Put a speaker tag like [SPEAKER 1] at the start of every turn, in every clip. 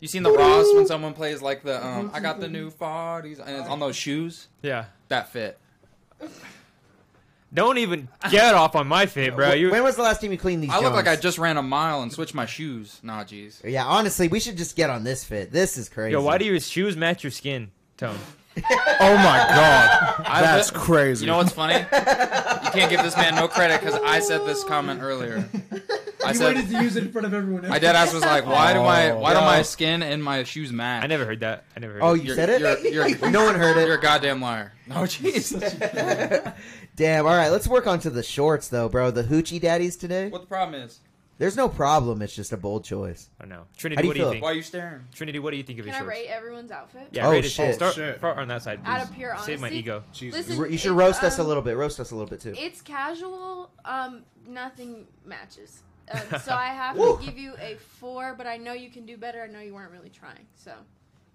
[SPEAKER 1] You seen the Raws when someone plays like the um, I got the new farties and it's on those shoes
[SPEAKER 2] Yeah.
[SPEAKER 1] that fit.
[SPEAKER 2] Don't even get off on my fit, bro. You
[SPEAKER 3] when was the last time you cleaned these?
[SPEAKER 1] I look
[SPEAKER 3] Johns?
[SPEAKER 1] like I just ran a mile and switched my shoes. Nah, jeez.
[SPEAKER 3] Yeah, honestly, we should just get on this fit. This is crazy.
[SPEAKER 2] Yo, why do your shoes match your skin tone?
[SPEAKER 4] Oh my god,
[SPEAKER 1] I
[SPEAKER 4] that's
[SPEAKER 1] li-
[SPEAKER 4] crazy.
[SPEAKER 1] You know what's funny? you can't give this man no credit because I said this comment earlier. I
[SPEAKER 5] he
[SPEAKER 1] said
[SPEAKER 5] waited to use it in front of everyone.
[SPEAKER 1] my dead ass was like, why do my
[SPEAKER 4] Oh.
[SPEAKER 1] why do
[SPEAKER 2] Yo.
[SPEAKER 1] my skin and my shoes match?
[SPEAKER 2] I never heard that. I never heard
[SPEAKER 3] Oh,
[SPEAKER 2] that.
[SPEAKER 3] you said it.
[SPEAKER 1] You're, you're,
[SPEAKER 3] no one heard
[SPEAKER 1] you're
[SPEAKER 3] it.
[SPEAKER 1] a goddamn liar. Oh jeez.
[SPEAKER 3] Damn. All right, let's work on to the shorts though, bro. The hoochie daddies today.
[SPEAKER 1] what the problem is?
[SPEAKER 3] There's no problem. It's just a bold choice.
[SPEAKER 2] I don't know.
[SPEAKER 3] How
[SPEAKER 2] Trinity,
[SPEAKER 3] do you
[SPEAKER 2] what do you
[SPEAKER 3] feel?
[SPEAKER 2] think?
[SPEAKER 1] Why are you staring?
[SPEAKER 2] Trinity, what do you think of his
[SPEAKER 6] Can I
[SPEAKER 2] shorts?
[SPEAKER 6] rate everyone's outfit?
[SPEAKER 2] Yeah,
[SPEAKER 3] Oh,
[SPEAKER 2] rate it.
[SPEAKER 3] shit.
[SPEAKER 2] Start,
[SPEAKER 4] Shit.
[SPEAKER 2] start on that side.
[SPEAKER 6] Out
[SPEAKER 2] please.
[SPEAKER 6] of pure
[SPEAKER 2] Save my
[SPEAKER 6] honesty?
[SPEAKER 2] ego.
[SPEAKER 4] Jesus.
[SPEAKER 6] Listen,
[SPEAKER 3] You should
[SPEAKER 6] it's,
[SPEAKER 3] roast us a
[SPEAKER 6] um,
[SPEAKER 3] little bit. Roast us a little bit too.
[SPEAKER 6] It's casual. Um, nothing matches. Um, so I have to give you a four, but I know you can do better. I know you weren't really trying. So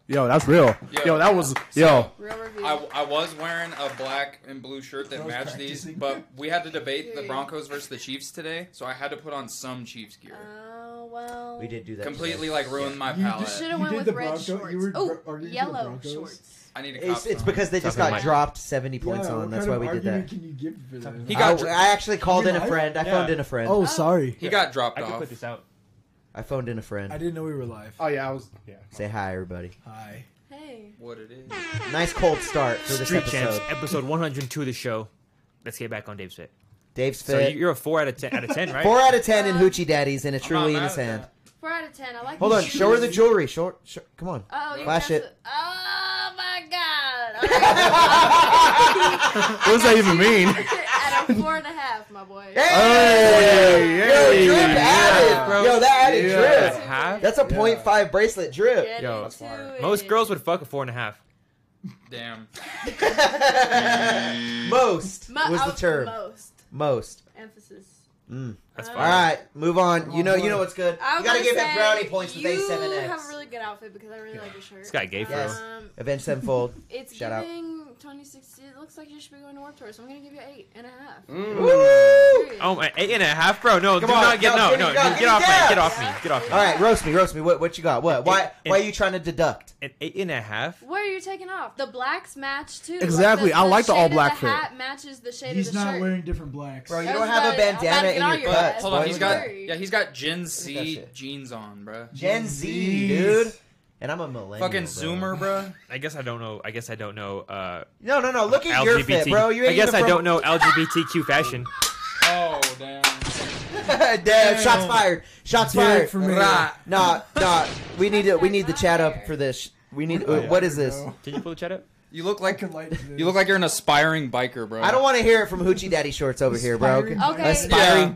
[SPEAKER 4] Yo, that's real.
[SPEAKER 1] Yo.
[SPEAKER 4] Yo, that was yo.
[SPEAKER 6] real review.
[SPEAKER 1] I, I was wearing a black and blue shirt that
[SPEAKER 5] I was
[SPEAKER 1] matched
[SPEAKER 5] practicing.
[SPEAKER 1] these, but we had to debate the
[SPEAKER 6] Yeah.
[SPEAKER 1] Broncos versus the Chiefs today, so I had to put on some Chiefs gear.
[SPEAKER 6] Oh well.
[SPEAKER 3] we did do that.
[SPEAKER 1] Completely
[SPEAKER 3] today.
[SPEAKER 1] like ruined my
[SPEAKER 5] You
[SPEAKER 1] palette.
[SPEAKER 6] You should have
[SPEAKER 5] You
[SPEAKER 6] went
[SPEAKER 5] did
[SPEAKER 6] with
[SPEAKER 5] the
[SPEAKER 6] red
[SPEAKER 5] Bronco- you
[SPEAKER 6] shorts.
[SPEAKER 5] were bro-
[SPEAKER 6] Oh,
[SPEAKER 5] arguing for the
[SPEAKER 6] yellow
[SPEAKER 5] Broncos?
[SPEAKER 6] shorts.
[SPEAKER 1] I need a cop
[SPEAKER 3] It's, it's
[SPEAKER 1] song.
[SPEAKER 3] because they just
[SPEAKER 2] Something
[SPEAKER 3] got
[SPEAKER 2] like-
[SPEAKER 3] dropped 70 points
[SPEAKER 5] Yeah,
[SPEAKER 3] on.
[SPEAKER 5] what
[SPEAKER 3] That's
[SPEAKER 5] kind
[SPEAKER 3] why
[SPEAKER 5] of
[SPEAKER 3] we did
[SPEAKER 5] argument
[SPEAKER 3] that.
[SPEAKER 5] Can you give for that?
[SPEAKER 1] He
[SPEAKER 3] I,
[SPEAKER 1] got dr-
[SPEAKER 3] I actually called
[SPEAKER 5] You
[SPEAKER 3] in a
[SPEAKER 5] lied?
[SPEAKER 3] friend. I
[SPEAKER 2] Yeah.
[SPEAKER 3] phoned in a friend.
[SPEAKER 4] Oh, sorry.
[SPEAKER 1] he got dropped
[SPEAKER 2] I can
[SPEAKER 1] off.
[SPEAKER 2] put this out.
[SPEAKER 3] I phoned in a friend.
[SPEAKER 5] I didn't know we were live.
[SPEAKER 4] Oh yeah, I was. Yeah.
[SPEAKER 3] Say hi, everybody.
[SPEAKER 5] Hi.
[SPEAKER 6] Hey.
[SPEAKER 1] What it is?
[SPEAKER 3] Nice cold start for this
[SPEAKER 2] Street Champs,
[SPEAKER 3] episode.
[SPEAKER 2] episode 102 of the show. Let's get back on Dave's fit.
[SPEAKER 3] Dave's
[SPEAKER 2] So
[SPEAKER 3] fit.
[SPEAKER 2] you- you're a four out of ten. Out of ten, right?
[SPEAKER 3] Four out of ten in Hoochie Daddies, and it's
[SPEAKER 1] I'm not
[SPEAKER 3] truly in
[SPEAKER 1] mad
[SPEAKER 3] his
[SPEAKER 1] at
[SPEAKER 3] hand.
[SPEAKER 1] that.
[SPEAKER 6] Four out of ten. I like.
[SPEAKER 3] Hold
[SPEAKER 6] the
[SPEAKER 3] on,
[SPEAKER 6] shoes.
[SPEAKER 3] show her the jewelry. Show, show come on.
[SPEAKER 6] Oh, you
[SPEAKER 3] Flash
[SPEAKER 6] guys-
[SPEAKER 3] it.
[SPEAKER 6] Oh my god. All right.
[SPEAKER 4] What does that even mean?
[SPEAKER 6] At a four and a half, my boy.
[SPEAKER 3] Hey,
[SPEAKER 4] hey,
[SPEAKER 3] yo, drip
[SPEAKER 4] yeah,
[SPEAKER 3] added,
[SPEAKER 2] bro.
[SPEAKER 3] Yo, that added
[SPEAKER 4] Yeah.
[SPEAKER 2] Out of
[SPEAKER 3] drip.
[SPEAKER 2] half?
[SPEAKER 3] That's a
[SPEAKER 4] Yeah.
[SPEAKER 3] point five bracelet drip.
[SPEAKER 6] Get
[SPEAKER 2] Yo,
[SPEAKER 6] into
[SPEAKER 2] that's
[SPEAKER 6] it.
[SPEAKER 2] Most girls would fuck a four and a half.
[SPEAKER 1] Damn.
[SPEAKER 3] most
[SPEAKER 6] Mo-
[SPEAKER 3] was
[SPEAKER 6] I
[SPEAKER 3] the
[SPEAKER 6] would-
[SPEAKER 3] term.
[SPEAKER 6] Most
[SPEAKER 3] Most.
[SPEAKER 6] emphasis.
[SPEAKER 3] Mm.
[SPEAKER 2] That's
[SPEAKER 6] Uh,
[SPEAKER 2] fine.
[SPEAKER 3] All right, move on.
[SPEAKER 5] Come
[SPEAKER 3] You know,
[SPEAKER 5] on,
[SPEAKER 3] you know
[SPEAKER 5] boy.
[SPEAKER 3] what's good.
[SPEAKER 6] I
[SPEAKER 3] You
[SPEAKER 6] was
[SPEAKER 3] gotta
[SPEAKER 6] gonna
[SPEAKER 3] give
[SPEAKER 6] say,
[SPEAKER 3] it brownie points with
[SPEAKER 6] you
[SPEAKER 3] a seven
[SPEAKER 6] have a
[SPEAKER 3] X.
[SPEAKER 6] really good outfit because I really like your shirt.
[SPEAKER 2] This guy gay for
[SPEAKER 3] Yes.
[SPEAKER 2] us.
[SPEAKER 6] Um,
[SPEAKER 3] Avenge Sevenfold.
[SPEAKER 6] it's
[SPEAKER 3] Shout out.
[SPEAKER 6] giving 2016. It looks like you should be going to Warped Tour, so I'm gonna give you eight and a half.
[SPEAKER 3] Mm. Woo!
[SPEAKER 6] Period.
[SPEAKER 2] Oh, my, eight and a half, bro. No,
[SPEAKER 3] Come
[SPEAKER 2] do
[SPEAKER 3] on,
[SPEAKER 2] not get
[SPEAKER 3] no,
[SPEAKER 2] no,
[SPEAKER 3] give me
[SPEAKER 2] no,
[SPEAKER 3] down,
[SPEAKER 2] dude,
[SPEAKER 3] give
[SPEAKER 2] get
[SPEAKER 3] me
[SPEAKER 2] off me,
[SPEAKER 3] down.
[SPEAKER 2] get off me, get off me.
[SPEAKER 3] All right, roast me, roast me. What, what you got? What? Why?
[SPEAKER 2] it-
[SPEAKER 3] why you trying to deduct?
[SPEAKER 2] An eight and a half.
[SPEAKER 6] Where are you taking off? The blacks match too.
[SPEAKER 4] Exactly.
[SPEAKER 6] the,
[SPEAKER 4] I like the
[SPEAKER 6] shade
[SPEAKER 4] all
[SPEAKER 6] of
[SPEAKER 4] black
[SPEAKER 6] the
[SPEAKER 4] fit.
[SPEAKER 6] hat matches the shade
[SPEAKER 5] He's
[SPEAKER 6] of the
[SPEAKER 5] not
[SPEAKER 6] shirt.
[SPEAKER 5] wearing different blacks.
[SPEAKER 3] Bro, you
[SPEAKER 6] I
[SPEAKER 3] don't
[SPEAKER 6] was
[SPEAKER 3] have a
[SPEAKER 6] about to- I was
[SPEAKER 3] bandana
[SPEAKER 6] about to
[SPEAKER 3] in
[SPEAKER 6] get on
[SPEAKER 3] your
[SPEAKER 6] your
[SPEAKER 3] cut.
[SPEAKER 6] ass.
[SPEAKER 1] Hold on,
[SPEAKER 6] why
[SPEAKER 1] he's
[SPEAKER 6] would
[SPEAKER 1] got
[SPEAKER 6] you?
[SPEAKER 1] yeah, he's got Gen
[SPEAKER 3] that
[SPEAKER 1] Z
[SPEAKER 3] shit.
[SPEAKER 1] jeans on, bruh.
[SPEAKER 3] Gen Z, dude. And I'm a millennial.
[SPEAKER 1] Fucking
[SPEAKER 3] bro.
[SPEAKER 1] Zoomer, bruh.
[SPEAKER 2] I guess I don't know. I guess I don't know. Uh,
[SPEAKER 3] No, no, no. Look at your
[SPEAKER 2] LGBT.
[SPEAKER 3] fit, bro. You ain't
[SPEAKER 2] I guess
[SPEAKER 3] even
[SPEAKER 2] I
[SPEAKER 3] from-
[SPEAKER 2] don't know LGBTQ fashion.
[SPEAKER 1] Oh damn.
[SPEAKER 3] Damn, shots fired. Shots
[SPEAKER 5] Derek
[SPEAKER 3] fired.
[SPEAKER 5] for me.
[SPEAKER 1] Right.
[SPEAKER 3] Nah, nah. We need to. We need the chat up for this. We need.
[SPEAKER 4] Oh, yeah.
[SPEAKER 3] What is this?
[SPEAKER 2] Can you pull the chat up?
[SPEAKER 1] You look
[SPEAKER 5] I
[SPEAKER 1] like
[SPEAKER 5] can light
[SPEAKER 1] you look like you're an aspiring biker, bro.
[SPEAKER 3] I don't want to hear it from Hoochie Daddy Shorts over here, bro.
[SPEAKER 5] Aspiring
[SPEAKER 6] biker. Okay.
[SPEAKER 3] Aspiring
[SPEAKER 1] Yeah.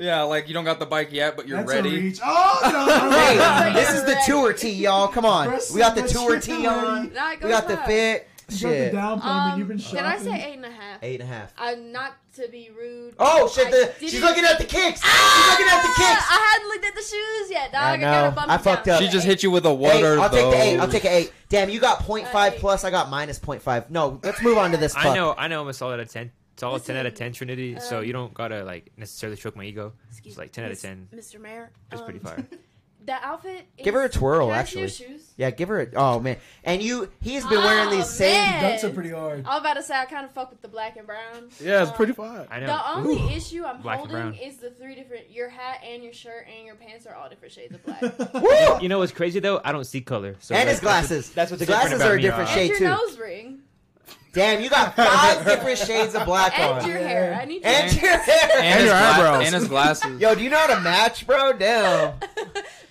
[SPEAKER 1] Yeah, like you don't got the bike yet, but you're
[SPEAKER 5] That's a
[SPEAKER 1] ready.
[SPEAKER 5] reach. Oh no!
[SPEAKER 3] Hey, this is the
[SPEAKER 6] Ready.
[SPEAKER 3] tour tee, y'all. Come on.
[SPEAKER 5] Press
[SPEAKER 3] We got the
[SPEAKER 5] that
[SPEAKER 3] tour
[SPEAKER 5] shit
[SPEAKER 3] tee on.
[SPEAKER 6] Now it
[SPEAKER 3] We got
[SPEAKER 6] goes
[SPEAKER 3] the
[SPEAKER 6] up.
[SPEAKER 3] fit.
[SPEAKER 5] You got the
[SPEAKER 3] Shit.
[SPEAKER 5] down payment.
[SPEAKER 6] Um,
[SPEAKER 5] You've been
[SPEAKER 6] did
[SPEAKER 5] shopping.
[SPEAKER 6] I say eight and a half?
[SPEAKER 3] Eight and a half.
[SPEAKER 6] Uh, not to be rude.
[SPEAKER 3] Oh shit!
[SPEAKER 6] I
[SPEAKER 3] The, she's
[SPEAKER 6] didn't-
[SPEAKER 3] looking at the kicks.
[SPEAKER 6] Ah!
[SPEAKER 3] she's looking at the kicks.
[SPEAKER 6] I hadn't looked at the shoes yet, dog.
[SPEAKER 3] I
[SPEAKER 6] I,
[SPEAKER 3] know.
[SPEAKER 6] gotta bump
[SPEAKER 3] I
[SPEAKER 6] it
[SPEAKER 3] fucked
[SPEAKER 6] down.
[SPEAKER 3] up.
[SPEAKER 1] She just hit you with a what
[SPEAKER 3] Eight.
[SPEAKER 1] are
[SPEAKER 3] I'll take the eight. I'll
[SPEAKER 1] those?
[SPEAKER 3] take an eight. Damn, you got
[SPEAKER 6] Uh,
[SPEAKER 3] 0.5
[SPEAKER 6] eight.
[SPEAKER 3] plus. I got minus 0.5. No, let's move on to this. Fuck.
[SPEAKER 2] I know, I know. I'm a solid out of ten. Solid ten out of
[SPEAKER 6] Listen,
[SPEAKER 2] ten, Trinity. so
[SPEAKER 6] um,
[SPEAKER 2] you don't gotta like necessarily stroke my ego. It's like ten out of
[SPEAKER 6] Miss-
[SPEAKER 2] ten.
[SPEAKER 6] Mr. Mayor,
[SPEAKER 2] It's
[SPEAKER 6] um,
[SPEAKER 2] pretty fire.
[SPEAKER 6] The outfit. Is,
[SPEAKER 3] Give her a twirl,
[SPEAKER 6] Can I
[SPEAKER 3] actually.
[SPEAKER 6] See your shoes?
[SPEAKER 3] Yeah, give her. A, oh man, and you. He's been wearing these
[SPEAKER 6] Oh,
[SPEAKER 3] same.
[SPEAKER 6] man.
[SPEAKER 5] Dunks are pretty hard.
[SPEAKER 6] I was about to say I kind of fuck with the black and brown.
[SPEAKER 4] Yeah, it's
[SPEAKER 6] Um,
[SPEAKER 4] pretty fun.
[SPEAKER 2] I know.
[SPEAKER 6] The only issue I'm
[SPEAKER 2] Black and
[SPEAKER 6] holding
[SPEAKER 2] brown.
[SPEAKER 6] is the three different. Your hat and your shirt and your pants are all different shades of black. and
[SPEAKER 3] Woo!
[SPEAKER 2] you know what's crazy though? I don't see color. So
[SPEAKER 3] and
[SPEAKER 2] like,
[SPEAKER 3] his glasses.
[SPEAKER 2] That's what's
[SPEAKER 3] the
[SPEAKER 2] different
[SPEAKER 3] glasses
[SPEAKER 2] about
[SPEAKER 3] are a
[SPEAKER 2] me,
[SPEAKER 3] different
[SPEAKER 2] uh,
[SPEAKER 3] shade
[SPEAKER 6] your
[SPEAKER 3] too.
[SPEAKER 6] nose ring
[SPEAKER 3] Damn, you got five different shades of black
[SPEAKER 6] and
[SPEAKER 3] on.
[SPEAKER 6] your hair. I need your
[SPEAKER 3] and
[SPEAKER 6] hair.
[SPEAKER 3] your hair.
[SPEAKER 1] and, his
[SPEAKER 4] your
[SPEAKER 1] gla-
[SPEAKER 4] eyebrows.
[SPEAKER 1] and his glasses.
[SPEAKER 3] Yo, do you know how to match, bro? Damn.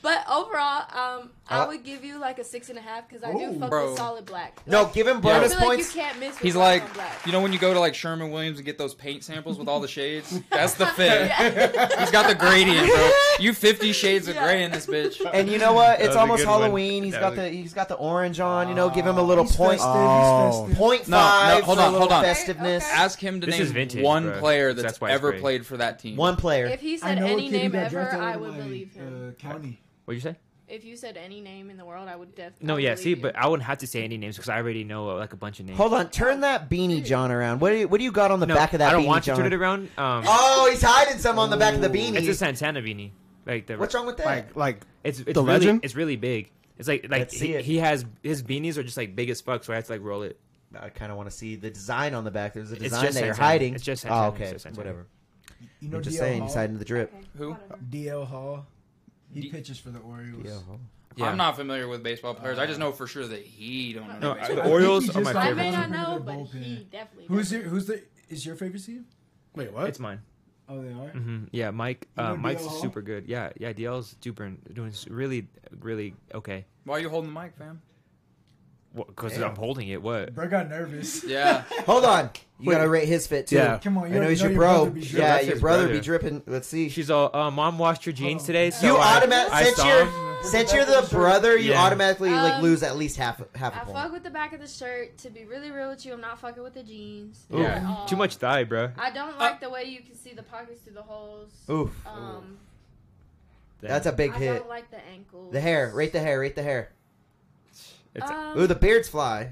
[SPEAKER 6] But overall, um,
[SPEAKER 3] Uh,
[SPEAKER 6] I would give you like a six and a half because I do
[SPEAKER 5] Ooh.
[SPEAKER 6] fuck
[SPEAKER 1] Bro.
[SPEAKER 6] with solid black.
[SPEAKER 3] No, give him
[SPEAKER 6] I
[SPEAKER 3] bonus
[SPEAKER 6] feel like you
[SPEAKER 3] points.
[SPEAKER 6] can't miss. With
[SPEAKER 1] He's
[SPEAKER 6] black
[SPEAKER 1] like,
[SPEAKER 6] on black.
[SPEAKER 1] you know when you go to like Sherman Williams and get those paint samples with all the shades? That's the fit.
[SPEAKER 6] Yeah.
[SPEAKER 1] He's got the gradient, bro. You 50 shades of
[SPEAKER 6] Yeah.
[SPEAKER 1] gray in this bitch.
[SPEAKER 3] and you know what?
[SPEAKER 2] That
[SPEAKER 3] It's
[SPEAKER 2] was a
[SPEAKER 3] almost
[SPEAKER 2] good one.
[SPEAKER 3] Halloween. He's
[SPEAKER 2] That
[SPEAKER 3] got
[SPEAKER 2] was-
[SPEAKER 3] the he's got the orange on. You know, give him a little
[SPEAKER 5] He's
[SPEAKER 3] point.
[SPEAKER 5] festive,
[SPEAKER 4] Oh.
[SPEAKER 5] he's festive.
[SPEAKER 3] Point
[SPEAKER 1] No, no,
[SPEAKER 3] five.
[SPEAKER 1] hold
[SPEAKER 3] for a
[SPEAKER 1] on,
[SPEAKER 3] little
[SPEAKER 1] hold on.
[SPEAKER 3] Festiveness.
[SPEAKER 6] Okay, okay.
[SPEAKER 1] Ask him to
[SPEAKER 2] This
[SPEAKER 1] name
[SPEAKER 2] is vintage,
[SPEAKER 1] one
[SPEAKER 2] bro.
[SPEAKER 1] player
[SPEAKER 2] That's
[SPEAKER 1] that's,
[SPEAKER 2] why it's
[SPEAKER 1] ever
[SPEAKER 2] gray.
[SPEAKER 1] played for that team.
[SPEAKER 3] One player.
[SPEAKER 6] If he
[SPEAKER 5] I
[SPEAKER 6] said
[SPEAKER 5] know a
[SPEAKER 6] any
[SPEAKER 5] kid who
[SPEAKER 6] name
[SPEAKER 5] got
[SPEAKER 6] ever,
[SPEAKER 5] drafted
[SPEAKER 6] I
[SPEAKER 5] out
[SPEAKER 6] would
[SPEAKER 5] of
[SPEAKER 6] believe
[SPEAKER 5] my
[SPEAKER 6] him.
[SPEAKER 5] uh, county.
[SPEAKER 2] What'd you say?
[SPEAKER 6] If you said any name in the world, I would definitely.
[SPEAKER 2] No, yeah. See, but I wouldn't have to say any names because I already know uh, like a bunch of names.
[SPEAKER 3] Hold on, turn that beanie John around. What do you, what do you got on the
[SPEAKER 2] no,
[SPEAKER 3] back of that
[SPEAKER 2] I don't
[SPEAKER 3] beanie
[SPEAKER 2] want
[SPEAKER 3] John?
[SPEAKER 2] to turn it around. Um,
[SPEAKER 3] Oh, he's hiding some on the back of the
[SPEAKER 5] Ooh.
[SPEAKER 3] beanie.
[SPEAKER 2] it's a Santana beanie. Like the
[SPEAKER 3] What's wrong with that?
[SPEAKER 4] Like, like
[SPEAKER 2] It's it's
[SPEAKER 4] The
[SPEAKER 2] really,
[SPEAKER 4] legend?
[SPEAKER 2] It's really big. It's like like
[SPEAKER 3] Let's see
[SPEAKER 2] he,
[SPEAKER 3] it.
[SPEAKER 2] he has his beanies are just like big as fuck, so I have to like roll it.
[SPEAKER 3] I kind of want to see the design on the back. There's a
[SPEAKER 2] It's
[SPEAKER 3] design
[SPEAKER 2] just
[SPEAKER 3] that you're
[SPEAKER 2] Santana.
[SPEAKER 3] hiding.
[SPEAKER 2] It's just
[SPEAKER 3] oh,
[SPEAKER 2] Santana. It's
[SPEAKER 3] okay,
[SPEAKER 2] just Santana.
[SPEAKER 3] whatever.
[SPEAKER 5] You know,
[SPEAKER 3] I'm just
[SPEAKER 5] DL
[SPEAKER 3] saying,
[SPEAKER 5] Hall?
[SPEAKER 3] you signed to the drip.
[SPEAKER 1] Who?
[SPEAKER 5] DL Hall. He
[SPEAKER 1] D-
[SPEAKER 5] pitches for the Orioles.
[SPEAKER 3] Yeah.
[SPEAKER 2] Yeah. Uh-huh.
[SPEAKER 1] I'm not familiar with baseball players. I just know for sure that he don't know.
[SPEAKER 2] No,
[SPEAKER 1] No,
[SPEAKER 2] I- the
[SPEAKER 5] I think he
[SPEAKER 2] Orioles
[SPEAKER 5] just
[SPEAKER 2] are my
[SPEAKER 5] got
[SPEAKER 6] I
[SPEAKER 2] favorite.
[SPEAKER 6] may not
[SPEAKER 5] Favorite.
[SPEAKER 6] know, but he
[SPEAKER 5] Bullpen.
[SPEAKER 6] definitely.
[SPEAKER 5] Who's
[SPEAKER 6] does.
[SPEAKER 5] your? Who's the? Is your favorite team?
[SPEAKER 4] Wait, what?
[SPEAKER 2] It's mine.
[SPEAKER 5] Oh, they are.
[SPEAKER 2] hmm Yeah, Mike.
[SPEAKER 5] You know
[SPEAKER 2] Uh, Mike's
[SPEAKER 5] DL?
[SPEAKER 2] super good. Yeah, yeah. DL's super doing s- really, really okay.
[SPEAKER 1] Why are you holding the mic, fam?
[SPEAKER 2] Because
[SPEAKER 5] Damn.
[SPEAKER 2] I'm holding it. What?
[SPEAKER 5] Bro got nervous.
[SPEAKER 1] Yeah.
[SPEAKER 3] Hold on. You
[SPEAKER 4] Wait.
[SPEAKER 3] gotta rate his fit too.
[SPEAKER 4] Yeah.
[SPEAKER 5] Come on,
[SPEAKER 3] I
[SPEAKER 5] you
[SPEAKER 3] know
[SPEAKER 5] already
[SPEAKER 3] he's
[SPEAKER 5] know
[SPEAKER 3] your
[SPEAKER 5] your
[SPEAKER 3] bro.
[SPEAKER 5] brother be dripping.
[SPEAKER 3] yeah,
[SPEAKER 2] That's
[SPEAKER 3] your
[SPEAKER 2] his
[SPEAKER 3] brother, be
[SPEAKER 2] brother.
[SPEAKER 3] dripping. Let's see.
[SPEAKER 2] She's all. Uh, Mom washed your jeans
[SPEAKER 5] on.
[SPEAKER 2] today. So
[SPEAKER 3] Oh. you
[SPEAKER 2] I,
[SPEAKER 3] automatic
[SPEAKER 2] I
[SPEAKER 3] since
[SPEAKER 2] saw
[SPEAKER 3] you're
[SPEAKER 2] him.
[SPEAKER 3] since you're the brother, you
[SPEAKER 2] Yeah.
[SPEAKER 3] automatically like
[SPEAKER 6] Um,
[SPEAKER 3] lose at least half half
[SPEAKER 6] I
[SPEAKER 3] a
[SPEAKER 6] fuck
[SPEAKER 3] point.
[SPEAKER 6] with the back of the shirt. To be really real with you, I'm not fucking with the jeans.
[SPEAKER 1] Ooh.
[SPEAKER 6] at all.
[SPEAKER 2] Too much Uh, thigh, bro.
[SPEAKER 6] I don't like the way you can see the pockets through the holes.
[SPEAKER 3] Oof,
[SPEAKER 6] Um,
[SPEAKER 3] that's a big
[SPEAKER 6] I
[SPEAKER 3] hit.
[SPEAKER 6] don't like the ankles.
[SPEAKER 3] The hair, rate the hair, rate the hair.
[SPEAKER 2] It's,
[SPEAKER 6] Um,
[SPEAKER 3] Ooh, the beards fly.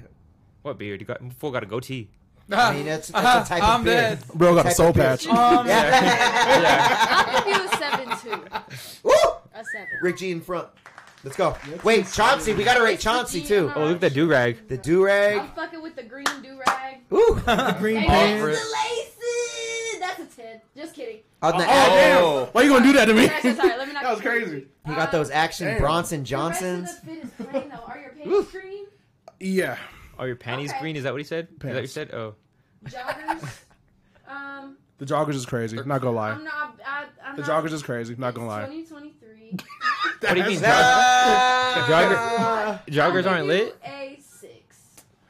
[SPEAKER 2] what beard? You got fool got a goatee.
[SPEAKER 3] I mean, that's, that's a type
[SPEAKER 1] I'm
[SPEAKER 3] of beard.
[SPEAKER 1] dead.
[SPEAKER 4] Bro got a
[SPEAKER 3] Type
[SPEAKER 4] soul
[SPEAKER 3] of beard.
[SPEAKER 4] patch.
[SPEAKER 1] Um,
[SPEAKER 3] yeah.
[SPEAKER 6] I'll give you a seven two.
[SPEAKER 3] Woo!
[SPEAKER 6] A seven.
[SPEAKER 3] Rick G in front. Let's go.
[SPEAKER 5] Let's
[SPEAKER 3] Wait,
[SPEAKER 5] see.
[SPEAKER 3] Chauncey. We gotta rate
[SPEAKER 6] It's the
[SPEAKER 3] Chauncey
[SPEAKER 6] G
[SPEAKER 3] too.
[SPEAKER 6] and
[SPEAKER 2] Oh, look at that
[SPEAKER 6] I.
[SPEAKER 2] do rag.
[SPEAKER 3] The do rag.
[SPEAKER 6] I'm fucking with the green do rag.
[SPEAKER 3] Ooh.
[SPEAKER 5] Green
[SPEAKER 6] And
[SPEAKER 1] pants.
[SPEAKER 6] that's the laces. That's a ten. Just kidding.
[SPEAKER 3] On the
[SPEAKER 4] Oh,
[SPEAKER 3] ad-
[SPEAKER 4] damn. Why you gonna do that to me?
[SPEAKER 6] Sorry, sorry, sorry, let me not
[SPEAKER 5] That was
[SPEAKER 6] get confused.
[SPEAKER 5] crazy.
[SPEAKER 3] He got those action
[SPEAKER 4] Damn.
[SPEAKER 3] Bronson
[SPEAKER 6] The rest of
[SPEAKER 3] Johnsons.
[SPEAKER 6] The fit is plain though. Are your pants
[SPEAKER 3] Woo.
[SPEAKER 6] green?
[SPEAKER 4] yeah.
[SPEAKER 2] Are Oh, your panties
[SPEAKER 6] Okay.
[SPEAKER 2] green? Is that what he said? Is that what you
[SPEAKER 4] Pants.
[SPEAKER 2] said? Oh,
[SPEAKER 6] Joggers. Um,
[SPEAKER 4] The joggers is crazy. Not gonna lie.
[SPEAKER 6] I'm not. I, I'm
[SPEAKER 4] The
[SPEAKER 6] not,
[SPEAKER 4] joggers is crazy. Not gonna lie.
[SPEAKER 6] 2023.
[SPEAKER 2] what do you mean? jog-
[SPEAKER 3] Ah.
[SPEAKER 2] joggers
[SPEAKER 6] I'll
[SPEAKER 2] aren't
[SPEAKER 6] give you
[SPEAKER 2] lit.
[SPEAKER 6] A six.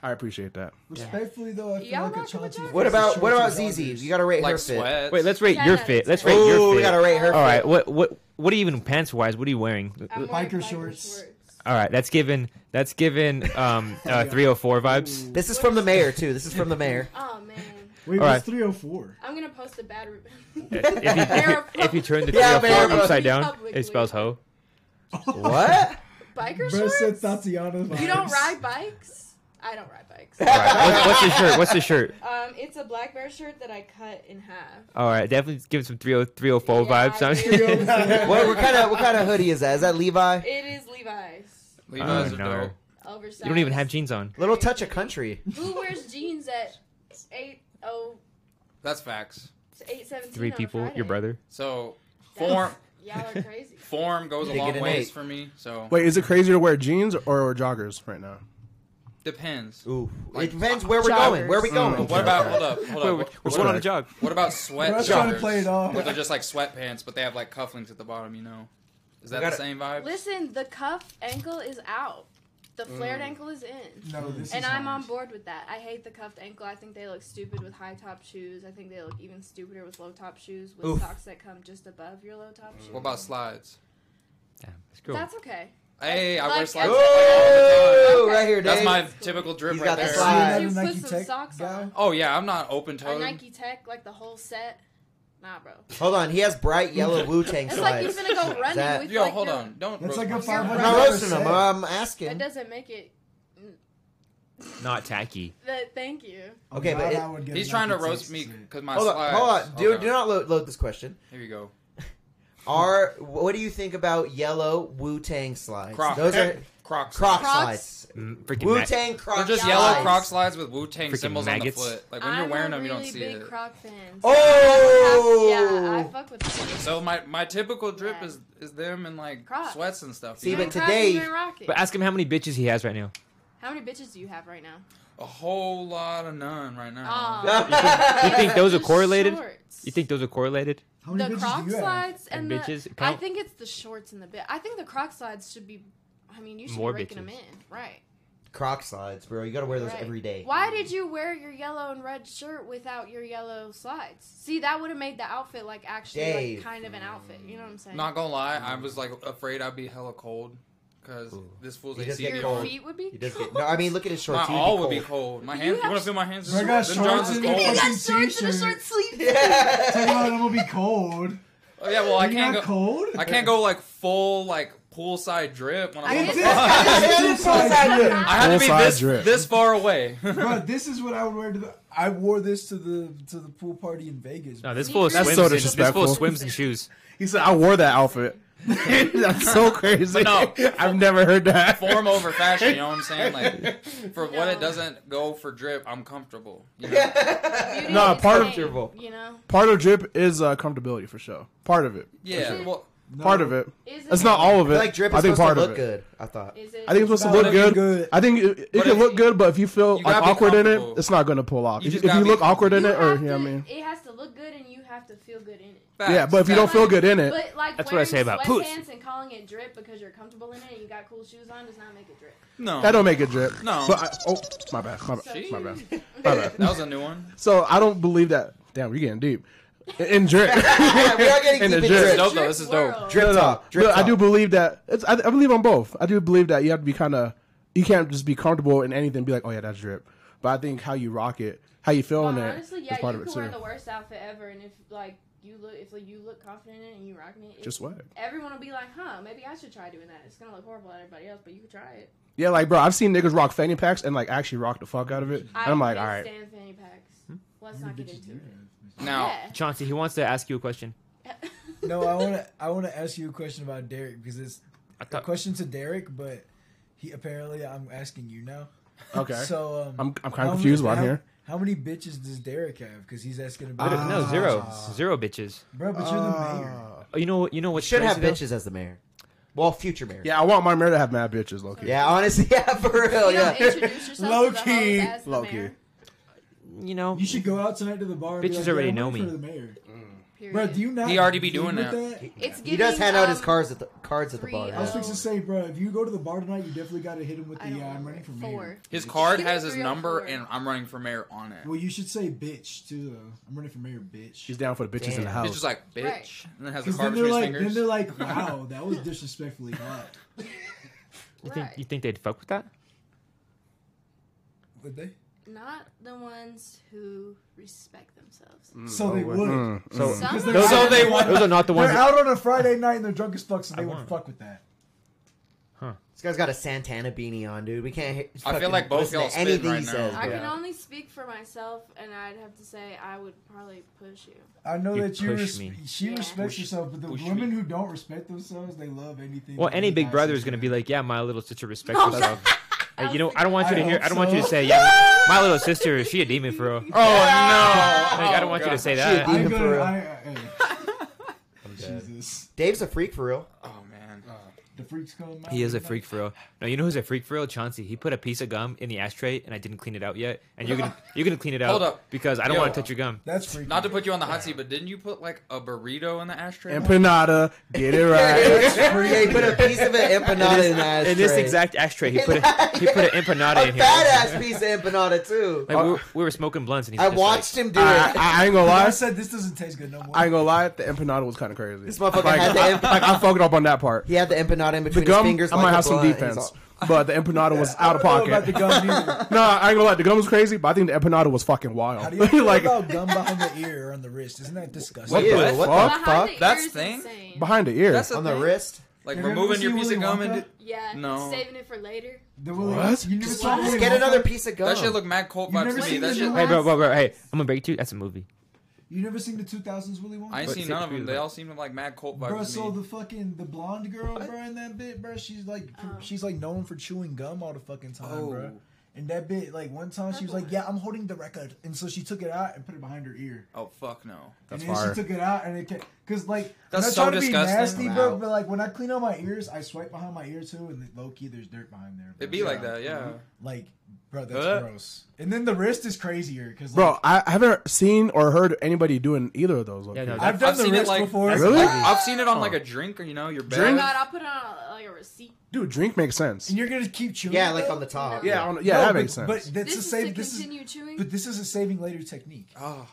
[SPEAKER 4] I appreciate that.
[SPEAKER 5] Respectfully though, I feel
[SPEAKER 6] Y'all
[SPEAKER 5] like a
[SPEAKER 6] rocking with
[SPEAKER 5] Chauncey.
[SPEAKER 6] Chauncey?
[SPEAKER 3] What about what about
[SPEAKER 5] Shorts and
[SPEAKER 3] ZZ?
[SPEAKER 5] joggers.
[SPEAKER 3] You gotta rate
[SPEAKER 1] Like
[SPEAKER 3] her fit.
[SPEAKER 1] sweat.
[SPEAKER 2] Wait, let's rate
[SPEAKER 6] Ten
[SPEAKER 2] your
[SPEAKER 6] out of
[SPEAKER 2] fit. Let's
[SPEAKER 6] ten.
[SPEAKER 2] rate your
[SPEAKER 3] Ooh,
[SPEAKER 2] fit.
[SPEAKER 3] we gotta rate her.
[SPEAKER 2] All right.
[SPEAKER 3] fit.
[SPEAKER 2] What what what are you even pants wise? What are you wearing?
[SPEAKER 6] I'm
[SPEAKER 5] Biker
[SPEAKER 6] wearing
[SPEAKER 5] shorts.
[SPEAKER 2] All right, that's given. That's given. Um, uh,
[SPEAKER 5] Yeah.
[SPEAKER 2] three hundred four vibes.
[SPEAKER 3] This is from the mayor too. This is from the mayor.
[SPEAKER 6] Oh man,
[SPEAKER 5] Wait, oh
[SPEAKER 2] All right.
[SPEAKER 5] what's 304?
[SPEAKER 6] I'm gonna post a bad review.
[SPEAKER 2] if, you, if you turn the three
[SPEAKER 3] Yeah,
[SPEAKER 2] hundred
[SPEAKER 3] bear
[SPEAKER 2] four
[SPEAKER 3] bro.
[SPEAKER 2] upside down,
[SPEAKER 6] Publicly.
[SPEAKER 2] it spells hoe.
[SPEAKER 3] What?
[SPEAKER 6] biker
[SPEAKER 5] Bro
[SPEAKER 6] shorts.
[SPEAKER 5] said Tatiana.
[SPEAKER 6] You don't
[SPEAKER 5] vibes.
[SPEAKER 6] ride bikes. I don't ride bikes.
[SPEAKER 2] All right, what's, what's the shirt? What's the shirt?
[SPEAKER 6] Um, it's a black bear shirt that I cut in half.
[SPEAKER 2] All right, definitely give some oh, 300, 304
[SPEAKER 6] Yeah,
[SPEAKER 3] oh
[SPEAKER 2] vibes.
[SPEAKER 5] I do.
[SPEAKER 3] what? What kind of what kind of hoodie is that? Is that Levi?
[SPEAKER 6] It is Levi's.
[SPEAKER 1] Levi's
[SPEAKER 2] Oh,
[SPEAKER 1] are
[SPEAKER 2] no.
[SPEAKER 1] dope.
[SPEAKER 6] Oversized.
[SPEAKER 2] you don't even have jeans on.
[SPEAKER 3] Little touch of country.
[SPEAKER 6] Who wears jeans at eight oh
[SPEAKER 1] That's facts.
[SPEAKER 6] eight seventeen?
[SPEAKER 2] Three
[SPEAKER 6] on a
[SPEAKER 2] people,
[SPEAKER 6] Friday?
[SPEAKER 2] your brother.
[SPEAKER 1] So
[SPEAKER 6] That's-
[SPEAKER 1] form
[SPEAKER 6] Y'all are crazy.
[SPEAKER 1] form goes a
[SPEAKER 3] They
[SPEAKER 1] long
[SPEAKER 3] get an
[SPEAKER 1] ways
[SPEAKER 3] eight.
[SPEAKER 1] for me. So
[SPEAKER 4] Wait, is it crazier to wear jeans or joggers right now?
[SPEAKER 1] depends.
[SPEAKER 3] Ooh. It depends where we're
[SPEAKER 6] Joggers.
[SPEAKER 3] going. Where are we going?
[SPEAKER 1] What about hold up? Hold up.
[SPEAKER 2] Wait,
[SPEAKER 1] what-
[SPEAKER 2] we're
[SPEAKER 1] what,
[SPEAKER 2] still on a
[SPEAKER 1] about,
[SPEAKER 2] jog.
[SPEAKER 1] what about sweat
[SPEAKER 5] We're
[SPEAKER 1] joggers?
[SPEAKER 5] trying to play it off.
[SPEAKER 1] Where they're just like sweatpants, but they have like cufflinks at the bottom. You know, is that
[SPEAKER 2] gotta-
[SPEAKER 1] the same vibe?
[SPEAKER 6] Listen, the cuff ankle is out. The flared
[SPEAKER 1] Mm.
[SPEAKER 6] ankle is in.
[SPEAKER 5] No, this
[SPEAKER 6] And
[SPEAKER 5] is
[SPEAKER 6] I'm on
[SPEAKER 5] hard.
[SPEAKER 6] board with that. I hate the cuffed ankle. I think they look stupid with high top shoes. I think they look even stupider with low top shoes with
[SPEAKER 3] Oof.
[SPEAKER 6] socks that come just above your low top shoes.
[SPEAKER 1] Mm. What about slides?
[SPEAKER 2] Damn, that's cool.
[SPEAKER 6] That's okay.
[SPEAKER 1] Hey, I wear
[SPEAKER 6] Like-
[SPEAKER 1] slides.
[SPEAKER 3] Ooh, right here,
[SPEAKER 1] That's
[SPEAKER 3] Dave.
[SPEAKER 1] my typical drip
[SPEAKER 3] He's
[SPEAKER 1] right
[SPEAKER 3] got the
[SPEAKER 1] there.
[SPEAKER 3] slides.
[SPEAKER 5] You're not
[SPEAKER 6] You
[SPEAKER 5] a
[SPEAKER 6] put
[SPEAKER 5] Nike
[SPEAKER 6] some
[SPEAKER 5] Tech
[SPEAKER 6] socks
[SPEAKER 5] guy?
[SPEAKER 6] on.
[SPEAKER 1] Oh yeah, I'm not open
[SPEAKER 6] A
[SPEAKER 1] toed.
[SPEAKER 6] Nike Tech, like the whole set. Nah, bro.
[SPEAKER 3] Hold on. He has bright yellow Wu Tang
[SPEAKER 6] It's like you're
[SPEAKER 3] slides.
[SPEAKER 6] gonna go running
[SPEAKER 3] That-
[SPEAKER 6] with
[SPEAKER 1] Yo,
[SPEAKER 6] like
[SPEAKER 1] hold
[SPEAKER 6] your-
[SPEAKER 1] on. Don't.
[SPEAKER 5] That's
[SPEAKER 1] roast
[SPEAKER 5] like a
[SPEAKER 1] me.
[SPEAKER 5] five
[SPEAKER 3] I'm
[SPEAKER 5] hundred.
[SPEAKER 3] not roasting uh, him. I'm
[SPEAKER 6] That
[SPEAKER 3] asking.
[SPEAKER 6] doesn't make it.
[SPEAKER 2] Not tacky.
[SPEAKER 6] That, thank you.
[SPEAKER 3] Okay, but it-
[SPEAKER 1] He's trying to roast me because my
[SPEAKER 3] Hold on.
[SPEAKER 1] slides.
[SPEAKER 3] Hold on. Do,
[SPEAKER 1] Hold
[SPEAKER 3] do not load, load this question.
[SPEAKER 1] Here you go.
[SPEAKER 3] Are what do you think about yellow Wu Tang slides?
[SPEAKER 1] Crocs.
[SPEAKER 3] Those are
[SPEAKER 1] Crocs.
[SPEAKER 3] Croc
[SPEAKER 6] Crocs?
[SPEAKER 3] slides.
[SPEAKER 2] Mm, freaking
[SPEAKER 3] Wu
[SPEAKER 2] ma-
[SPEAKER 3] Tang Croc.
[SPEAKER 1] They're just
[SPEAKER 3] slides.
[SPEAKER 1] yellow Croc slides with Wu Tang
[SPEAKER 2] Freaking
[SPEAKER 1] symbols
[SPEAKER 2] maggots.
[SPEAKER 1] on the foot. Like when you're
[SPEAKER 6] I'm
[SPEAKER 1] wearing
[SPEAKER 6] a
[SPEAKER 1] them, you don't
[SPEAKER 6] really
[SPEAKER 1] see
[SPEAKER 6] big
[SPEAKER 1] it.
[SPEAKER 6] Croc fan. so
[SPEAKER 3] Oh.
[SPEAKER 6] I- yeah, I fuck with Crocs.
[SPEAKER 1] So my my typical drip
[SPEAKER 6] Yeah.
[SPEAKER 1] is is them in like
[SPEAKER 6] Crocs.
[SPEAKER 1] sweats and stuff.
[SPEAKER 3] See,
[SPEAKER 1] you
[SPEAKER 3] but
[SPEAKER 1] know?
[SPEAKER 6] Crocs you
[SPEAKER 3] today-
[SPEAKER 6] been rocking.
[SPEAKER 2] But ask him how many bitches he has right now.
[SPEAKER 6] How many bitches do you have right now?
[SPEAKER 1] a whole lot of none right now.
[SPEAKER 6] Aw.
[SPEAKER 2] You think those are
[SPEAKER 6] Just
[SPEAKER 2] correlated?
[SPEAKER 6] shorts.
[SPEAKER 2] You think those are correlated?
[SPEAKER 5] How many bitches
[SPEAKER 6] the Croc
[SPEAKER 5] do you have?
[SPEAKER 6] slides and,
[SPEAKER 2] And
[SPEAKER 6] the
[SPEAKER 2] bitches
[SPEAKER 6] I
[SPEAKER 2] count?
[SPEAKER 6] think it's the shorts and the bit. I think the Croc slides should be. I mean, you should
[SPEAKER 2] More
[SPEAKER 6] be breaking
[SPEAKER 2] bitches.
[SPEAKER 6] them in, right?
[SPEAKER 3] Croc slides, bro. You gotta wear those
[SPEAKER 6] Right.
[SPEAKER 3] every day.
[SPEAKER 6] Why did you wear your yellow and red shirt without your yellow slides? See, that would have made the outfit like actually
[SPEAKER 3] Dave.
[SPEAKER 6] like, kind of an outfit. You know what I'm saying?
[SPEAKER 1] Not gonna lie, I was like afraid I'd be hella cold because
[SPEAKER 3] Ooh.
[SPEAKER 1] this fool's
[SPEAKER 3] You just
[SPEAKER 1] AC.
[SPEAKER 3] get
[SPEAKER 6] your
[SPEAKER 3] cold.
[SPEAKER 6] feet would be.
[SPEAKER 3] He does
[SPEAKER 6] cold.
[SPEAKER 3] get. No, I mean, look at his shorts.
[SPEAKER 1] My
[SPEAKER 3] He would
[SPEAKER 1] all would be
[SPEAKER 3] cold.
[SPEAKER 1] cold. My
[SPEAKER 6] You
[SPEAKER 1] hands.
[SPEAKER 6] have
[SPEAKER 1] You want to feel my hands?
[SPEAKER 5] I got
[SPEAKER 1] Them
[SPEAKER 5] shorts
[SPEAKER 1] Johns is
[SPEAKER 5] and-
[SPEAKER 6] You
[SPEAKER 1] cold.
[SPEAKER 5] Yeah.
[SPEAKER 6] got
[SPEAKER 5] Fucking
[SPEAKER 6] shorts and a
[SPEAKER 5] t-shirt.
[SPEAKER 6] short sleeve.
[SPEAKER 5] Talking
[SPEAKER 3] Yeah.
[SPEAKER 5] about I'm gonna be cold.
[SPEAKER 1] Oh, yeah, well I
[SPEAKER 5] You're
[SPEAKER 1] can't
[SPEAKER 5] not
[SPEAKER 1] go.
[SPEAKER 5] cold.
[SPEAKER 1] I can't go like full like poolside drip when I'm. on
[SPEAKER 5] It
[SPEAKER 1] the
[SPEAKER 5] is-
[SPEAKER 1] bus.
[SPEAKER 5] it is poolside drip.
[SPEAKER 1] I have to be
[SPEAKER 4] Poolside
[SPEAKER 1] this
[SPEAKER 4] drip.
[SPEAKER 1] this far away.
[SPEAKER 5] Bro, this is what I would wear to the. I wore this to the to the pool party in Vegas.
[SPEAKER 2] No,
[SPEAKER 5] bro.
[SPEAKER 2] this fool
[SPEAKER 6] That's
[SPEAKER 2] swims.
[SPEAKER 4] so
[SPEAKER 2] in, this fool
[SPEAKER 4] disrespectful.
[SPEAKER 2] swims in shoes.
[SPEAKER 4] He said I wore that outfit. That's so crazy.
[SPEAKER 1] But no.
[SPEAKER 4] I've never heard that.
[SPEAKER 1] Form over fashion, you know what I'm saying? Like, for what it doesn't go for drip, I'm comfortable. You know?
[SPEAKER 6] Beauty
[SPEAKER 4] Nah,
[SPEAKER 6] is
[SPEAKER 4] part of-
[SPEAKER 6] pain, you know.
[SPEAKER 4] Part of drip is uh, comfortability for sure. Part of it.
[SPEAKER 1] Yeah. Well,
[SPEAKER 4] Part of it.
[SPEAKER 6] Is
[SPEAKER 4] It's
[SPEAKER 6] it-
[SPEAKER 4] not all of it.
[SPEAKER 3] like drip is
[SPEAKER 4] I think
[SPEAKER 3] supposed
[SPEAKER 4] part
[SPEAKER 3] to
[SPEAKER 4] of
[SPEAKER 3] look good.
[SPEAKER 4] it.
[SPEAKER 3] I thought.
[SPEAKER 6] Is it?
[SPEAKER 4] I think it's
[SPEAKER 5] It's
[SPEAKER 4] supposed to
[SPEAKER 5] gotta
[SPEAKER 4] look good.
[SPEAKER 5] be good.
[SPEAKER 4] I think it, it
[SPEAKER 1] But
[SPEAKER 4] can
[SPEAKER 1] if-
[SPEAKER 4] look good, but if you feel
[SPEAKER 1] You
[SPEAKER 4] like,
[SPEAKER 1] gotta be
[SPEAKER 4] awkward in it,
[SPEAKER 1] comfortable.
[SPEAKER 4] it's not going to pull off.
[SPEAKER 1] You
[SPEAKER 4] if
[SPEAKER 1] just
[SPEAKER 4] you, if
[SPEAKER 1] gotta
[SPEAKER 4] you
[SPEAKER 1] be
[SPEAKER 4] look awkward in
[SPEAKER 6] You
[SPEAKER 4] it, or
[SPEAKER 6] have
[SPEAKER 4] you know what I
[SPEAKER 6] to-
[SPEAKER 4] mean,
[SPEAKER 6] It has to look good, and you have to feel good in it.
[SPEAKER 1] facts,
[SPEAKER 4] yeah. But if you don't
[SPEAKER 1] facts.
[SPEAKER 4] feel good in it,
[SPEAKER 6] But like
[SPEAKER 2] That's what I
[SPEAKER 6] wearing
[SPEAKER 2] say about puss.
[SPEAKER 6] sweatpants and calling it drip because you're comfortable in it and you got cool shoes on does not make it drip.
[SPEAKER 1] no,
[SPEAKER 4] that don't make it drip.
[SPEAKER 1] No.
[SPEAKER 4] But I, oh, my bad. My bad.
[SPEAKER 1] Jeez.
[SPEAKER 4] My bad. My bad.
[SPEAKER 1] that was a new one.
[SPEAKER 4] So I don't believe that. Damn, we're getting deep. In- In drip.
[SPEAKER 3] Yeah, we are getting
[SPEAKER 4] And
[SPEAKER 3] deep
[SPEAKER 4] the
[SPEAKER 3] in
[SPEAKER 4] drip.
[SPEAKER 1] This is dope
[SPEAKER 3] drip.
[SPEAKER 1] though.
[SPEAKER 6] Drip
[SPEAKER 1] This is dope.
[SPEAKER 6] world.
[SPEAKER 3] Drip
[SPEAKER 4] No, no,
[SPEAKER 3] talk. Drip
[SPEAKER 4] but I do
[SPEAKER 3] talk.
[SPEAKER 4] believe that it's. I, I believe on both. I do believe that you have to be kind of. You can't just be comfortable in anything. and Be like, oh yeah, that's drip. But I think how you rock it, how you feel in
[SPEAKER 6] Well,
[SPEAKER 4] it,
[SPEAKER 6] honestly,
[SPEAKER 4] is
[SPEAKER 6] yeah,
[SPEAKER 4] part
[SPEAKER 6] you
[SPEAKER 4] of it
[SPEAKER 6] could
[SPEAKER 4] too.
[SPEAKER 6] wear the worst outfit ever, and if like you look, if like, you look confident in it and you rock it, it-
[SPEAKER 4] Just wear it.
[SPEAKER 6] Everyone will be like, "Huh, maybe I should try doing that." It's gonna look horrible at everybody else, but you could try it.
[SPEAKER 4] Yeah, like bro, I've seen niggas rock fanny packs and like actually rock the fuck out of it.
[SPEAKER 6] I
[SPEAKER 4] and I'm like, all
[SPEAKER 6] can't
[SPEAKER 4] right,
[SPEAKER 6] Stand fanny packs.
[SPEAKER 2] Hmm?
[SPEAKER 6] Let's not get into it.
[SPEAKER 1] Now,
[SPEAKER 2] Chauncey, he wants to ask you a question.
[SPEAKER 6] Yeah.
[SPEAKER 5] No, I want to. I want to ask you a question about Derek because it's
[SPEAKER 2] I thought-
[SPEAKER 5] a question to Derek, but he apparently I'm asking you now.
[SPEAKER 4] okay.
[SPEAKER 5] So um,
[SPEAKER 4] I'm- I'm kinda
[SPEAKER 5] how
[SPEAKER 4] confused
[SPEAKER 5] many-
[SPEAKER 4] why I'm
[SPEAKER 5] how-
[SPEAKER 4] here.
[SPEAKER 5] How many bitches does Derek have? Because he's asking about. Ah.
[SPEAKER 2] Literally- no, zero, zero bitches.
[SPEAKER 5] Bro, but you're the mayor.
[SPEAKER 4] Uh,
[SPEAKER 2] Oh, you know what? You know what?
[SPEAKER 3] Should have bitches as the mayor. Well, future mayor.
[SPEAKER 4] yeah, I want my mirror to have mad bitches, Loki.
[SPEAKER 3] Yeah, honestly, yeah, for real,
[SPEAKER 6] you don't
[SPEAKER 3] yeah.
[SPEAKER 6] introduce yourself
[SPEAKER 5] Low
[SPEAKER 6] to the
[SPEAKER 5] key.
[SPEAKER 6] hoes as the
[SPEAKER 4] Low
[SPEAKER 6] mayor,
[SPEAKER 4] key.
[SPEAKER 2] You know,
[SPEAKER 5] You should go out tonight to the bar. and be
[SPEAKER 2] Bitches
[SPEAKER 5] like,
[SPEAKER 2] already
[SPEAKER 5] "Yeah, I'm
[SPEAKER 2] know
[SPEAKER 5] running
[SPEAKER 2] me."
[SPEAKER 5] For the mayor.
[SPEAKER 6] period.
[SPEAKER 5] Bro, do you not?
[SPEAKER 1] He already be
[SPEAKER 5] deal
[SPEAKER 1] doing
[SPEAKER 5] with
[SPEAKER 1] that.
[SPEAKER 6] It's
[SPEAKER 3] He does
[SPEAKER 6] giving,
[SPEAKER 3] hand out his
[SPEAKER 6] um,
[SPEAKER 3] cards at the cards at the bar.
[SPEAKER 5] I was
[SPEAKER 3] yeah.
[SPEAKER 6] three,
[SPEAKER 5] supposed to say, bro, if you go to the bar tonight, you definitely got to hit him with
[SPEAKER 6] I
[SPEAKER 5] the.
[SPEAKER 6] don't
[SPEAKER 5] Yeah, I'm
[SPEAKER 6] remember.
[SPEAKER 5] running for
[SPEAKER 6] Four.
[SPEAKER 5] mayor.
[SPEAKER 1] his card
[SPEAKER 6] Give me
[SPEAKER 1] has his
[SPEAKER 6] three or
[SPEAKER 1] number,
[SPEAKER 6] four.
[SPEAKER 1] and I'm running for mayor on it.
[SPEAKER 5] Well, you should say bitch too. Though. I'm running for mayor, bitch.
[SPEAKER 4] She's down for the bitches in the
[SPEAKER 3] Damn.
[SPEAKER 4] house.
[SPEAKER 1] It's just like bitch,
[SPEAKER 6] Right.
[SPEAKER 1] and then has a
[SPEAKER 5] Because
[SPEAKER 1] card
[SPEAKER 5] then they're
[SPEAKER 1] between his
[SPEAKER 5] like, then they're
[SPEAKER 1] fingers.
[SPEAKER 5] like, wow, that was disrespectfully hot.
[SPEAKER 2] you think
[SPEAKER 6] Right.
[SPEAKER 2] you think they'd fuck with that?
[SPEAKER 5] Would they?
[SPEAKER 6] not the ones who respect themselves.
[SPEAKER 5] Mm, so
[SPEAKER 4] Oh,
[SPEAKER 5] they would.
[SPEAKER 4] mm.
[SPEAKER 2] So,
[SPEAKER 6] Some
[SPEAKER 5] Because they're
[SPEAKER 6] are-
[SPEAKER 1] So they want.
[SPEAKER 2] those are not the
[SPEAKER 5] They're
[SPEAKER 2] ones. That,
[SPEAKER 5] out on a Friday night and they're drunk as fuck, so they
[SPEAKER 2] won't.
[SPEAKER 5] wouldn't fuck with that.
[SPEAKER 3] This guy's got a Santana beanie on, dude. We can't. hit-
[SPEAKER 1] I feel
[SPEAKER 3] fucking
[SPEAKER 1] like both
[SPEAKER 3] listen to
[SPEAKER 1] y'all spin
[SPEAKER 3] anything
[SPEAKER 1] right
[SPEAKER 3] he
[SPEAKER 1] now.
[SPEAKER 3] says.
[SPEAKER 6] I
[SPEAKER 3] bro.
[SPEAKER 6] can only speak for myself, and I'd have to say I would probably push you.
[SPEAKER 5] I know
[SPEAKER 2] You
[SPEAKER 5] that you
[SPEAKER 2] push
[SPEAKER 5] res-
[SPEAKER 2] me.
[SPEAKER 5] she
[SPEAKER 6] Yeah.
[SPEAKER 5] respects
[SPEAKER 2] Push-
[SPEAKER 5] herself, but the
[SPEAKER 2] push
[SPEAKER 5] women
[SPEAKER 2] me.
[SPEAKER 5] who don't respect themselves, they love anything.
[SPEAKER 2] well,
[SPEAKER 5] that
[SPEAKER 2] any
[SPEAKER 5] any
[SPEAKER 2] big
[SPEAKER 5] guy
[SPEAKER 2] brother
[SPEAKER 5] says
[SPEAKER 2] is gonna
[SPEAKER 5] them.
[SPEAKER 2] be like, yeah, my little sister respects
[SPEAKER 6] No,
[SPEAKER 2] herself. Hey, you know, I don't want you to
[SPEAKER 5] I
[SPEAKER 2] hear. I
[SPEAKER 5] hope
[SPEAKER 2] don't want you to
[SPEAKER 5] so.
[SPEAKER 2] say, yeah, my little sister, she a demon for real.
[SPEAKER 1] Oh no!
[SPEAKER 2] Like, I don't want you to say that.
[SPEAKER 3] She a
[SPEAKER 5] I'm
[SPEAKER 3] Even for-
[SPEAKER 5] gonna, I, I,
[SPEAKER 3] I'm
[SPEAKER 5] I,
[SPEAKER 3] dead.
[SPEAKER 5] Jesus,
[SPEAKER 3] Dave's a freak for real.
[SPEAKER 1] Oh man.
[SPEAKER 5] the freaks come. out
[SPEAKER 2] He is a
[SPEAKER 5] tonight.
[SPEAKER 2] freak for real. No, you know who's a freak for real? Chauncey. He put a piece of gum in the ashtray, and I didn't clean it out yet. And you're gonna you're gonna clean it out.
[SPEAKER 1] Hold up.
[SPEAKER 2] because I don't
[SPEAKER 1] Yo.
[SPEAKER 2] want to touch your gum.
[SPEAKER 5] That's freaky.
[SPEAKER 1] Not to put you on the hot seat, but didn't you put like a burrito in the ashtray?
[SPEAKER 4] Empanada, get it right.
[SPEAKER 3] yeah, he put a piece of an empanada in that.
[SPEAKER 2] In this exact ashtray, he put a, he put an empanada
[SPEAKER 3] a
[SPEAKER 2] in here.
[SPEAKER 3] badass piece of empanada too.
[SPEAKER 2] Like, we, were, we were smoking blunts, and he's
[SPEAKER 3] I
[SPEAKER 2] just
[SPEAKER 3] watched him do
[SPEAKER 4] I,
[SPEAKER 3] it.
[SPEAKER 4] I, I ain't gonna
[SPEAKER 5] I
[SPEAKER 4] lie.
[SPEAKER 5] said this doesn't taste good no more.
[SPEAKER 4] I ain't gonna lie. The empanada was kind of crazy.
[SPEAKER 3] This motherfucker
[SPEAKER 4] like,
[SPEAKER 3] had the emp-
[SPEAKER 4] like, I fucked up on that part.
[SPEAKER 3] He had the empanada in
[SPEAKER 4] The
[SPEAKER 3] between
[SPEAKER 4] gum,
[SPEAKER 3] his fingers.
[SPEAKER 4] I might
[SPEAKER 3] like a
[SPEAKER 4] have some
[SPEAKER 3] blunt, and he's
[SPEAKER 4] defense,
[SPEAKER 3] all-
[SPEAKER 4] but the empanada was
[SPEAKER 5] I
[SPEAKER 4] out of
[SPEAKER 5] don't know
[SPEAKER 4] pocket.
[SPEAKER 5] about the gum either.
[SPEAKER 4] no, I ain't gonna lie. The gum was crazy, but I think the empanada was fucking
[SPEAKER 5] How do
[SPEAKER 4] wild.
[SPEAKER 5] you feel
[SPEAKER 4] like
[SPEAKER 5] about gum behind the ear or on the wrist? Isn't that disgusting?
[SPEAKER 4] What
[SPEAKER 3] Ew,
[SPEAKER 4] the
[SPEAKER 3] what
[SPEAKER 4] fuck?
[SPEAKER 6] Behind
[SPEAKER 3] fuck?
[SPEAKER 6] the
[SPEAKER 1] That's
[SPEAKER 6] ears is
[SPEAKER 1] thing.
[SPEAKER 6] insane.
[SPEAKER 4] behind the ear.
[SPEAKER 1] That's a
[SPEAKER 3] on the
[SPEAKER 1] thing.
[SPEAKER 3] wrist.
[SPEAKER 1] Like
[SPEAKER 5] Have you ever
[SPEAKER 1] removing your
[SPEAKER 5] seen
[SPEAKER 1] piece of
[SPEAKER 5] Willy
[SPEAKER 1] gum and
[SPEAKER 5] Wonka?
[SPEAKER 1] d-
[SPEAKER 6] Yeah,
[SPEAKER 1] No.
[SPEAKER 6] saving it for later.
[SPEAKER 5] The Willy-
[SPEAKER 4] What?
[SPEAKER 5] You never
[SPEAKER 6] Just
[SPEAKER 5] saw
[SPEAKER 6] let
[SPEAKER 5] Willy
[SPEAKER 3] Just get
[SPEAKER 5] Wonka?
[SPEAKER 3] another piece of gum.
[SPEAKER 1] that shit look mad cold
[SPEAKER 5] You've
[SPEAKER 1] vibes
[SPEAKER 5] never
[SPEAKER 1] to me.
[SPEAKER 5] seen
[SPEAKER 1] That
[SPEAKER 5] the
[SPEAKER 1] shit.
[SPEAKER 5] new
[SPEAKER 2] Like, hey, bro, bro, bro. Hey, I'm gonna break it to you. That's a movie.
[SPEAKER 5] You never seen the 2000s Willy Wonka?
[SPEAKER 1] I ain't
[SPEAKER 2] But
[SPEAKER 1] seen
[SPEAKER 2] see,
[SPEAKER 1] none of
[SPEAKER 2] we
[SPEAKER 1] them. They
[SPEAKER 2] like-
[SPEAKER 1] all seem like mad cult
[SPEAKER 5] Bro,
[SPEAKER 1] vibes to
[SPEAKER 5] so
[SPEAKER 1] me.
[SPEAKER 5] the fucking the blonde girl, bro, in that bit, bro, she's like
[SPEAKER 6] Oh.
[SPEAKER 5] pr- she's like known for chewing gum all the fucking time, bro.
[SPEAKER 1] Oh.
[SPEAKER 5] And that bit, like one time, she was like, "Yeah, I'm holding the record," and so she took it out and put it behind her ear.
[SPEAKER 1] Oh fuck no.
[SPEAKER 5] And
[SPEAKER 4] That's
[SPEAKER 5] then
[SPEAKER 4] fire.
[SPEAKER 5] she took it out and it kept, cause like
[SPEAKER 1] That's
[SPEAKER 5] I'm not
[SPEAKER 1] so
[SPEAKER 5] trying to
[SPEAKER 1] disgusting.
[SPEAKER 5] be nasty,
[SPEAKER 1] I'm
[SPEAKER 5] bro,
[SPEAKER 1] out.
[SPEAKER 5] but like when I clean out my ears, I swipe behind my ear too, and low key there's dirt behind there. bro.
[SPEAKER 1] It'd be like that, yeah.
[SPEAKER 5] Like, bro, that's
[SPEAKER 1] Huh?
[SPEAKER 5] gross. And then the wrist is crazier, cause like,
[SPEAKER 4] Bro, I I haven't seen or heard anybody doing either of those.
[SPEAKER 2] Yeah, no,
[SPEAKER 5] I've done
[SPEAKER 1] I've
[SPEAKER 5] the
[SPEAKER 1] seen it
[SPEAKER 5] wrist
[SPEAKER 1] like
[SPEAKER 5] before.
[SPEAKER 4] Really?
[SPEAKER 1] I've seen it on like a drink, you know, your
[SPEAKER 6] Oh my
[SPEAKER 1] bag.
[SPEAKER 6] god, I'll put it on like a receipt.
[SPEAKER 4] Dude, drink makes sense.
[SPEAKER 5] And you're gonna keep chewing?
[SPEAKER 3] yeah,
[SPEAKER 5] it,
[SPEAKER 3] like
[SPEAKER 5] though?
[SPEAKER 3] on the top.
[SPEAKER 4] Yeah, I don't- yeah,
[SPEAKER 5] No,
[SPEAKER 4] that
[SPEAKER 5] but-
[SPEAKER 4] makes sense.
[SPEAKER 5] But that's
[SPEAKER 6] This
[SPEAKER 5] the
[SPEAKER 6] is
[SPEAKER 5] same.
[SPEAKER 6] to
[SPEAKER 5] This is
[SPEAKER 6] continue chewing.
[SPEAKER 5] But this is a saving later technique.
[SPEAKER 1] Oh,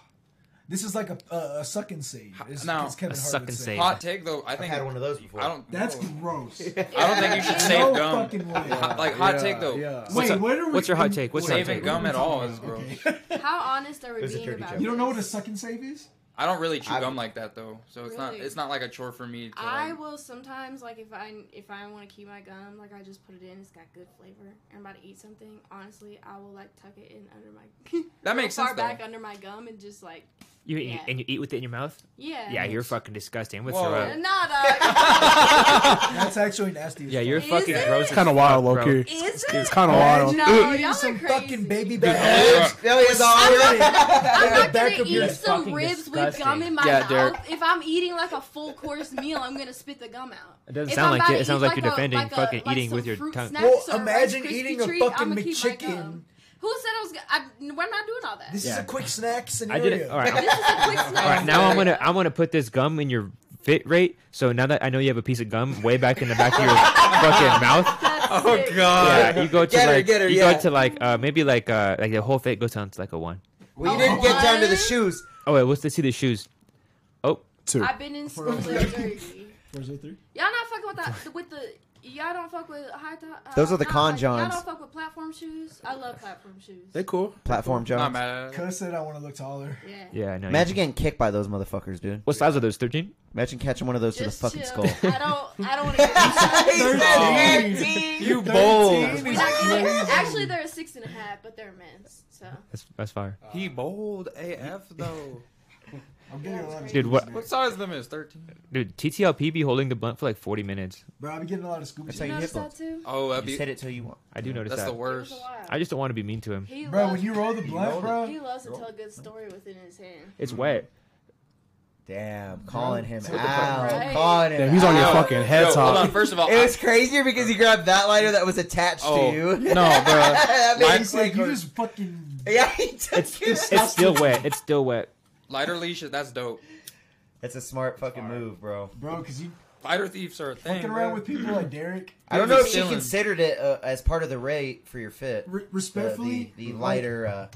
[SPEAKER 5] This is like a a, a suck and save. Is,
[SPEAKER 1] No,
[SPEAKER 5] is Kevin
[SPEAKER 2] a
[SPEAKER 5] Hart
[SPEAKER 2] suck
[SPEAKER 5] would
[SPEAKER 2] and
[SPEAKER 5] say.
[SPEAKER 2] save.
[SPEAKER 1] hot take though. I
[SPEAKER 3] I've
[SPEAKER 1] think
[SPEAKER 3] had one of those before.
[SPEAKER 1] I don't.
[SPEAKER 5] That's
[SPEAKER 1] no.
[SPEAKER 5] gross.
[SPEAKER 1] I don't think you should save
[SPEAKER 5] no
[SPEAKER 1] gum.
[SPEAKER 5] fucking way.
[SPEAKER 1] Hot- like hot take though.
[SPEAKER 4] yeah.
[SPEAKER 5] Wait,
[SPEAKER 2] a-
[SPEAKER 5] what are we-
[SPEAKER 2] what's your hot take? What's your hot
[SPEAKER 1] Saving
[SPEAKER 2] take?
[SPEAKER 1] gum at all is gross.
[SPEAKER 5] Okay.
[SPEAKER 6] How honest are we
[SPEAKER 3] was a
[SPEAKER 6] being
[SPEAKER 3] dirty
[SPEAKER 6] about
[SPEAKER 3] joke.
[SPEAKER 5] you
[SPEAKER 6] this?
[SPEAKER 5] don't know what a suck and save is?
[SPEAKER 1] I don't really chew
[SPEAKER 3] I've-
[SPEAKER 1] gum like that though, so it's not
[SPEAKER 6] Really?
[SPEAKER 1] it's not like a chore for me. To,
[SPEAKER 6] I
[SPEAKER 1] like-
[SPEAKER 6] will sometimes like if I if I want to keep my gum, like I just put it in. It's got good flavor. And I'm about to eat something. Honestly, I will like tuck it in under my.
[SPEAKER 1] That makes
[SPEAKER 6] far
[SPEAKER 1] sense, though.
[SPEAKER 6] back under my gum and just like
[SPEAKER 2] You eat,
[SPEAKER 6] Yeah.
[SPEAKER 2] and you eat with it in your mouth.
[SPEAKER 6] yeah.
[SPEAKER 2] Yeah, you're fucking disgusting. What's
[SPEAKER 1] Whoa.
[SPEAKER 6] Nah,
[SPEAKER 2] wrong?
[SPEAKER 6] dog.
[SPEAKER 5] That's actually nasty. as
[SPEAKER 2] Yeah,
[SPEAKER 5] fuck.
[SPEAKER 2] you're
[SPEAKER 6] Is
[SPEAKER 2] fucking
[SPEAKER 6] it?
[SPEAKER 2] gross.
[SPEAKER 4] Kind of wild,
[SPEAKER 2] Fuck,
[SPEAKER 4] low
[SPEAKER 2] bro.
[SPEAKER 4] key.
[SPEAKER 6] Is
[SPEAKER 4] It's
[SPEAKER 6] it?
[SPEAKER 4] kind of wild.
[SPEAKER 6] No,
[SPEAKER 5] Eating
[SPEAKER 6] y'all
[SPEAKER 5] some
[SPEAKER 6] are crazy.
[SPEAKER 5] fucking baby back.
[SPEAKER 3] Edge, Billy is all
[SPEAKER 5] I'm
[SPEAKER 3] ready.
[SPEAKER 6] I'm
[SPEAKER 5] back
[SPEAKER 6] not gonna
[SPEAKER 5] of your
[SPEAKER 6] eat some
[SPEAKER 7] fucking
[SPEAKER 6] ribs with
[SPEAKER 7] disgusting.
[SPEAKER 6] gum in my
[SPEAKER 1] Yeah,
[SPEAKER 6] mouth.
[SPEAKER 1] Derek.
[SPEAKER 6] If I'm eating like a full course meal, I'm gonna spit the gum out.
[SPEAKER 2] It doesn't
[SPEAKER 6] If
[SPEAKER 2] sound
[SPEAKER 6] I'm
[SPEAKER 2] like
[SPEAKER 6] about
[SPEAKER 2] it.
[SPEAKER 6] to
[SPEAKER 2] It sounds
[SPEAKER 6] eat
[SPEAKER 2] like you're
[SPEAKER 6] a-
[SPEAKER 2] defending
[SPEAKER 6] a-
[SPEAKER 2] fucking
[SPEAKER 6] like
[SPEAKER 2] eating
[SPEAKER 6] some
[SPEAKER 2] with your
[SPEAKER 6] fruit
[SPEAKER 2] tongue.
[SPEAKER 6] snacks
[SPEAKER 5] Well,
[SPEAKER 6] or
[SPEAKER 5] imagine
[SPEAKER 6] Rice Krispie
[SPEAKER 5] eating a
[SPEAKER 6] treat,
[SPEAKER 5] fucking
[SPEAKER 6] I'ma keep my
[SPEAKER 5] McChicken.
[SPEAKER 6] gum. Who said I was? go- I, we're not doing all that.
[SPEAKER 5] This is
[SPEAKER 2] Yeah.
[SPEAKER 5] a quick snack scenario.
[SPEAKER 2] I did it. All right. I'm-
[SPEAKER 6] This is a quick snack.
[SPEAKER 2] All right, now I'm gonna I'm gonna put this gum in your fit rate. So now that I know you have a piece of gum way back in the back of your fucking mouth,
[SPEAKER 6] Oh
[SPEAKER 1] God.
[SPEAKER 2] yeah, you go to
[SPEAKER 3] Uh, Get her,
[SPEAKER 2] like
[SPEAKER 3] get her,
[SPEAKER 2] you
[SPEAKER 3] yeah.
[SPEAKER 2] go to like uh, maybe like uh, like the whole fit goes down to like a one.
[SPEAKER 3] We didn't get down to the
[SPEAKER 6] What?
[SPEAKER 3] shoes.
[SPEAKER 2] Oh wait, what's the see the shoes? Oh,
[SPEAKER 4] Two.
[SPEAKER 6] I've been in school dirty.
[SPEAKER 5] Where's the three?
[SPEAKER 6] Y'all not fucking with the with the. Y'all don't fuck with high top. Uh,
[SPEAKER 3] Those are the
[SPEAKER 6] not high- Y'all
[SPEAKER 3] conjons.
[SPEAKER 6] don't fuck with platform shoes. I love platform shoes.
[SPEAKER 4] They cool.
[SPEAKER 3] Platform
[SPEAKER 1] not
[SPEAKER 3] Jones.
[SPEAKER 1] mad. at it.
[SPEAKER 5] Cuz said I want to look taller.
[SPEAKER 6] yeah.
[SPEAKER 2] yeah, I know.
[SPEAKER 3] Imagine getting kicked by those motherfuckers, dude.
[SPEAKER 2] what size are those? Thirteen.
[SPEAKER 3] Imagine catching one of those to the
[SPEAKER 6] Just
[SPEAKER 3] fucking
[SPEAKER 6] chill.
[SPEAKER 3] skull.
[SPEAKER 6] I don't. I don't want to get.
[SPEAKER 1] You
[SPEAKER 3] bold.
[SPEAKER 6] We're not getting- Actually, they're a six and a half, but they're men's. So
[SPEAKER 2] That's that's fire,
[SPEAKER 1] He bold AF though.
[SPEAKER 5] I'm getting a lot of
[SPEAKER 2] dude. What,
[SPEAKER 1] what size limit is thirteen?
[SPEAKER 2] dude? TTLP be holding the blunt for like forty minutes.
[SPEAKER 5] Bro, I've been getting a lot of scoops.
[SPEAKER 3] how
[SPEAKER 6] you
[SPEAKER 3] you hit
[SPEAKER 6] notice
[SPEAKER 3] those.
[SPEAKER 6] that too.
[SPEAKER 1] Oh, that'd
[SPEAKER 3] You
[SPEAKER 1] be,
[SPEAKER 3] said it till you want.
[SPEAKER 2] I do notice
[SPEAKER 1] that's the
[SPEAKER 2] that.
[SPEAKER 6] It was
[SPEAKER 1] worst.
[SPEAKER 6] a while.
[SPEAKER 2] I just don't want to be mean to him.
[SPEAKER 6] He
[SPEAKER 5] Bro,
[SPEAKER 6] loves,
[SPEAKER 5] when you roll the blunt,
[SPEAKER 6] he
[SPEAKER 5] bro.
[SPEAKER 6] loves to tell a good story within his hand.
[SPEAKER 2] It's wet.
[SPEAKER 3] Damn, calling him
[SPEAKER 5] What the fuck?
[SPEAKER 3] out.
[SPEAKER 6] Right.
[SPEAKER 3] Calling him
[SPEAKER 4] Damn, he's on your
[SPEAKER 1] Yo,
[SPEAKER 4] fucking head
[SPEAKER 1] yo, Hold on.
[SPEAKER 4] top.
[SPEAKER 1] First of all,
[SPEAKER 3] It
[SPEAKER 1] I-
[SPEAKER 3] was crazier because you grabbed that lighter that was attached
[SPEAKER 1] Oh,
[SPEAKER 3] to you.
[SPEAKER 1] no, bruh.
[SPEAKER 3] That made
[SPEAKER 1] My-
[SPEAKER 3] you
[SPEAKER 5] He's like, you
[SPEAKER 3] quicker.
[SPEAKER 5] just fucking.
[SPEAKER 3] Yeah, he took
[SPEAKER 2] It's
[SPEAKER 3] you.
[SPEAKER 2] it's, it's still wet. It's still wet.
[SPEAKER 1] lighter leash. That's dope.
[SPEAKER 3] That's a smart fucking move, bro.
[SPEAKER 5] Bro, because you
[SPEAKER 1] Lighter thieves are a thing.
[SPEAKER 5] fucking around
[SPEAKER 1] bro.
[SPEAKER 5] with people like Derek.
[SPEAKER 3] I don't
[SPEAKER 1] Dude,
[SPEAKER 3] know if
[SPEAKER 1] it's
[SPEAKER 3] she
[SPEAKER 1] chilling.
[SPEAKER 3] considered it uh, as part of the rate for your fit.
[SPEAKER 5] Re-
[SPEAKER 3] The-
[SPEAKER 5] respectfully,
[SPEAKER 3] the, the
[SPEAKER 5] like,
[SPEAKER 3] lighter. Uh,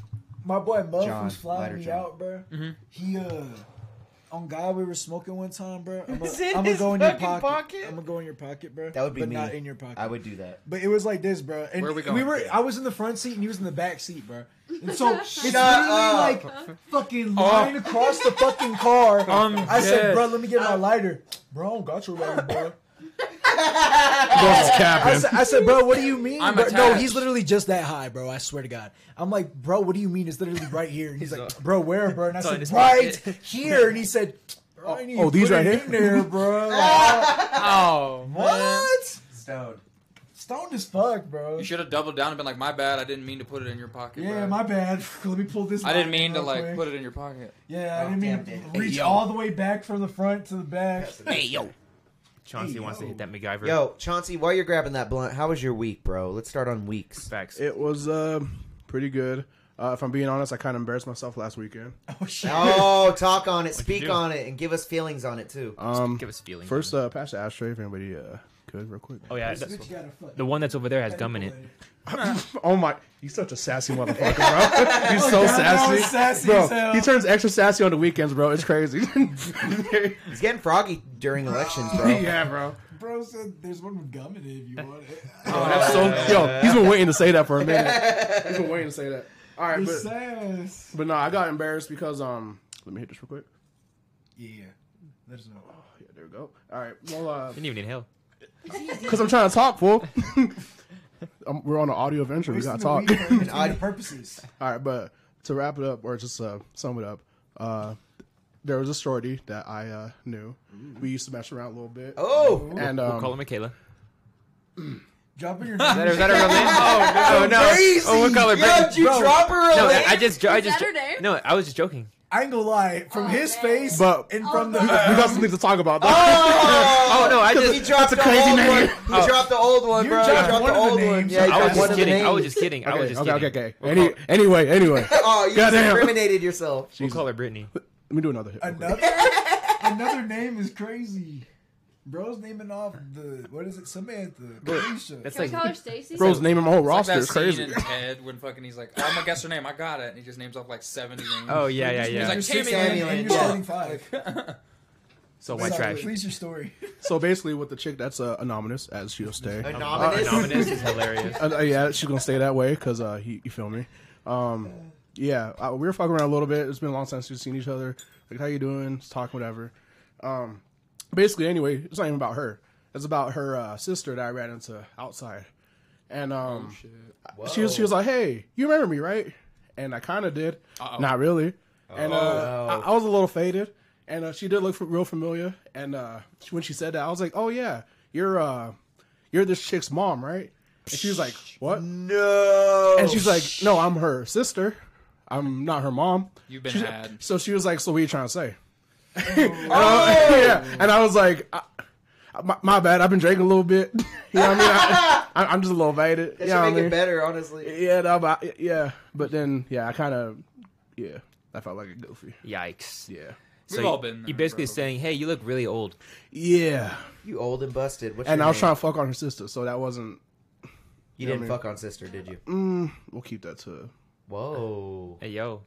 [SPEAKER 5] My boy Muff
[SPEAKER 3] John,
[SPEAKER 5] was flying
[SPEAKER 3] lighter
[SPEAKER 5] me
[SPEAKER 3] John.
[SPEAKER 5] out, bro.
[SPEAKER 3] Mm-hmm.
[SPEAKER 1] Mhm.
[SPEAKER 5] He uh, on God, we were smoking one time, bro. I'm
[SPEAKER 3] It's in
[SPEAKER 5] gonna
[SPEAKER 3] his
[SPEAKER 5] go in your
[SPEAKER 3] fucking
[SPEAKER 5] pocket.
[SPEAKER 3] pocket?
[SPEAKER 5] I'm gonna go in your pocket, bro.
[SPEAKER 3] That would be
[SPEAKER 5] but
[SPEAKER 3] me.
[SPEAKER 5] not in your pocket.
[SPEAKER 3] I would do that.
[SPEAKER 5] But it was like this, bro. And
[SPEAKER 1] Where we
[SPEAKER 5] We
[SPEAKER 1] going?
[SPEAKER 5] were. I was in the front seat and he was in the back seat, bro. And so it's
[SPEAKER 3] Shut
[SPEAKER 5] literally
[SPEAKER 3] up. Oh.
[SPEAKER 5] like fucking line across the fucking car.
[SPEAKER 1] I'm
[SPEAKER 5] I said,
[SPEAKER 1] dead.
[SPEAKER 5] bro, let me get my lighter. Bro, I don't got your lighter, bro.
[SPEAKER 4] Bro's
[SPEAKER 5] I
[SPEAKER 4] capping.
[SPEAKER 5] said, I said, bro, what do you mean?
[SPEAKER 1] I'm
[SPEAKER 5] bro? No,
[SPEAKER 1] attached.
[SPEAKER 5] he's literally just that high, bro. I swear to God. I'm like, bro, what do you mean? It's literally right here. And he's like, bro, where, bro? And I
[SPEAKER 2] It's on
[SPEAKER 5] said,
[SPEAKER 2] his
[SPEAKER 5] right
[SPEAKER 2] pocket.
[SPEAKER 5] here. And he said, bro, I didn't
[SPEAKER 4] Oh,
[SPEAKER 5] even
[SPEAKER 4] these
[SPEAKER 5] put
[SPEAKER 4] right
[SPEAKER 5] it
[SPEAKER 4] here?
[SPEAKER 5] in there, bro.
[SPEAKER 1] Oh, Ah, man.
[SPEAKER 5] what?
[SPEAKER 3] Stoned.
[SPEAKER 5] Stoned as fuck, bro.
[SPEAKER 1] You should have doubled down and been like, "My bad. I didn't mean to put it in your pocket."
[SPEAKER 5] Yeah,
[SPEAKER 1] bruh."
[SPEAKER 5] my bad. Let me pull this.
[SPEAKER 1] I didn't
[SPEAKER 5] out
[SPEAKER 1] mean to
[SPEAKER 5] real
[SPEAKER 1] like
[SPEAKER 5] quick.
[SPEAKER 1] put it in your pocket.
[SPEAKER 5] Yeah,
[SPEAKER 3] Oh,
[SPEAKER 5] I didn't
[SPEAKER 3] damn,
[SPEAKER 5] mean
[SPEAKER 3] dude.
[SPEAKER 5] reach
[SPEAKER 3] Hey, yo.
[SPEAKER 5] all the way back from the front to the back.
[SPEAKER 2] Chauncey
[SPEAKER 5] Hey,
[SPEAKER 2] wants to
[SPEAKER 5] yo.
[SPEAKER 2] hit that MacGyver.
[SPEAKER 3] Yo, Chauncey, while you're grabbing that blunt, how was your week, bro? Let's start on weeks.
[SPEAKER 2] Facts.
[SPEAKER 4] It was uh, pretty good. Uh, if I'm being honest, I kind of embarrassed myself last weekend.
[SPEAKER 5] Oh shit!
[SPEAKER 3] Oh, talk on it, speak
[SPEAKER 2] do?
[SPEAKER 3] on it, and give us feelings on it too.
[SPEAKER 4] Um,
[SPEAKER 2] Give us feeling.
[SPEAKER 4] first, uh, pass the ashtray if anybody uh, could, real quick.
[SPEAKER 2] oh yeah,
[SPEAKER 5] This
[SPEAKER 2] that's-
[SPEAKER 5] bitch got a fuck-
[SPEAKER 2] the one that's over there has gum in it.
[SPEAKER 4] oh my, he's such a sassy motherfucker, bro. he's so
[SPEAKER 5] Oh, God, that
[SPEAKER 4] sassy.
[SPEAKER 5] was sassy as
[SPEAKER 4] bro,
[SPEAKER 5] hell.
[SPEAKER 4] he turns extra sassy on the weekends, bro. It's crazy.
[SPEAKER 3] He's getting froggy during elections, bro.
[SPEAKER 4] yeah, bro.
[SPEAKER 5] Bro said, "There's one with gum in it if you want it."
[SPEAKER 4] Oh, that's so. Yo, he's been waiting to say that for a minute. He's been waiting to say that. All right,
[SPEAKER 5] He
[SPEAKER 4] but
[SPEAKER 5] says,
[SPEAKER 4] but no, I got embarrassed because um, let me hit this real quick.
[SPEAKER 5] "Yeah, there's no."
[SPEAKER 4] Oh, yeah, there we go. All right, well, uh,
[SPEAKER 2] Didn't even inhale.
[SPEAKER 4] because I'm trying to talk, fool. um, we're on an audio venture. We gotta talk.
[SPEAKER 5] And odd purposes.
[SPEAKER 4] All right, but to wrap it up or just uh, sum it up, uh, there was a shorty that I uh, knew. We used to mess around a little bit.
[SPEAKER 3] Oh,
[SPEAKER 4] and
[SPEAKER 2] we'll call her
[SPEAKER 4] um,
[SPEAKER 2] Michaela.
[SPEAKER 5] Dropping your
[SPEAKER 2] Is that, is
[SPEAKER 5] name.
[SPEAKER 2] that her real name? Oh no!
[SPEAKER 3] crazy.
[SPEAKER 2] Oh, we'll call her.
[SPEAKER 3] Yo, did you
[SPEAKER 5] Bro.
[SPEAKER 3] drop her a
[SPEAKER 2] No,
[SPEAKER 3] link?
[SPEAKER 2] I just, I
[SPEAKER 6] Is
[SPEAKER 2] just,
[SPEAKER 6] that her name?
[SPEAKER 2] no, I was just joking.
[SPEAKER 5] I ain't gonna lie. From
[SPEAKER 6] Oh,
[SPEAKER 5] his
[SPEAKER 6] man. Oh,
[SPEAKER 5] face,
[SPEAKER 4] But-
[SPEAKER 5] and from the
[SPEAKER 4] we got something to talk about.
[SPEAKER 2] Oh no, I
[SPEAKER 3] he
[SPEAKER 2] just,
[SPEAKER 3] dropped
[SPEAKER 4] a
[SPEAKER 3] the
[SPEAKER 4] crazy
[SPEAKER 3] old
[SPEAKER 4] name.
[SPEAKER 3] one. He dropped the old one,
[SPEAKER 5] You
[SPEAKER 3] bro. He
[SPEAKER 5] dropped
[SPEAKER 3] dropped
[SPEAKER 5] one
[SPEAKER 3] the
[SPEAKER 5] of the
[SPEAKER 3] old one.
[SPEAKER 5] names.
[SPEAKER 3] Yeah, he
[SPEAKER 2] I was
[SPEAKER 3] dropped one
[SPEAKER 2] just
[SPEAKER 3] of the
[SPEAKER 2] kidding. I was
[SPEAKER 3] names.
[SPEAKER 2] just kidding. I
[SPEAKER 4] Okay,
[SPEAKER 2] was just
[SPEAKER 4] okay,
[SPEAKER 2] kidding.
[SPEAKER 4] okay, okay. Any, anyway, anyway.
[SPEAKER 3] Oh, you
[SPEAKER 4] Goddamn.
[SPEAKER 3] discriminated yourself.
[SPEAKER 2] We'll call her Brittany.
[SPEAKER 4] Let me do another hit. real quick.
[SPEAKER 5] another another name is crazy. Bro's naming off the what is it? Samantha. Alicia.
[SPEAKER 2] That's
[SPEAKER 6] Can we
[SPEAKER 2] like,
[SPEAKER 6] call her Stacy?
[SPEAKER 4] Bro's naming my whole
[SPEAKER 1] It's
[SPEAKER 4] roster.
[SPEAKER 1] like
[SPEAKER 4] It's
[SPEAKER 1] that scene
[SPEAKER 4] crazy.
[SPEAKER 1] in Ted when fucking he's like, "Oh, "I'm gonna guess her name. I got it," and he just names off like seventy. names.
[SPEAKER 2] oh yeah, yeah,
[SPEAKER 1] He's
[SPEAKER 2] yeah.
[SPEAKER 1] like,
[SPEAKER 5] You're six
[SPEAKER 1] Tammy
[SPEAKER 5] and,
[SPEAKER 3] Lynn."
[SPEAKER 5] and you're
[SPEAKER 3] Yeah.
[SPEAKER 5] starting five.
[SPEAKER 2] So white trash.
[SPEAKER 5] Please your story.
[SPEAKER 4] So basically, with the chick that's uh, anonymous, as she'll stay.
[SPEAKER 3] Anonymous.
[SPEAKER 2] Anonymous is hilarious.
[SPEAKER 4] Uh, uh, yeah, she's gonna stay that way because uh, he, you feel me. Um, yeah, uh, we were fucking around a little bit. It's been a long time since we've seen each other. like how you doing, just talking whatever. Um, basically, anyway, it's not even about her. It's about her uh, sister that I ran into outside, and um, she was she was like, "Hey, you remember me, right?" And I kind of did, not really. And
[SPEAKER 3] Oh,
[SPEAKER 4] uh, I, I was a little faded, and uh, she did look f- real familiar. And uh, she- when she said that, I was like, "Oh yeah, you're uh, you're this chick's mom, right?" And she was like, "What?"
[SPEAKER 3] No.
[SPEAKER 4] And she's like, "No, I'm her sister. I'm not her mom."
[SPEAKER 1] You've been
[SPEAKER 4] She's-
[SPEAKER 1] had.
[SPEAKER 4] So she was like, "So what are you trying to say?"
[SPEAKER 3] Oh.
[SPEAKER 4] and I, yeah, and I was like, I, my, "My bad. I've been drinking a little bit. you know what I mean? I, I, I'm just a little baited.
[SPEAKER 3] That
[SPEAKER 4] you know what I
[SPEAKER 3] should make
[SPEAKER 4] mean?
[SPEAKER 3] it better, honestly.
[SPEAKER 4] Yeah, no, but I- yeah, but then yeah, I kind of yeah, I felt like a goofy.
[SPEAKER 2] Yikes.
[SPEAKER 4] Yeah,
[SPEAKER 1] We've all been there,
[SPEAKER 2] You're basically
[SPEAKER 1] bro.
[SPEAKER 2] saying, hey, you look really old.
[SPEAKER 4] yeah,
[SPEAKER 3] You old and busted. What's
[SPEAKER 4] and
[SPEAKER 3] your
[SPEAKER 4] I was
[SPEAKER 3] name?
[SPEAKER 4] trying to fuck on her sister, so that wasn't. mm,
[SPEAKER 3] You didn't fuck on sister, did you?
[SPEAKER 4] We'll keep that to.
[SPEAKER 3] Whoa.
[SPEAKER 2] Hey, yo.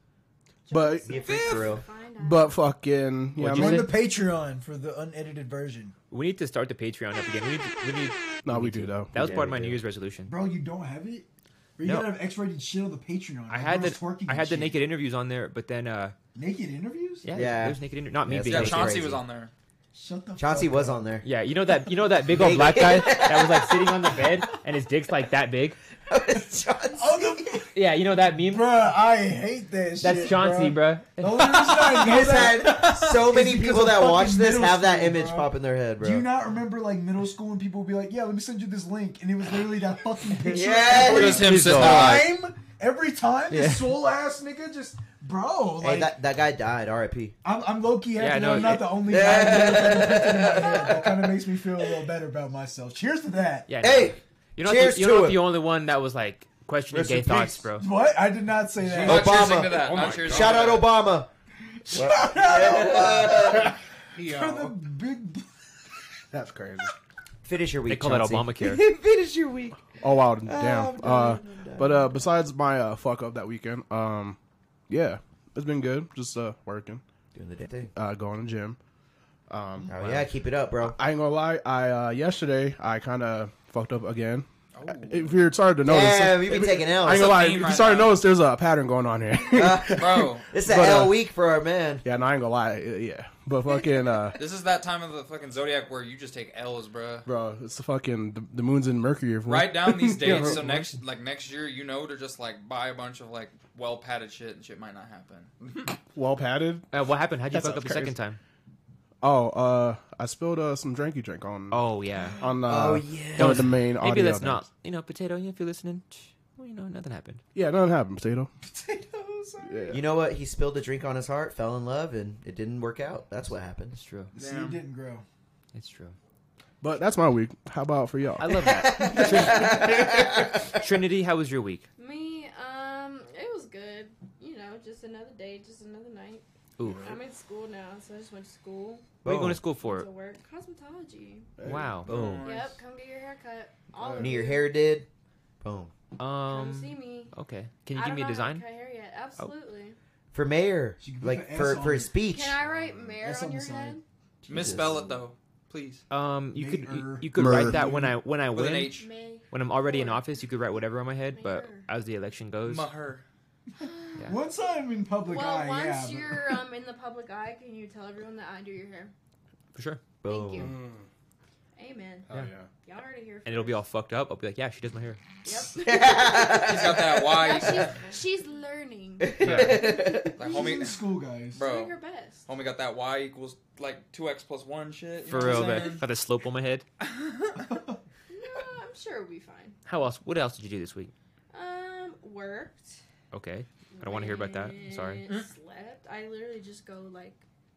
[SPEAKER 4] But
[SPEAKER 3] Be a freak for real.
[SPEAKER 6] Find out.
[SPEAKER 4] but fucking yeah, I
[SPEAKER 2] What'd you
[SPEAKER 4] mean,
[SPEAKER 2] say?
[SPEAKER 5] On the Patreon for the unedited version.
[SPEAKER 2] We need to start the Patreon up again. We need to- we need-
[SPEAKER 4] no, we do though.
[SPEAKER 2] that was
[SPEAKER 3] Yeah,
[SPEAKER 2] part of
[SPEAKER 3] we
[SPEAKER 2] my
[SPEAKER 3] do.
[SPEAKER 2] New Year's resolution.
[SPEAKER 5] Bro, you don't have it? Or you
[SPEAKER 2] No.
[SPEAKER 5] gotta have X rated shit on the Patreon.
[SPEAKER 2] I had
[SPEAKER 5] the
[SPEAKER 2] the I had the naked interviews on there, but then uh
[SPEAKER 5] naked interviews?
[SPEAKER 2] yeah,
[SPEAKER 3] Yeah.
[SPEAKER 2] there's naked interviews. Not me
[SPEAKER 3] Yeah, it's
[SPEAKER 2] being
[SPEAKER 1] Yeah,
[SPEAKER 3] That's
[SPEAKER 2] naked.
[SPEAKER 1] Chauncey
[SPEAKER 3] crazy.
[SPEAKER 1] was on there.
[SPEAKER 5] Shut the
[SPEAKER 3] Chauncey
[SPEAKER 5] fuck
[SPEAKER 3] was
[SPEAKER 5] up.
[SPEAKER 3] on there.
[SPEAKER 2] Yeah, you know that you know that big old black guy that was like sitting on the bed and his dick's like that big.
[SPEAKER 5] Oh,
[SPEAKER 3] Chauncey.
[SPEAKER 2] Yeah, you know that meme.
[SPEAKER 5] Bruh, I hate that
[SPEAKER 2] That's
[SPEAKER 5] shit.
[SPEAKER 2] Chauncey,
[SPEAKER 5] bruh.
[SPEAKER 2] bro.
[SPEAKER 5] The only reason I know
[SPEAKER 3] He's
[SPEAKER 5] that-
[SPEAKER 3] had so many
[SPEAKER 5] because
[SPEAKER 3] people
[SPEAKER 5] of
[SPEAKER 3] that
[SPEAKER 5] fucking
[SPEAKER 3] watch this
[SPEAKER 5] middle
[SPEAKER 3] have that
[SPEAKER 5] school,
[SPEAKER 3] image
[SPEAKER 5] bro.
[SPEAKER 3] pop in their head, bro.
[SPEAKER 5] Do you not remember like middle school when people would be like, "Yeah, let me send you this link," and it was literally that fucking picture
[SPEAKER 3] Yes.
[SPEAKER 5] every
[SPEAKER 1] Just him
[SPEAKER 2] He's
[SPEAKER 1] sitting
[SPEAKER 2] all
[SPEAKER 1] there like,
[SPEAKER 5] time? Every time,
[SPEAKER 2] Yeah.
[SPEAKER 5] this soul ass nigga just, bro. Like,
[SPEAKER 3] Hey, that, that guy died. R.I.P.
[SPEAKER 5] I'm, I'm low key happy
[SPEAKER 2] Yeah, I
[SPEAKER 5] that
[SPEAKER 2] know.
[SPEAKER 5] I'm not the only guy
[SPEAKER 3] Yeah.
[SPEAKER 5] that has that picture in my head. That kind of makes me feel a little better about myself. Cheers to that.
[SPEAKER 2] Yeah. no.
[SPEAKER 3] Hey,
[SPEAKER 2] you're not
[SPEAKER 3] cheers
[SPEAKER 2] the, you're
[SPEAKER 3] to
[SPEAKER 2] not
[SPEAKER 3] him.
[SPEAKER 2] the only one that was like questioning
[SPEAKER 3] Rest
[SPEAKER 2] gay
[SPEAKER 3] in peace.
[SPEAKER 2] thoughts, bro.
[SPEAKER 5] What? I did not say that.
[SPEAKER 1] Not
[SPEAKER 3] Obama.
[SPEAKER 1] cheersing to that.
[SPEAKER 3] Oh
[SPEAKER 1] not cheersing
[SPEAKER 3] shout
[SPEAKER 1] to
[SPEAKER 3] out
[SPEAKER 1] that.
[SPEAKER 3] Obama.
[SPEAKER 5] For the big.
[SPEAKER 4] That's crazy.
[SPEAKER 3] Finish your week.
[SPEAKER 2] They call
[SPEAKER 3] Chauncey.
[SPEAKER 2] that Obamacare.
[SPEAKER 3] Finish your week.
[SPEAKER 4] Oh wow, damn.
[SPEAKER 3] I'm done,
[SPEAKER 4] Uh,
[SPEAKER 3] I'm done.
[SPEAKER 4] but uh, besides my uh, fuck up that weekend, um, yeah, it's been good. Just uh, working,
[SPEAKER 3] Doing the damn thing.
[SPEAKER 4] uh, going to the gym.
[SPEAKER 3] Oh yeah, keep it up, bro.
[SPEAKER 4] I ain't gonna lie. I uh, yesterday I kind of fucked up again.
[SPEAKER 3] Oh.
[SPEAKER 4] If you're starting to notice,
[SPEAKER 3] Damn, you've been taking
[SPEAKER 4] I ain't
[SPEAKER 3] L's.
[SPEAKER 4] gonna lie.
[SPEAKER 1] theme
[SPEAKER 4] If you
[SPEAKER 1] right
[SPEAKER 4] starting to
[SPEAKER 1] now.
[SPEAKER 4] notice, there's a pattern going on here.
[SPEAKER 1] Bro,
[SPEAKER 3] It's an
[SPEAKER 4] But, uh,
[SPEAKER 3] L week for our man.
[SPEAKER 4] yeah, no, I ain't gonna lie. uh, Yeah, but fucking, uh,
[SPEAKER 1] this is that time of the fucking zodiac where you just take L's, bro.
[SPEAKER 4] bro, it's the fucking the, the moon's in Mercury. if we-
[SPEAKER 1] Write down these
[SPEAKER 4] Yeah,
[SPEAKER 1] dates so
[SPEAKER 4] right.
[SPEAKER 1] next, like next year, you know to just like buy a bunch of like well padded shit and shit might not happen.
[SPEAKER 4] well padded.
[SPEAKER 2] Uh, what happened? How'd you
[SPEAKER 4] That
[SPEAKER 2] fuck up
[SPEAKER 4] sounds
[SPEAKER 2] the second time?
[SPEAKER 4] Oh, uh, I spilled uh, some drinky drink on
[SPEAKER 2] Oh yeah.
[SPEAKER 4] on uh,
[SPEAKER 3] Oh, yeah.
[SPEAKER 4] one of the main.
[SPEAKER 2] Maybe
[SPEAKER 4] audio
[SPEAKER 2] that's
[SPEAKER 4] names.
[SPEAKER 2] not. You know, potato. You know, if you're listening, tch, well, you know, nothing happened.
[SPEAKER 4] Yeah, nothing happened, potato. Yeah.
[SPEAKER 3] You know what? He spilled a drink on his heart, fell in love, and it didn't work out. That's what happened.
[SPEAKER 2] It's true.
[SPEAKER 5] See,
[SPEAKER 1] Damn.
[SPEAKER 5] it didn't grow.
[SPEAKER 2] It's true.
[SPEAKER 4] But that's my week. How about for y'all?
[SPEAKER 2] I love that. Trinity, how was your week?
[SPEAKER 6] Me, um, it was good. You know, just another day, just another night.
[SPEAKER 2] Ooh.
[SPEAKER 6] I'm in school now, so I just went to school
[SPEAKER 2] What are you
[SPEAKER 3] Oh.
[SPEAKER 2] going to school for?
[SPEAKER 6] to work. Cosmetology.
[SPEAKER 2] Wow.
[SPEAKER 3] Boom.
[SPEAKER 1] Nice.
[SPEAKER 6] Yep, come get your hair cut. All of
[SPEAKER 3] Need your
[SPEAKER 6] you.
[SPEAKER 3] hair did. Boom.
[SPEAKER 6] Come see
[SPEAKER 2] Um.
[SPEAKER 6] me.
[SPEAKER 2] Okay. Can you
[SPEAKER 6] I
[SPEAKER 2] give
[SPEAKER 6] don't
[SPEAKER 2] me a
[SPEAKER 6] know how to
[SPEAKER 2] design? Oh.
[SPEAKER 6] cut hair yet. Absolutely.
[SPEAKER 3] For mayor,
[SPEAKER 5] She can put
[SPEAKER 3] like
[SPEAKER 5] the
[SPEAKER 3] for
[SPEAKER 5] S on
[SPEAKER 3] for
[SPEAKER 5] it.
[SPEAKER 3] his speech.
[SPEAKER 6] Can I write mayor
[SPEAKER 5] That's
[SPEAKER 6] on
[SPEAKER 5] on
[SPEAKER 6] your
[SPEAKER 5] the side.
[SPEAKER 6] head?
[SPEAKER 1] Misspell it though, please.
[SPEAKER 2] Um. You could you,
[SPEAKER 5] Mayor.
[SPEAKER 2] you could
[SPEAKER 4] Mer.
[SPEAKER 2] write that when I when I
[SPEAKER 1] With an
[SPEAKER 2] win
[SPEAKER 1] H.
[SPEAKER 6] May.
[SPEAKER 2] when I'm already in office. You could write whatever on my head, but
[SPEAKER 6] Mayor.
[SPEAKER 2] as the election goes,
[SPEAKER 1] Maher.
[SPEAKER 2] Yeah.
[SPEAKER 5] Once I'm in public
[SPEAKER 6] well,
[SPEAKER 5] eye,
[SPEAKER 6] once
[SPEAKER 5] yeah. but-
[SPEAKER 6] you're um in the public eye, can you tell everyone that I do your hair?
[SPEAKER 2] for sure.
[SPEAKER 3] Boom.
[SPEAKER 6] Thank you.
[SPEAKER 4] Mm.
[SPEAKER 6] Amen.
[SPEAKER 4] Oh, yeah.
[SPEAKER 6] Y'all heard it here.
[SPEAKER 2] And it'll be all
[SPEAKER 6] first.
[SPEAKER 2] fucked up. I'll be like, yeah, she does my hair.
[SPEAKER 6] Yep.
[SPEAKER 1] He's got that
[SPEAKER 6] Now
[SPEAKER 1] Y.
[SPEAKER 6] she's, she's learning.
[SPEAKER 1] Like,
[SPEAKER 6] uh,
[SPEAKER 5] She's in
[SPEAKER 1] homie,
[SPEAKER 5] school, guys.
[SPEAKER 1] Bro.
[SPEAKER 6] Doing her best.
[SPEAKER 1] homie got that Y equals like two X plus one shit. you
[SPEAKER 2] For
[SPEAKER 1] know
[SPEAKER 2] real,
[SPEAKER 1] what I'm
[SPEAKER 2] man. Got the slope on my head.
[SPEAKER 6] No, I'm sure we'll be fine.
[SPEAKER 2] How else? What else did you do this week?
[SPEAKER 6] Um, worked.
[SPEAKER 2] Okay. I don't want to hear about that. I'm sorry.
[SPEAKER 6] went, Slept. I literally just go like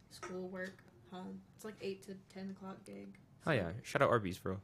[SPEAKER 6] school, work, home. It's like eight to ten o'clock gig.
[SPEAKER 2] Oh yeah. Shout out Arby's, bro.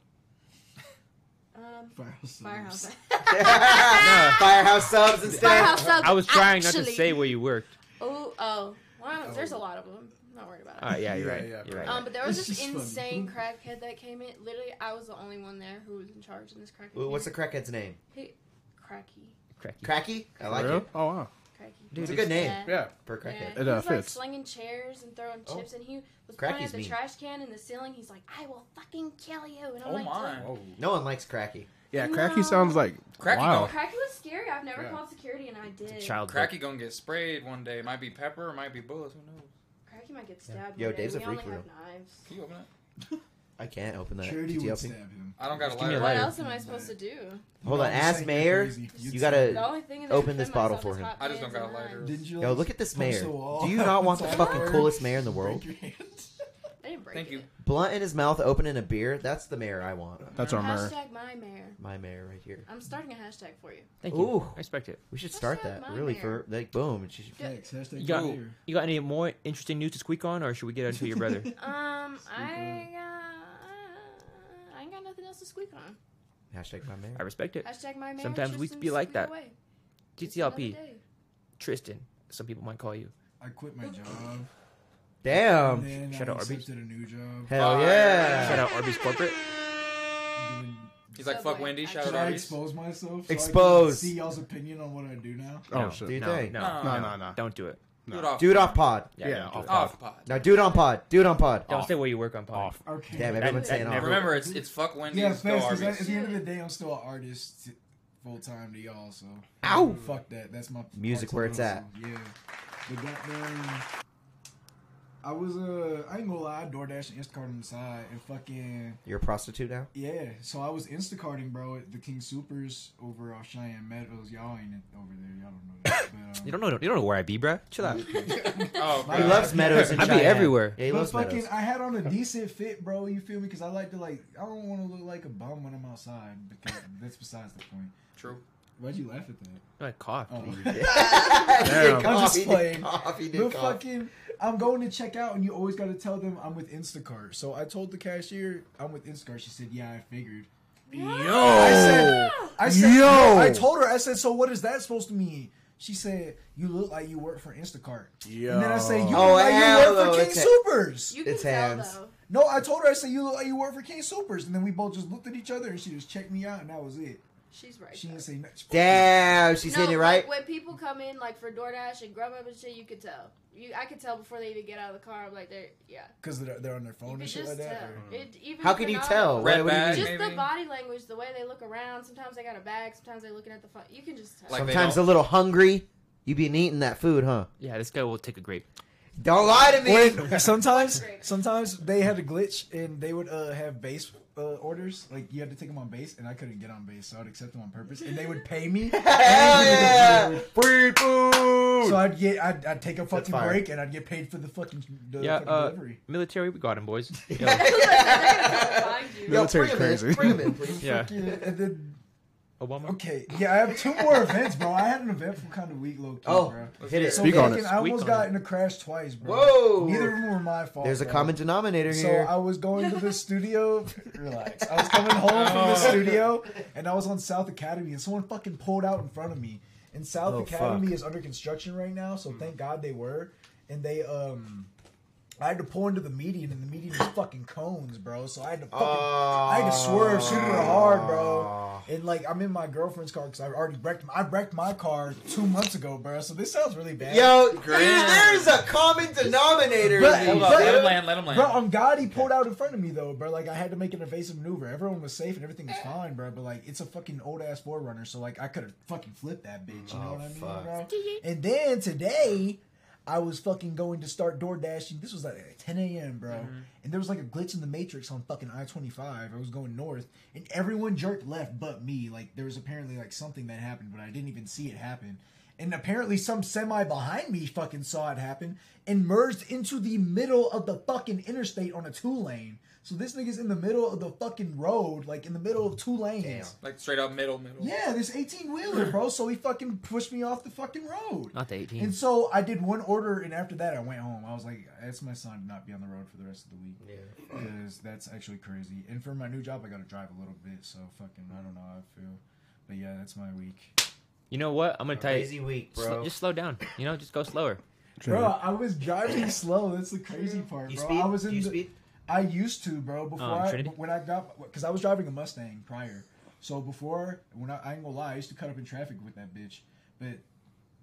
[SPEAKER 6] Um,
[SPEAKER 5] Firehouse.
[SPEAKER 6] firehouse.
[SPEAKER 3] Firehouse subs and stuff.
[SPEAKER 6] firehouse. Subs,
[SPEAKER 2] I was trying not to
[SPEAKER 6] Oh, actually.
[SPEAKER 2] say where you worked.
[SPEAKER 6] Oh, oh. Well, there's a lot of them. I'm not worried about it.
[SPEAKER 2] All right. Yeah, you're
[SPEAKER 4] Yeah,
[SPEAKER 2] right.
[SPEAKER 4] yeah,
[SPEAKER 2] you're right.
[SPEAKER 6] Um, but there was
[SPEAKER 5] This
[SPEAKER 6] this
[SPEAKER 5] is funny.
[SPEAKER 6] insane crackhead that came in. Literally, I was the only one there who was in charge in this crackhead.
[SPEAKER 3] Ooh, What's the crackhead's name?
[SPEAKER 6] He, cracky,
[SPEAKER 2] Cracky.
[SPEAKER 3] Cracky. I like
[SPEAKER 4] For real?
[SPEAKER 3] it.
[SPEAKER 4] Oh wow.
[SPEAKER 6] cracky.
[SPEAKER 2] Dude,
[SPEAKER 3] It's a good name.
[SPEAKER 6] Yeah.
[SPEAKER 4] Yeah.
[SPEAKER 3] For crackhead.
[SPEAKER 6] Yeah.
[SPEAKER 4] It,
[SPEAKER 6] he
[SPEAKER 4] uh,
[SPEAKER 6] was like
[SPEAKER 4] fits.
[SPEAKER 6] slinging chairs and throwing
[SPEAKER 3] Oh.
[SPEAKER 6] chips, and he was pointing
[SPEAKER 3] Cracky's
[SPEAKER 6] at the
[SPEAKER 3] mean.
[SPEAKER 6] trash can in the ceiling. He's like, "I will fucking kill you!" And I'm
[SPEAKER 1] Oh
[SPEAKER 6] like,
[SPEAKER 1] my.
[SPEAKER 6] "Dude,
[SPEAKER 3] No one likes cracky.
[SPEAKER 4] Yeah,
[SPEAKER 6] No.
[SPEAKER 4] cracky sounds like
[SPEAKER 1] Cracky
[SPEAKER 4] wow.
[SPEAKER 6] Cracky was scary. I've never
[SPEAKER 4] Oh. Yeah.
[SPEAKER 6] called security, and I did.
[SPEAKER 2] Child.
[SPEAKER 1] Cracky gonna get sprayed one day. Might be pepper, might be bullets. Who knows?
[SPEAKER 6] Cracky he might get stabbed.
[SPEAKER 3] Yo,
[SPEAKER 6] one day.
[SPEAKER 3] Dave's a
[SPEAKER 6] we
[SPEAKER 3] freak
[SPEAKER 6] only
[SPEAKER 3] for
[SPEAKER 6] have
[SPEAKER 3] real.
[SPEAKER 6] knives.
[SPEAKER 1] Can you open it?
[SPEAKER 3] I can't open that.
[SPEAKER 5] Charity
[SPEAKER 3] Did you
[SPEAKER 5] would
[SPEAKER 3] open-
[SPEAKER 5] stab him.
[SPEAKER 1] I don't got a
[SPEAKER 2] give me a
[SPEAKER 1] lighter.
[SPEAKER 6] What
[SPEAKER 2] lighter.
[SPEAKER 6] else am I supposed to do?
[SPEAKER 3] Hold
[SPEAKER 5] No,
[SPEAKER 3] on,
[SPEAKER 5] I'm just
[SPEAKER 3] as
[SPEAKER 5] saying
[SPEAKER 3] mayor,
[SPEAKER 5] you're crazy.
[SPEAKER 3] you
[SPEAKER 5] You'd
[SPEAKER 3] gotta-
[SPEAKER 6] The
[SPEAKER 5] stab
[SPEAKER 6] only thing that
[SPEAKER 3] Open
[SPEAKER 6] I
[SPEAKER 3] this
[SPEAKER 6] defend
[SPEAKER 3] bottle
[SPEAKER 6] myself
[SPEAKER 3] for
[SPEAKER 6] is
[SPEAKER 3] him.
[SPEAKER 6] hot
[SPEAKER 1] I just don't
[SPEAKER 6] pans and
[SPEAKER 1] got a lighter.
[SPEAKER 5] him.
[SPEAKER 6] knives.
[SPEAKER 5] Didn't you?
[SPEAKER 3] Yo,
[SPEAKER 5] like,
[SPEAKER 3] look at this
[SPEAKER 5] punch
[SPEAKER 3] mayor.
[SPEAKER 5] the wall?
[SPEAKER 3] Do you not want the
[SPEAKER 5] It's
[SPEAKER 3] fucking
[SPEAKER 5] hard.
[SPEAKER 3] coolest mayor in the world?
[SPEAKER 5] Break your hand.
[SPEAKER 6] I didn't break
[SPEAKER 1] Thank you.
[SPEAKER 6] it.
[SPEAKER 3] Blunt in his mouth, opening a beer. That's the mayor I want.
[SPEAKER 4] That's our mayor.
[SPEAKER 6] Hashtag my mayor.
[SPEAKER 3] My mayor right here.
[SPEAKER 6] I'm starting a hashtag for you.
[SPEAKER 2] Thank you.
[SPEAKER 3] Ooh.
[SPEAKER 2] I respect it.
[SPEAKER 3] We should
[SPEAKER 6] That's
[SPEAKER 3] start
[SPEAKER 6] not
[SPEAKER 3] that
[SPEAKER 6] my
[SPEAKER 3] really
[SPEAKER 6] mayor.
[SPEAKER 3] for like boom. and she should-
[SPEAKER 5] Next, hashtag
[SPEAKER 2] You got,
[SPEAKER 5] mayor.
[SPEAKER 2] you got any more interesting news to squeak on, or should we get into your brother?
[SPEAKER 6] Um, I got, I ain't got nothing else to squeak on.
[SPEAKER 3] Hashtag my mayor.
[SPEAKER 2] I respect it.
[SPEAKER 6] Hashtag my mayor.
[SPEAKER 2] Sometimes we
[SPEAKER 6] Tristan
[SPEAKER 2] be like
[SPEAKER 6] Squeak
[SPEAKER 2] that.
[SPEAKER 6] Away. It's
[SPEAKER 2] GTLP,
[SPEAKER 6] another day.
[SPEAKER 2] Tristan. Some people might call you.
[SPEAKER 5] I quit my job.
[SPEAKER 3] Um,
[SPEAKER 5] and
[SPEAKER 3] Damn.
[SPEAKER 5] then
[SPEAKER 2] shout
[SPEAKER 5] I
[SPEAKER 2] out Arby's.
[SPEAKER 5] accepted a new job.
[SPEAKER 3] Hell
[SPEAKER 1] Fire.
[SPEAKER 2] Shout
[SPEAKER 3] yeah.
[SPEAKER 2] out Arby's Corporate.
[SPEAKER 5] Doing,
[SPEAKER 1] He's like, fuck
[SPEAKER 6] Subway.
[SPEAKER 1] Wendy. Shout
[SPEAKER 5] should
[SPEAKER 1] out
[SPEAKER 5] I
[SPEAKER 1] Arby's.
[SPEAKER 5] expose myself? So I can
[SPEAKER 3] Expose.
[SPEAKER 5] see y'all's opinion on what I do now.
[SPEAKER 4] Oh
[SPEAKER 2] No,
[SPEAKER 4] shit.
[SPEAKER 3] Do you
[SPEAKER 2] no,
[SPEAKER 3] think?
[SPEAKER 2] No,
[SPEAKER 1] No,
[SPEAKER 2] no,
[SPEAKER 4] no, no.
[SPEAKER 2] Don't do it.
[SPEAKER 1] Do it off.
[SPEAKER 3] Dude off pod.
[SPEAKER 2] Yeah,
[SPEAKER 4] Yeah,
[SPEAKER 2] don't do
[SPEAKER 4] off
[SPEAKER 2] it.
[SPEAKER 1] Off pod.
[SPEAKER 3] Now do it on pod. Do it on pod.
[SPEAKER 2] Don't say where you work on pod.
[SPEAKER 4] Off.
[SPEAKER 5] Okay.
[SPEAKER 3] Damn, everyone's
[SPEAKER 6] that
[SPEAKER 3] saying off.
[SPEAKER 2] never-
[SPEAKER 1] Remember, it's it's fuck Wendy.
[SPEAKER 5] Yeah,
[SPEAKER 1] Yeah, go
[SPEAKER 5] thanks. 'cause I-
[SPEAKER 1] Arby's.
[SPEAKER 5] at the end of the day, I'm still an artist full time to y'all. So
[SPEAKER 3] Ow!
[SPEAKER 5] fuck that. That's my
[SPEAKER 3] Music
[SPEAKER 5] parts
[SPEAKER 3] where
[SPEAKER 5] of
[SPEAKER 3] it's
[SPEAKER 5] it,
[SPEAKER 3] at.
[SPEAKER 5] so, Yeah, but goddamn, I was uh, I ain't gonna lie, I DoorDash and Instacart on the side and fucking
[SPEAKER 3] You're a prostitute now.
[SPEAKER 5] yeah. So I was Instacarting, bro, at the King Supers over off Cheyenne Meadows. Y'all ain't over there. Y'all don't know that. But, um,
[SPEAKER 2] You don't know. You don't know where I be, bruh. Chill out.
[SPEAKER 1] Oh,
[SPEAKER 5] My
[SPEAKER 3] He
[SPEAKER 1] God.
[SPEAKER 3] loves meadows and
[SPEAKER 2] I be
[SPEAKER 3] Cheyenne.
[SPEAKER 2] everywhere.
[SPEAKER 3] Yeah, he
[SPEAKER 5] but
[SPEAKER 3] loves
[SPEAKER 5] fucking,
[SPEAKER 3] meadows.
[SPEAKER 5] I had on a decent fit, bro. You feel me? Because I like to like, I don't want to look like a bum when I'm outside. Because that's besides the point.
[SPEAKER 1] True.
[SPEAKER 5] Why'd you laugh at that?
[SPEAKER 2] I coughed.
[SPEAKER 5] Oh.
[SPEAKER 4] Damn.
[SPEAKER 5] I'm just
[SPEAKER 3] Cough, he did
[SPEAKER 5] playing.
[SPEAKER 3] cough, he did
[SPEAKER 5] The
[SPEAKER 3] cough.
[SPEAKER 5] fucking, I'm going to check out, and you always got to tell them I'm with Instacart. So I told the cashier I'm with Instacart. She said, "Yeah, I figured." I said,
[SPEAKER 6] "Ah!"
[SPEAKER 5] I said,
[SPEAKER 4] Yo.
[SPEAKER 5] I told her, I said, "So what is that supposed to mean?" She said, "You look like you work for Instacart." And then I said, "You look
[SPEAKER 4] Yo.
[SPEAKER 3] Oh,
[SPEAKER 5] like
[SPEAKER 3] hell
[SPEAKER 5] you work
[SPEAKER 3] no,
[SPEAKER 5] for King
[SPEAKER 3] it's a-
[SPEAKER 5] Supers."
[SPEAKER 6] You can
[SPEAKER 3] It's
[SPEAKER 6] tell
[SPEAKER 3] hands.
[SPEAKER 6] though.
[SPEAKER 5] No, I told her, I said, "You look like you work for King Supers," and then we both just looked at each other, and she just checked me out, and that was it.
[SPEAKER 6] She's right.
[SPEAKER 5] She
[SPEAKER 6] though.
[SPEAKER 5] didn't say nothing.
[SPEAKER 3] Damn, she's
[SPEAKER 6] no,
[SPEAKER 3] hitting it right.
[SPEAKER 6] like, when people come in like for DoorDash and Grubhub and shit, you could tell. You, I could tell before they even get out of the car. I'm like, they're yeah.
[SPEAKER 5] because they're, they're on their
[SPEAKER 6] You
[SPEAKER 5] phone
[SPEAKER 6] could
[SPEAKER 5] and shit
[SPEAKER 6] just
[SPEAKER 5] like that.
[SPEAKER 6] tell.
[SPEAKER 5] or-
[SPEAKER 6] It, even
[SPEAKER 3] How
[SPEAKER 6] if
[SPEAKER 3] can
[SPEAKER 6] they're
[SPEAKER 3] you
[SPEAKER 6] not-
[SPEAKER 3] tell?
[SPEAKER 1] Red
[SPEAKER 3] What- what do you
[SPEAKER 1] bag,
[SPEAKER 3] mean?
[SPEAKER 6] Just the
[SPEAKER 1] Maybe.
[SPEAKER 6] body language, the way they look around. Sometimes they got a bag. Sometimes they looking at the phone. You can just tell.
[SPEAKER 1] Like- they
[SPEAKER 3] Sometimes a
[SPEAKER 1] don't-
[SPEAKER 3] little hungry. You been eating that food, huh?
[SPEAKER 2] Yeah, this guy will take a grape.
[SPEAKER 3] Don't lie to me.
[SPEAKER 5] When sometimes,
[SPEAKER 6] Great.
[SPEAKER 5] sometimes they had a glitch and they would uh, have base uh, orders. Like you had to take them on base, and I couldn't get on base, so I'd accept them on purpose, and they would pay me.
[SPEAKER 3] Hell yeah! Free food.
[SPEAKER 5] So I'd get, I'd, I'd take a fucking
[SPEAKER 3] fire.
[SPEAKER 5] break, and I'd get paid for the fucking, the
[SPEAKER 2] Yeah,
[SPEAKER 5] fucking
[SPEAKER 2] uh,
[SPEAKER 5] delivery.
[SPEAKER 2] military, we got him, boys. Yo,
[SPEAKER 6] Find you.
[SPEAKER 3] Yo,
[SPEAKER 4] Military's
[SPEAKER 3] bring him in,
[SPEAKER 4] crazy.
[SPEAKER 3] Bring him in, please.
[SPEAKER 2] yeah,
[SPEAKER 5] Yeah, and then
[SPEAKER 2] Obama.
[SPEAKER 5] okay, yeah, I have two more events, bro. I had an eventful kind of week, low key,
[SPEAKER 3] Oh,
[SPEAKER 5] bro.
[SPEAKER 3] hit it.
[SPEAKER 5] So
[SPEAKER 4] Speak on
[SPEAKER 5] fucking-
[SPEAKER 4] it.
[SPEAKER 5] I almost
[SPEAKER 2] Speak on
[SPEAKER 5] got
[SPEAKER 2] it.
[SPEAKER 5] in a crash twice, bro.
[SPEAKER 3] Whoa.
[SPEAKER 5] Neither of them were my fault.
[SPEAKER 3] There's a
[SPEAKER 5] bro.
[SPEAKER 3] common denominator
[SPEAKER 5] So
[SPEAKER 3] here.
[SPEAKER 5] I was going to the studio. Relax. I was coming home from
[SPEAKER 3] Oh.
[SPEAKER 5] the studio, and I was on South Academy, and someone fucking pulled out in front of me. And South
[SPEAKER 3] Oh,
[SPEAKER 5] Academy
[SPEAKER 3] fuck. Mm.
[SPEAKER 5] is under construction right now, so thank God they were. And they um, I had to pull into the median, and the median was fucking cones, bro. So I had to fucking I had to swerve super hard,
[SPEAKER 3] Ah.
[SPEAKER 5] bro. And like I'm in my girlfriend's car because I already wrecked. I wrecked my car two months ago, bro. So this sounds really bad.
[SPEAKER 3] Yo, dude,
[SPEAKER 1] Great.
[SPEAKER 3] there's a common denominator.
[SPEAKER 5] But-
[SPEAKER 1] Hold
[SPEAKER 3] in these,
[SPEAKER 1] up. Let him
[SPEAKER 3] dude.
[SPEAKER 1] land. Let him land.
[SPEAKER 5] Bro, on God, he pulled out in front of me though, bro. Like I had to make an evasive maneuver. Everyone was safe and everything was fine, bro. But like it's a fucking old ass forerunner, so like I could have fucking flipped that bitch. You know
[SPEAKER 3] Oh,
[SPEAKER 5] what I mean,
[SPEAKER 3] fuck.
[SPEAKER 5] bro? And then today, I was fucking going to start door dashing. This was like at 10 a.m., bro. And there was like a glitch in the matrix on fucking I-25. I was going north, and everyone jerked left but me. Like there was apparently like something that happened, but I didn't even see it happen. And apparently, some semi behind me fucking saw it happen and merged into the middle of the fucking interstate on a two lane. So this nigga's in the middle of the fucking road, like in the middle of two lanes.
[SPEAKER 3] Damn.
[SPEAKER 1] Like straight up middle, middle.
[SPEAKER 5] Yeah, this 18 wheeler, bro. So he fucking pushed me off the fucking road.
[SPEAKER 2] Not the 18.
[SPEAKER 5] And so I did one order, and after that, I went home. I was like, "That's my son to not be on the road for the rest of the week." because that's actually crazy. And for my new job, I got to drive a little bit, so fucking, I don't know how I feel. But yeah, that's my week,
[SPEAKER 2] You know what? I'm gonna tell you.
[SPEAKER 3] Crazy week,
[SPEAKER 2] sl-
[SPEAKER 3] bro.
[SPEAKER 2] just slow down. You know, just go slower.
[SPEAKER 5] bro. I was driving slow. That's the crazy part,
[SPEAKER 3] You
[SPEAKER 5] bro.
[SPEAKER 3] speed?
[SPEAKER 5] I was in
[SPEAKER 3] Do you
[SPEAKER 5] the,
[SPEAKER 3] speed? Oh,
[SPEAKER 5] I used to, bro. Before
[SPEAKER 2] Um,
[SPEAKER 5] I,
[SPEAKER 2] Trinity?
[SPEAKER 5] when I got, because I was driving a Mustang prior. So before, when I, I ain't gonna lie, I used to cut up in traffic with that bitch. But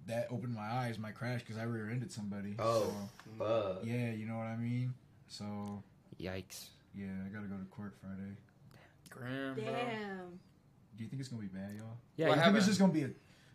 [SPEAKER 5] that opened my eyes, my crash, because I rear-ended somebody.
[SPEAKER 3] Oh,
[SPEAKER 5] So,
[SPEAKER 3] fuck.
[SPEAKER 5] yeah, you know what I mean. So
[SPEAKER 2] Yikes.
[SPEAKER 5] yeah, I gotta go to court Friday.
[SPEAKER 1] Grim, bro.
[SPEAKER 6] Damn.
[SPEAKER 5] Do you think it's gonna be bad, y'all?
[SPEAKER 2] Yeah,
[SPEAKER 1] What
[SPEAKER 2] you-
[SPEAKER 5] I think
[SPEAKER 1] happened?
[SPEAKER 5] it's just gonna be a,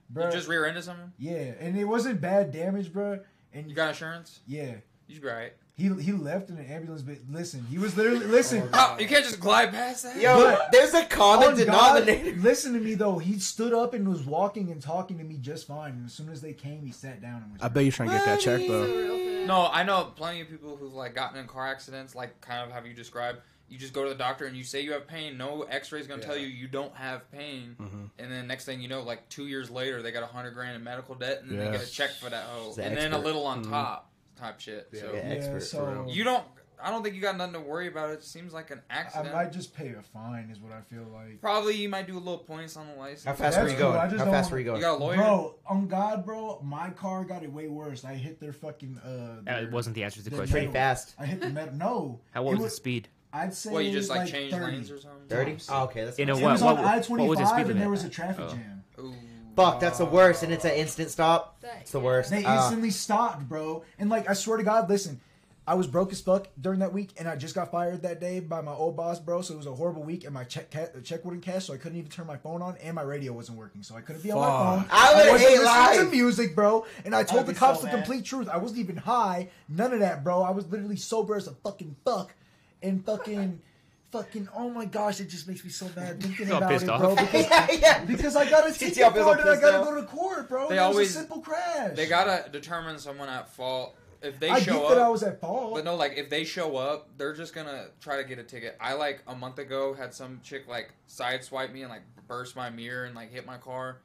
[SPEAKER 5] bro.
[SPEAKER 1] You just rear ended something?
[SPEAKER 5] Yeah, and it wasn't bad damage, bro. And
[SPEAKER 1] You got insurance?
[SPEAKER 5] yeah,
[SPEAKER 1] You should be alright.
[SPEAKER 5] He he left in an ambulance, but listen, he was literally listen.
[SPEAKER 1] Oh, you can't just glide past that.
[SPEAKER 3] Yo,
[SPEAKER 5] But-
[SPEAKER 3] there's a common
[SPEAKER 5] on God,
[SPEAKER 3] denominator.
[SPEAKER 5] listen to me though. He stood up and was walking and talking to me just fine. And as soon as they came, he sat down and was.
[SPEAKER 4] I bet you're trying to get that check though.
[SPEAKER 1] No, I know plenty of people who've like gotten in car accidents, like kind of how you described. You just go to the doctor and you say you have pain. No X-ray is gonna tell
[SPEAKER 7] Yeah.
[SPEAKER 1] you you don't have pain.
[SPEAKER 3] Mm-hmm.
[SPEAKER 1] And then next thing you know, like two years later, they got a hundred grand in medical debt, and then
[SPEAKER 4] Yeah.
[SPEAKER 1] they get a check for that hoe,
[SPEAKER 3] He's an
[SPEAKER 1] and then a
[SPEAKER 3] expert. Mm-hmm.
[SPEAKER 1] little on top type shit. So
[SPEAKER 3] Yeah,
[SPEAKER 5] yeah,
[SPEAKER 3] expert,
[SPEAKER 5] so
[SPEAKER 1] you don't. I don't think you got nothing to worry about. It seems like an
[SPEAKER 5] I
[SPEAKER 1] accident.
[SPEAKER 5] might just pay a fine, is what I feel like.
[SPEAKER 1] Probably you might do a little points on the license.
[SPEAKER 3] How fast were you
[SPEAKER 5] That's cool,
[SPEAKER 3] going?
[SPEAKER 5] I just
[SPEAKER 3] How
[SPEAKER 5] don't
[SPEAKER 3] fast
[SPEAKER 5] want-
[SPEAKER 3] were you
[SPEAKER 1] You
[SPEAKER 3] going?
[SPEAKER 1] got a lawyer?
[SPEAKER 5] Bro, on God, bro, my car got it way worse. I hit their fucking. Uh,
[SPEAKER 2] Uh,
[SPEAKER 5] their-
[SPEAKER 2] it wasn't the answer to the
[SPEAKER 5] They're
[SPEAKER 2] question.
[SPEAKER 3] Pretty fast.
[SPEAKER 5] I hit the metal. No.
[SPEAKER 2] How
[SPEAKER 5] it
[SPEAKER 2] what was the speed?
[SPEAKER 5] I'd say.
[SPEAKER 1] What you just like,
[SPEAKER 5] like
[SPEAKER 1] changed
[SPEAKER 5] 30.
[SPEAKER 1] lanes or something?
[SPEAKER 3] Thirty. Oh, okay, that's
[SPEAKER 2] You know
[SPEAKER 3] fine.
[SPEAKER 5] It was
[SPEAKER 2] What-
[SPEAKER 5] on
[SPEAKER 2] what- what
[SPEAKER 5] I
[SPEAKER 2] was the speed
[SPEAKER 5] twenty-five, and
[SPEAKER 2] limit?
[SPEAKER 5] there was a traffic
[SPEAKER 2] Oh.
[SPEAKER 5] jam.
[SPEAKER 1] Ooh.
[SPEAKER 3] Fuck, that's the worst, and it's an instant stop.
[SPEAKER 6] That-
[SPEAKER 3] It's the worst.
[SPEAKER 5] They
[SPEAKER 3] Uh,
[SPEAKER 5] instantly stopped, bro. And like, I swear to God, listen, I was broke as fuck during that week, and I just got fired that day by my old boss, bro. So it was a horrible week, and my check ca- check wouldn't cash, so I couldn't even turn my phone on, and my radio wasn't working, so I couldn't be on my phone.
[SPEAKER 3] I would
[SPEAKER 5] wasn't
[SPEAKER 3] hate
[SPEAKER 5] listening to
[SPEAKER 3] life.
[SPEAKER 5] music, bro. And I told
[SPEAKER 3] I'd
[SPEAKER 5] the
[SPEAKER 3] be
[SPEAKER 5] cops
[SPEAKER 3] so
[SPEAKER 5] the
[SPEAKER 3] mad.
[SPEAKER 5] complete truth. I wasn't even high, none of that, bro. I was literally sober as a fucking fuck, and fucking. Fucking, oh my gosh, it just makes me so mad thinking
[SPEAKER 2] So
[SPEAKER 5] about
[SPEAKER 2] pissed
[SPEAKER 5] it,
[SPEAKER 2] off.
[SPEAKER 5] bro. Because,
[SPEAKER 3] yeah, yeah.
[SPEAKER 5] because I got a
[SPEAKER 3] See,
[SPEAKER 5] ticket
[SPEAKER 3] y'all
[SPEAKER 5] for
[SPEAKER 3] feel
[SPEAKER 5] it and I
[SPEAKER 3] pissed
[SPEAKER 5] gotta
[SPEAKER 3] off.
[SPEAKER 5] go to court, bro.
[SPEAKER 1] They
[SPEAKER 5] It was
[SPEAKER 1] always-
[SPEAKER 5] a simple crash.
[SPEAKER 1] They gotta determine someone at fault. If they
[SPEAKER 5] I
[SPEAKER 1] show
[SPEAKER 5] get
[SPEAKER 1] up,
[SPEAKER 5] that I was at fault.
[SPEAKER 1] But no, like if they show up, they're just gonna try to get a ticket. I like a month ago had some chick like sideswipe me and like burst my mirror and like hit my car.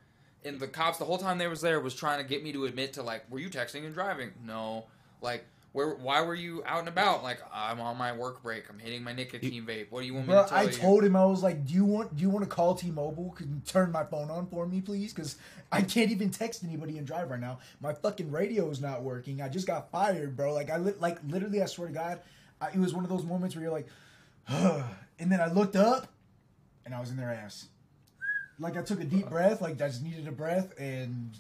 [SPEAKER 1] And the cops the whole time they was there was trying to get me to admit to like, were you texting and driving? No. Like where? Why were you out and about? Like I'm on my work break. I'm hitting my nicotine vape. What do you want me
[SPEAKER 5] Bro,
[SPEAKER 1] to tell
[SPEAKER 5] I
[SPEAKER 1] you?
[SPEAKER 5] told him I was like, "Do you want? Do you want to call T-Mobile? Can you turn my phone on for me, please? Because I can't even text anybody and drive right now. My fucking radio is not working. I just got fired, bro. Like I li- like literally, I swear to God, I, it was one of those moments where you're like, and then I looked up, and I was in their ass. Like I took a deep breath, like I just needed a breath, and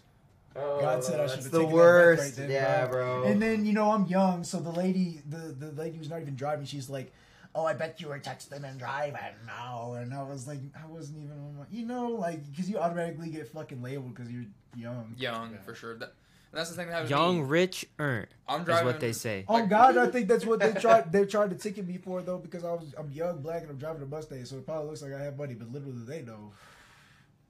[SPEAKER 5] God said I should
[SPEAKER 3] That's
[SPEAKER 5] have
[SPEAKER 3] the
[SPEAKER 5] taken
[SPEAKER 3] worst.
[SPEAKER 5] That break right then,
[SPEAKER 3] yeah, bro.
[SPEAKER 5] And then you know I'm young, so the lady, the the lady who's not even driving, she's like, "Oh, I bet you were texting and driving." No, and I was like, I wasn't even, on my, you know, like because you automatically get fucking labeled because you're young.
[SPEAKER 1] Young for sure. That, and that's the thing that happened. to
[SPEAKER 2] Young,
[SPEAKER 1] me.
[SPEAKER 2] rich, earned
[SPEAKER 1] I'm
[SPEAKER 2] is
[SPEAKER 1] driving-
[SPEAKER 2] what they say.
[SPEAKER 5] Oh God, I think that's what they tried. They tried to ticket me for though because I was I'm young, black, and I'm driving a Mustang, so it probably looks like I have money, but literally they know.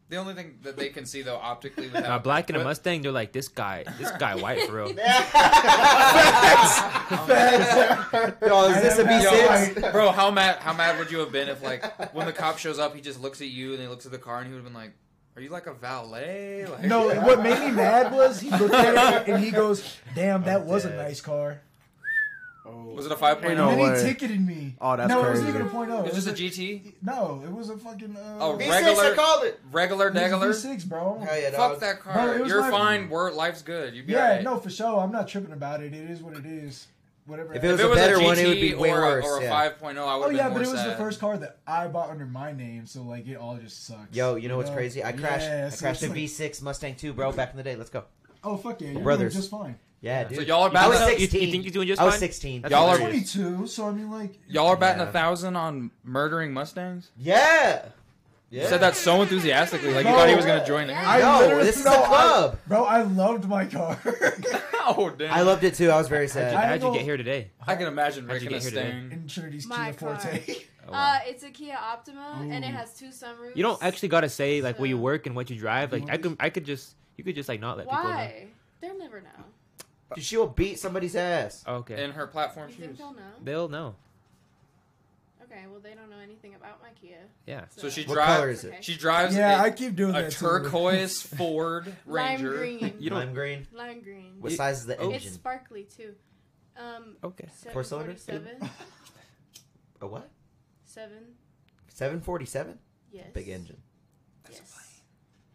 [SPEAKER 1] The only thing that they can see though optically
[SPEAKER 2] Now,
[SPEAKER 1] without
[SPEAKER 2] black and a
[SPEAKER 1] but-
[SPEAKER 2] Mustang, they're like this guy. This guy white for real.
[SPEAKER 3] Yo, is this a
[SPEAKER 5] I
[SPEAKER 3] B6?
[SPEAKER 5] am-
[SPEAKER 1] Bro, how mad how mad would you have been if like when the cop shows up, he just looks at you and he looks at the car and he would have been like, "Are you like a valet?" Like,
[SPEAKER 5] No, what made me mad was he looked at it and he goes, "Damn, that was a nice car."
[SPEAKER 4] Oh,
[SPEAKER 1] was it a five point?
[SPEAKER 4] No
[SPEAKER 5] and then
[SPEAKER 4] way.
[SPEAKER 5] he ticketed me.
[SPEAKER 4] Oh, that's
[SPEAKER 5] no, it
[SPEAKER 4] crazy.
[SPEAKER 5] wasn't even a point oh.
[SPEAKER 1] It was just
[SPEAKER 5] a
[SPEAKER 1] a GT,
[SPEAKER 5] No, it was a fucking. Uh,
[SPEAKER 1] Oh,
[SPEAKER 5] it
[SPEAKER 1] right.
[SPEAKER 3] B6, I
[SPEAKER 1] Regular-
[SPEAKER 3] called it.
[SPEAKER 1] regular
[SPEAKER 5] was a
[SPEAKER 1] degular.
[SPEAKER 5] V6, bro.
[SPEAKER 3] Hell Oh, yeah,
[SPEAKER 1] Fuck
[SPEAKER 3] dog.
[SPEAKER 1] that car.
[SPEAKER 5] Bro, it was
[SPEAKER 1] You're
[SPEAKER 5] my-
[SPEAKER 1] fine. We're life's good. You'd be
[SPEAKER 5] Yeah,
[SPEAKER 1] alright.
[SPEAKER 5] no, for sure. I'm not tripping about it. It is what it is. Whatever.
[SPEAKER 3] If it
[SPEAKER 5] happens.
[SPEAKER 1] if it was a
[SPEAKER 3] better
[SPEAKER 1] GT
[SPEAKER 3] one, it would be way
[SPEAKER 1] or,
[SPEAKER 3] worse,
[SPEAKER 1] a, or a
[SPEAKER 3] yeah.
[SPEAKER 1] 5.0, I would
[SPEAKER 5] oh
[SPEAKER 1] have
[SPEAKER 5] yeah,
[SPEAKER 1] been
[SPEAKER 5] but it
[SPEAKER 1] more
[SPEAKER 5] was the
[SPEAKER 1] sad.
[SPEAKER 5] first car that I bought under my name, so like it all just sucks.
[SPEAKER 3] Yo, you know what's crazy? I crashed.
[SPEAKER 5] Yeah,
[SPEAKER 3] I
[SPEAKER 5] so
[SPEAKER 3] crashed a
[SPEAKER 5] it's like-
[SPEAKER 3] V6 Mustang 2, bro. Back in the day. Let's go.
[SPEAKER 5] Oh fuck yeah, you're
[SPEAKER 3] Brothers.
[SPEAKER 5] Brothers. just fine.
[SPEAKER 3] Yeah, dude.
[SPEAKER 1] So y'all are
[SPEAKER 3] I
[SPEAKER 1] back
[SPEAKER 3] was
[SPEAKER 1] up?
[SPEAKER 2] You- you
[SPEAKER 3] 16.
[SPEAKER 2] think you're doing just
[SPEAKER 3] I was
[SPEAKER 2] fine?
[SPEAKER 3] 16.
[SPEAKER 2] That's
[SPEAKER 1] Y'all are-
[SPEAKER 2] hilarious.
[SPEAKER 5] 22, so I mean like.
[SPEAKER 1] Y'all are batting
[SPEAKER 3] Yeah.
[SPEAKER 1] a thousand on murdering Mustangs.
[SPEAKER 3] Yeah.
[SPEAKER 1] You
[SPEAKER 3] Yeah.
[SPEAKER 1] said that so enthusiastically, like you
[SPEAKER 5] No.
[SPEAKER 1] thought he was gonna join in.
[SPEAKER 6] Yeah.
[SPEAKER 5] I
[SPEAKER 3] No,
[SPEAKER 5] literally-
[SPEAKER 3] this is
[SPEAKER 5] no,
[SPEAKER 3] a
[SPEAKER 5] I-
[SPEAKER 3] club.
[SPEAKER 5] bro, I loved my car.
[SPEAKER 1] Oh damn!
[SPEAKER 3] I loved it too. I was very
[SPEAKER 5] I-
[SPEAKER 3] sad.
[SPEAKER 2] How'd you
[SPEAKER 5] know-
[SPEAKER 2] get here today?
[SPEAKER 1] I can imagine
[SPEAKER 2] How'd you
[SPEAKER 1] breaking a
[SPEAKER 2] get here today?
[SPEAKER 1] sting.
[SPEAKER 5] In Trinity's
[SPEAKER 6] My
[SPEAKER 5] Kia
[SPEAKER 6] car.
[SPEAKER 5] Forte.
[SPEAKER 2] Oh, wow.
[SPEAKER 6] Uh, it's a Kia Optima, and it
[SPEAKER 5] Ooh.
[SPEAKER 6] has two sunroofs.
[SPEAKER 2] You don't actually gotta say like where you
[SPEAKER 6] So-
[SPEAKER 2] work and what you drive. Like
[SPEAKER 5] want
[SPEAKER 2] I could, I could just, you could just like not let people know.
[SPEAKER 6] Why? They'll never know.
[SPEAKER 3] Dude, she will beat somebody's ass.
[SPEAKER 2] Oh, okay,
[SPEAKER 1] In her platform
[SPEAKER 6] You think
[SPEAKER 1] shoes.
[SPEAKER 6] they'll know?
[SPEAKER 2] they'll know.
[SPEAKER 6] Okay, well they don't know anything about my Kia.
[SPEAKER 2] Yeah.
[SPEAKER 1] So she
[SPEAKER 3] What
[SPEAKER 1] drives.
[SPEAKER 3] color is it?
[SPEAKER 6] Okay.
[SPEAKER 1] She drives.
[SPEAKER 5] Yeah,
[SPEAKER 1] a-
[SPEAKER 5] I keep doing
[SPEAKER 1] a
[SPEAKER 5] that. too.
[SPEAKER 1] turquoise Ford
[SPEAKER 6] Lime
[SPEAKER 1] Ranger.
[SPEAKER 6] green.
[SPEAKER 2] You don't-
[SPEAKER 3] Lime green.
[SPEAKER 6] Lime green.
[SPEAKER 3] What
[SPEAKER 2] You-
[SPEAKER 3] size is the
[SPEAKER 2] Oh.
[SPEAKER 6] It's
[SPEAKER 3] engine?
[SPEAKER 6] sparkly too. Um,
[SPEAKER 2] Okay.
[SPEAKER 3] Four cylinders?
[SPEAKER 6] 747?
[SPEAKER 3] A what?
[SPEAKER 6] Seven.
[SPEAKER 3] 747.
[SPEAKER 6] Yes.
[SPEAKER 3] Big engine.
[SPEAKER 6] Yes.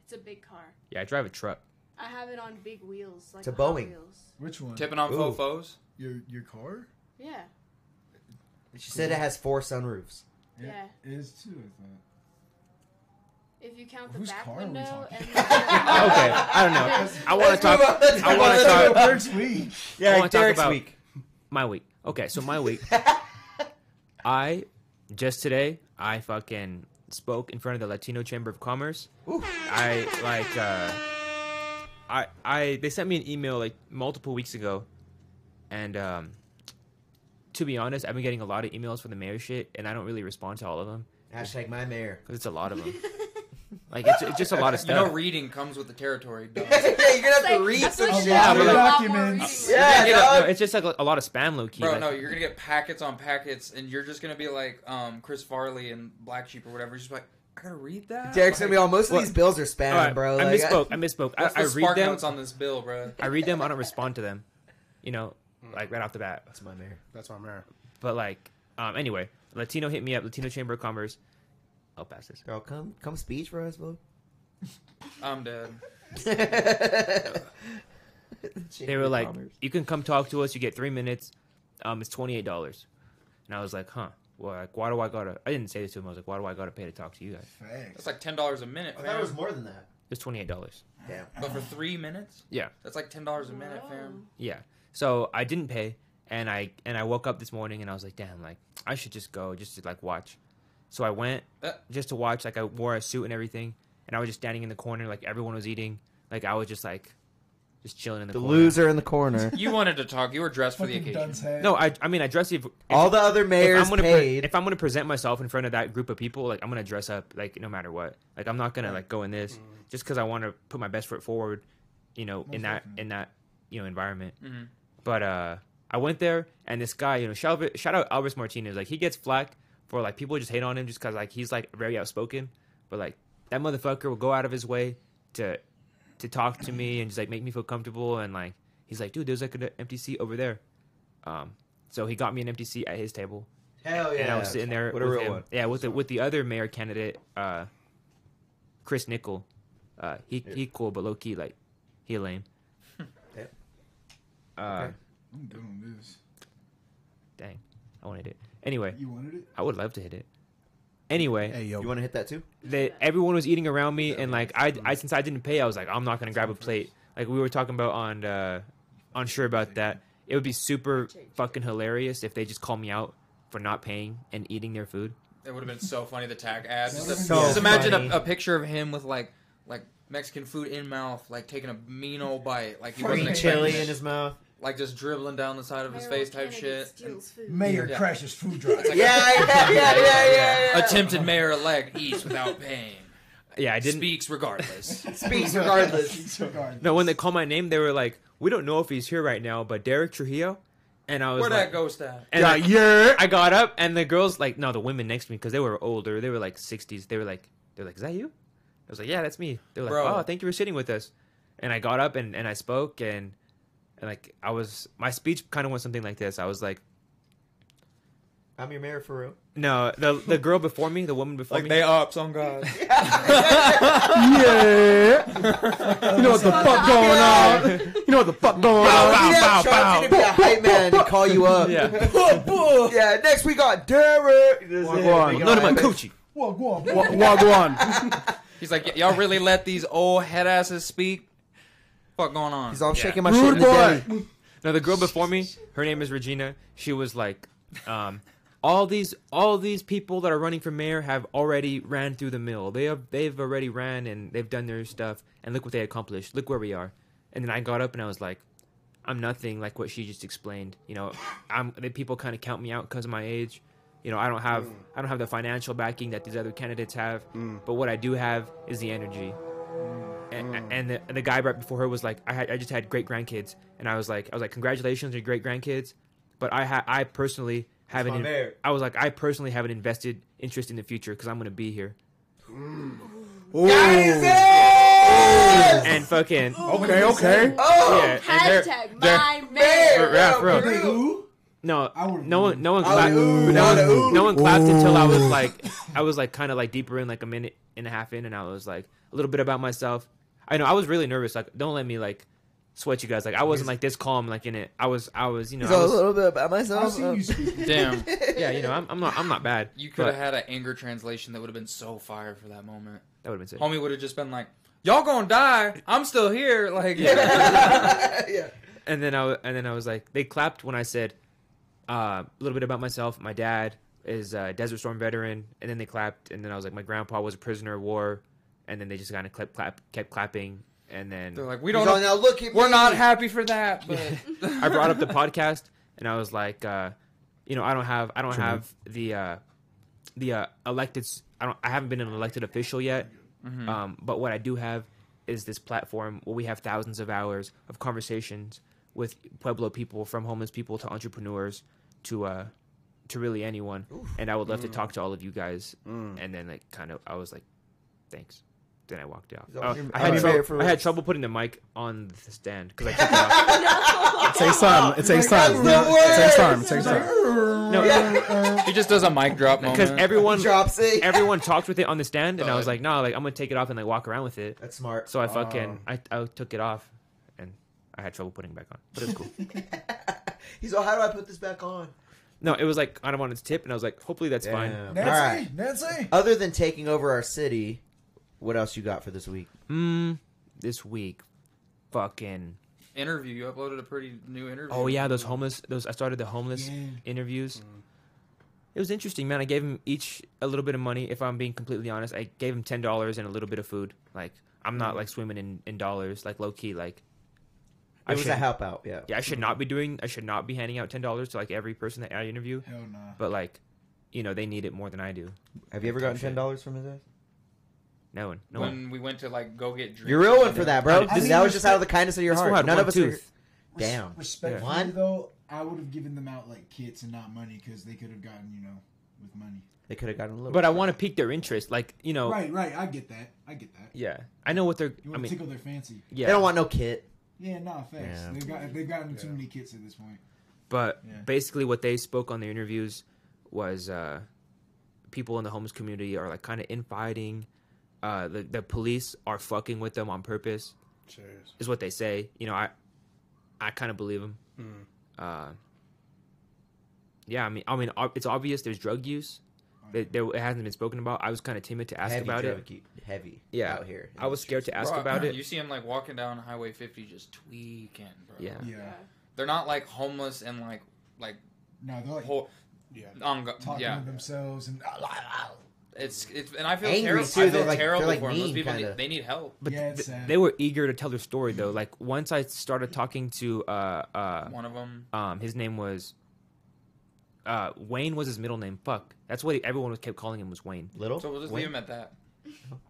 [SPEAKER 6] It's a big car.
[SPEAKER 2] Yeah, I drive a truck.
[SPEAKER 6] I have it on big wheels, like
[SPEAKER 3] It's a
[SPEAKER 6] Hot
[SPEAKER 3] Boeing.
[SPEAKER 6] Wheels.
[SPEAKER 5] Which one?
[SPEAKER 1] Tipping on
[SPEAKER 3] Ooh.
[SPEAKER 1] fofos.
[SPEAKER 5] Your your car?
[SPEAKER 6] Yeah.
[SPEAKER 3] She said it has four sunroofs.
[SPEAKER 6] Yeah.
[SPEAKER 5] It is too. I thought.
[SPEAKER 6] If you count the
[SPEAKER 5] Whose
[SPEAKER 6] back
[SPEAKER 5] car are we
[SPEAKER 6] window
[SPEAKER 5] talking
[SPEAKER 6] and the
[SPEAKER 2] Okay, I don't know.
[SPEAKER 6] There's-
[SPEAKER 2] I want to
[SPEAKER 3] Let's move
[SPEAKER 2] talk.
[SPEAKER 3] on. Let's
[SPEAKER 2] I
[SPEAKER 3] move
[SPEAKER 2] wanna
[SPEAKER 3] on.
[SPEAKER 2] talk-
[SPEAKER 5] Let's go First week.
[SPEAKER 2] I
[SPEAKER 3] Yeah,
[SPEAKER 2] wanna talk
[SPEAKER 3] Derek's
[SPEAKER 2] about-
[SPEAKER 3] week.
[SPEAKER 2] my week. Okay, so my week. I just today I fucking spoke in front of the Latino Chamber of Commerce. I like uh I I they sent me an email like multiple weeks ago and um to be honest, I've been getting a lot of emails for the mayor shit, and I don't really respond to all of them
[SPEAKER 3] Hashtag my mayor.
[SPEAKER 2] because it's a lot of them. like it's, it's just a lot of
[SPEAKER 1] You know,
[SPEAKER 2] stuff.
[SPEAKER 1] reading comes with the territory. Doug.
[SPEAKER 3] yeah, you're gonna have
[SPEAKER 6] It's like-
[SPEAKER 3] to
[SPEAKER 6] I
[SPEAKER 3] read
[SPEAKER 6] feel
[SPEAKER 3] some
[SPEAKER 6] like
[SPEAKER 3] shit.
[SPEAKER 6] there's
[SPEAKER 5] out
[SPEAKER 6] a
[SPEAKER 5] of
[SPEAKER 6] lot
[SPEAKER 5] the
[SPEAKER 6] more
[SPEAKER 5] documents.
[SPEAKER 6] reading.
[SPEAKER 3] Yeah,
[SPEAKER 2] You know,
[SPEAKER 3] dog.
[SPEAKER 2] no, it's just like a, a lot of spam, low key.
[SPEAKER 1] Bro,
[SPEAKER 2] like,
[SPEAKER 1] no, you're gonna get packets on packets, and you're just gonna be like um, Chris Farley and Black Sheep or whatever. You're just like, I gotta read that.
[SPEAKER 3] Derek's
[SPEAKER 1] Like,
[SPEAKER 3] gonna be all. Most of
[SPEAKER 2] What?
[SPEAKER 3] these bills are spam,
[SPEAKER 2] All right,
[SPEAKER 3] bro.
[SPEAKER 2] I
[SPEAKER 3] Like,
[SPEAKER 2] misspoke. I misspoke. I,
[SPEAKER 1] What's
[SPEAKER 2] I
[SPEAKER 1] the
[SPEAKER 2] read
[SPEAKER 1] spark
[SPEAKER 2] them.
[SPEAKER 1] notes on this bill, bro?
[SPEAKER 2] I read them. I don't respond to them. You know, like right off the bat.
[SPEAKER 3] That's my mayor.
[SPEAKER 4] That's my man.
[SPEAKER 2] But like, um, anyway, Latino hit me up. Latino Chamber of Commerce. Oh, I'll pass this.
[SPEAKER 3] Girl, come, come speech for us, bro.
[SPEAKER 1] I'm dead.
[SPEAKER 2] They were like, you can come talk to us. You get three minutes. Um, it's twenty eight dollars. And I was like, huh. Well, like, why do I gotta? I didn't say this to him. I was like, why do I gotta pay to talk to you guys?
[SPEAKER 5] Facts.
[SPEAKER 1] That's like ten dollars a minute,
[SPEAKER 3] I thought
[SPEAKER 1] fam.
[SPEAKER 3] it was more than that.
[SPEAKER 2] It's twenty eight dollars.
[SPEAKER 3] Damn.
[SPEAKER 1] but for three minutes,
[SPEAKER 2] Yeah,
[SPEAKER 1] that's like ten dollars a minute, fam.
[SPEAKER 2] yeah. So I didn't pay, and I and I woke up this morning and I was like, damn, like I should just go just to like watch. So I went
[SPEAKER 1] Uh.
[SPEAKER 2] just to watch. Like I wore a suit and everything, and I was just standing in the corner. Like everyone was eating. Like I was just like, just chilling in the,
[SPEAKER 3] The
[SPEAKER 2] corner.
[SPEAKER 3] loser in the corner.
[SPEAKER 1] You wanted to talk. You were dressed for the
[SPEAKER 5] Fucking
[SPEAKER 1] occasion.
[SPEAKER 5] dunce head.
[SPEAKER 2] No, I I mean I dress if, if
[SPEAKER 3] All the other
[SPEAKER 2] if
[SPEAKER 3] mayors
[SPEAKER 2] I'm gonna pre-
[SPEAKER 3] paid.
[SPEAKER 2] if I'm gonna present myself in front of that group of people, like I'm gonna dress up like no matter what. Like I'm not gonna like go in this just because I want to put my best foot forward, you know, in
[SPEAKER 5] Most
[SPEAKER 2] that
[SPEAKER 5] definitely.
[SPEAKER 2] in that you know environment. But uh, I went there and this guy, you know, shout out, shout out Alvis Martinez. Like he gets flack for like people just hate on him just because like he's like very outspoken, but like that motherfucker will go out of his way to to talk to me and just like make me feel comfortable and like he's like, dude, there's like an empty seat over there. Um, so he got me an empty seat at his table
[SPEAKER 3] Hell yeah.
[SPEAKER 2] and I was sitting there
[SPEAKER 3] What a
[SPEAKER 2] with
[SPEAKER 3] real
[SPEAKER 2] him.
[SPEAKER 3] one.
[SPEAKER 2] Yeah, with the with the other mayor candidate, uh, Chris Nickel. Uh, he he cool, but low key like he lame.
[SPEAKER 3] Yeah.
[SPEAKER 2] Uh,
[SPEAKER 3] Okay.
[SPEAKER 5] I'm doing this.
[SPEAKER 2] dang, I wanted it. Anyway,
[SPEAKER 5] You wanted it?
[SPEAKER 2] I would love to hit it. Anyway,
[SPEAKER 4] Hey yo,
[SPEAKER 3] You want to hit that too?
[SPEAKER 2] that everyone was eating around me and like I, I since I didn't pay, I was like, I'm not gonna grab a plate. Like we were talking about on uh on sure about that. It would be super fucking hilarious if they just call me out for not paying and eating their food.
[SPEAKER 1] It would have been so funny to tag ads.
[SPEAKER 5] That
[SPEAKER 1] Just,
[SPEAKER 5] would've been
[SPEAKER 1] just imagine
[SPEAKER 3] funny.
[SPEAKER 1] a, a picture of him with like like Mexican food in mouth, like taking a mean old bite, like he
[SPEAKER 5] Free
[SPEAKER 1] wasn't
[SPEAKER 3] Green
[SPEAKER 1] expecting
[SPEAKER 3] chili
[SPEAKER 1] it.
[SPEAKER 3] in his mouth.
[SPEAKER 1] like just dribbling down the side of his face type shit.
[SPEAKER 5] Mayor
[SPEAKER 1] Yeah.
[SPEAKER 5] crashes food drive.
[SPEAKER 1] like-
[SPEAKER 3] Yeah, yeah, yeah, yeah, yeah. yeah.
[SPEAKER 1] Attempted mayor elect eats without paying.
[SPEAKER 2] Yeah, I didn't
[SPEAKER 1] Speaks regardless.
[SPEAKER 3] Speaks regardless.
[SPEAKER 5] Regardless.
[SPEAKER 2] No, when they called my name, they were like, "We don't know if he's here right now, but Derek Trujillo." And I was
[SPEAKER 1] Where'd
[SPEAKER 2] like,
[SPEAKER 1] that ghost at?
[SPEAKER 2] And
[SPEAKER 4] yeah,
[SPEAKER 2] I,
[SPEAKER 4] yeah.
[SPEAKER 2] I got up, and the girls like, no, the women next to me because they were older. They were like sixties. They were like, they're like, "Is that you?" I was like, "Yeah, that's me." They were like,
[SPEAKER 1] Bro.
[SPEAKER 2] "Oh, thank you for sitting with us." And I got up and, and I spoke and and like I was my speech kind of went something like this. I was like,
[SPEAKER 3] I'm your mayor for real.
[SPEAKER 2] "No, the the girl before me, the woman before me,
[SPEAKER 1] ups on God.
[SPEAKER 4] You know what the fuck going on? You know what the fuck going on?
[SPEAKER 3] you have Chauncey Oh, to be a hype man to call you up.
[SPEAKER 2] Yeah.
[SPEAKER 3] yeah. Next we got Derek.
[SPEAKER 4] Wagwan.
[SPEAKER 2] none of my coochie."
[SPEAKER 5] Whoa, whoa, whoa.
[SPEAKER 4] Wa- Wagwan.
[SPEAKER 1] He's like, "Y- y'all really let these old head asses speak? What going on?
[SPEAKER 3] He's all shaking my shit
[SPEAKER 4] Rude
[SPEAKER 3] in the
[SPEAKER 4] boy.
[SPEAKER 3] day.
[SPEAKER 2] No, the girl before me, her name is Regina. She was like, um, all these all these people that are running for mayor have already ran through the mill. They have they've already ran and they've done their stuff. And look what they accomplished. Look where we are. And then I got up and I was like, I'm nothing like what she just explained. You know, I'm the people kind of count me out because of my age. You know, I don't have I don't have the financial backing that these other candidates have. But what I do have is the energy. And, and the, and the guy right before her was like, I had I just had great grandkids, and I was like, I was like, congratulations on your great grandkids, but I ha- I personally haven't.
[SPEAKER 3] my
[SPEAKER 2] in-
[SPEAKER 3] mayor.
[SPEAKER 2] I was like, I personally have an invested interest in the future because I'm gonna be here. And fucking
[SPEAKER 4] Okay, okay.
[SPEAKER 3] Oh,
[SPEAKER 2] yeah, and they're,
[SPEAKER 6] Hashtag my
[SPEAKER 3] Mayor.
[SPEAKER 6] mayor.
[SPEAKER 2] for real, for real.
[SPEAKER 5] Hey, who?
[SPEAKER 2] no,
[SPEAKER 5] I would've
[SPEAKER 2] no one,
[SPEAKER 5] been-
[SPEAKER 2] no one
[SPEAKER 3] I
[SPEAKER 2] clapped,
[SPEAKER 3] would've- ooh,
[SPEAKER 2] no,
[SPEAKER 3] I
[SPEAKER 2] one,
[SPEAKER 3] would've-
[SPEAKER 2] no one clapped
[SPEAKER 4] ooh.
[SPEAKER 2] until I was like, I was like kind of like deeper in, like a minute and a half in, and I was like a little bit about myself. I know I was really nervous. Like, don't let me like sweat you guys. Like, I wasn't like this calm like in it. I was, I was, you know,
[SPEAKER 3] He's
[SPEAKER 2] I
[SPEAKER 3] all a
[SPEAKER 2] was-
[SPEAKER 3] little bit about
[SPEAKER 5] I've
[SPEAKER 3] myself. Uh,
[SPEAKER 5] seen you speak.
[SPEAKER 1] Damn,
[SPEAKER 2] yeah, you know, I'm, I'm not, I'm not bad.
[SPEAKER 1] you could have
[SPEAKER 2] but
[SPEAKER 1] had an anger translation that would have been so fire for that moment.
[SPEAKER 2] that would have been sick.
[SPEAKER 1] Homie would have just been like, "Y'all gonna die? I'm still here." Like,
[SPEAKER 3] yeah.
[SPEAKER 2] and then I w- and then I was like, they clapped when I said uh, a little bit about myself. My dad is a Desert Storm veteran, and then they clapped. And then I was like, my grandpa was a prisoner of war, and then they just kind of clap, clap, kept clapping. And then
[SPEAKER 1] they're like, "We
[SPEAKER 3] He's
[SPEAKER 1] don't.
[SPEAKER 3] all,
[SPEAKER 1] Know,
[SPEAKER 3] now look at
[SPEAKER 1] we're
[SPEAKER 3] me.
[SPEAKER 1] not happy for that." But
[SPEAKER 2] I brought up the podcast, and I was like, uh, you know, I don't have I don't
[SPEAKER 4] True.
[SPEAKER 2] have the uh, the uh, elected. s- I don't I haven't been an elected official yet. Um, but what I do have is this platform where we have thousands of hours of conversations with Pueblo people, from homeless people to entrepreneurs to uh, to really anyone. And I would love to talk to all of you guys. And then like kind of I was like, thanks. Then I walked off.
[SPEAKER 3] These are
[SPEAKER 2] Oh,
[SPEAKER 3] your-
[SPEAKER 2] I,
[SPEAKER 3] are
[SPEAKER 2] had
[SPEAKER 3] your
[SPEAKER 2] trouble,
[SPEAKER 3] favorite
[SPEAKER 2] I had
[SPEAKER 3] fruits.
[SPEAKER 2] trouble putting the mic on the stand because I took it off.
[SPEAKER 4] It takes time. It takes
[SPEAKER 3] That's
[SPEAKER 4] time.
[SPEAKER 3] the
[SPEAKER 4] It takes time. It
[SPEAKER 3] worst!
[SPEAKER 4] takes time.
[SPEAKER 2] No,
[SPEAKER 1] He just does a mic drop moment.
[SPEAKER 2] because everyone
[SPEAKER 3] Drops it.
[SPEAKER 2] everyone talked with it on the stand, and I was
[SPEAKER 1] God.
[SPEAKER 2] like, nah, like I'm gonna take it off and like walk around with it.
[SPEAKER 3] That's smart.
[SPEAKER 2] So I fucking I, I took it off, and I had trouble putting it back on, but it's cool.
[SPEAKER 3] He's like, how do I put this back on?
[SPEAKER 2] no, it was like I don't want its tip, and I was like, hopefully that's fine.
[SPEAKER 3] Damn.
[SPEAKER 5] Nancy,
[SPEAKER 3] All right.
[SPEAKER 5] Nancy.
[SPEAKER 2] Uh,
[SPEAKER 3] Other than taking over our city, what else you got for this week?
[SPEAKER 2] Mm, this week, fucking
[SPEAKER 1] interview. You uploaded a pretty new interview.
[SPEAKER 2] oh yeah, those homeless those I started the homeless
[SPEAKER 5] Yeah.
[SPEAKER 2] interviews. It was interesting, man. I gave them each a little bit of money. If I'm being completely honest, I gave them ten dollars and a little bit of food. Like I'm not like swimming in, in dollars, like low key, like.
[SPEAKER 3] It was a
[SPEAKER 2] shouldn't-
[SPEAKER 3] help out. Yeah.
[SPEAKER 2] yeah, I should not be doing. I should not be handing out ten dollars to like every person that I interview.
[SPEAKER 5] Hell nah.
[SPEAKER 2] But like, you know, they need it more than I do.
[SPEAKER 3] Have you ever gotten ten dollars from his ass?
[SPEAKER 2] No one, no one.
[SPEAKER 1] when we went to like go get drinks.
[SPEAKER 3] You're real one for that, bro.
[SPEAKER 2] I
[SPEAKER 5] mean,
[SPEAKER 3] that was just out of the kindness of your
[SPEAKER 2] This fool
[SPEAKER 3] heart.
[SPEAKER 2] had
[SPEAKER 3] None
[SPEAKER 2] one
[SPEAKER 3] of us. Are,
[SPEAKER 2] tooth.
[SPEAKER 5] Res-
[SPEAKER 3] Damn.
[SPEAKER 5] Respectfully
[SPEAKER 3] Yeah. What?
[SPEAKER 5] though, I would have given them out like kits and not money because they could have gotten you know with money.
[SPEAKER 3] they could have gotten a little.
[SPEAKER 2] But I want to pique their interest. Like, you know,
[SPEAKER 5] Right, right. I get that. I get that.
[SPEAKER 2] Oh. yeah, I know what they're.
[SPEAKER 5] You
[SPEAKER 2] I
[SPEAKER 5] want to
[SPEAKER 2] mean,
[SPEAKER 5] tickle their fancy.
[SPEAKER 2] yeah,
[SPEAKER 3] They don't want no kit.
[SPEAKER 5] Yeah, nah, facts.
[SPEAKER 3] Yeah.
[SPEAKER 5] They've got they've gotten too many kits at this point.
[SPEAKER 2] but
[SPEAKER 5] Yeah.
[SPEAKER 2] basically, what they spoke on their interviews was uh, people in the homeless community are like kind of infighting. Uh, the the police are fucking with them on purpose.
[SPEAKER 4] Cheers.
[SPEAKER 2] is what they say. You know, I I kind of believe them. Uh, yeah, I mean, I mean, ob- it's obvious there's drug use. That there, it hasn't been spoken about. I was kind of timid to ask
[SPEAKER 3] heavy
[SPEAKER 2] about
[SPEAKER 3] drug
[SPEAKER 2] it.
[SPEAKER 3] u- Heavy.
[SPEAKER 2] Yeah,
[SPEAKER 3] Out here.
[SPEAKER 2] I was scared to ask
[SPEAKER 1] Bro,
[SPEAKER 2] about
[SPEAKER 1] You
[SPEAKER 2] it.
[SPEAKER 1] see him like walking down Highway 50, just tweaking, bro.
[SPEAKER 2] Yeah,
[SPEAKER 5] Yeah.
[SPEAKER 1] they're not like homeless and like like
[SPEAKER 5] No, they're like
[SPEAKER 1] whole.
[SPEAKER 4] Yeah.
[SPEAKER 1] On go-
[SPEAKER 5] Oh, talking
[SPEAKER 1] yeah,
[SPEAKER 5] to themselves and ah,
[SPEAKER 1] it's it's and I feel
[SPEAKER 3] Angry,
[SPEAKER 1] terrible.
[SPEAKER 3] too.
[SPEAKER 1] I feel
[SPEAKER 3] They're, like-
[SPEAKER 1] terrible
[SPEAKER 3] they're, like,
[SPEAKER 1] for 'em. Those
[SPEAKER 3] mean,
[SPEAKER 1] people
[SPEAKER 3] kinda.
[SPEAKER 1] need, they need help.
[SPEAKER 2] but
[SPEAKER 5] Yeah,
[SPEAKER 2] th-
[SPEAKER 5] it's sad.
[SPEAKER 2] they were eager to tell their story though. Like once I started talking to uh uh
[SPEAKER 1] One of them.
[SPEAKER 2] um his name was uh Wayne was his middle name. Fuck, that's what everyone kept calling him was Wayne.
[SPEAKER 3] little.
[SPEAKER 1] So we'll just
[SPEAKER 3] Wait.
[SPEAKER 1] leave him at that.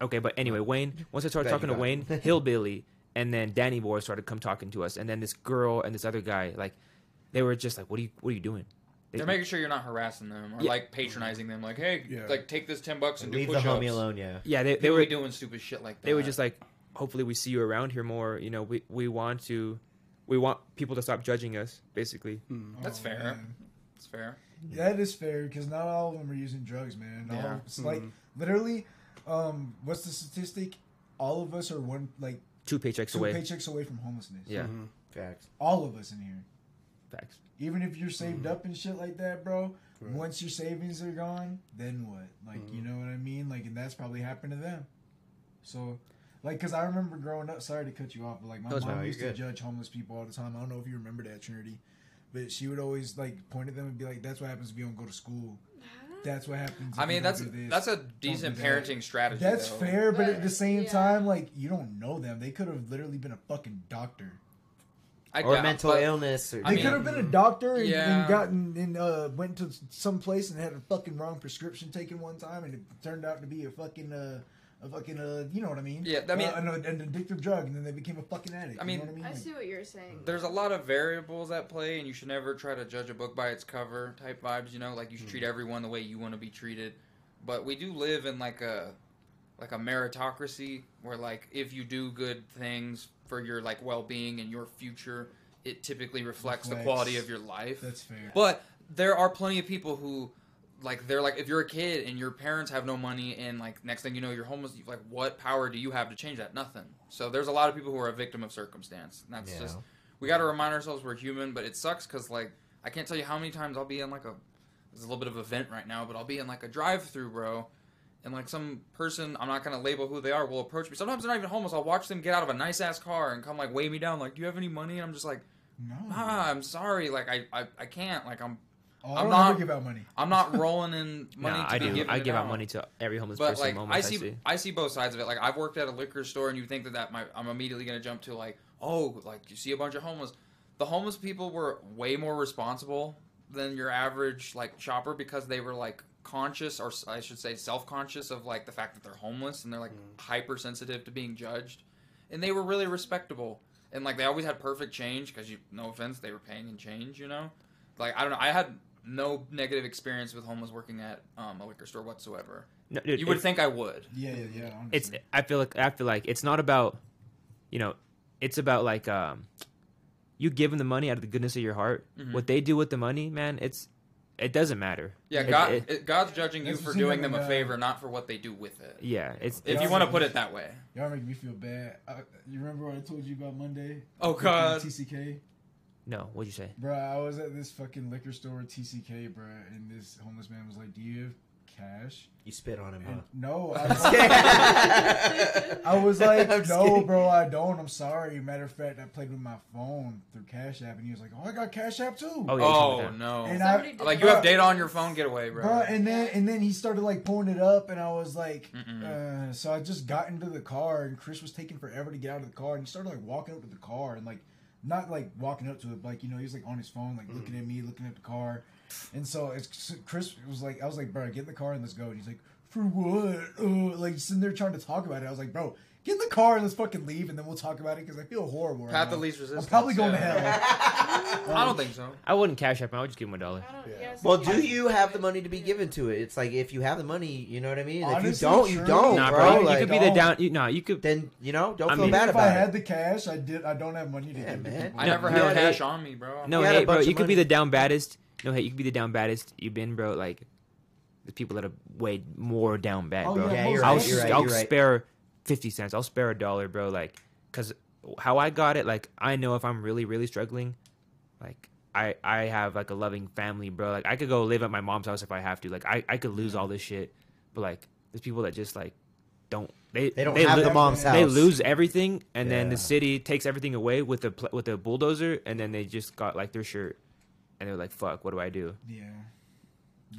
[SPEAKER 2] Okay, but anyway, Wayne. Once I started
[SPEAKER 3] Glad you
[SPEAKER 2] talking to
[SPEAKER 3] got
[SPEAKER 2] Wayne,
[SPEAKER 3] it.
[SPEAKER 2] Hillbilly, and then Danny Boy started come talking to us, and then this girl and this other guy, like, they were just like, "What are you? What are you doing?" They,
[SPEAKER 1] They're making sure you're not harassing them or
[SPEAKER 2] Yeah.
[SPEAKER 1] like patronizing them. Like, hey,
[SPEAKER 4] Yeah.
[SPEAKER 1] like take this ten bucks and
[SPEAKER 3] Leave
[SPEAKER 1] do
[SPEAKER 3] the
[SPEAKER 1] push-ups.
[SPEAKER 3] homie alone. Yeah.
[SPEAKER 2] yeah, they,
[SPEAKER 1] They
[SPEAKER 2] they
[SPEAKER 1] were
[SPEAKER 2] were
[SPEAKER 1] doing stupid shit like that.
[SPEAKER 2] they were just like, "Hopefully, we see you around here more. You know, we we want to, we want people to stop judging us, basically."
[SPEAKER 1] That's fair. it's fair.
[SPEAKER 5] Oh, That is fair because not all of them are using drugs, man. All-
[SPEAKER 1] Yeah.
[SPEAKER 5] It's like literally, um, what's the statistic? All of us are one like
[SPEAKER 2] Two paychecks
[SPEAKER 5] two
[SPEAKER 2] away.
[SPEAKER 5] paychecks away from homelessness.
[SPEAKER 2] yeah,
[SPEAKER 1] Hmm.
[SPEAKER 3] Facts.
[SPEAKER 5] all of us in here.
[SPEAKER 2] facts.
[SPEAKER 5] Even if you're saved up and shit like that, bro. Once your savings are gone, then what? Like, you know what I mean? Like, and that's probably happened to them. So, like, because I remember growing up. Sorry to cut you off, but like my
[SPEAKER 2] No, it's
[SPEAKER 5] mom
[SPEAKER 3] fine.
[SPEAKER 5] used
[SPEAKER 3] You're
[SPEAKER 5] to
[SPEAKER 3] good.
[SPEAKER 5] judge homeless people all the time. I don't know if you remember that, Trinity, but she would always like point at them and be like, "That's what happens if you don't go to school. That's what happens." If
[SPEAKER 1] I
[SPEAKER 5] you
[SPEAKER 1] mean,
[SPEAKER 5] don't
[SPEAKER 1] that's
[SPEAKER 5] do this."
[SPEAKER 1] that's a decent
[SPEAKER 5] do that.
[SPEAKER 1] parenting strategy.
[SPEAKER 5] That's
[SPEAKER 1] though.
[SPEAKER 5] fair, but at the
[SPEAKER 6] But,
[SPEAKER 5] same
[SPEAKER 6] yeah.
[SPEAKER 5] time, like you don't know them. They could have literally been a fucking doctor.
[SPEAKER 1] I
[SPEAKER 3] Or
[SPEAKER 1] doubt-
[SPEAKER 3] mental
[SPEAKER 1] but-
[SPEAKER 3] illness. Or
[SPEAKER 1] I
[SPEAKER 5] They
[SPEAKER 1] mean- mm.
[SPEAKER 5] could have been a doctor and,
[SPEAKER 1] Yeah.
[SPEAKER 5] and gotten and uh, went to some place and had a fucking wrong prescription taken one time, and it turned out to be a fucking uh, a fucking uh, you know what I mean?
[SPEAKER 1] Yeah, I mean-
[SPEAKER 5] uh, an, an addictive drug, and then they became a fucking addict.
[SPEAKER 1] I
[SPEAKER 5] you
[SPEAKER 1] mean-
[SPEAKER 5] know what
[SPEAKER 6] I
[SPEAKER 5] Like,
[SPEAKER 6] see what you're saying.
[SPEAKER 1] There's a lot of variables at play, and you should never try to judge a book by its cover type vibes. You know, like you should
[SPEAKER 5] Mm.
[SPEAKER 1] treat everyone the way you want to be treated. But we do live in like a like a meritocracy where like if you do good things for your like well being and your future, it typically reflects, the
[SPEAKER 5] Reflects.
[SPEAKER 1] quality of your life.
[SPEAKER 5] that's fair.
[SPEAKER 1] But there are plenty of people who like they're like if you're a kid and your parents have no money and like next thing you know you're homeless you- like what power do you have to change that nothing so there's a lot of people who are a victim of circumstance and that's
[SPEAKER 3] Yeah.
[SPEAKER 1] just we got to remind ourselves we're human but it sucks because like i can't tell you how many times i'll be in like a there's a little bit of a vent right now but i'll be in like a drive-through bro and like some person i'm not gonna label who they are will approach me sometimes they're not even homeless i'll watch them get out of a nice ass car and come like weigh me down like do you have any money and i'm just like
[SPEAKER 5] no,
[SPEAKER 1] ah i'm sorry like i i, I can't like i'm
[SPEAKER 5] Oh,
[SPEAKER 1] I'm
[SPEAKER 5] I don't
[SPEAKER 1] not-
[SPEAKER 5] ever give out money.
[SPEAKER 1] I'm not rolling in money.
[SPEAKER 2] nah,
[SPEAKER 1] to
[SPEAKER 2] I
[SPEAKER 1] be
[SPEAKER 2] do.
[SPEAKER 1] given
[SPEAKER 2] I
[SPEAKER 1] to
[SPEAKER 2] give out
[SPEAKER 1] now.
[SPEAKER 2] money to every homeless
[SPEAKER 1] But
[SPEAKER 2] person.
[SPEAKER 1] like,
[SPEAKER 2] the moment
[SPEAKER 1] I
[SPEAKER 2] I
[SPEAKER 1] see,
[SPEAKER 2] see.
[SPEAKER 1] I see both sides of it. Like, I've worked at a liquor store, and you think that that might, I'm immediately gonna jump to like, oh, like you see a bunch of homeless. The homeless people were way more responsible than your average like shopper because they were like conscious or s- I should say self-conscious of like the fact that they're homeless and they're like
[SPEAKER 2] Mm.
[SPEAKER 1] hypersensitive to being judged. And they were really respectable. And like they always had perfect change cuz you no offense, they were paying in change, you know. Like I don't know, I had no negative experience with homeless working at um, a liquor store whatsoever.
[SPEAKER 2] No, dude,
[SPEAKER 1] You would
[SPEAKER 2] it's-
[SPEAKER 1] think I would.
[SPEAKER 5] Yeah, yeah, yeah. Honestly.
[SPEAKER 2] it's I feel like I feel like it's not about you know it's about like um you give them the money out of the goodness of your heart.
[SPEAKER 1] Mm-hmm.
[SPEAKER 2] What they do with the money, man, it's it doesn't matter.
[SPEAKER 1] Yeah,
[SPEAKER 2] It-
[SPEAKER 1] God,
[SPEAKER 2] it-
[SPEAKER 1] it- God's judging you
[SPEAKER 5] That's
[SPEAKER 1] for
[SPEAKER 5] the thing
[SPEAKER 1] doing
[SPEAKER 5] that
[SPEAKER 1] them
[SPEAKER 5] we
[SPEAKER 1] a
[SPEAKER 5] got.
[SPEAKER 1] favor, not for what they do with it.
[SPEAKER 2] yeah, it's
[SPEAKER 1] If
[SPEAKER 5] Yeah.
[SPEAKER 1] you want to put it that way.
[SPEAKER 5] Y'all make me feel bad. I, you remember what I told you about Monday?
[SPEAKER 1] Oh,
[SPEAKER 5] Fucking
[SPEAKER 1] God.
[SPEAKER 5] TCK,
[SPEAKER 2] no, what'd you say?
[SPEAKER 5] bro. I was at this fucking liquor store, TCK, bro, and this homeless man was like, "Do you have cash?"
[SPEAKER 3] You spit on him,
[SPEAKER 5] And no, I was like, I was like,
[SPEAKER 3] I'm just
[SPEAKER 5] "No,
[SPEAKER 3] kidding."
[SPEAKER 5] bro, I don't. I'm sorry." Matter of fact, I played with my phone through Cash App, and he was like, "Oh, I got Cash App too."
[SPEAKER 2] Oh, yeah, you told me
[SPEAKER 1] Oh
[SPEAKER 2] that.
[SPEAKER 1] no!
[SPEAKER 5] And
[SPEAKER 6] Somebody
[SPEAKER 5] I-
[SPEAKER 6] did
[SPEAKER 1] like
[SPEAKER 6] that.
[SPEAKER 1] you have data on your phone, get away, bro.
[SPEAKER 5] Bro, and then and then he started like pulling it up, and I was like, uh, so I just got into the car, and Chris was taking forever to get out of the car, and he started like walking up to the car, and like not like walking up to it, but, like you know he was like on his phone, like looking at me, looking at the car, and so it's Chris was like, I was like, bro, get in the car and let's go, and he's like, for what? Uh, like sitting there trying to talk about it, I was like, bro. Get in the car and let's fucking leave, and then we'll talk about it because I feel horrible. right
[SPEAKER 1] Path
[SPEAKER 5] now.
[SPEAKER 1] of least resistance.
[SPEAKER 5] I'm probably going
[SPEAKER 1] yeah.
[SPEAKER 5] to hell.
[SPEAKER 1] I don't think so.
[SPEAKER 2] I wouldn't cash up. I would just give him a dollar.
[SPEAKER 6] I don't-
[SPEAKER 4] Yeah.
[SPEAKER 6] yes,
[SPEAKER 3] Well,
[SPEAKER 6] I
[SPEAKER 3] do
[SPEAKER 6] can't
[SPEAKER 3] you have the
[SPEAKER 6] it.
[SPEAKER 3] money to be given to it? It's like if you have the money, you know what I mean. if
[SPEAKER 5] Honestly,
[SPEAKER 3] you don't, you
[SPEAKER 5] true.
[SPEAKER 3] don't,
[SPEAKER 2] Nah,
[SPEAKER 3] Oh, bro.
[SPEAKER 2] bro, you
[SPEAKER 3] like,
[SPEAKER 2] could be the
[SPEAKER 5] don't.
[SPEAKER 2] down. You, nah, you could.
[SPEAKER 3] then you know, don't
[SPEAKER 2] I
[SPEAKER 3] feel
[SPEAKER 2] mean-
[SPEAKER 3] bad
[SPEAKER 5] if I
[SPEAKER 3] about
[SPEAKER 5] had
[SPEAKER 3] it.
[SPEAKER 5] the cash, I did. I don't have money to
[SPEAKER 3] Yeah,
[SPEAKER 5] give to
[SPEAKER 3] man.
[SPEAKER 5] people.
[SPEAKER 1] I never
[SPEAKER 3] No,
[SPEAKER 1] had
[SPEAKER 3] it-
[SPEAKER 1] cash on me, bro.
[SPEAKER 2] No,
[SPEAKER 3] You had a
[SPEAKER 2] hey, bro,
[SPEAKER 3] bunch of
[SPEAKER 2] you could be
[SPEAKER 3] money.
[SPEAKER 2] the down baddest. No, hey, you could be the down baddest you've been, bro. Like, the people that are way more down bad,
[SPEAKER 5] Oh,
[SPEAKER 2] bro.
[SPEAKER 5] yeah, Yeah,
[SPEAKER 3] you're most
[SPEAKER 2] I'll,
[SPEAKER 3] right, you're
[SPEAKER 2] s-
[SPEAKER 3] right,
[SPEAKER 2] I'll
[SPEAKER 3] you're right.
[SPEAKER 2] spare fifty cents. I'll spare a dollar, bro. Like, cause how I got it, like, I know if I'm really, really struggling, like, I I have like a loving family, bro. Like, I could go live at my mom's house if I have to. Like, I I could lose all this shit, but like, there's people that just like don't they
[SPEAKER 3] They don't have
[SPEAKER 2] lo-
[SPEAKER 3] the mom's house.
[SPEAKER 2] They lose everything, and then the
[SPEAKER 3] Yeah.
[SPEAKER 2] city takes everything away with a pl- with a bulldozer, and then they just got like their shirt, and they're like, "Fuck, what do I do?"
[SPEAKER 5] Yeah.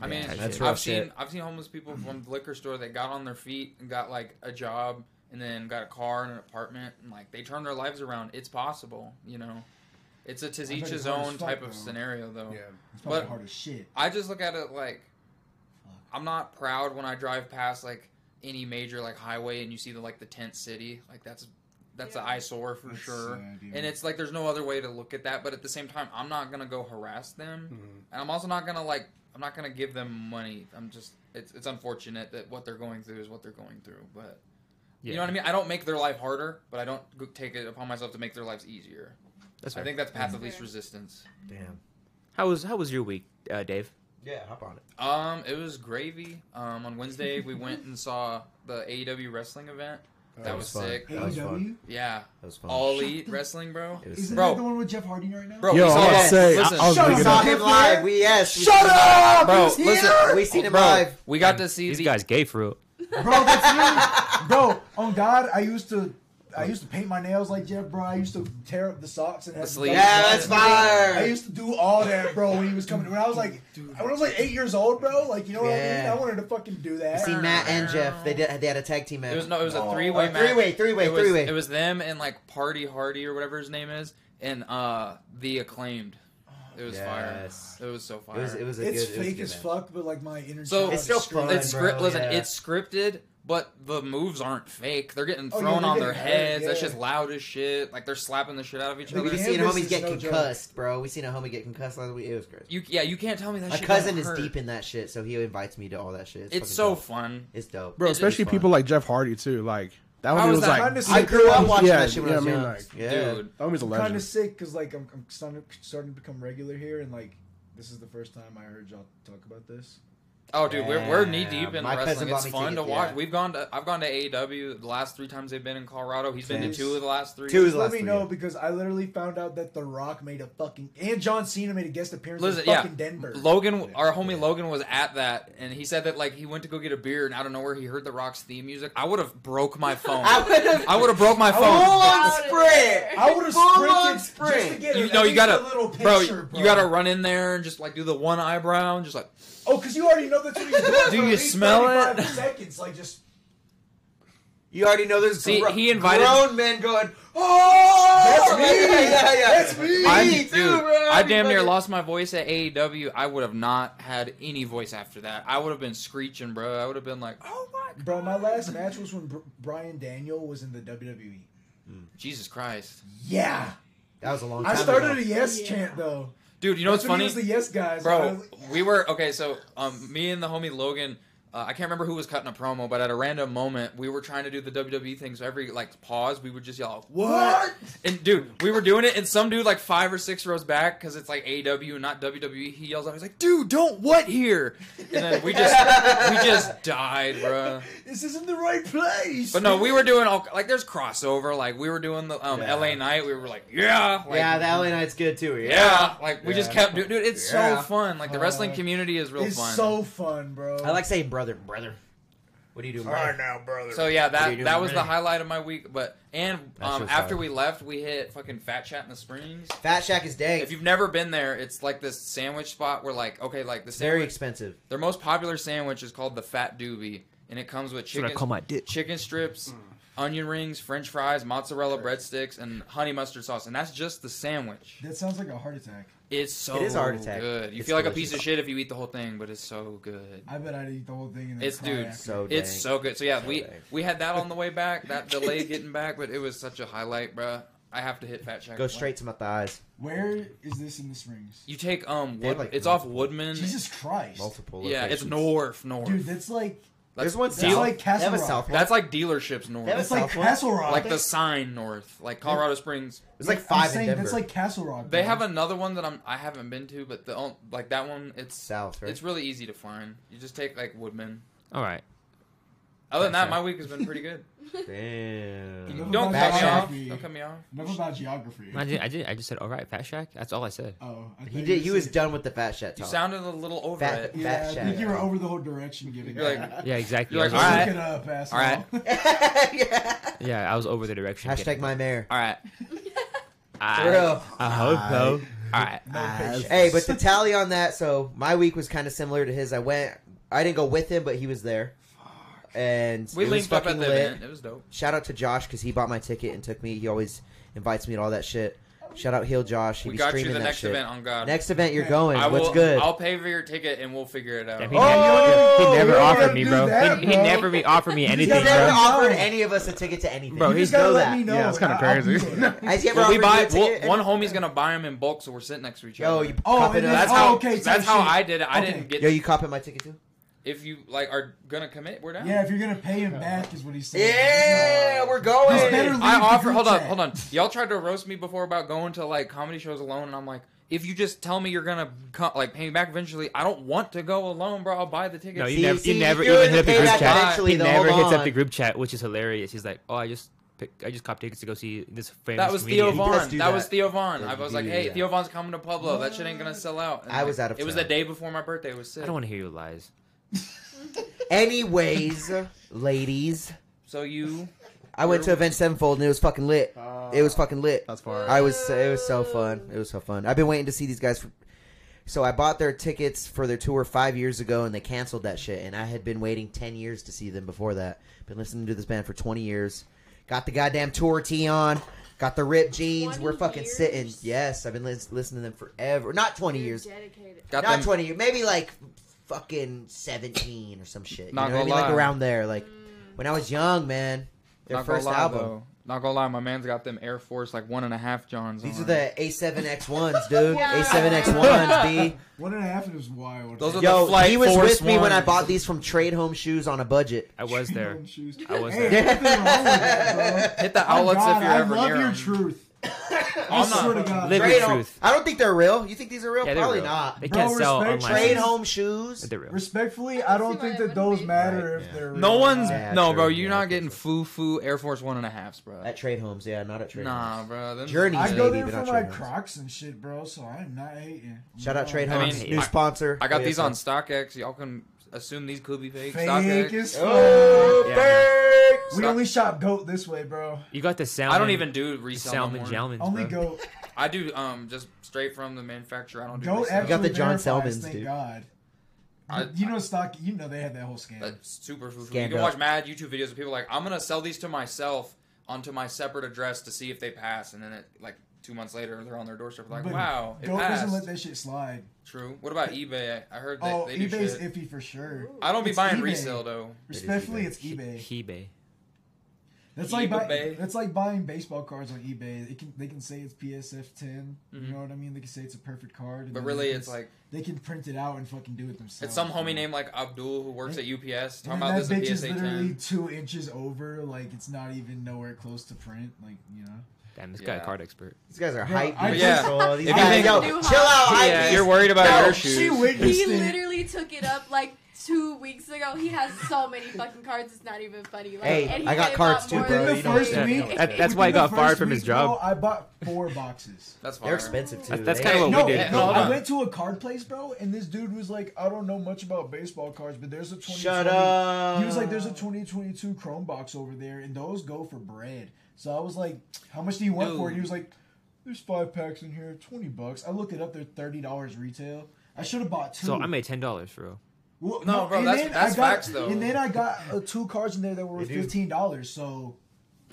[SPEAKER 1] I mean,
[SPEAKER 2] that's
[SPEAKER 1] I've
[SPEAKER 2] rough
[SPEAKER 1] seen
[SPEAKER 3] shit.
[SPEAKER 1] I've seen homeless people from the liquor store that got on their feet and got like a job and then got a car and an apartment and like they turned their lives around. It's possible, you know. It's a tis
[SPEAKER 5] I bet
[SPEAKER 1] each
[SPEAKER 5] it's
[SPEAKER 1] his
[SPEAKER 5] hard as
[SPEAKER 1] own
[SPEAKER 5] fuck,
[SPEAKER 1] type of
[SPEAKER 5] though.
[SPEAKER 1] scenario, though.
[SPEAKER 4] Yeah.
[SPEAKER 5] It's probably
[SPEAKER 1] But-
[SPEAKER 5] hard as shit.
[SPEAKER 1] I just look at it like I'm not proud when I drive past like any major like highway and you see the like the tent city. Like that's that's an
[SPEAKER 6] Yeah.
[SPEAKER 1] eyesore for
[SPEAKER 5] That's uh,
[SPEAKER 1] sure.
[SPEAKER 5] sad, yeah.
[SPEAKER 1] And it's like there's no other way to look at that, but at the same time I'm not gonna go harass them.
[SPEAKER 2] Hmm.
[SPEAKER 1] And I'm also not gonna like I'm not gonna give them money. I'm just it's it's unfortunate that what they're going through is what they're going through, but you know what I mean? I don't make their life harder, but I don't go- take it upon myself to make their lives easier.
[SPEAKER 2] That's
[SPEAKER 1] I
[SPEAKER 2] fair. Mm-hmm.
[SPEAKER 1] think that's path of
[SPEAKER 6] Fair.
[SPEAKER 1] least resistance.
[SPEAKER 3] Damn.
[SPEAKER 2] How was how was your week, uh, Dave?
[SPEAKER 3] Yeah, hop on it.
[SPEAKER 1] Um, it was gravy. Um, on Wednesday we went and saw the AEW wrestling event. That,
[SPEAKER 3] That
[SPEAKER 1] was,
[SPEAKER 3] was fun.
[SPEAKER 1] sick.
[SPEAKER 3] That was
[SPEAKER 5] AEW?
[SPEAKER 1] Yeah,
[SPEAKER 3] That was fun.
[SPEAKER 1] all elite wrestling, bro.
[SPEAKER 3] It was
[SPEAKER 5] Isn't
[SPEAKER 1] Bro.
[SPEAKER 5] that the one with Jeff Hardy right now?
[SPEAKER 1] Bro,
[SPEAKER 4] Yo,
[SPEAKER 1] we
[SPEAKER 4] I
[SPEAKER 1] saw
[SPEAKER 4] was
[SPEAKER 1] that.
[SPEAKER 3] gonna
[SPEAKER 4] say,
[SPEAKER 1] listen,
[SPEAKER 4] I was
[SPEAKER 5] Shut
[SPEAKER 4] gonna
[SPEAKER 5] up.
[SPEAKER 4] get
[SPEAKER 5] Saw
[SPEAKER 4] up.
[SPEAKER 5] him live.
[SPEAKER 3] We yes.
[SPEAKER 5] Shut up!
[SPEAKER 1] Bro,
[SPEAKER 5] He's
[SPEAKER 1] listen,
[SPEAKER 5] here!
[SPEAKER 3] We seen him
[SPEAKER 1] bro,
[SPEAKER 3] live.
[SPEAKER 1] we got to see
[SPEAKER 2] This
[SPEAKER 1] the
[SPEAKER 2] guy's gay for real.
[SPEAKER 5] Bro, that's really, bro, on God, I used to, I used to paint my nails like Jeff, bro. I used to tear up the socks and have the
[SPEAKER 1] sleeves.
[SPEAKER 3] Yeah, that's fire.
[SPEAKER 5] I used to do all that, bro. When he was coming, when I was like, when I was like eight years old, bro. Like, you know what I mean?
[SPEAKER 3] Yeah.
[SPEAKER 5] I wanted to fucking do that.
[SPEAKER 3] See Matt and Jeff. They did. They had a tag team match.
[SPEAKER 1] It was no, it was
[SPEAKER 5] No.
[SPEAKER 1] a three-way
[SPEAKER 3] Oh,
[SPEAKER 1] match.
[SPEAKER 3] three-way, three-way,
[SPEAKER 1] It was-
[SPEAKER 3] three-way.
[SPEAKER 1] It was them and like Party Hardy or whatever his name is, and uh the acclaimed. It was
[SPEAKER 3] Yes.
[SPEAKER 1] fire. It was so fire.
[SPEAKER 3] It was. It was a
[SPEAKER 5] It's
[SPEAKER 3] good.
[SPEAKER 5] fake as
[SPEAKER 3] fuck.
[SPEAKER 5] fuck, but like my inner
[SPEAKER 1] So-
[SPEAKER 5] child
[SPEAKER 1] It's
[SPEAKER 3] still
[SPEAKER 5] is screaming.
[SPEAKER 3] fun.
[SPEAKER 1] it's script.
[SPEAKER 3] bro,
[SPEAKER 1] Listen,
[SPEAKER 3] yeah.
[SPEAKER 1] it's scripted, but the moves aren't fake. They're getting
[SPEAKER 5] Oh, yeah,
[SPEAKER 1] thrown
[SPEAKER 5] they
[SPEAKER 1] on
[SPEAKER 5] get
[SPEAKER 1] their
[SPEAKER 5] it.
[SPEAKER 1] heads. That's
[SPEAKER 5] Yeah.
[SPEAKER 1] just loud as shit. Like they're slapping the shit out of each
[SPEAKER 5] Look
[SPEAKER 1] other.
[SPEAKER 5] at
[SPEAKER 3] We
[SPEAKER 5] him.
[SPEAKER 3] seen
[SPEAKER 5] This
[SPEAKER 3] homies
[SPEAKER 5] is
[SPEAKER 3] get
[SPEAKER 5] no joke.
[SPEAKER 3] concussed, bro. We seen a homie get concussed last week. It was crazy.
[SPEAKER 1] You yeah, you can't tell me that.
[SPEAKER 3] My
[SPEAKER 1] shit
[SPEAKER 3] cousin
[SPEAKER 1] don't
[SPEAKER 3] is
[SPEAKER 1] hurt.
[SPEAKER 3] deep in that shit, so he invites me to all that shit.
[SPEAKER 1] It's
[SPEAKER 3] fucking
[SPEAKER 1] so
[SPEAKER 3] dope.
[SPEAKER 1] fun.
[SPEAKER 3] It's dope.
[SPEAKER 4] Bro,
[SPEAKER 1] It- it was
[SPEAKER 4] especially
[SPEAKER 1] fun.
[SPEAKER 4] people like Jeff Hardy too. Like that
[SPEAKER 1] How is
[SPEAKER 4] one was
[SPEAKER 1] that-
[SPEAKER 4] like,
[SPEAKER 5] Kinda sick,
[SPEAKER 3] I grew up
[SPEAKER 5] though.
[SPEAKER 3] watching
[SPEAKER 4] Yeah,
[SPEAKER 3] that shit when I was
[SPEAKER 4] yeah, I mean,
[SPEAKER 3] young.
[SPEAKER 4] like,
[SPEAKER 3] yeah.
[SPEAKER 1] Dude,
[SPEAKER 4] that one was a
[SPEAKER 5] I'm kind
[SPEAKER 4] legend.
[SPEAKER 5] of sick because like I'm, I'm starting, to, starting to become regular here, and like this is the first time I heard y'all talk about this.
[SPEAKER 1] Oh, dude, we're, we're
[SPEAKER 3] Yeah,
[SPEAKER 1] knee deep in
[SPEAKER 3] my cousin
[SPEAKER 1] wrestling.
[SPEAKER 3] bought
[SPEAKER 1] It's
[SPEAKER 3] me
[SPEAKER 1] fun to
[SPEAKER 3] tickets,
[SPEAKER 1] watch.
[SPEAKER 3] yeah.
[SPEAKER 1] We've gone to I've gone to AEW the last three times they've been in Colorado. He's been to
[SPEAKER 3] Yes.
[SPEAKER 1] two of the last three.
[SPEAKER 3] Two of the
[SPEAKER 5] Let
[SPEAKER 3] last
[SPEAKER 5] me
[SPEAKER 3] three
[SPEAKER 5] know
[SPEAKER 3] years.
[SPEAKER 5] because I literally found out that The Rock made a fucking and John Cena made a guest appearance
[SPEAKER 1] Listen,
[SPEAKER 5] in
[SPEAKER 1] yeah,
[SPEAKER 5] fucking Denver.
[SPEAKER 1] Logan, our homie
[SPEAKER 3] Yeah.
[SPEAKER 1] Logan was at that, and he said that like he went to go get a beer, and out of nowhere he heard the Rock's theme music. I would have broke my phone.
[SPEAKER 3] I would have.
[SPEAKER 1] I would have broke my
[SPEAKER 3] Full
[SPEAKER 1] phone.
[SPEAKER 3] on
[SPEAKER 6] Out of
[SPEAKER 3] spread.
[SPEAKER 6] there.
[SPEAKER 5] I would have
[SPEAKER 3] Full on
[SPEAKER 5] sprinted
[SPEAKER 3] sprint.
[SPEAKER 5] just to get
[SPEAKER 1] You
[SPEAKER 5] at
[SPEAKER 1] know, you
[SPEAKER 5] least
[SPEAKER 1] gotta,
[SPEAKER 5] a little picture,
[SPEAKER 1] bro,
[SPEAKER 5] bro.
[SPEAKER 1] You gotta run in there and just like do the one eyebrow and just like
[SPEAKER 5] Oh, because you already know that's what he's doing. for
[SPEAKER 1] Do you
[SPEAKER 5] at least
[SPEAKER 1] smell
[SPEAKER 5] 35
[SPEAKER 1] it?
[SPEAKER 5] Seconds, like just.
[SPEAKER 3] You already know there's
[SPEAKER 1] See,
[SPEAKER 3] gro-
[SPEAKER 1] he invited-
[SPEAKER 3] grown men going. Oh, That's me.
[SPEAKER 1] Yeah, yeah.
[SPEAKER 3] That's me.
[SPEAKER 1] I,
[SPEAKER 3] Me too,
[SPEAKER 1] dude,
[SPEAKER 3] bro.
[SPEAKER 1] I
[SPEAKER 3] be
[SPEAKER 1] damn near
[SPEAKER 3] fucking-
[SPEAKER 1] lost my voice at AEW. I would have not had any voice after that. I would have been screeching, bro. I would have been like, "Oh my god,
[SPEAKER 5] Bro, my last match was when Br- Brian Daniel was in the E. WWE.
[SPEAKER 1] Jesus Christ,
[SPEAKER 5] Yeah,
[SPEAKER 3] That was a long time
[SPEAKER 5] I started
[SPEAKER 3] ago.
[SPEAKER 5] a yes
[SPEAKER 6] Yeah.
[SPEAKER 5] chant though.
[SPEAKER 1] dude." You know what's
[SPEAKER 5] That's when
[SPEAKER 1] funny?
[SPEAKER 5] he was the yes guys, I
[SPEAKER 1] bro
[SPEAKER 5] was like,
[SPEAKER 1] we were okay so um, me and the homie logan uh, i can't remember who was cutting a promo but at a random moment we were trying to do the wwe thing so every like pause we would just yell what
[SPEAKER 5] what?
[SPEAKER 1] and dude we were doing it and some dude like five or six rows back because it's like aw and not wwe he yells out he's like dude don't what here and then we just we just died bro
[SPEAKER 5] This isn't the right place.
[SPEAKER 1] but no we were doing all like there's crossover like we were doing the um
[SPEAKER 3] Yeah.
[SPEAKER 1] la night we were like yeah like,
[SPEAKER 3] yeah, the LA Knight's good too. Yeah.
[SPEAKER 1] yeah, like we
[SPEAKER 3] Yeah.
[SPEAKER 1] just kept doing, dude. It's
[SPEAKER 3] Yeah.
[SPEAKER 1] so fun. Like the wrestling
[SPEAKER 5] Fuck.
[SPEAKER 1] community is real
[SPEAKER 5] it's
[SPEAKER 1] fun.
[SPEAKER 5] so fun, bro.
[SPEAKER 3] I like saying brother, brother. What are you doing?
[SPEAKER 5] All right
[SPEAKER 3] brother?
[SPEAKER 5] now, brother.
[SPEAKER 1] So yeah,
[SPEAKER 3] What are you
[SPEAKER 1] that
[SPEAKER 3] doing
[SPEAKER 1] that was
[SPEAKER 3] today?
[SPEAKER 1] the highlight of my week. But and
[SPEAKER 2] That
[SPEAKER 1] um,
[SPEAKER 2] shit's
[SPEAKER 1] after
[SPEAKER 2] hard.
[SPEAKER 1] we left, we hit fucking Fat Chat in the Springs.
[SPEAKER 3] Fat Shack is dank.
[SPEAKER 1] If you've never been there, it's like this sandwich spot where like okay, like the
[SPEAKER 3] Very
[SPEAKER 1] sandwich.
[SPEAKER 3] expensive.
[SPEAKER 1] Their most popular sandwich is called the Fat Doobie, and it comes with
[SPEAKER 2] what I
[SPEAKER 1] chicken
[SPEAKER 2] call my dick.
[SPEAKER 1] chicken strips, onion rings, French fries, mozzarella breadsticks, and honey mustard sauce. And that's just the sandwich.
[SPEAKER 5] that sounds like a heart attack.
[SPEAKER 1] It's so
[SPEAKER 3] It is a heart attack.
[SPEAKER 1] good. You
[SPEAKER 3] It's
[SPEAKER 1] feel like
[SPEAKER 3] delicious.
[SPEAKER 1] a piece of shit if you eat the whole thing, but it's so good.
[SPEAKER 5] I bet I'd eat the whole thing. And then
[SPEAKER 1] It's
[SPEAKER 5] cry
[SPEAKER 1] dude,
[SPEAKER 5] after.
[SPEAKER 3] So
[SPEAKER 1] it's
[SPEAKER 3] dank.
[SPEAKER 1] so good. So yeah,
[SPEAKER 3] So
[SPEAKER 1] we
[SPEAKER 3] dank.
[SPEAKER 1] we had that on the way back. That delay getting back, but it was such a highlight, bruh. I have to hit Fat Shack.
[SPEAKER 3] Go straight to my thighs.
[SPEAKER 5] Where is this in the Springs?
[SPEAKER 1] You take um, Wood,
[SPEAKER 3] They have, like,
[SPEAKER 1] it's off Woodman.
[SPEAKER 5] Jesus Christ,
[SPEAKER 3] Multiple.
[SPEAKER 1] yeah, it's
[SPEAKER 3] locations.
[SPEAKER 1] north, north.
[SPEAKER 5] dude. That's like
[SPEAKER 3] There's one
[SPEAKER 1] that's-
[SPEAKER 5] that's
[SPEAKER 3] south.
[SPEAKER 5] like Castle
[SPEAKER 3] They have a
[SPEAKER 5] Rock.
[SPEAKER 3] south one.
[SPEAKER 1] That's like dealerships north.
[SPEAKER 3] That was-
[SPEAKER 5] that's like
[SPEAKER 3] South one?
[SPEAKER 5] Castle Rock.
[SPEAKER 1] like the sign north, like Colorado Springs.
[SPEAKER 3] There's like
[SPEAKER 5] I'm
[SPEAKER 3] five in
[SPEAKER 5] saying,
[SPEAKER 3] Denver.
[SPEAKER 5] That's like Castle Rock.
[SPEAKER 1] They
[SPEAKER 5] bro.
[SPEAKER 1] have another one that I'm I haven't been to, but the on- like that one, it's
[SPEAKER 3] South, right?
[SPEAKER 1] It's really easy to find. You just take like Woodman.
[SPEAKER 2] All right.
[SPEAKER 1] Other than
[SPEAKER 2] Fat
[SPEAKER 1] that, my week has been pretty good.
[SPEAKER 3] Damn.
[SPEAKER 5] Enough
[SPEAKER 1] Don't cut
[SPEAKER 5] about
[SPEAKER 1] me off.
[SPEAKER 5] geography.
[SPEAKER 1] Don't cut me off.
[SPEAKER 5] Enough about geography.
[SPEAKER 2] I did. I did. I just said all right. Fat Shack. That's all I said.
[SPEAKER 5] oh, I thought
[SPEAKER 3] He
[SPEAKER 5] you
[SPEAKER 3] did. He was
[SPEAKER 5] said-
[SPEAKER 3] done with the Fat Shack
[SPEAKER 1] You
[SPEAKER 3] talk.
[SPEAKER 1] sounded a little over
[SPEAKER 3] Fat-
[SPEAKER 1] it.
[SPEAKER 5] Yeah,
[SPEAKER 3] Fat
[SPEAKER 5] I think
[SPEAKER 3] Shack.
[SPEAKER 5] you were over the whole direction giving.
[SPEAKER 1] You're like,
[SPEAKER 5] that.
[SPEAKER 2] Yeah, exactly.
[SPEAKER 1] You're like,
[SPEAKER 2] I was
[SPEAKER 1] all
[SPEAKER 5] Look
[SPEAKER 1] right.
[SPEAKER 2] over-
[SPEAKER 5] it up, asshole.
[SPEAKER 1] Alright.
[SPEAKER 3] yeah.
[SPEAKER 2] Yeah, I was over the direction.
[SPEAKER 3] Hashtag my mayor.
[SPEAKER 1] All right.
[SPEAKER 2] I,
[SPEAKER 3] For real.
[SPEAKER 2] I hope so.
[SPEAKER 1] All right.
[SPEAKER 5] No patience.
[SPEAKER 3] Hey, but to tally on that, so my week was kind of similar to his. I went, I didn't go with him, but he was there, and
[SPEAKER 1] We
[SPEAKER 3] it was
[SPEAKER 1] linked up
[SPEAKER 3] fucking
[SPEAKER 1] at the
[SPEAKER 3] lit.
[SPEAKER 1] event. It was dope.
[SPEAKER 3] Shout out to Josh because he bought my ticket and took me. He always invites me to all that shit. Shout out Heel Josh. He
[SPEAKER 1] we
[SPEAKER 3] be
[SPEAKER 1] got you
[SPEAKER 3] streaming
[SPEAKER 1] the
[SPEAKER 3] that
[SPEAKER 1] next
[SPEAKER 3] shit.
[SPEAKER 1] event on God.
[SPEAKER 3] Next event you're
[SPEAKER 5] Yeah.
[SPEAKER 3] going.
[SPEAKER 1] I
[SPEAKER 3] What's
[SPEAKER 1] will,
[SPEAKER 3] good?
[SPEAKER 1] I'll pay for your ticket and we'll figure it out.
[SPEAKER 2] Damn, he,
[SPEAKER 3] Oh,
[SPEAKER 2] never, he
[SPEAKER 5] you
[SPEAKER 2] never
[SPEAKER 5] gotta
[SPEAKER 2] offered me,
[SPEAKER 5] do
[SPEAKER 2] bro.
[SPEAKER 5] that,
[SPEAKER 2] he, he
[SPEAKER 5] bro.
[SPEAKER 2] never me- offered me
[SPEAKER 3] He's
[SPEAKER 2] anything,
[SPEAKER 5] gotta
[SPEAKER 3] never
[SPEAKER 5] let
[SPEAKER 2] bro.
[SPEAKER 5] me
[SPEAKER 3] offered
[SPEAKER 5] know.
[SPEAKER 3] any of us a ticket to anything.
[SPEAKER 2] Bro,
[SPEAKER 5] You
[SPEAKER 2] he's-
[SPEAKER 5] just gotta
[SPEAKER 3] know
[SPEAKER 5] let
[SPEAKER 3] that.
[SPEAKER 5] me know.
[SPEAKER 4] Yeah, it's kinda
[SPEAKER 5] and I'll be
[SPEAKER 4] crazy.
[SPEAKER 5] there.
[SPEAKER 3] Has he ever
[SPEAKER 1] Well, we
[SPEAKER 3] offered you
[SPEAKER 1] buy
[SPEAKER 3] a
[SPEAKER 1] we'll,
[SPEAKER 3] ticket?
[SPEAKER 1] one homie's gonna buy them in bulk, so we're sitting next to each
[SPEAKER 3] Yo,
[SPEAKER 1] other.
[SPEAKER 3] you
[SPEAKER 5] Oh,
[SPEAKER 3] cop
[SPEAKER 5] and
[SPEAKER 3] it
[SPEAKER 5] then-
[SPEAKER 1] that's
[SPEAKER 3] up.
[SPEAKER 5] oh,
[SPEAKER 1] how.
[SPEAKER 5] okay,
[SPEAKER 1] that's
[SPEAKER 5] type
[SPEAKER 1] how
[SPEAKER 5] shit.
[SPEAKER 1] I did it. I
[SPEAKER 5] Okay.
[SPEAKER 1] didn't get.
[SPEAKER 3] Yo, you copping my ticket too?
[SPEAKER 1] if you like are gonna commit, we're down.
[SPEAKER 5] Yeah, if you're gonna pay him back, is what he's saying.
[SPEAKER 3] Yeah, we're going.
[SPEAKER 5] He's better
[SPEAKER 1] I
[SPEAKER 5] leave the
[SPEAKER 1] offer.
[SPEAKER 5] group
[SPEAKER 1] Hold on,
[SPEAKER 5] chat.
[SPEAKER 1] hold on. Y'all tried to roast me before about going to like comedy shows alone, and I'm like, if you just tell me you're gonna co- like pay me back eventually, I don't want to go alone, bro. I'll buy the ticket.
[SPEAKER 2] No, you
[SPEAKER 3] See,
[SPEAKER 2] never,
[SPEAKER 3] see,
[SPEAKER 2] you never
[SPEAKER 3] you're
[SPEAKER 2] even
[SPEAKER 3] in
[SPEAKER 2] hit up
[SPEAKER 3] the
[SPEAKER 2] the group
[SPEAKER 3] payback
[SPEAKER 2] chat.
[SPEAKER 3] eventually,
[SPEAKER 2] He
[SPEAKER 3] though,
[SPEAKER 2] never
[SPEAKER 3] hold
[SPEAKER 2] hits up
[SPEAKER 3] on.
[SPEAKER 2] the group chat, which is hilarious. He's like, "Oh, I just, pick, I just copped tickets to go see this famous."
[SPEAKER 1] that was Theo
[SPEAKER 2] comedian.
[SPEAKER 1] Vaughn.
[SPEAKER 3] does
[SPEAKER 1] That,
[SPEAKER 3] do
[SPEAKER 1] was
[SPEAKER 3] that.
[SPEAKER 1] Theo Vaughn.
[SPEAKER 3] Yeah,
[SPEAKER 1] I was
[SPEAKER 3] he
[SPEAKER 1] like,
[SPEAKER 3] do
[SPEAKER 1] hey,
[SPEAKER 3] that.
[SPEAKER 1] Theo Vaughn's coming to Pueblo. That shit ain't gonna sell out. And,
[SPEAKER 3] I
[SPEAKER 1] like,
[SPEAKER 3] was out of
[SPEAKER 1] It was the
[SPEAKER 3] town.
[SPEAKER 1] day before my birthday. It was sick.
[SPEAKER 2] I don't want to hear your lies.
[SPEAKER 3] Anyways, ladies,
[SPEAKER 1] So you
[SPEAKER 3] I went to Avenged Sevenfold and it was fucking lit. it was fucking lit.
[SPEAKER 4] That's far.
[SPEAKER 3] I was. It was so fun. It was so fun. I've been waiting to see these guys. For, so I bought their tickets for their tour five years ago, and they canceled that shit. And I had been waiting ten years to see them before that. Been listening to this band for twenty years. Got the goddamn tour tee on. Got the ripped jeans.
[SPEAKER 6] 20
[SPEAKER 3] We're fucking
[SPEAKER 6] years?
[SPEAKER 3] sitting. Yes, I've been lis- listening to them forever. Not twenty
[SPEAKER 6] You're
[SPEAKER 3] years.
[SPEAKER 6] Dedicated.
[SPEAKER 1] got
[SPEAKER 3] Not
[SPEAKER 1] them.
[SPEAKER 3] twenty years. Maybe like fucking seventeen or some shit. You
[SPEAKER 1] Not
[SPEAKER 3] know what I
[SPEAKER 1] gonna
[SPEAKER 3] mean? Like
[SPEAKER 1] lie.
[SPEAKER 3] around there. Like when I was young, man. Their
[SPEAKER 1] not
[SPEAKER 3] first
[SPEAKER 1] gonna lie,
[SPEAKER 3] album.
[SPEAKER 1] Though. Not gonna lie, my man's got them Air Force like one and a half Johns.
[SPEAKER 3] These
[SPEAKER 1] on.
[SPEAKER 3] are the A7X1s, dude.
[SPEAKER 6] Yeah.
[SPEAKER 3] A7X1s, B.
[SPEAKER 5] One and a half is wild.
[SPEAKER 1] Those are the
[SPEAKER 3] Yo,
[SPEAKER 1] flight
[SPEAKER 3] he was
[SPEAKER 1] Force
[SPEAKER 3] with me when I
[SPEAKER 1] Ones.
[SPEAKER 3] bought these from Trade Home Shoes on a budget.
[SPEAKER 2] I was there.
[SPEAKER 5] Shoes.
[SPEAKER 2] I was
[SPEAKER 5] hey,
[SPEAKER 2] there.
[SPEAKER 5] nothing wrong with that, bro.
[SPEAKER 1] Hit the
[SPEAKER 5] Oh,
[SPEAKER 1] outlets
[SPEAKER 5] God,
[SPEAKER 1] if you're
[SPEAKER 5] I
[SPEAKER 1] ever
[SPEAKER 5] love
[SPEAKER 1] near
[SPEAKER 5] your
[SPEAKER 1] 'em.
[SPEAKER 5] truth. I
[SPEAKER 1] I'm not-
[SPEAKER 5] swear to God.
[SPEAKER 2] Live
[SPEAKER 3] Trade
[SPEAKER 2] your
[SPEAKER 3] Home.
[SPEAKER 2] truth.
[SPEAKER 3] I don't think they're real. You think these are real?
[SPEAKER 2] Yeah, they're
[SPEAKER 3] Probably
[SPEAKER 2] real.
[SPEAKER 3] not.
[SPEAKER 2] They
[SPEAKER 5] Bro,
[SPEAKER 2] can't sell
[SPEAKER 5] respect
[SPEAKER 2] online.
[SPEAKER 3] Trade
[SPEAKER 5] Trade
[SPEAKER 3] Home Shoes.
[SPEAKER 2] They're real.
[SPEAKER 5] Respectfully, I don't
[SPEAKER 6] see why
[SPEAKER 5] think
[SPEAKER 6] it
[SPEAKER 5] that
[SPEAKER 6] wouldn't
[SPEAKER 5] those
[SPEAKER 6] be.
[SPEAKER 5] matter
[SPEAKER 3] Right,
[SPEAKER 5] if
[SPEAKER 3] yeah.
[SPEAKER 5] they're
[SPEAKER 1] No
[SPEAKER 5] real.
[SPEAKER 1] one's
[SPEAKER 3] Yeah,
[SPEAKER 1] no,
[SPEAKER 3] true.
[SPEAKER 1] bro. You're
[SPEAKER 3] Yeah,
[SPEAKER 1] not getting
[SPEAKER 3] true.
[SPEAKER 1] foo foo Air Force One and a halves, bro.
[SPEAKER 3] At Trade Homes, yeah, not at Trade
[SPEAKER 1] Nah,
[SPEAKER 3] Homes.
[SPEAKER 1] bro. them-
[SPEAKER 3] Journey.
[SPEAKER 5] I go
[SPEAKER 3] Maybe,
[SPEAKER 5] there
[SPEAKER 3] but not
[SPEAKER 5] for my
[SPEAKER 3] Trade Homes.
[SPEAKER 5] Crocs and shit, bro. So I'm not hating.
[SPEAKER 3] Shout out
[SPEAKER 5] No.
[SPEAKER 3] Trade
[SPEAKER 1] I mean,
[SPEAKER 3] Homes, new
[SPEAKER 1] I-
[SPEAKER 3] sponsor.
[SPEAKER 1] I got
[SPEAKER 3] Oh,
[SPEAKER 1] these
[SPEAKER 3] yeah,
[SPEAKER 1] on
[SPEAKER 3] so-
[SPEAKER 1] StockX. Y'all can assume these could be fake.
[SPEAKER 5] Fake
[SPEAKER 1] StockX.
[SPEAKER 5] as
[SPEAKER 3] Oh,
[SPEAKER 5] fuck.
[SPEAKER 2] Yeah.
[SPEAKER 3] thanks.
[SPEAKER 5] We
[SPEAKER 1] Stock-
[SPEAKER 5] only shop goat this way, bro.
[SPEAKER 2] You got the salmon.
[SPEAKER 1] I don't even do resell. no
[SPEAKER 2] salmon
[SPEAKER 1] more.
[SPEAKER 2] gelmans,
[SPEAKER 5] Only
[SPEAKER 2] bro.
[SPEAKER 5] goat.
[SPEAKER 1] I do um just straight from the manufacturer. I don't do
[SPEAKER 5] Goat.
[SPEAKER 1] resell.
[SPEAKER 5] actually
[SPEAKER 3] got the John
[SPEAKER 5] verifies,
[SPEAKER 3] Salmons,
[SPEAKER 5] Thank
[SPEAKER 3] dude.
[SPEAKER 5] God.
[SPEAKER 1] I-
[SPEAKER 5] you know, stock. You know they had that whole scam.
[SPEAKER 1] That's super foo foo. You
[SPEAKER 3] Scammed
[SPEAKER 1] can
[SPEAKER 3] up.
[SPEAKER 1] watch mad YouTube videos of people like I'm gonna sell these to myself. onto my separate address to see if they pass, and then it, like two months later they're on their doorstep like,
[SPEAKER 5] But
[SPEAKER 1] wow, it
[SPEAKER 5] Go doesn't
[SPEAKER 1] passed.
[SPEAKER 5] let that shit slide.
[SPEAKER 1] True. What about eBay? I heard that
[SPEAKER 5] Oh,
[SPEAKER 1] they do
[SPEAKER 5] eBay's
[SPEAKER 1] shit.
[SPEAKER 5] iffy for sure.
[SPEAKER 1] I don't be
[SPEAKER 5] It's
[SPEAKER 1] buying
[SPEAKER 5] eBay.
[SPEAKER 1] resale though.
[SPEAKER 5] Respectfully,
[SPEAKER 3] eBay.
[SPEAKER 5] it's eBay.
[SPEAKER 2] eBay.
[SPEAKER 5] That's like buy,
[SPEAKER 1] eBay.
[SPEAKER 5] that's like buying baseball cards on eBay. They can they can say it's PSF 10 You know what I mean? They can say it's a perfect card. and
[SPEAKER 1] Mm-hmm. But
[SPEAKER 5] then
[SPEAKER 1] really,
[SPEAKER 5] they can
[SPEAKER 1] it's
[SPEAKER 5] s-
[SPEAKER 1] like
[SPEAKER 5] they can print it out and fucking do it themselves.
[SPEAKER 1] it's some homie named like Abdul who works at UPS
[SPEAKER 5] And
[SPEAKER 1] talking about
[SPEAKER 5] that
[SPEAKER 1] this
[SPEAKER 5] bitch
[SPEAKER 1] is
[SPEAKER 5] is
[SPEAKER 1] a PSA
[SPEAKER 5] literally
[SPEAKER 1] ten.
[SPEAKER 5] two inches over. Like it's not even nowhere close to print. Like you know.
[SPEAKER 2] Damn, this guy a
[SPEAKER 1] Yeah.
[SPEAKER 2] card expert.
[SPEAKER 3] These guys are
[SPEAKER 5] Bro,
[SPEAKER 3] hype.
[SPEAKER 5] I
[SPEAKER 3] people.
[SPEAKER 1] just-
[SPEAKER 3] Bro, These
[SPEAKER 2] If you
[SPEAKER 3] guys,
[SPEAKER 2] think-
[SPEAKER 3] yo,
[SPEAKER 6] New
[SPEAKER 3] chill out.
[SPEAKER 6] hype.
[SPEAKER 3] hypebeast.
[SPEAKER 6] Yeah,
[SPEAKER 2] you're worried about
[SPEAKER 3] No,
[SPEAKER 2] your
[SPEAKER 5] She
[SPEAKER 2] shoes.
[SPEAKER 5] witnessed
[SPEAKER 6] He
[SPEAKER 5] it.
[SPEAKER 6] literally took it up like two weeks ago. He has so many fucking cards. It's not even funny. Like,
[SPEAKER 3] Hey,
[SPEAKER 6] and he
[SPEAKER 3] I got
[SPEAKER 6] gave
[SPEAKER 3] cards
[SPEAKER 6] out
[SPEAKER 3] too,
[SPEAKER 6] more
[SPEAKER 3] bro.
[SPEAKER 6] than
[SPEAKER 5] Within the
[SPEAKER 3] You don't
[SPEAKER 5] first
[SPEAKER 2] understand.
[SPEAKER 5] week,
[SPEAKER 2] That- that's
[SPEAKER 5] within
[SPEAKER 2] why he
[SPEAKER 5] the
[SPEAKER 2] got
[SPEAKER 5] first
[SPEAKER 2] fired from
[SPEAKER 5] week,
[SPEAKER 2] his job.
[SPEAKER 5] bro, I bought four boxes.
[SPEAKER 1] That's fine.
[SPEAKER 3] They're expensive too.
[SPEAKER 2] That's- that's
[SPEAKER 3] They-
[SPEAKER 2] kinda what we
[SPEAKER 5] no,
[SPEAKER 2] did.
[SPEAKER 5] no,
[SPEAKER 1] Hold
[SPEAKER 5] I
[SPEAKER 1] on.
[SPEAKER 5] went to a card place, bro, and this dude was like, "I don't know much about baseball cards, but there's a 2020."
[SPEAKER 3] Shut up.
[SPEAKER 5] He was like, "There's a 2022 Chrome box over there, and those go for bread." So I was like, "How much do you want for it?" He was like, "There's five packs in here, 20 bucks." I looked it up; they're 30 dollars retail. I should have bought two.
[SPEAKER 2] So I made ten dollars, bro.
[SPEAKER 5] Well,
[SPEAKER 1] No, bro,
[SPEAKER 5] and
[SPEAKER 1] that's-
[SPEAKER 5] then
[SPEAKER 1] that's
[SPEAKER 5] I got,
[SPEAKER 1] facts, though.
[SPEAKER 5] And then I got uh, two cards in there that were
[SPEAKER 3] They do.
[SPEAKER 5] fifteen dollars. So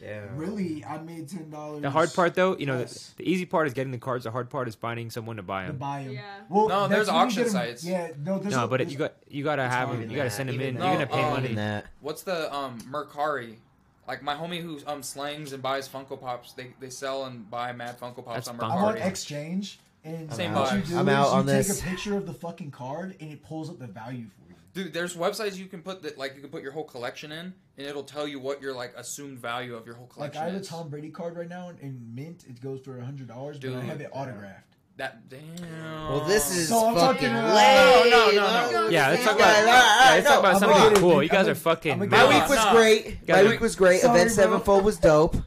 [SPEAKER 3] Damn.
[SPEAKER 5] really, I made ten dollars.
[SPEAKER 2] The hard part, though, you know,
[SPEAKER 5] Yes.
[SPEAKER 2] the, the easy part is getting the cards. The hard part is finding someone to buy
[SPEAKER 5] to
[SPEAKER 2] them.
[SPEAKER 5] buy 'em.
[SPEAKER 6] Yeah.
[SPEAKER 5] Well,
[SPEAKER 1] No,
[SPEAKER 5] that's
[SPEAKER 1] there's
[SPEAKER 5] when you
[SPEAKER 1] auction
[SPEAKER 5] get 'em-
[SPEAKER 1] sites.
[SPEAKER 5] Yeah, no, there's
[SPEAKER 2] No,
[SPEAKER 5] a-
[SPEAKER 2] but it,
[SPEAKER 5] there's-
[SPEAKER 2] you got you gotta have
[SPEAKER 3] Even
[SPEAKER 2] them. You gotta
[SPEAKER 3] that,
[SPEAKER 2] send them
[SPEAKER 3] even
[SPEAKER 2] in.
[SPEAKER 3] that,
[SPEAKER 2] You're gonna pay
[SPEAKER 1] um,
[SPEAKER 3] even uh,
[SPEAKER 2] money.
[SPEAKER 3] That.
[SPEAKER 1] What's the um Mercari? Like my homie who um slangs and buys Funko Pops, they, they sell and buy mad Funko Pops
[SPEAKER 2] That's
[SPEAKER 1] on
[SPEAKER 2] bunk.
[SPEAKER 5] I'm on
[SPEAKER 2] Alright.
[SPEAKER 1] Mercari.
[SPEAKER 5] exchange, and
[SPEAKER 1] Same
[SPEAKER 5] what you
[SPEAKER 1] vibes.
[SPEAKER 5] do
[SPEAKER 3] I'm
[SPEAKER 5] is
[SPEAKER 3] out
[SPEAKER 5] you
[SPEAKER 3] on
[SPEAKER 5] take
[SPEAKER 3] this.
[SPEAKER 5] a picture of the fucking card, and it pulls up the value for you.
[SPEAKER 1] Dude, there's websites you can put that like you can put your whole collection in, and it'll tell you what your like assumed value of your whole
[SPEAKER 5] Like
[SPEAKER 1] collection
[SPEAKER 5] I have a
[SPEAKER 1] is.
[SPEAKER 5] Tom Brady card right now, and in mint, it goes for hundred dollars, but I
[SPEAKER 1] Dude.
[SPEAKER 5] have it autographed.
[SPEAKER 1] that damn.
[SPEAKER 3] Well, this is
[SPEAKER 5] So I'm
[SPEAKER 3] fucking
[SPEAKER 5] talking-
[SPEAKER 3] lame.
[SPEAKER 1] No, no, no,
[SPEAKER 6] no.
[SPEAKER 2] Yeah, let's
[SPEAKER 6] These
[SPEAKER 2] talk
[SPEAKER 6] guys
[SPEAKER 2] about.
[SPEAKER 6] are-
[SPEAKER 2] Yeah, let's talk
[SPEAKER 3] No,
[SPEAKER 2] about
[SPEAKER 3] I'm
[SPEAKER 2] something
[SPEAKER 3] wrong.
[SPEAKER 2] cool. You guys
[SPEAKER 5] I'm
[SPEAKER 2] are
[SPEAKER 5] a- I'm a-
[SPEAKER 2] fucking.
[SPEAKER 3] My
[SPEAKER 1] No,
[SPEAKER 2] mad.
[SPEAKER 3] week was
[SPEAKER 1] no.
[SPEAKER 3] great.
[SPEAKER 2] Guys,
[SPEAKER 3] My week was great.
[SPEAKER 5] Sorry,
[SPEAKER 3] Event
[SPEAKER 5] bro.
[SPEAKER 3] Sevenfold was dope.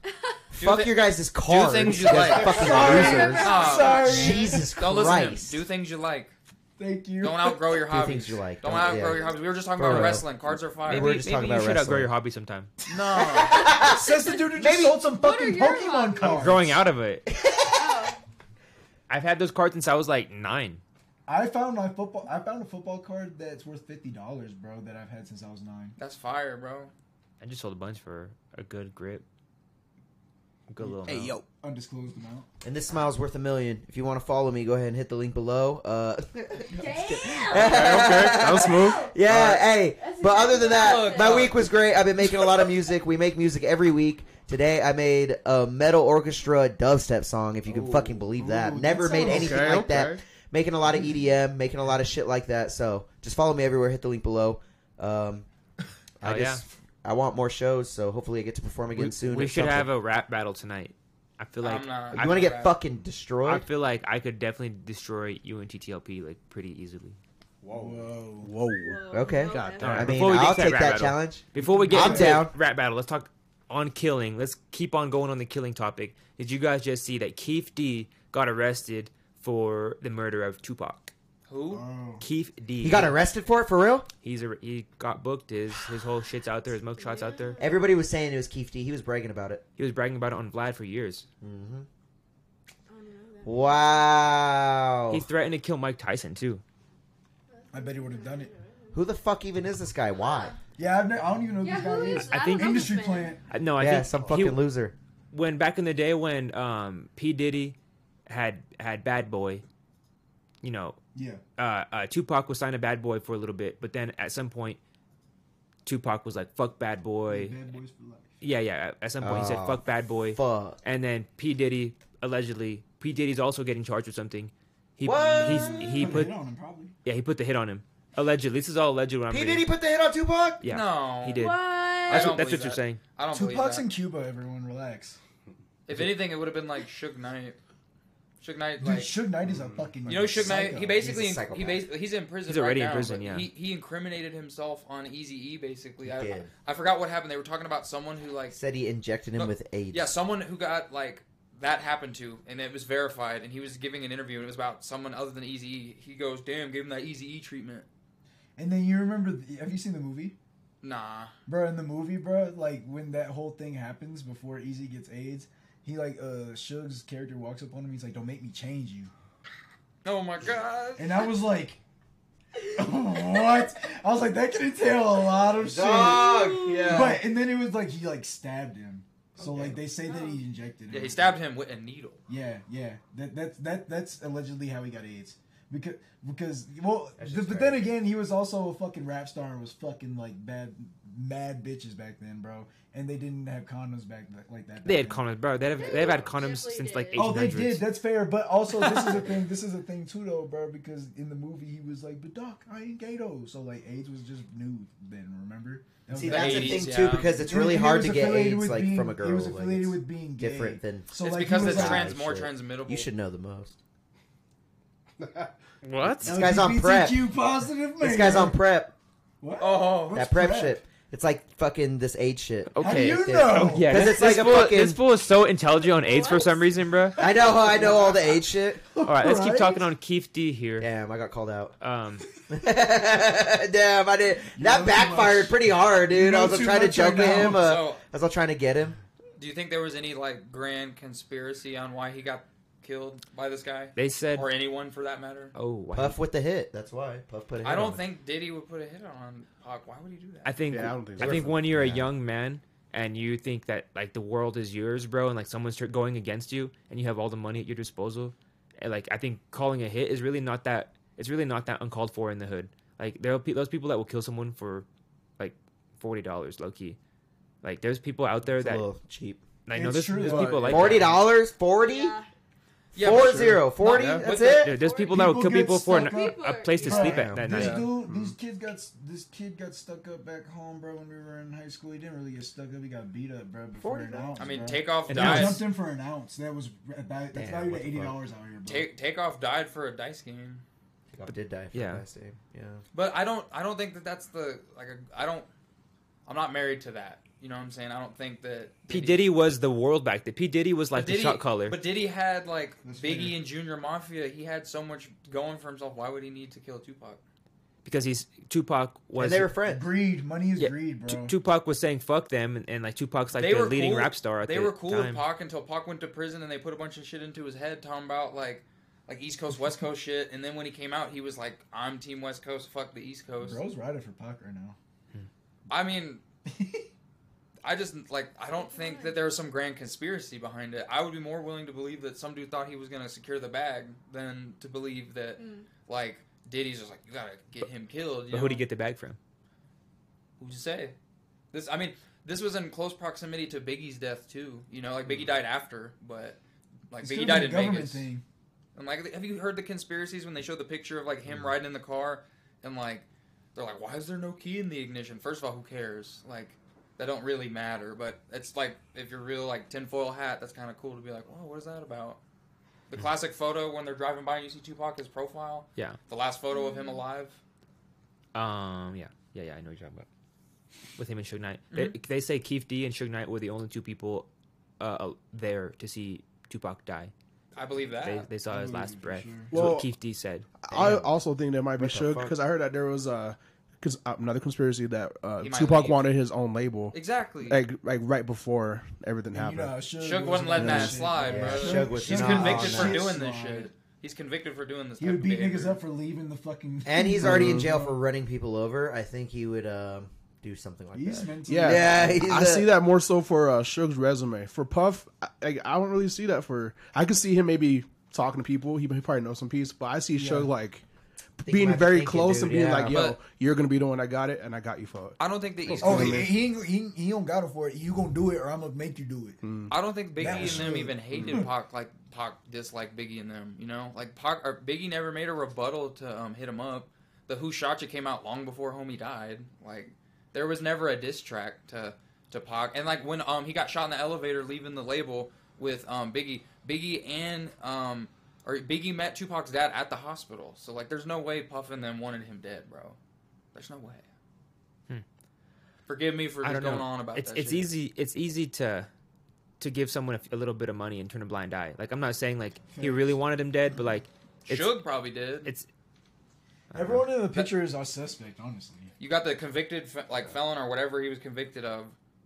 [SPEAKER 3] Fuck
[SPEAKER 1] thi-
[SPEAKER 3] your guys' cards.
[SPEAKER 1] things
[SPEAKER 3] you
[SPEAKER 1] you
[SPEAKER 3] guys
[SPEAKER 1] like.
[SPEAKER 3] fucking
[SPEAKER 5] Sorry,
[SPEAKER 3] losers.
[SPEAKER 1] Oh,
[SPEAKER 5] sorry.
[SPEAKER 3] Jesus
[SPEAKER 1] Don't listen to him.
[SPEAKER 3] Christ.
[SPEAKER 1] Do things you like.
[SPEAKER 5] Thank you.
[SPEAKER 1] Don't outgrow your
[SPEAKER 3] Do things
[SPEAKER 1] hobbies.
[SPEAKER 3] you like.
[SPEAKER 1] Don't,
[SPEAKER 3] Don't-
[SPEAKER 1] outgrow
[SPEAKER 3] yeah.
[SPEAKER 1] your hobbies. We were just talking
[SPEAKER 3] Bro.
[SPEAKER 1] about wrestling. Cards are fire.
[SPEAKER 2] Maybe,
[SPEAKER 3] We're just
[SPEAKER 2] maybe
[SPEAKER 3] talking
[SPEAKER 2] you
[SPEAKER 3] about
[SPEAKER 2] should outgrow
[SPEAKER 3] wrestling.
[SPEAKER 2] your hobby sometime.
[SPEAKER 1] No.
[SPEAKER 5] Says the dude who just
[SPEAKER 3] Maybe-
[SPEAKER 5] sold some
[SPEAKER 6] What are
[SPEAKER 5] fucking
[SPEAKER 6] your
[SPEAKER 5] Pokemon
[SPEAKER 6] hobbies?
[SPEAKER 5] cards.
[SPEAKER 2] Growing out of it.
[SPEAKER 6] Oh,
[SPEAKER 2] I've had those cards since I was like nine.
[SPEAKER 5] I found my football. I found a football card that's worth fifty dollars, bro. That I've had since I was nine.
[SPEAKER 1] That's fire, bro.
[SPEAKER 2] I just sold a bunch for a good grip. A good little. amount.
[SPEAKER 5] Undisclosed amount.
[SPEAKER 3] And this smile's worth a million. If you want to follow me, go ahead and hit the link below. Uh,
[SPEAKER 6] damn.
[SPEAKER 2] Okay, okay. That was smooth.
[SPEAKER 3] yeah, hey.
[SPEAKER 6] That's
[SPEAKER 3] But other than that,
[SPEAKER 1] Look,
[SPEAKER 3] my
[SPEAKER 1] look.
[SPEAKER 3] week was great. I've been making a lot of music. We make music every week. Today I made a metal orchestra dubstep song. If you can fucking believe that,
[SPEAKER 5] Ooh,
[SPEAKER 3] never
[SPEAKER 5] that
[SPEAKER 3] made
[SPEAKER 5] sounds-
[SPEAKER 3] anything
[SPEAKER 4] Okay,
[SPEAKER 3] like that.
[SPEAKER 4] okay.
[SPEAKER 3] Making a lot of EDM, making a lot of shit like that. So just follow me everywhere. Hit the link below. Um, I
[SPEAKER 2] Hell
[SPEAKER 3] just I want more shows, so hopefully I get to perform again
[SPEAKER 2] We,
[SPEAKER 3] soon.
[SPEAKER 2] we
[SPEAKER 3] at
[SPEAKER 2] should
[SPEAKER 3] something.
[SPEAKER 2] have a rap battle tonight. I feel like
[SPEAKER 1] I'm not-
[SPEAKER 2] I,
[SPEAKER 3] You want
[SPEAKER 1] feel
[SPEAKER 3] to get
[SPEAKER 1] bad.
[SPEAKER 3] fucking
[SPEAKER 2] I
[SPEAKER 3] destroyed?
[SPEAKER 2] feel like I could definitely destroy you and TTLP like pretty easily.
[SPEAKER 5] Whoa.
[SPEAKER 4] Whoa.
[SPEAKER 3] Okay.
[SPEAKER 6] God
[SPEAKER 2] All
[SPEAKER 3] I
[SPEAKER 2] right,
[SPEAKER 3] mean,
[SPEAKER 2] before we get
[SPEAKER 3] I'll
[SPEAKER 2] to that
[SPEAKER 3] take
[SPEAKER 2] rap
[SPEAKER 3] that
[SPEAKER 2] battle.
[SPEAKER 3] challenge.
[SPEAKER 2] Before we get
[SPEAKER 3] I'm
[SPEAKER 2] into
[SPEAKER 3] down.
[SPEAKER 2] rap battle, let's talk on killing. Let's keep on going on the killing topic. Did you guys just see that Keith D got arrested for the murder of Tupac?
[SPEAKER 1] Who?
[SPEAKER 2] Keith D.
[SPEAKER 3] You got arrested for it for real?
[SPEAKER 2] He's a, he got booked. His his whole shit's out there. His mugshots out there.
[SPEAKER 3] Everybody was saying it was Keef D. He was bragging about it.
[SPEAKER 2] He was bragging about it on Vlad for years.
[SPEAKER 3] Wow. Oh.
[SPEAKER 2] He threatened to kill Mike Tyson too.
[SPEAKER 5] I bet he would have done it.
[SPEAKER 3] Who the fuck even is this guy? Why?
[SPEAKER 5] Yeah, I've never, I don't even know who
[SPEAKER 6] Yeah,
[SPEAKER 5] this guy
[SPEAKER 6] who
[SPEAKER 5] is.
[SPEAKER 6] is?
[SPEAKER 2] I
[SPEAKER 6] don't
[SPEAKER 2] think-
[SPEAKER 6] know this
[SPEAKER 5] Industry
[SPEAKER 6] man.
[SPEAKER 5] plant.
[SPEAKER 2] I- No, I
[SPEAKER 3] yeah,
[SPEAKER 2] think
[SPEAKER 3] some
[SPEAKER 2] he-
[SPEAKER 3] fucking loser.
[SPEAKER 2] when back in the day when um, P Diddy had had Bad Boy, you know,
[SPEAKER 5] Yeah.
[SPEAKER 2] uh, uh, Tupac was signed to Bad Boy for a little bit, but then at some point, Tupac was like "fuck Bad Boy."
[SPEAKER 5] Bad boys for life.
[SPEAKER 2] Yeah, yeah. at- At some point, he said
[SPEAKER 3] Oh,
[SPEAKER 2] "fuck Bad Boy,"
[SPEAKER 3] Fuck.
[SPEAKER 2] and then P Diddy allegedly P Diddy's also getting charged with something. He
[SPEAKER 3] What?
[SPEAKER 2] he's, he
[SPEAKER 5] Put a
[SPEAKER 2] put
[SPEAKER 5] hit on him, probably.
[SPEAKER 2] yeah he put the hit on him allegedly. This is all alleged. What I'm
[SPEAKER 3] He
[SPEAKER 2] reading.
[SPEAKER 3] did. He put the hit on Tupac.
[SPEAKER 2] Yeah,
[SPEAKER 1] No.
[SPEAKER 2] he did.
[SPEAKER 6] What?
[SPEAKER 2] That's,
[SPEAKER 1] I don't
[SPEAKER 2] what, that's what
[SPEAKER 1] believe
[SPEAKER 2] you're
[SPEAKER 1] that.
[SPEAKER 2] saying.
[SPEAKER 1] I don't believe
[SPEAKER 5] Tupac's
[SPEAKER 1] that.
[SPEAKER 5] in Cuba, everyone, relax.
[SPEAKER 1] If anything, it would have been like Suge Knight. Suge Knight,
[SPEAKER 5] Dude,
[SPEAKER 1] like
[SPEAKER 5] Suge Knight is a fucking.
[SPEAKER 1] you know, Suge Knight. He
[SPEAKER 5] psycho.
[SPEAKER 1] basically
[SPEAKER 3] He's a
[SPEAKER 1] he
[SPEAKER 3] psychopath.
[SPEAKER 1] bas- he's in prison.
[SPEAKER 2] He's already
[SPEAKER 1] right
[SPEAKER 2] in
[SPEAKER 1] now,
[SPEAKER 2] prison,
[SPEAKER 1] but
[SPEAKER 2] yeah.
[SPEAKER 1] He, he incriminated himself on Easy E. Basically, I,
[SPEAKER 3] did.
[SPEAKER 1] I forgot what happened. They were talking about someone who like
[SPEAKER 3] Said he injected him
[SPEAKER 1] Look,
[SPEAKER 3] with AIDS.
[SPEAKER 1] Yeah, someone who got like that happened to, and it was verified, and he was giving an interview, and it was about someone other than Easy E. He goes, "Damn, gave him that Easy E treatment."
[SPEAKER 5] And then you remember? The, have you seen the movie,
[SPEAKER 1] Nah,
[SPEAKER 5] bro? In the movie, bro, like when that whole thing happens before Easy gets AIDS, he like uh Suge's character walks up on him. He's like, "Don't make me change you,"
[SPEAKER 1] oh my god,
[SPEAKER 5] and I was like, "What?" I was like, "That could entail a lot of shit."
[SPEAKER 3] Dog. Yeah.
[SPEAKER 5] But and then it was like he like stabbed him. So like they say that he injected. him.
[SPEAKER 1] Yeah, he stabbed him with a needle.
[SPEAKER 5] Yeah, yeah. That that that that's allegedly how he got AIDS. Because because well,
[SPEAKER 3] That's
[SPEAKER 5] th-
[SPEAKER 3] just
[SPEAKER 5] but then
[SPEAKER 3] crazy.
[SPEAKER 5] again, he was also a fucking rap star and was fucking like bad mad bitches back then, bro. And they didn't have condoms back th- like that.
[SPEAKER 2] They
[SPEAKER 5] back
[SPEAKER 2] had
[SPEAKER 5] then.
[SPEAKER 2] condoms, bro. They have, they've had condoms
[SPEAKER 6] Definitely
[SPEAKER 2] since
[SPEAKER 6] did.
[SPEAKER 2] like 1800s.
[SPEAKER 5] Oh, they did. That's fair. But also, this is a thing. This is a thing too, though, bro. Because in the movie, he was like, "But doc, I ain't gay though." So like, AIDS was just new then. Remember? That was
[SPEAKER 3] See,
[SPEAKER 5] like-
[SPEAKER 3] that's the
[SPEAKER 1] 80s,
[SPEAKER 3] thing too,
[SPEAKER 1] yeah.
[SPEAKER 3] because it's
[SPEAKER 5] And-
[SPEAKER 3] really
[SPEAKER 5] and it
[SPEAKER 3] hard
[SPEAKER 5] was
[SPEAKER 3] to get
[SPEAKER 5] affiliated
[SPEAKER 3] AIDS
[SPEAKER 5] with
[SPEAKER 3] like
[SPEAKER 5] being-
[SPEAKER 3] from a girl.
[SPEAKER 5] It was
[SPEAKER 3] like,
[SPEAKER 5] affiliated
[SPEAKER 3] it's
[SPEAKER 5] with being gay.
[SPEAKER 3] different than.
[SPEAKER 5] So
[SPEAKER 1] it's
[SPEAKER 5] like, he
[SPEAKER 1] because
[SPEAKER 5] was
[SPEAKER 1] it's
[SPEAKER 5] like-
[SPEAKER 1] trans,
[SPEAKER 3] Ah,
[SPEAKER 1] more
[SPEAKER 3] shit.
[SPEAKER 1] transmittable.
[SPEAKER 3] You should know the most.
[SPEAKER 2] What?
[SPEAKER 3] This guy's on prep.
[SPEAKER 5] LGBTQ positive
[SPEAKER 3] This guy's on
[SPEAKER 5] man.
[SPEAKER 3] prep.
[SPEAKER 5] What?
[SPEAKER 1] Oh,
[SPEAKER 5] What's
[SPEAKER 3] That prep, shit. It's like fucking this AIDS shit.
[SPEAKER 5] How do
[SPEAKER 2] Okay.
[SPEAKER 5] you
[SPEAKER 3] okay.
[SPEAKER 5] know?
[SPEAKER 2] Oh, yeah,
[SPEAKER 3] 'Cause
[SPEAKER 2] this,
[SPEAKER 3] it's like
[SPEAKER 2] this
[SPEAKER 3] a
[SPEAKER 2] fool,
[SPEAKER 3] fucking-
[SPEAKER 2] this fool is so intelligent on AIDS for some reason, bro.
[SPEAKER 3] I know. I know all the AIDS shit.
[SPEAKER 2] All right, let's keep
[SPEAKER 5] Right?
[SPEAKER 2] talking on Keith D here.
[SPEAKER 3] Damn, I got called out.
[SPEAKER 2] Um,
[SPEAKER 3] Damn, I did.
[SPEAKER 5] know
[SPEAKER 3] That
[SPEAKER 5] too
[SPEAKER 3] backfired
[SPEAKER 5] much.
[SPEAKER 3] pretty hard, dude.
[SPEAKER 5] know
[SPEAKER 3] I was
[SPEAKER 5] too
[SPEAKER 3] trying to
[SPEAKER 5] much right
[SPEAKER 3] joke with
[SPEAKER 5] now.
[SPEAKER 3] him. Uh,
[SPEAKER 1] So-
[SPEAKER 3] I was all trying to get him.
[SPEAKER 1] Do you think there was any like grand conspiracy on why he got killed by this guy
[SPEAKER 2] they said,
[SPEAKER 1] or anyone for that matter?
[SPEAKER 2] "Oh, wow.
[SPEAKER 3] Puff with the hit. That's why Puff put it.
[SPEAKER 1] I don't think Diddy would put a hit on Pac. Why would he do that?
[SPEAKER 2] I think
[SPEAKER 4] Yeah, I
[SPEAKER 2] I,
[SPEAKER 4] don't think so.
[SPEAKER 2] think when you're
[SPEAKER 3] Yeah.
[SPEAKER 2] a young man and you think that like the world is yours, bro, and like someone's tr- going against you, and you have all the money at your disposal, and, like I think calling a hit is really not that. It's really not that uncalled for in the hood. Like there are pe- those people that will kill someone for like forty dollars, low key. Like there's people out there
[SPEAKER 3] it's a
[SPEAKER 2] that
[SPEAKER 3] little cheap.
[SPEAKER 2] I know
[SPEAKER 5] It's
[SPEAKER 2] there's,
[SPEAKER 5] true,
[SPEAKER 2] there's
[SPEAKER 4] but-
[SPEAKER 2] people like
[SPEAKER 3] Forty
[SPEAKER 2] that.
[SPEAKER 3] dollars. Forty.
[SPEAKER 6] Yeah.
[SPEAKER 1] Yeah, but
[SPEAKER 3] Four
[SPEAKER 1] sure.
[SPEAKER 3] zero. Forty.
[SPEAKER 1] No, yeah,
[SPEAKER 3] That's
[SPEAKER 1] but the-
[SPEAKER 3] it.
[SPEAKER 2] Dude, there's people that would
[SPEAKER 5] People
[SPEAKER 2] kill
[SPEAKER 5] get
[SPEAKER 2] people for an,
[SPEAKER 5] stuck
[SPEAKER 6] up.
[SPEAKER 2] a place to
[SPEAKER 5] Bro,
[SPEAKER 2] sleep at that
[SPEAKER 5] This
[SPEAKER 2] night.
[SPEAKER 5] dude,
[SPEAKER 3] Mm-hmm.
[SPEAKER 5] these kids got s- this kid got stuck up back home, bro. When we were in high school, he didn't really get stuck up. He got beat up, bro. Before
[SPEAKER 3] 40,
[SPEAKER 5] an
[SPEAKER 3] bro.
[SPEAKER 5] ounce.
[SPEAKER 1] I mean,
[SPEAKER 5] bro.
[SPEAKER 1] Takeoff
[SPEAKER 2] And
[SPEAKER 5] They
[SPEAKER 2] Guys.
[SPEAKER 5] jumped
[SPEAKER 1] died.
[SPEAKER 5] in for an ounce. That was about that's
[SPEAKER 3] Damn,
[SPEAKER 5] valued
[SPEAKER 3] what
[SPEAKER 5] at
[SPEAKER 3] the
[SPEAKER 5] eighty
[SPEAKER 3] fuck.
[SPEAKER 5] dollars out here, bro.
[SPEAKER 1] Take, Takeoff died for a dice game.
[SPEAKER 3] I did die. For
[SPEAKER 2] Yeah.
[SPEAKER 3] yeah. Last name. Yeah.
[SPEAKER 1] But I don't. I don't think that that's the like. A, I don't. I'm not married to that. You know what I'm saying? I don't think that
[SPEAKER 2] P Diddy was the world back then. P Diddy was
[SPEAKER 1] but
[SPEAKER 2] like the shot caller.
[SPEAKER 1] But Diddy had like
[SPEAKER 5] That's
[SPEAKER 1] Biggie
[SPEAKER 5] fair.
[SPEAKER 1] and Junior Mafia. He had so much going for himself. Why would he need to kill Tupac?
[SPEAKER 2] because he's Tupac was
[SPEAKER 3] And they were friends.
[SPEAKER 5] Greed, money is
[SPEAKER 2] Yeah,
[SPEAKER 5] greed, bro.
[SPEAKER 2] Tu- Tupac was saying fuck them, and, and like Tupac's like the leading
[SPEAKER 1] cool-
[SPEAKER 2] rap star at
[SPEAKER 1] they
[SPEAKER 2] the
[SPEAKER 1] were cool
[SPEAKER 2] time.
[SPEAKER 1] with Pac until Pac went to prison and they put a bunch of shit into his head talking about like like East Coast West Coast shit. And then when he came out, he was like, "I'm Team West Coast. Fuck the East Coast."
[SPEAKER 5] Bro's riding for Pac right now.
[SPEAKER 1] I mean, I just like I don't think that there was some grand conspiracy behind it. I would be more willing to believe that some dude thought he was gonna secure the bag than to believe that like Diddy's just like you gotta get him killed. You
[SPEAKER 2] But
[SPEAKER 1] know?
[SPEAKER 2] who did he get the bag from?
[SPEAKER 1] Who'd you say? This I mean, this was in close proximity to Biggie's death too. You know, like
[SPEAKER 2] Hmm.
[SPEAKER 1] Biggie died after, but like
[SPEAKER 5] It's
[SPEAKER 1] Biggie
[SPEAKER 5] gonna
[SPEAKER 1] died
[SPEAKER 5] be a
[SPEAKER 1] in
[SPEAKER 5] government
[SPEAKER 1] Vegas.
[SPEAKER 5] thing.
[SPEAKER 1] And like, have you heard the conspiracies when they show the picture of like
[SPEAKER 2] Mm.
[SPEAKER 1] him riding in the car and like they're like, why is there no key in the ignition? First of all, who cares? Like, that don't really matter. But it's like if you're real like tinfoil hat, that's kind of cool to be like, whoa, what is that about? The classic photo when they're driving by and you see Tupac his profile.
[SPEAKER 2] Mm. Yeah.
[SPEAKER 1] The last photo of him alive.
[SPEAKER 2] Um. Yeah. Yeah. Yeah. I know what you're talking about. With him and Suge Knight, they,
[SPEAKER 1] Mm-hmm.
[SPEAKER 2] they say Keith D and Suge Knight were the only two people uh, there to see Tupac die.
[SPEAKER 1] I believe that.
[SPEAKER 2] They, they saw
[SPEAKER 5] I
[SPEAKER 2] his
[SPEAKER 5] believe you
[SPEAKER 2] last
[SPEAKER 5] for
[SPEAKER 2] breath.
[SPEAKER 5] sure.
[SPEAKER 2] That's
[SPEAKER 4] Well-
[SPEAKER 2] what Keith D said.
[SPEAKER 4] I
[SPEAKER 3] Damn.
[SPEAKER 4] also think that might be
[SPEAKER 3] What the
[SPEAKER 4] shook
[SPEAKER 3] fuck?
[SPEAKER 4] because I heard that there was uh, cause, uh, another conspiracy that uh,
[SPEAKER 1] He might
[SPEAKER 4] Tupac
[SPEAKER 1] leave.
[SPEAKER 4] wanted his own label,
[SPEAKER 1] exactly.
[SPEAKER 4] like like right before everything
[SPEAKER 5] And
[SPEAKER 4] happened.
[SPEAKER 5] you know, how Suge
[SPEAKER 1] Suge
[SPEAKER 5] was
[SPEAKER 1] wasn't
[SPEAKER 5] on
[SPEAKER 1] letting that
[SPEAKER 5] shit,
[SPEAKER 1] slide,
[SPEAKER 5] bro.
[SPEAKER 1] bro.
[SPEAKER 3] Suge was
[SPEAKER 1] He's
[SPEAKER 3] not
[SPEAKER 1] convicted
[SPEAKER 3] on
[SPEAKER 1] for
[SPEAKER 3] that.
[SPEAKER 1] doing this
[SPEAKER 5] Slide.
[SPEAKER 1] shit. He's convicted for doing this.
[SPEAKER 5] He
[SPEAKER 1] type
[SPEAKER 5] would
[SPEAKER 1] of
[SPEAKER 5] beat niggas
[SPEAKER 1] behavior.
[SPEAKER 5] up for leaving the fucking.
[SPEAKER 3] And he's already in jail for running people over. I think he would um, do something like
[SPEAKER 5] He's
[SPEAKER 3] that.
[SPEAKER 5] mentally.
[SPEAKER 4] Yeah,
[SPEAKER 3] Yeah, he's
[SPEAKER 4] I
[SPEAKER 3] a-
[SPEAKER 4] see that more so for uh, Suge's resume. For Puff, I, like, I don't really see that for. I could see him maybe talking to people. He, he probably knows some piece, but I see Suge like
[SPEAKER 3] he might
[SPEAKER 4] being
[SPEAKER 3] be
[SPEAKER 4] very
[SPEAKER 3] thinking,
[SPEAKER 4] close and
[SPEAKER 3] dude,
[SPEAKER 4] being
[SPEAKER 3] yeah.
[SPEAKER 4] like, "Yo,
[SPEAKER 1] But-
[SPEAKER 4] you're gonna be the one that got it, and I got you for it."
[SPEAKER 1] I don't think the East
[SPEAKER 5] Oh,
[SPEAKER 1] Coast-
[SPEAKER 5] he, he, ain't- he, ain't- he don't got it for it. You gonna do it, or I'm gonna make you do it.
[SPEAKER 1] I don't think
[SPEAKER 5] That
[SPEAKER 1] Biggie and
[SPEAKER 5] was
[SPEAKER 1] them
[SPEAKER 5] good. Mm-hmm.
[SPEAKER 1] even hated Pac like Pac disliked Biggie and them. You know, like Pac or Biggie never made a rebuttal to um, hit him up. The Who Shot You came out long before Homie died. Like there was never a diss track to to Pac. And like when um he got shot in the elevator leaving the label with um Biggie, Biggie and um or Biggie met Tupac's dad at the hospital. So like there's no way Puff and them wanted him dead, bro. There's no way. Forgive me for
[SPEAKER 2] Hmm. I
[SPEAKER 1] just
[SPEAKER 2] don't
[SPEAKER 1] going
[SPEAKER 2] know.
[SPEAKER 1] on about
[SPEAKER 2] it's
[SPEAKER 1] that.
[SPEAKER 2] it's
[SPEAKER 1] shit.
[SPEAKER 2] easy it's easy to to give someone a, f- a little bit of money and turn a blind eye. Like I'm not saying like he really wanted him dead, but like it's
[SPEAKER 1] Suge probably did.
[SPEAKER 2] it's
[SPEAKER 5] Everyone in the picture is our suspect, honestly.
[SPEAKER 1] you got the convicted fe- like felon or whatever he was convicted of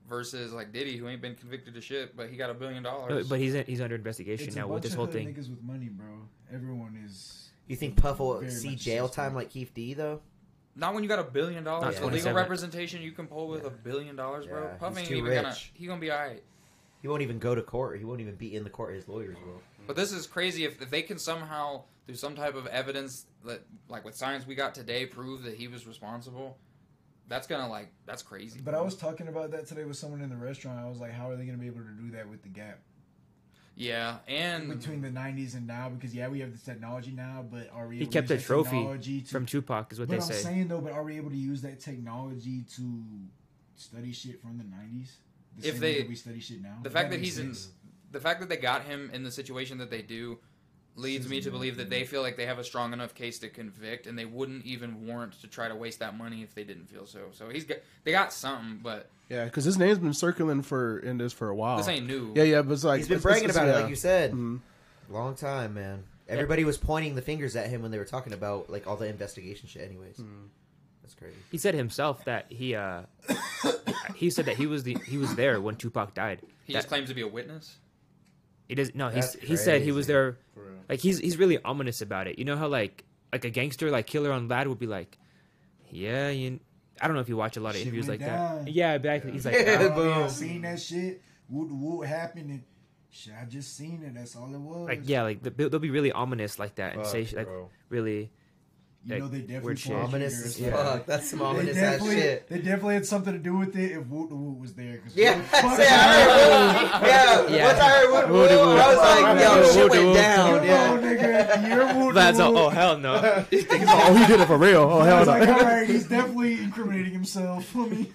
[SPEAKER 1] versus like Diddy who ain't been convicted of shit but he got a billion
[SPEAKER 2] no,
[SPEAKER 1] dollars.
[SPEAKER 2] but he's he's under investigation
[SPEAKER 5] It's a
[SPEAKER 2] now with
[SPEAKER 5] bunch
[SPEAKER 2] this
[SPEAKER 5] of
[SPEAKER 2] whole
[SPEAKER 5] hood
[SPEAKER 2] thing.
[SPEAKER 5] niggas with money, bro. Everyone is.
[SPEAKER 3] You think Puff will
[SPEAKER 5] Very
[SPEAKER 3] see
[SPEAKER 5] much
[SPEAKER 3] jail
[SPEAKER 5] so.
[SPEAKER 3] time like Keith D though?
[SPEAKER 1] not when you got a billion dollars. The legal
[SPEAKER 2] 27.
[SPEAKER 1] representation you can pull with a billion dollars, bro.
[SPEAKER 3] Yeah,
[SPEAKER 1] Puff
[SPEAKER 3] he's
[SPEAKER 1] ain't
[SPEAKER 3] too
[SPEAKER 1] even gonna
[SPEAKER 3] rich.
[SPEAKER 1] he gonna be alright.
[SPEAKER 3] He He won't even go to court. He won't even be in the court. His lawyers will.
[SPEAKER 1] But this is crazy. If, if they can somehow, through some type of evidence that, like with science we got today, prove that he was responsible, that's gonna like that's crazy.
[SPEAKER 5] But I was talking about that today with someone in the restaurant. I was like, how are they going to be able to do that with the gap
[SPEAKER 1] yeah, and
[SPEAKER 5] between the 90s and now? Because, yeah, we have this technology now, but are we
[SPEAKER 2] He
[SPEAKER 5] able to
[SPEAKER 2] kept
[SPEAKER 5] use
[SPEAKER 2] a
[SPEAKER 5] that
[SPEAKER 2] trophy
[SPEAKER 5] technology to-
[SPEAKER 2] from Tupac, is what
[SPEAKER 5] but
[SPEAKER 2] they
[SPEAKER 5] I'm
[SPEAKER 2] say.
[SPEAKER 5] saying, though, but are we able to use that technology to study shit from the 90s? The
[SPEAKER 1] If
[SPEAKER 5] same way
[SPEAKER 1] they-
[SPEAKER 5] that we study shit now?
[SPEAKER 1] the
[SPEAKER 5] If
[SPEAKER 1] fact
[SPEAKER 5] that
[SPEAKER 1] that
[SPEAKER 5] makes
[SPEAKER 1] he's in
[SPEAKER 5] sense.
[SPEAKER 1] the fact that they got him in the situation that they do leads me to believe that they feel like they have a strong enough case to convict and they wouldn't even warrant to try to waste that money if they didn't feel so so he's got they got something but
[SPEAKER 4] Yeah, because his name's been circling for in this for a while.
[SPEAKER 1] this ain't new
[SPEAKER 4] Oh. Yeah, yeah, but it's like
[SPEAKER 3] He's been
[SPEAKER 4] it's-
[SPEAKER 3] bragging
[SPEAKER 4] it's-
[SPEAKER 3] about it,
[SPEAKER 4] yeah.
[SPEAKER 3] like you said.
[SPEAKER 4] Mhm.
[SPEAKER 3] Long time, man. Everybody was pointing the fingers at him when they were talking about like all the investigation shit. Anyways, that's crazy.
[SPEAKER 2] He said himself that he uh he said that he was the he was there when Tupac died.
[SPEAKER 1] he
[SPEAKER 2] That-
[SPEAKER 1] just claims to be a witness
[SPEAKER 2] He does no. He
[SPEAKER 3] That's
[SPEAKER 2] he said he was
[SPEAKER 3] crazy.
[SPEAKER 2] there. Like he's he's really ominous about it. You know how like like a gangster like Killer on Lad would be like, yeah. You, I don't know if you watch a lot of
[SPEAKER 5] Shit
[SPEAKER 2] interviews like
[SPEAKER 5] went down.
[SPEAKER 2] that. Yeah, exactly. He's like,
[SPEAKER 3] Yeah,
[SPEAKER 2] "Uh,
[SPEAKER 5] Oh, yeah, I
[SPEAKER 3] boom.
[SPEAKER 5] seen that shit. What what happened? And shit, I just seen it. That's all it was.
[SPEAKER 2] like yeah, like they'll they'll be really ominous like that and say
[SPEAKER 7] Fuck,
[SPEAKER 2] like
[SPEAKER 7] bro.
[SPEAKER 2] really.
[SPEAKER 5] you
[SPEAKER 2] like,
[SPEAKER 5] know they definitely
[SPEAKER 2] weird
[SPEAKER 5] pulled
[SPEAKER 2] shit.
[SPEAKER 5] the
[SPEAKER 3] Ominous
[SPEAKER 5] trigger.
[SPEAKER 3] as
[SPEAKER 2] Yeah.
[SPEAKER 3] fuck. That's some
[SPEAKER 5] They
[SPEAKER 3] ominous ass
[SPEAKER 5] definitely,
[SPEAKER 3] shit.
[SPEAKER 5] they definitely had something to do with it if Woot the Woot was there. 'cause
[SPEAKER 3] Yeah,
[SPEAKER 5] Woot
[SPEAKER 3] see, I
[SPEAKER 5] fucked
[SPEAKER 3] heard, Woot. yeah.
[SPEAKER 2] Yeah.
[SPEAKER 3] Once I heard Woot,
[SPEAKER 2] Woot,
[SPEAKER 3] Woot, I was
[SPEAKER 2] Woot.
[SPEAKER 3] like, yo,
[SPEAKER 2] Woot,
[SPEAKER 3] shit
[SPEAKER 2] Woot,
[SPEAKER 3] went
[SPEAKER 2] Woot.
[SPEAKER 3] down.
[SPEAKER 5] Come on,
[SPEAKER 3] Yeah.
[SPEAKER 5] nigga. You're Woot the
[SPEAKER 2] That's all,
[SPEAKER 5] Woot.
[SPEAKER 2] oh hell no.
[SPEAKER 4] oh, he did it for real. Oh
[SPEAKER 5] I
[SPEAKER 4] hell
[SPEAKER 5] was like, all
[SPEAKER 4] no.
[SPEAKER 5] right, he's definitely incriminating himself. I mean,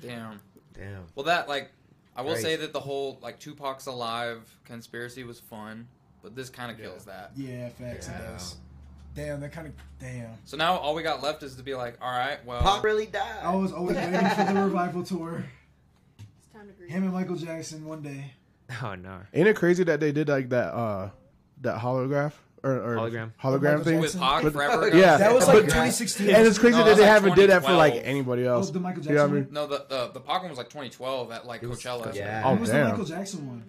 [SPEAKER 1] damn
[SPEAKER 3] Damn.
[SPEAKER 1] well that like i will
[SPEAKER 3] Crazy.
[SPEAKER 1] say that the whole like tupac's alive conspiracy was fun but this kind of kills that
[SPEAKER 5] yeah, facts it does. Damn, that kind of damn.
[SPEAKER 1] so now all we got left is to be like all right well
[SPEAKER 3] Pop really died.
[SPEAKER 5] I was always waiting for the revival tour.
[SPEAKER 6] It's time to grieve.
[SPEAKER 5] Him and Michael Jackson one day.
[SPEAKER 2] Oh no.
[SPEAKER 4] Ain't it crazy that they did like that uh that holograph or, or
[SPEAKER 2] Hologram.
[SPEAKER 4] hologram thing?
[SPEAKER 1] with Pac forever ago,
[SPEAKER 4] Yeah,
[SPEAKER 5] That was like
[SPEAKER 4] But-
[SPEAKER 5] 2016.
[SPEAKER 4] And it's
[SPEAKER 1] No,
[SPEAKER 4] crazy that
[SPEAKER 1] that's
[SPEAKER 4] they
[SPEAKER 1] like
[SPEAKER 4] haven't did that for like
[SPEAKER 1] 2012.
[SPEAKER 4] anybody
[SPEAKER 5] Oh,
[SPEAKER 4] else.
[SPEAKER 5] the Michael
[SPEAKER 4] You
[SPEAKER 5] Jackson.
[SPEAKER 4] know what I mean?
[SPEAKER 5] one?
[SPEAKER 1] no the, the the Pac one was like 2012 at like Coachella
[SPEAKER 3] Yeah.
[SPEAKER 4] Oh,
[SPEAKER 5] It was the
[SPEAKER 4] damn.
[SPEAKER 5] Michael Jackson one.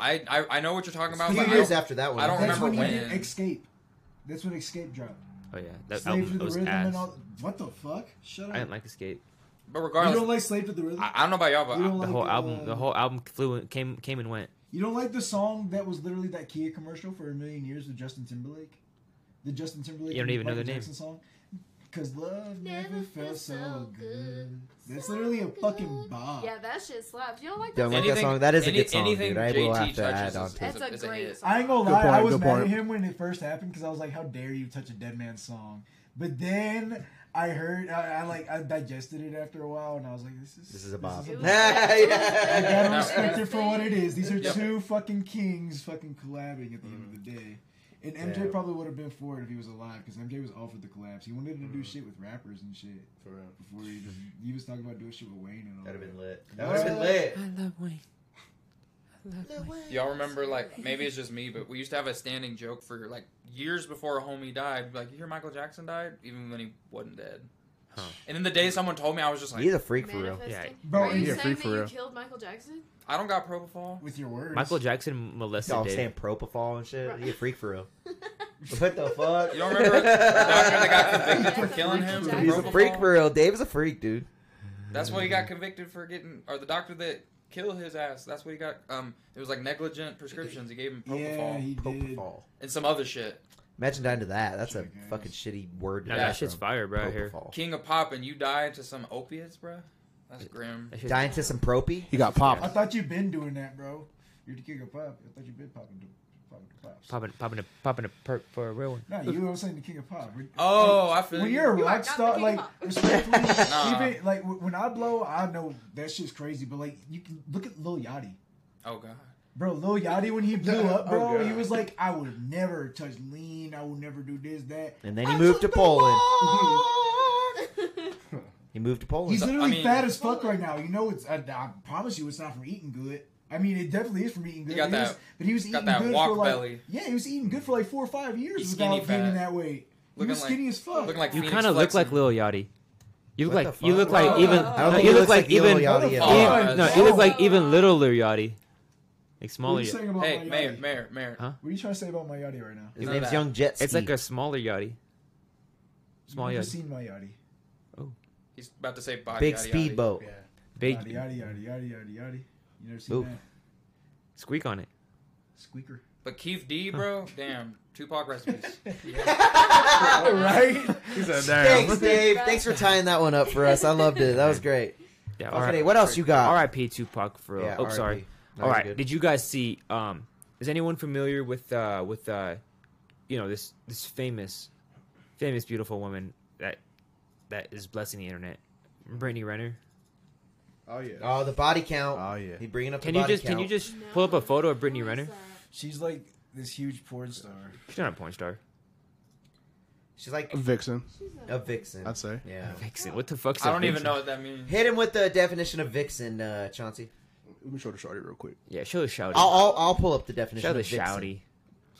[SPEAKER 1] I, I I know what you're talking about
[SPEAKER 3] a few
[SPEAKER 1] but I
[SPEAKER 3] years
[SPEAKER 1] don't-
[SPEAKER 3] after that one.
[SPEAKER 1] I don't
[SPEAKER 5] That's
[SPEAKER 1] remember
[SPEAKER 5] when he
[SPEAKER 1] when.
[SPEAKER 5] did Escape. That's when Escape dropped.
[SPEAKER 2] Oh yeah, that
[SPEAKER 5] Slave
[SPEAKER 2] album
[SPEAKER 5] to the
[SPEAKER 2] was
[SPEAKER 5] Rhythm
[SPEAKER 2] ass.
[SPEAKER 5] and all. What the fuck? Shut up.
[SPEAKER 2] I didn't like Escape.
[SPEAKER 1] but
[SPEAKER 5] you
[SPEAKER 1] regardless
[SPEAKER 5] don't like Slave to the Rhythm?
[SPEAKER 1] I, I don't know about y'all, but
[SPEAKER 5] You don't
[SPEAKER 2] The
[SPEAKER 5] like
[SPEAKER 2] whole
[SPEAKER 5] the,
[SPEAKER 2] album,
[SPEAKER 5] uh,
[SPEAKER 2] the whole album flew and came came and went.
[SPEAKER 5] You don't like the song that was literally that Kia commercial for a million years with Justin Timberlake? The Justin Timberlake
[SPEAKER 2] You don't
[SPEAKER 5] and
[SPEAKER 2] even know
[SPEAKER 5] Michael
[SPEAKER 2] the name.
[SPEAKER 5] Jackson song? Because love never,
[SPEAKER 6] Never
[SPEAKER 5] felt
[SPEAKER 6] felt
[SPEAKER 5] so
[SPEAKER 6] so
[SPEAKER 5] good. That's
[SPEAKER 6] so
[SPEAKER 5] literally a
[SPEAKER 6] good.
[SPEAKER 5] fucking bop.
[SPEAKER 6] Yeah, that shit slaps. You don't like that?
[SPEAKER 3] Don't
[SPEAKER 6] song?
[SPEAKER 3] like that song. That is a
[SPEAKER 1] any-
[SPEAKER 3] good song,
[SPEAKER 1] anything
[SPEAKER 3] dude. I
[SPEAKER 1] JT
[SPEAKER 3] will have to
[SPEAKER 1] touches
[SPEAKER 3] add on
[SPEAKER 1] is-
[SPEAKER 3] to it.
[SPEAKER 1] is
[SPEAKER 6] That's a
[SPEAKER 1] is
[SPEAKER 6] great
[SPEAKER 1] hit.
[SPEAKER 6] song.
[SPEAKER 5] I ain't gonna
[SPEAKER 4] Good
[SPEAKER 5] lie, I
[SPEAKER 4] point,
[SPEAKER 5] was
[SPEAKER 4] good
[SPEAKER 5] mad at
[SPEAKER 4] point.
[SPEAKER 5] him when it first happened because I was like, "How dare you touch a dead man's song?" But then I heard, I, I like, I digested it after a while, and I was like, "This is
[SPEAKER 3] This is a bop.
[SPEAKER 5] This is I
[SPEAKER 3] Yeah.
[SPEAKER 5] gotta
[SPEAKER 1] No.
[SPEAKER 5] respect it for what it is. These are
[SPEAKER 1] Yep.
[SPEAKER 5] two fucking kings, fucking collabing at the end of the day. And MJ
[SPEAKER 7] Yeah.
[SPEAKER 5] probably would have been for it if he was alive, because MJ was all for the collabs. He wanted to do shit with rappers and shit
[SPEAKER 7] For real.
[SPEAKER 5] before he, just, he was talking about doing shit with Wayne and all.
[SPEAKER 3] That'd have been
[SPEAKER 5] that.
[SPEAKER 3] lit. That would have been lit.
[SPEAKER 2] love Wayne.
[SPEAKER 1] Y'all remember, like, maybe it's just me, but we used to have a standing joke for, like, years before a homie died. Like, you hear Michael Jackson died? Even when he wasn't dead.
[SPEAKER 2] Huh.
[SPEAKER 1] And in the day someone told me, I was just like,
[SPEAKER 3] He's a freak for real.
[SPEAKER 6] Manifesting.
[SPEAKER 2] Yeah.
[SPEAKER 5] Bro,
[SPEAKER 6] Are you
[SPEAKER 5] yeah,
[SPEAKER 4] free
[SPEAKER 6] saying
[SPEAKER 4] for
[SPEAKER 6] that you
[SPEAKER 4] real.
[SPEAKER 6] killed Michael Jackson?
[SPEAKER 1] I don't got propofol.
[SPEAKER 5] with your words.
[SPEAKER 2] Michael Jackson molested
[SPEAKER 3] Y'all
[SPEAKER 2] Diddy.
[SPEAKER 3] saying propofol and shit?
[SPEAKER 6] Right.
[SPEAKER 3] He a freak for real. what the fuck?
[SPEAKER 1] You don't remember the doctor that got convicted for
[SPEAKER 6] Yes,
[SPEAKER 1] killing
[SPEAKER 6] Michael
[SPEAKER 1] him? for
[SPEAKER 6] Jackson.
[SPEAKER 3] He's a freak
[SPEAKER 1] propofol?
[SPEAKER 3] for real. Dave's a freak, dude.
[SPEAKER 1] That's what he got convicted for getting, or the doctor that killed his ass. That's what he got. Um, It was, like, negligent prescriptions. He gave him propofol
[SPEAKER 5] yeah, he did.
[SPEAKER 3] Propofol.
[SPEAKER 1] and some other shit.
[SPEAKER 3] Imagine dying to that. That's a
[SPEAKER 5] Shit, guys.
[SPEAKER 3] fucking shitty word. to
[SPEAKER 2] Nah,
[SPEAKER 3] die
[SPEAKER 2] that shit's
[SPEAKER 3] from.
[SPEAKER 2] fire, bro. out Here,
[SPEAKER 3] Propofol.
[SPEAKER 1] King of Pop, and you died to some opiates, bruh? That's grim.
[SPEAKER 2] That shit's-
[SPEAKER 3] Dying to some propy?
[SPEAKER 4] He got
[SPEAKER 5] I
[SPEAKER 4] popped.
[SPEAKER 5] thought you've been doing that, bro. You're the king of pop. I thought you've been popping, the- popping the pops.
[SPEAKER 2] popping, popping a, popping a perk for a real one.
[SPEAKER 5] No, you know what I'm saying? The king of pop. We're-
[SPEAKER 1] Oh, I feel
[SPEAKER 5] when
[SPEAKER 1] you.
[SPEAKER 5] you're a
[SPEAKER 6] You are
[SPEAKER 5] rock
[SPEAKER 6] not the
[SPEAKER 5] star,
[SPEAKER 6] king
[SPEAKER 5] like
[SPEAKER 6] of pop.
[SPEAKER 5] respectfully,
[SPEAKER 1] Nah.
[SPEAKER 5] even like w- when I blow, I know that shit's crazy. But like, you can look at Lil Yachty,
[SPEAKER 1] Oh, God.
[SPEAKER 5] bro. Lil Yachty when he blew up, bro,
[SPEAKER 7] God.
[SPEAKER 5] he was like, I would never touch lean. I would never do this, that.
[SPEAKER 3] And then he moved to Poland. He moved to Poland.
[SPEAKER 5] He's
[SPEAKER 1] I
[SPEAKER 5] literally
[SPEAKER 1] mean-
[SPEAKER 5] fat as fuck right now. You know, it's. I, I promise you, it's not from eating good. I mean, it definitely is from eating good.
[SPEAKER 1] You got
[SPEAKER 5] but he was-
[SPEAKER 1] that- got
[SPEAKER 5] but he was eating
[SPEAKER 1] that
[SPEAKER 5] good
[SPEAKER 1] wok
[SPEAKER 5] for like,
[SPEAKER 1] belly.
[SPEAKER 5] yeah, he was eating good for like four or five years
[SPEAKER 1] He's skinny
[SPEAKER 5] without gaining
[SPEAKER 1] fat.
[SPEAKER 5] that weight. He
[SPEAKER 1] Looking
[SPEAKER 5] was
[SPEAKER 1] like-
[SPEAKER 5] skinny as fuck.
[SPEAKER 1] Looking like
[SPEAKER 2] You
[SPEAKER 1] Phoenix
[SPEAKER 2] kind of look
[SPEAKER 1] Flexen.
[SPEAKER 2] like Lil Yachty. You look
[SPEAKER 3] What
[SPEAKER 2] like
[SPEAKER 3] the
[SPEAKER 2] you
[SPEAKER 3] fuck?
[SPEAKER 2] look like
[SPEAKER 6] Oh,
[SPEAKER 2] even
[SPEAKER 6] I don't
[SPEAKER 2] no,
[SPEAKER 6] think
[SPEAKER 2] you
[SPEAKER 6] he
[SPEAKER 2] look like
[SPEAKER 3] Lil
[SPEAKER 2] even
[SPEAKER 3] Yachty
[SPEAKER 5] What the
[SPEAKER 3] at
[SPEAKER 5] fuck?
[SPEAKER 3] all.
[SPEAKER 5] Yeah.
[SPEAKER 2] even- no you look like even little Lil Yachty, like
[SPEAKER 5] what are
[SPEAKER 2] smaller.
[SPEAKER 5] you
[SPEAKER 2] Yachty.
[SPEAKER 5] saying about
[SPEAKER 1] Hey,
[SPEAKER 5] my
[SPEAKER 1] Mayor,
[SPEAKER 5] Yachty?
[SPEAKER 1] Mayor, Mayor.
[SPEAKER 2] Huh?
[SPEAKER 5] What are you trying to say about my Yachty right now?
[SPEAKER 3] His
[SPEAKER 1] None of that.
[SPEAKER 3] name's Young Jetski.
[SPEAKER 2] It's like a smaller Yachty, small
[SPEAKER 5] You've
[SPEAKER 2] Yachty,
[SPEAKER 5] seen my Yachty.
[SPEAKER 1] He's about to say body.
[SPEAKER 3] big
[SPEAKER 1] yada, yada.
[SPEAKER 3] speedboat.
[SPEAKER 2] big.
[SPEAKER 5] Yachty, yachty, yachty, yachty, yachty. You never seen
[SPEAKER 3] Oof.
[SPEAKER 5] that?
[SPEAKER 2] Squeak on it.
[SPEAKER 5] Squeaker.
[SPEAKER 1] But Keith D, bro, damn, Tupac recipes.
[SPEAKER 5] right?
[SPEAKER 2] He said,
[SPEAKER 3] Thanks, Dave. Thanks for tying that one up for us. I loved it. That was great.
[SPEAKER 2] Yeah,
[SPEAKER 3] Okay,
[SPEAKER 2] all right.
[SPEAKER 3] what else you got?
[SPEAKER 2] R.I.P. Tupac for real.
[SPEAKER 3] Yeah,
[SPEAKER 2] oh,
[SPEAKER 3] RIP.
[SPEAKER 2] sorry.
[SPEAKER 3] That
[SPEAKER 2] All
[SPEAKER 3] was
[SPEAKER 2] right.
[SPEAKER 3] good.
[SPEAKER 2] Did you guys see? Um, is anyone familiar with uh, with uh, you know this this famous famous beautiful woman that that is blessing the internet, Brittany Renner?
[SPEAKER 4] Oh yeah.
[SPEAKER 3] Oh, the body count.
[SPEAKER 4] Oh, yeah.
[SPEAKER 3] He bringing up
[SPEAKER 2] Can
[SPEAKER 3] the
[SPEAKER 2] you
[SPEAKER 3] body
[SPEAKER 2] just can you
[SPEAKER 3] count.
[SPEAKER 2] just pull up a photo of Brittany Renner?
[SPEAKER 5] She's like this huge porn star.
[SPEAKER 2] She's not a porn star.
[SPEAKER 3] She's like
[SPEAKER 4] A vixen,
[SPEAKER 3] a vixen.
[SPEAKER 4] I'd say.
[SPEAKER 3] Yeah.
[SPEAKER 2] Vixen. What the fuck's?
[SPEAKER 1] I
[SPEAKER 2] a
[SPEAKER 1] don't even
[SPEAKER 2] vixen?
[SPEAKER 1] know what that means.
[SPEAKER 3] Hit him with the definition of vixen, uh, Chauncey.
[SPEAKER 4] Let me show the shorty real quick.
[SPEAKER 2] Yeah, show the shouty.
[SPEAKER 3] I'll, I'll I'll pull up the definition.
[SPEAKER 2] show
[SPEAKER 3] of
[SPEAKER 2] the
[SPEAKER 3] vixen.
[SPEAKER 2] shouty.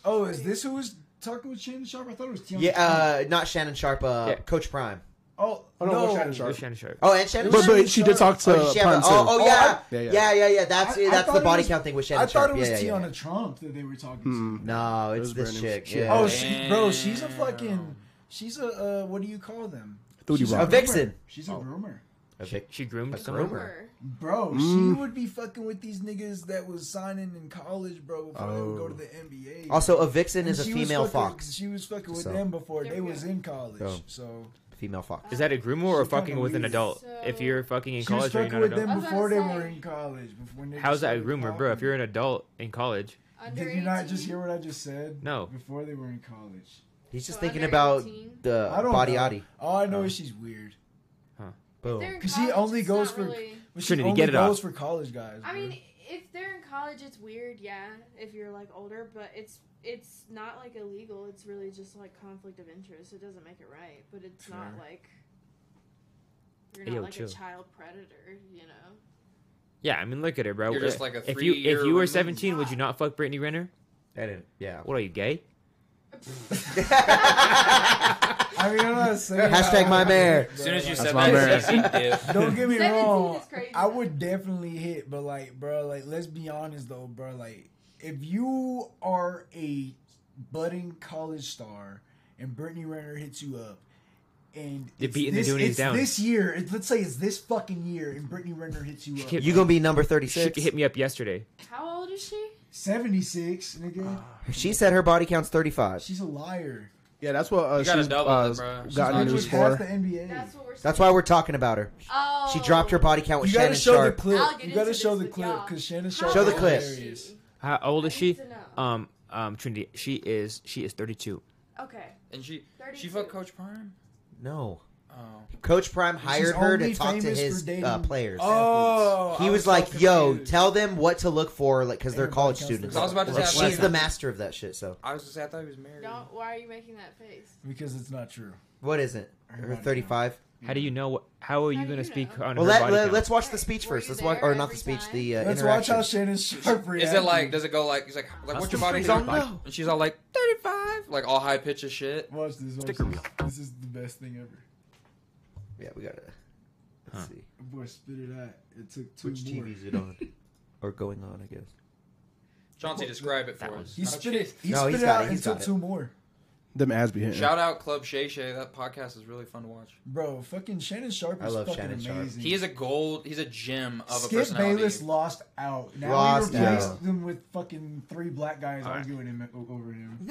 [SPEAKER 5] Oh, is this who was talking with Shannon Sharp? I thought it was Tiana.
[SPEAKER 3] Yeah, uh, not Shannon Sharp. Uh,
[SPEAKER 2] Yeah.
[SPEAKER 3] Coach Prime.
[SPEAKER 5] oh,
[SPEAKER 4] Oh, no,
[SPEAKER 5] no.
[SPEAKER 4] what's Shannon Sharp?
[SPEAKER 2] Show Shannon Sharp.
[SPEAKER 3] Oh, and Shannon.
[SPEAKER 4] But,
[SPEAKER 3] Sharp.
[SPEAKER 4] but she did talk to
[SPEAKER 3] Oh, she have a-
[SPEAKER 4] Pun
[SPEAKER 3] oh,
[SPEAKER 4] Sim.
[SPEAKER 3] oh,
[SPEAKER 5] Oh,
[SPEAKER 3] yeah.
[SPEAKER 4] I-
[SPEAKER 3] yeah,
[SPEAKER 4] Yeah, yeah.
[SPEAKER 3] yeah, yeah, That's
[SPEAKER 5] I- I
[SPEAKER 3] that's
[SPEAKER 5] thought
[SPEAKER 3] the
[SPEAKER 5] it
[SPEAKER 3] body
[SPEAKER 5] was-
[SPEAKER 3] count thing with Shannon
[SPEAKER 5] I thought
[SPEAKER 3] Sharp.
[SPEAKER 5] it was
[SPEAKER 3] yeah, yeah,
[SPEAKER 5] Tiana
[SPEAKER 3] yeah.
[SPEAKER 5] Trump that they were talking
[SPEAKER 4] Hmm.
[SPEAKER 5] to.
[SPEAKER 3] No, it's
[SPEAKER 4] was
[SPEAKER 3] this
[SPEAKER 4] Brandon.
[SPEAKER 3] chick.
[SPEAKER 4] She-
[SPEAKER 3] Yeah.
[SPEAKER 5] Oh, she, bro, she's a fucking. She's a uh, what do you call them?
[SPEAKER 4] Thought you
[SPEAKER 5] She's
[SPEAKER 4] were.
[SPEAKER 3] A vixen.
[SPEAKER 5] groomer. She's
[SPEAKER 4] Oh.
[SPEAKER 5] a groomer.
[SPEAKER 3] A
[SPEAKER 2] She,
[SPEAKER 3] vic-
[SPEAKER 2] she groomed
[SPEAKER 3] a
[SPEAKER 2] someone.
[SPEAKER 3] groomer.
[SPEAKER 5] Bro,
[SPEAKER 4] Mm.
[SPEAKER 5] she would be fucking with these niggas that was signing in college, bro, before they would go
[SPEAKER 4] Oh.
[SPEAKER 5] to the NBA.
[SPEAKER 3] Also, a vixen
[SPEAKER 5] And
[SPEAKER 3] is a
[SPEAKER 5] she was
[SPEAKER 3] female
[SPEAKER 5] fucking-
[SPEAKER 3] fox.
[SPEAKER 5] She was fucking with
[SPEAKER 3] So.
[SPEAKER 5] them before
[SPEAKER 6] There
[SPEAKER 5] they
[SPEAKER 6] we
[SPEAKER 5] was
[SPEAKER 6] go.
[SPEAKER 5] in college.
[SPEAKER 3] So.
[SPEAKER 5] So,
[SPEAKER 3] Female fox.
[SPEAKER 2] Is that a groomer or
[SPEAKER 5] She
[SPEAKER 2] fucking
[SPEAKER 5] kinda
[SPEAKER 2] with an
[SPEAKER 5] weird.
[SPEAKER 2] adult?
[SPEAKER 6] So-
[SPEAKER 2] If you're fucking in
[SPEAKER 5] she was
[SPEAKER 2] college or you're
[SPEAKER 5] fucking
[SPEAKER 2] not an
[SPEAKER 5] with
[SPEAKER 2] adult.
[SPEAKER 5] them
[SPEAKER 6] I was
[SPEAKER 5] before they
[SPEAKER 6] gonna
[SPEAKER 5] were
[SPEAKER 6] say.
[SPEAKER 5] in college. Before when they
[SPEAKER 2] How's that a
[SPEAKER 5] started
[SPEAKER 2] groomer, bro? If
[SPEAKER 5] popping.
[SPEAKER 2] you're an adult in college,
[SPEAKER 6] Under
[SPEAKER 5] did you not
[SPEAKER 6] 18.
[SPEAKER 5] just hear what I just said?
[SPEAKER 2] No.
[SPEAKER 5] Before they were in college.
[SPEAKER 3] He's just
[SPEAKER 6] So
[SPEAKER 3] thinking
[SPEAKER 6] under
[SPEAKER 3] about
[SPEAKER 6] 18?
[SPEAKER 3] the
[SPEAKER 5] I don't
[SPEAKER 3] body
[SPEAKER 5] know.
[SPEAKER 3] oddy.
[SPEAKER 5] All I know
[SPEAKER 2] Oh.
[SPEAKER 5] is she's weird.
[SPEAKER 3] Boom. Oh.
[SPEAKER 6] They're in
[SPEAKER 5] 'Cause he
[SPEAKER 6] college,
[SPEAKER 5] only
[SPEAKER 6] it's
[SPEAKER 5] goes
[SPEAKER 6] not
[SPEAKER 5] for-
[SPEAKER 6] really-
[SPEAKER 5] But she
[SPEAKER 2] Trinity,
[SPEAKER 5] only
[SPEAKER 2] get it
[SPEAKER 5] goes
[SPEAKER 2] off.
[SPEAKER 5] for college guys.
[SPEAKER 6] I
[SPEAKER 5] bro.
[SPEAKER 6] mean, if they're in college, it's weird, yeah. If you're like older, but it's it's not like illegal. It's really just like conflict of interest. It doesn't make it right, but it's not
[SPEAKER 5] Sure.
[SPEAKER 6] like you're
[SPEAKER 2] Hey,
[SPEAKER 6] not
[SPEAKER 2] yo,
[SPEAKER 6] like
[SPEAKER 2] chill.
[SPEAKER 6] a child predator, you know.
[SPEAKER 2] yeah, I mean, look at her, bro. Uh,
[SPEAKER 1] You're just like a
[SPEAKER 2] if you if
[SPEAKER 1] three-year
[SPEAKER 2] you were
[SPEAKER 1] removed.
[SPEAKER 2] 17, would you not fuck Brittany Renner?
[SPEAKER 3] I didn't. Yeah.
[SPEAKER 2] What are you gay?
[SPEAKER 5] I mean, I'm not saying.
[SPEAKER 3] Hashtag my mare.
[SPEAKER 1] As soon as you
[SPEAKER 4] That's
[SPEAKER 1] said
[SPEAKER 4] my
[SPEAKER 1] that,
[SPEAKER 4] man.
[SPEAKER 1] Stacy,
[SPEAKER 5] Don't get me
[SPEAKER 6] 17 is
[SPEAKER 5] wrong.
[SPEAKER 6] crazy.
[SPEAKER 5] I would definitely hit, but like, bro, like, let's be honest though, bro. Like, if you are a budding college star and Brittany Renner hits you up, and
[SPEAKER 2] They're
[SPEAKER 5] it's
[SPEAKER 2] beating the
[SPEAKER 5] this,
[SPEAKER 2] Doonies
[SPEAKER 5] it's
[SPEAKER 2] down.
[SPEAKER 5] this year, it, let's say it's this fucking year, and Brittany Renner hits you up,
[SPEAKER 2] can't-
[SPEAKER 3] You gonna be number
[SPEAKER 2] She
[SPEAKER 3] thirty-six?
[SPEAKER 2] hit me up yesterday.
[SPEAKER 6] How old is she?
[SPEAKER 5] seventy six, nigga.
[SPEAKER 3] She said her body count's thirty-five.
[SPEAKER 5] She's a liar.
[SPEAKER 4] Yeah, that's what uh,
[SPEAKER 1] You gotta
[SPEAKER 4] she's
[SPEAKER 1] double
[SPEAKER 4] uh,
[SPEAKER 1] it, bro. She's
[SPEAKER 4] gotten
[SPEAKER 5] She's
[SPEAKER 4] news
[SPEAKER 5] with half the
[SPEAKER 4] for.
[SPEAKER 5] NBA.
[SPEAKER 6] That's what we're.
[SPEAKER 3] That's
[SPEAKER 6] saying.
[SPEAKER 3] why we're talking about her.
[SPEAKER 6] Oh,
[SPEAKER 3] She dropped her body count with
[SPEAKER 5] you gotta
[SPEAKER 3] Oh, Shannon
[SPEAKER 5] show
[SPEAKER 3] Sharp.
[SPEAKER 5] the clip.
[SPEAKER 6] I'll get
[SPEAKER 5] You gotta
[SPEAKER 6] into
[SPEAKER 5] show
[SPEAKER 6] this
[SPEAKER 5] the
[SPEAKER 6] with
[SPEAKER 5] clip
[SPEAKER 6] y'all.
[SPEAKER 5] because Shannon
[SPEAKER 6] How
[SPEAKER 5] Sharp.
[SPEAKER 3] Show the
[SPEAKER 5] is
[SPEAKER 6] old
[SPEAKER 3] clip.
[SPEAKER 6] is
[SPEAKER 5] hilarious.
[SPEAKER 6] she?
[SPEAKER 2] How old is
[SPEAKER 6] I
[SPEAKER 2] she?
[SPEAKER 6] need to know.
[SPEAKER 2] Um, um, Trinity. She is she is 32.
[SPEAKER 6] Okay,
[SPEAKER 1] and she she
[SPEAKER 6] 32.
[SPEAKER 1] fucked Coach Prime.
[SPEAKER 3] No,
[SPEAKER 1] Oh,
[SPEAKER 3] Coach Prime hired her to
[SPEAKER 5] only
[SPEAKER 3] talk to
[SPEAKER 5] famous
[SPEAKER 3] his
[SPEAKER 5] for dating-
[SPEAKER 3] uh, players.
[SPEAKER 1] oh
[SPEAKER 3] he was, like, "Yo, tell them what to look for, like, because they're
[SPEAKER 5] Everybody
[SPEAKER 3] college
[SPEAKER 5] counts
[SPEAKER 3] students."
[SPEAKER 5] the-
[SPEAKER 1] I was about to
[SPEAKER 3] Like,
[SPEAKER 1] say, I
[SPEAKER 3] she's
[SPEAKER 1] thought-
[SPEAKER 3] the master of that shit. So
[SPEAKER 1] I was just I thought he was married.
[SPEAKER 6] don't. Why are you making that face?
[SPEAKER 5] because it's not true.
[SPEAKER 3] what is it? Her thirty-five.
[SPEAKER 2] How do you know? What, how are you
[SPEAKER 6] How do
[SPEAKER 2] gonna
[SPEAKER 6] you
[SPEAKER 2] speak
[SPEAKER 6] know?
[SPEAKER 2] on
[SPEAKER 3] Well,
[SPEAKER 2] her
[SPEAKER 3] let,
[SPEAKER 2] body
[SPEAKER 3] let,
[SPEAKER 2] count?
[SPEAKER 3] us watch the
[SPEAKER 6] Hey,
[SPEAKER 3] speech
[SPEAKER 6] were
[SPEAKER 3] first.
[SPEAKER 6] you
[SPEAKER 3] Let's watch,
[SPEAKER 6] there
[SPEAKER 3] or not the
[SPEAKER 6] every
[SPEAKER 3] speech,
[SPEAKER 6] time?
[SPEAKER 3] the uh,
[SPEAKER 5] Let's watch
[SPEAKER 3] interaction.
[SPEAKER 5] how Shannon Sharp reacts.
[SPEAKER 1] Is it like does it go like he's like like what's your body
[SPEAKER 2] That's
[SPEAKER 1] count?
[SPEAKER 2] the freak.
[SPEAKER 1] And she's all like thirty five, like all high pitch of shit.
[SPEAKER 5] Watch this. Watch
[SPEAKER 2] Sticker
[SPEAKER 5] this.
[SPEAKER 2] reel.
[SPEAKER 5] This is the best thing ever.
[SPEAKER 3] yeah, we gotta. Let's see
[SPEAKER 5] Boy, spit it out. It took two
[SPEAKER 3] which
[SPEAKER 5] more.
[SPEAKER 3] TV is it on, or going on. I guess.
[SPEAKER 1] Chauncey, describe it for
[SPEAKER 2] That
[SPEAKER 1] us.
[SPEAKER 5] He spit it. He
[SPEAKER 3] No,
[SPEAKER 5] spit
[SPEAKER 3] he's
[SPEAKER 5] it
[SPEAKER 3] got
[SPEAKER 5] out
[SPEAKER 3] it,
[SPEAKER 5] and
[SPEAKER 3] he's
[SPEAKER 5] took
[SPEAKER 3] got it.
[SPEAKER 5] two more.
[SPEAKER 4] Them ads be hitting.
[SPEAKER 1] Shout out Club Shay Shay. That podcast is really fun to watch.
[SPEAKER 5] Bro, fucking Shannon Sharp
[SPEAKER 3] I
[SPEAKER 5] is
[SPEAKER 3] love
[SPEAKER 5] fucking
[SPEAKER 3] Shannon Sharp.
[SPEAKER 5] amazing.
[SPEAKER 1] He is a gold. He's a gem of a
[SPEAKER 5] Skip
[SPEAKER 1] personality.
[SPEAKER 5] Bayless lost out. Now
[SPEAKER 3] Lost
[SPEAKER 5] we replaced
[SPEAKER 3] out.
[SPEAKER 5] them with fucking three black guys
[SPEAKER 2] All right.
[SPEAKER 5] arguing him o- over him.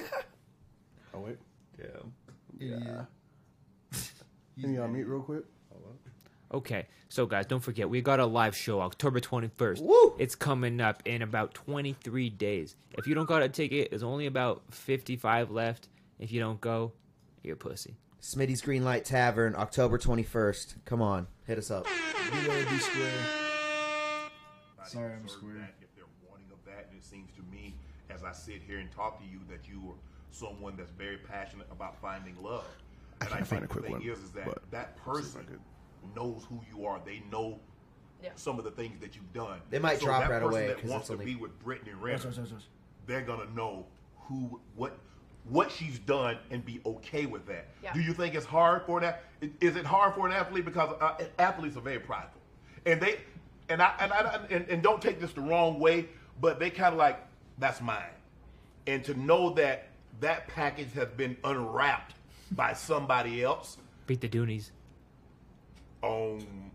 [SPEAKER 4] Oh wait,
[SPEAKER 3] Yeah.
[SPEAKER 5] Yeah.
[SPEAKER 4] can y'all uh, meet real quick?
[SPEAKER 2] Okay, so guys, don't forget we got a live show October 21st.
[SPEAKER 3] Woo!
[SPEAKER 2] It's coming up in about 23 days. If you don't got a ticket, there's only about 55 left. If you don't go, you're a pussy.
[SPEAKER 3] Smitty's Green Light Tavern, October twenty first. Come on, hit us up.
[SPEAKER 5] We gotta be square. Sorry, I'm
[SPEAKER 7] Sort of
[SPEAKER 5] square.
[SPEAKER 7] that, If they're wanting of that, and it seems to me, as I sit here and talk to you, that you are someone that's very passionate about finding love.
[SPEAKER 4] I
[SPEAKER 7] And
[SPEAKER 4] can't find a
[SPEAKER 7] think the
[SPEAKER 4] quick
[SPEAKER 7] thing
[SPEAKER 4] one,
[SPEAKER 7] Is, is that
[SPEAKER 4] but
[SPEAKER 7] that
[SPEAKER 4] let's see if I
[SPEAKER 7] person
[SPEAKER 4] could-
[SPEAKER 7] knows who you are. They know
[SPEAKER 6] Yeah.
[SPEAKER 7] some of the things that you've done.
[SPEAKER 3] They might
[SPEAKER 7] so
[SPEAKER 3] drop
[SPEAKER 7] that
[SPEAKER 3] right
[SPEAKER 7] person
[SPEAKER 3] away, 'cause
[SPEAKER 7] That
[SPEAKER 3] it's
[SPEAKER 7] wants to
[SPEAKER 3] only-
[SPEAKER 7] be with Brittany
[SPEAKER 5] Watch,
[SPEAKER 7] Renner,
[SPEAKER 5] watch, watch, watch.
[SPEAKER 7] they're gonna know who what what she's done and be okay with that.
[SPEAKER 6] Yeah.
[SPEAKER 7] Do you think it's hard for that? Is it hard for an athlete because uh, athletes are very prideful, and they and I and I and, and don't take this the wrong way, but they kind of like that's mine, and to know that that package has been unwrapped by somebody else
[SPEAKER 2] Beat the Doonies.
[SPEAKER 7] on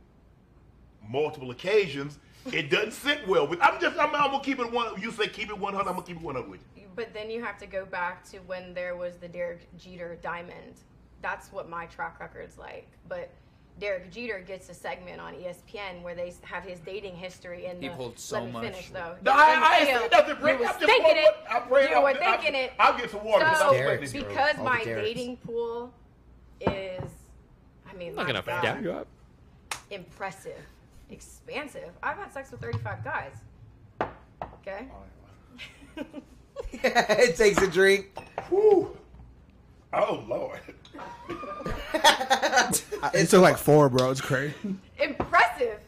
[SPEAKER 7] multiple occasions It doesn't sit well with. I'm just. I'm, I'm gonna keep it one. You say keep it 100. I'm gonna keep it 100 with you.
[SPEAKER 8] But then you have to go back to when there was the Derek Jeter diamond. That's what my track record's like. But Derek Jeter gets a segment on E ESPN where they have his dating history and
[SPEAKER 1] He
[SPEAKER 8] the,
[SPEAKER 1] pulled so
[SPEAKER 8] let me
[SPEAKER 1] much.
[SPEAKER 8] Finish, though.
[SPEAKER 7] No, I, I
[SPEAKER 8] You
[SPEAKER 7] ain't seen nothing. Brent.
[SPEAKER 8] were
[SPEAKER 7] I'm just
[SPEAKER 8] thinking it.
[SPEAKER 7] I pray
[SPEAKER 8] You
[SPEAKER 7] I'm-
[SPEAKER 8] were
[SPEAKER 7] I'm-
[SPEAKER 8] thinking it.
[SPEAKER 7] I'll get some water. 'cause
[SPEAKER 8] So
[SPEAKER 7] I'm
[SPEAKER 3] Derek. Derrick's,
[SPEAKER 7] sweating.
[SPEAKER 3] bro.
[SPEAKER 8] because
[SPEAKER 3] All the
[SPEAKER 8] my
[SPEAKER 3] Derricks.
[SPEAKER 8] dating pool is, I mean,
[SPEAKER 2] I'm not gonna
[SPEAKER 8] my God,
[SPEAKER 2] dap you up.
[SPEAKER 8] impressive, expansive. I've had sex with 35 guys. Okay.
[SPEAKER 3] it takes a drink.
[SPEAKER 7] Whew. Oh Lord.
[SPEAKER 4] It took like four, bro. It's crazy.
[SPEAKER 8] impressive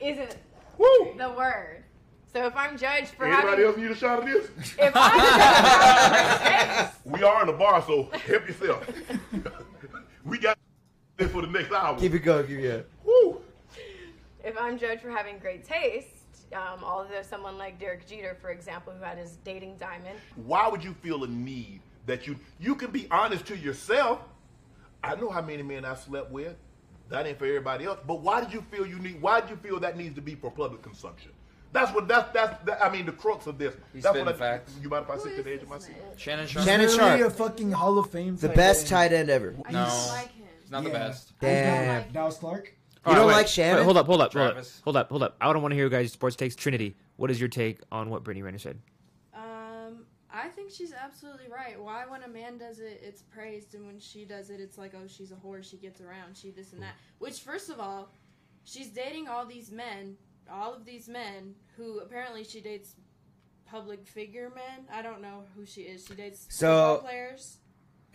[SPEAKER 8] isn't
[SPEAKER 7] Woo.
[SPEAKER 8] the word. So if I'm judged for
[SPEAKER 7] Anybody
[SPEAKER 8] having,
[SPEAKER 7] else need a shot of this?
[SPEAKER 8] if I'm judged for having sex,
[SPEAKER 7] We are in a bar, so help yourself. we got this for the next hour.
[SPEAKER 3] Keep it going. Keep it.
[SPEAKER 7] Woo.
[SPEAKER 8] if I'm judged for having great taste, um, although someone like Derek Jeter, for example, who had his dating diamond,
[SPEAKER 7] Why would you feel a need that you you can be honest to yourself? I know how many men I slept with. That ain't for everybody else. But why did you feel you need? Why did you feel that needs to be for public consumption? That's what that's that's that, I mean the crux of this.
[SPEAKER 1] He's
[SPEAKER 7] that's
[SPEAKER 1] spitting
[SPEAKER 7] what I,
[SPEAKER 1] facts.
[SPEAKER 7] You mind if I
[SPEAKER 6] Who
[SPEAKER 7] sit
[SPEAKER 6] is
[SPEAKER 7] to the edge
[SPEAKER 6] this
[SPEAKER 7] of my seat?
[SPEAKER 6] man?
[SPEAKER 1] Shannon Sharp.
[SPEAKER 3] Shannon
[SPEAKER 5] Literally
[SPEAKER 3] Sharp.
[SPEAKER 5] a fucking Hall of Fame.
[SPEAKER 3] The
[SPEAKER 5] type
[SPEAKER 3] best
[SPEAKER 5] guy.
[SPEAKER 3] tight end ever. You
[SPEAKER 5] I
[SPEAKER 1] No.
[SPEAKER 5] just-
[SPEAKER 6] like him.
[SPEAKER 1] He's not the
[SPEAKER 5] Yeah.
[SPEAKER 1] best.
[SPEAKER 3] Damn.
[SPEAKER 6] him.
[SPEAKER 5] Dallas Clark.
[SPEAKER 2] All
[SPEAKER 3] don't
[SPEAKER 2] wait,
[SPEAKER 3] like
[SPEAKER 2] wait,
[SPEAKER 3] Shannon?
[SPEAKER 2] hold up, hold up, hold up,
[SPEAKER 1] Travis.
[SPEAKER 2] hold up, hold up. I don't want to hear your guys' sports takes. Trinity, what is your take on what Brittany Renner said?
[SPEAKER 6] Um, I think she's absolutely right. Why, when a man does it, it's praised, and when she does it, it's like, oh, she's a whore. She gets around. She this and that. Which, first of all, she's dating all these men, all of these men who apparently she dates public figure men. I don't know who she is. She dates
[SPEAKER 3] So-
[SPEAKER 6] football players,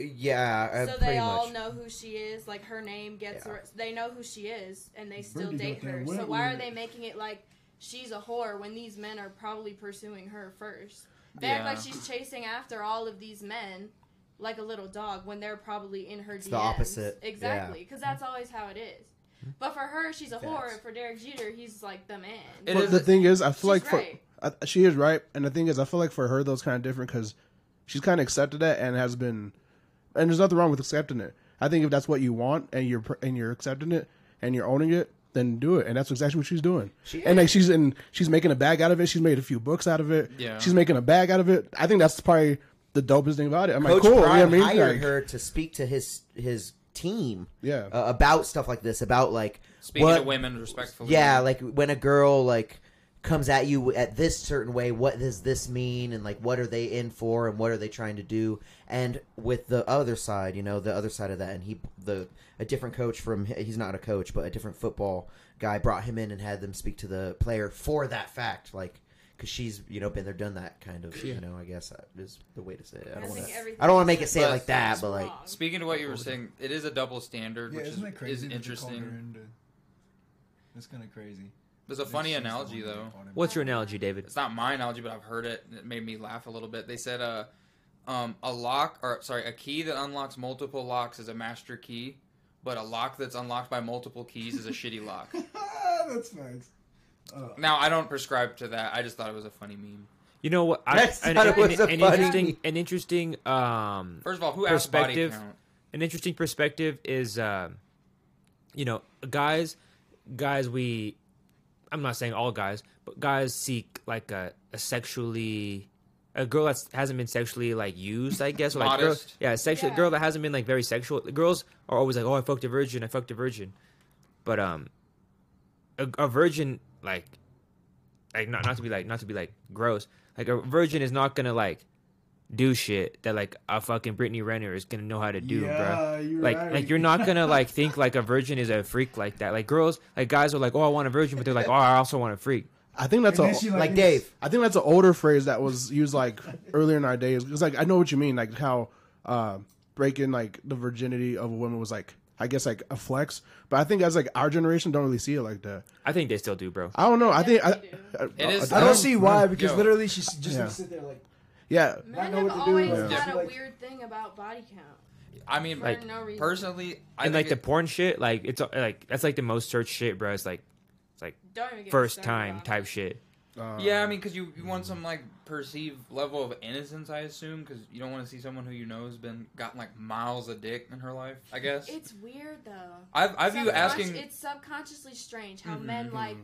[SPEAKER 3] Yeah, uh,
[SPEAKER 6] so
[SPEAKER 3] pretty
[SPEAKER 6] they all
[SPEAKER 3] much.
[SPEAKER 6] know who she is. Like her name gets,
[SPEAKER 3] Yeah.
[SPEAKER 6] ar- they know who she is, and they still
[SPEAKER 5] Brady
[SPEAKER 6] date
[SPEAKER 5] got that
[SPEAKER 6] her.
[SPEAKER 5] wet
[SPEAKER 6] So why are
[SPEAKER 5] wig.
[SPEAKER 6] they making it like? She's a whore when these men are probably pursuing her first. They act like
[SPEAKER 1] Yeah.
[SPEAKER 6] she's chasing after all of these men like a little dog when they're probably in her DMs.
[SPEAKER 3] the opposite. Hmm.
[SPEAKER 6] Exactly, because that's always how it is. But for her, she's a whore. And for Derek Jeter, he's like the man.
[SPEAKER 1] It
[SPEAKER 4] But
[SPEAKER 1] is-
[SPEAKER 4] the thing is, I feel
[SPEAKER 6] She's
[SPEAKER 4] like for
[SPEAKER 6] right.
[SPEAKER 4] I, she is right, and the thing is, I feel like for her though, it's kind of different because she's kind of accepted that and has been, and there's nothing wrong with accepting it. I think if that's what you want and you're pr- and you're accepting it and you're owning it, then do it, and that's exactly what she's doing. and like she's in, she's making a bag out of it. She's made a few books out of it.
[SPEAKER 1] Yeah.
[SPEAKER 4] she's making a bag out of it. I think that's probably the dopest thing about it. I'm
[SPEAKER 3] Coach
[SPEAKER 4] like, cool. you know what
[SPEAKER 3] Prime
[SPEAKER 4] I mean?
[SPEAKER 3] hired
[SPEAKER 4] Like,
[SPEAKER 3] her to speak to his his team.
[SPEAKER 4] Yeah.
[SPEAKER 3] uh, about stuff like this. About like
[SPEAKER 1] Speaking
[SPEAKER 3] what,
[SPEAKER 1] to women respectfully.
[SPEAKER 3] Yeah, like when a girl like comes at you at this certain way, what does this mean? And like, what are they in for? And what are they trying to do? And with the other side, you know, the other side of that, and he the a different coach from he's not a coach, but a different football guy brought him in and had them speak to the player for that fact, like. Cause she's, you know, been there, done that kind of, you know. I guess that is the way to say it. I
[SPEAKER 6] I
[SPEAKER 3] don't want
[SPEAKER 6] think
[SPEAKER 3] to.
[SPEAKER 6] everything
[SPEAKER 3] I don't want to make it say it
[SPEAKER 1] But-
[SPEAKER 3] like that, but
[SPEAKER 6] Wrong.
[SPEAKER 3] like,
[SPEAKER 1] Speaking to what you were saying, it is a double standard,
[SPEAKER 5] Yeah,
[SPEAKER 1] which
[SPEAKER 5] isn't it
[SPEAKER 1] is, is
[SPEAKER 5] crazy? that you called her
[SPEAKER 1] interesting.
[SPEAKER 5] into- That's kind of crazy.
[SPEAKER 1] There's a
[SPEAKER 5] That
[SPEAKER 1] funny
[SPEAKER 5] she's the
[SPEAKER 1] analogy
[SPEAKER 5] one that
[SPEAKER 1] though.
[SPEAKER 5] called him.
[SPEAKER 2] What's your analogy, David?
[SPEAKER 1] It's not my analogy, but I've heard it. And it made me laugh a little bit. They said uh, um, a lock or sorry, a key that unlocks multiple locks is a master key, but a lock that's unlocked by multiple keys is a shitty lock.
[SPEAKER 5] Ah, that's facts.
[SPEAKER 1] Now I don't prescribe to that. I just thought it was a funny meme.
[SPEAKER 2] You know what? I,
[SPEAKER 3] That's not what's a
[SPEAKER 2] an
[SPEAKER 3] funny-
[SPEAKER 2] interesting, an interesting, um,
[SPEAKER 1] First of all, who asked body
[SPEAKER 2] Perspective.
[SPEAKER 1] count?
[SPEAKER 2] an interesting perspective is, um you know, guys, guys, we, I'm not saying all guys, but guys seek like a, a sexually, a girl that hasn't been sexually like used, I guess, or like girl,
[SPEAKER 1] Modest.
[SPEAKER 2] yeah, sexually,
[SPEAKER 6] Yeah.
[SPEAKER 2] girl that hasn't been like very sexual. The girls are always like, oh, I fucked a virgin, I fucked a virgin, but um, a, a virgin like like not not to be like not to be like gross. Like a virgin is not gonna like do shit that like a fucking Brittany Renner is gonna know how to do,
[SPEAKER 5] Yeah,
[SPEAKER 2] bruh.
[SPEAKER 5] you're
[SPEAKER 2] like
[SPEAKER 5] right.
[SPEAKER 2] like you're not gonna like think like a virgin is a freak like that. Like girls, like guys are like, oh, I want a virgin, but they're like, oh, I also want a freak.
[SPEAKER 4] I think that's
[SPEAKER 5] And
[SPEAKER 4] a
[SPEAKER 5] then she,
[SPEAKER 3] like
[SPEAKER 5] is-
[SPEAKER 3] Dave.
[SPEAKER 4] I think that's an older phrase that was used like earlier in our days. It's like I know what you mean, like how uh, breaking like the virginity of a woman was like I guess like a flex. But I think as like our generation don't really see it like that.
[SPEAKER 2] I think they still do, bro.
[SPEAKER 4] I don't know. I think I, uh, I,
[SPEAKER 1] It is-
[SPEAKER 5] I don't see why because
[SPEAKER 1] Yo.
[SPEAKER 5] literally she's just
[SPEAKER 4] Yeah.
[SPEAKER 5] gonna sit there like
[SPEAKER 4] Yeah,
[SPEAKER 6] Men
[SPEAKER 5] know
[SPEAKER 6] have
[SPEAKER 5] what to do,
[SPEAKER 6] always
[SPEAKER 5] like,
[SPEAKER 6] had a
[SPEAKER 5] like-
[SPEAKER 6] weird thing about body count.
[SPEAKER 1] I mean,
[SPEAKER 6] For
[SPEAKER 1] like
[SPEAKER 6] no reason.
[SPEAKER 1] personally, I
[SPEAKER 2] and
[SPEAKER 1] think
[SPEAKER 2] like the
[SPEAKER 1] it-
[SPEAKER 2] porn shit, like it's uh, like that's like the most searched shit, bro. It's like it's like
[SPEAKER 6] Don't even get
[SPEAKER 2] first
[SPEAKER 6] started
[SPEAKER 2] time
[SPEAKER 6] about
[SPEAKER 2] type
[SPEAKER 6] it.
[SPEAKER 2] shit.
[SPEAKER 1] yeah, I
[SPEAKER 2] um,
[SPEAKER 1] mean, because you, you want some like perceived level of innocence, I assume, because you don't want to see someone who you know has been gotten like miles of dick in her life. I guess
[SPEAKER 6] It's weird though.
[SPEAKER 1] I've I've you
[SPEAKER 6] Subconscious-
[SPEAKER 1] asking Mm-hmm,
[SPEAKER 6] It's subconsciously strange how men like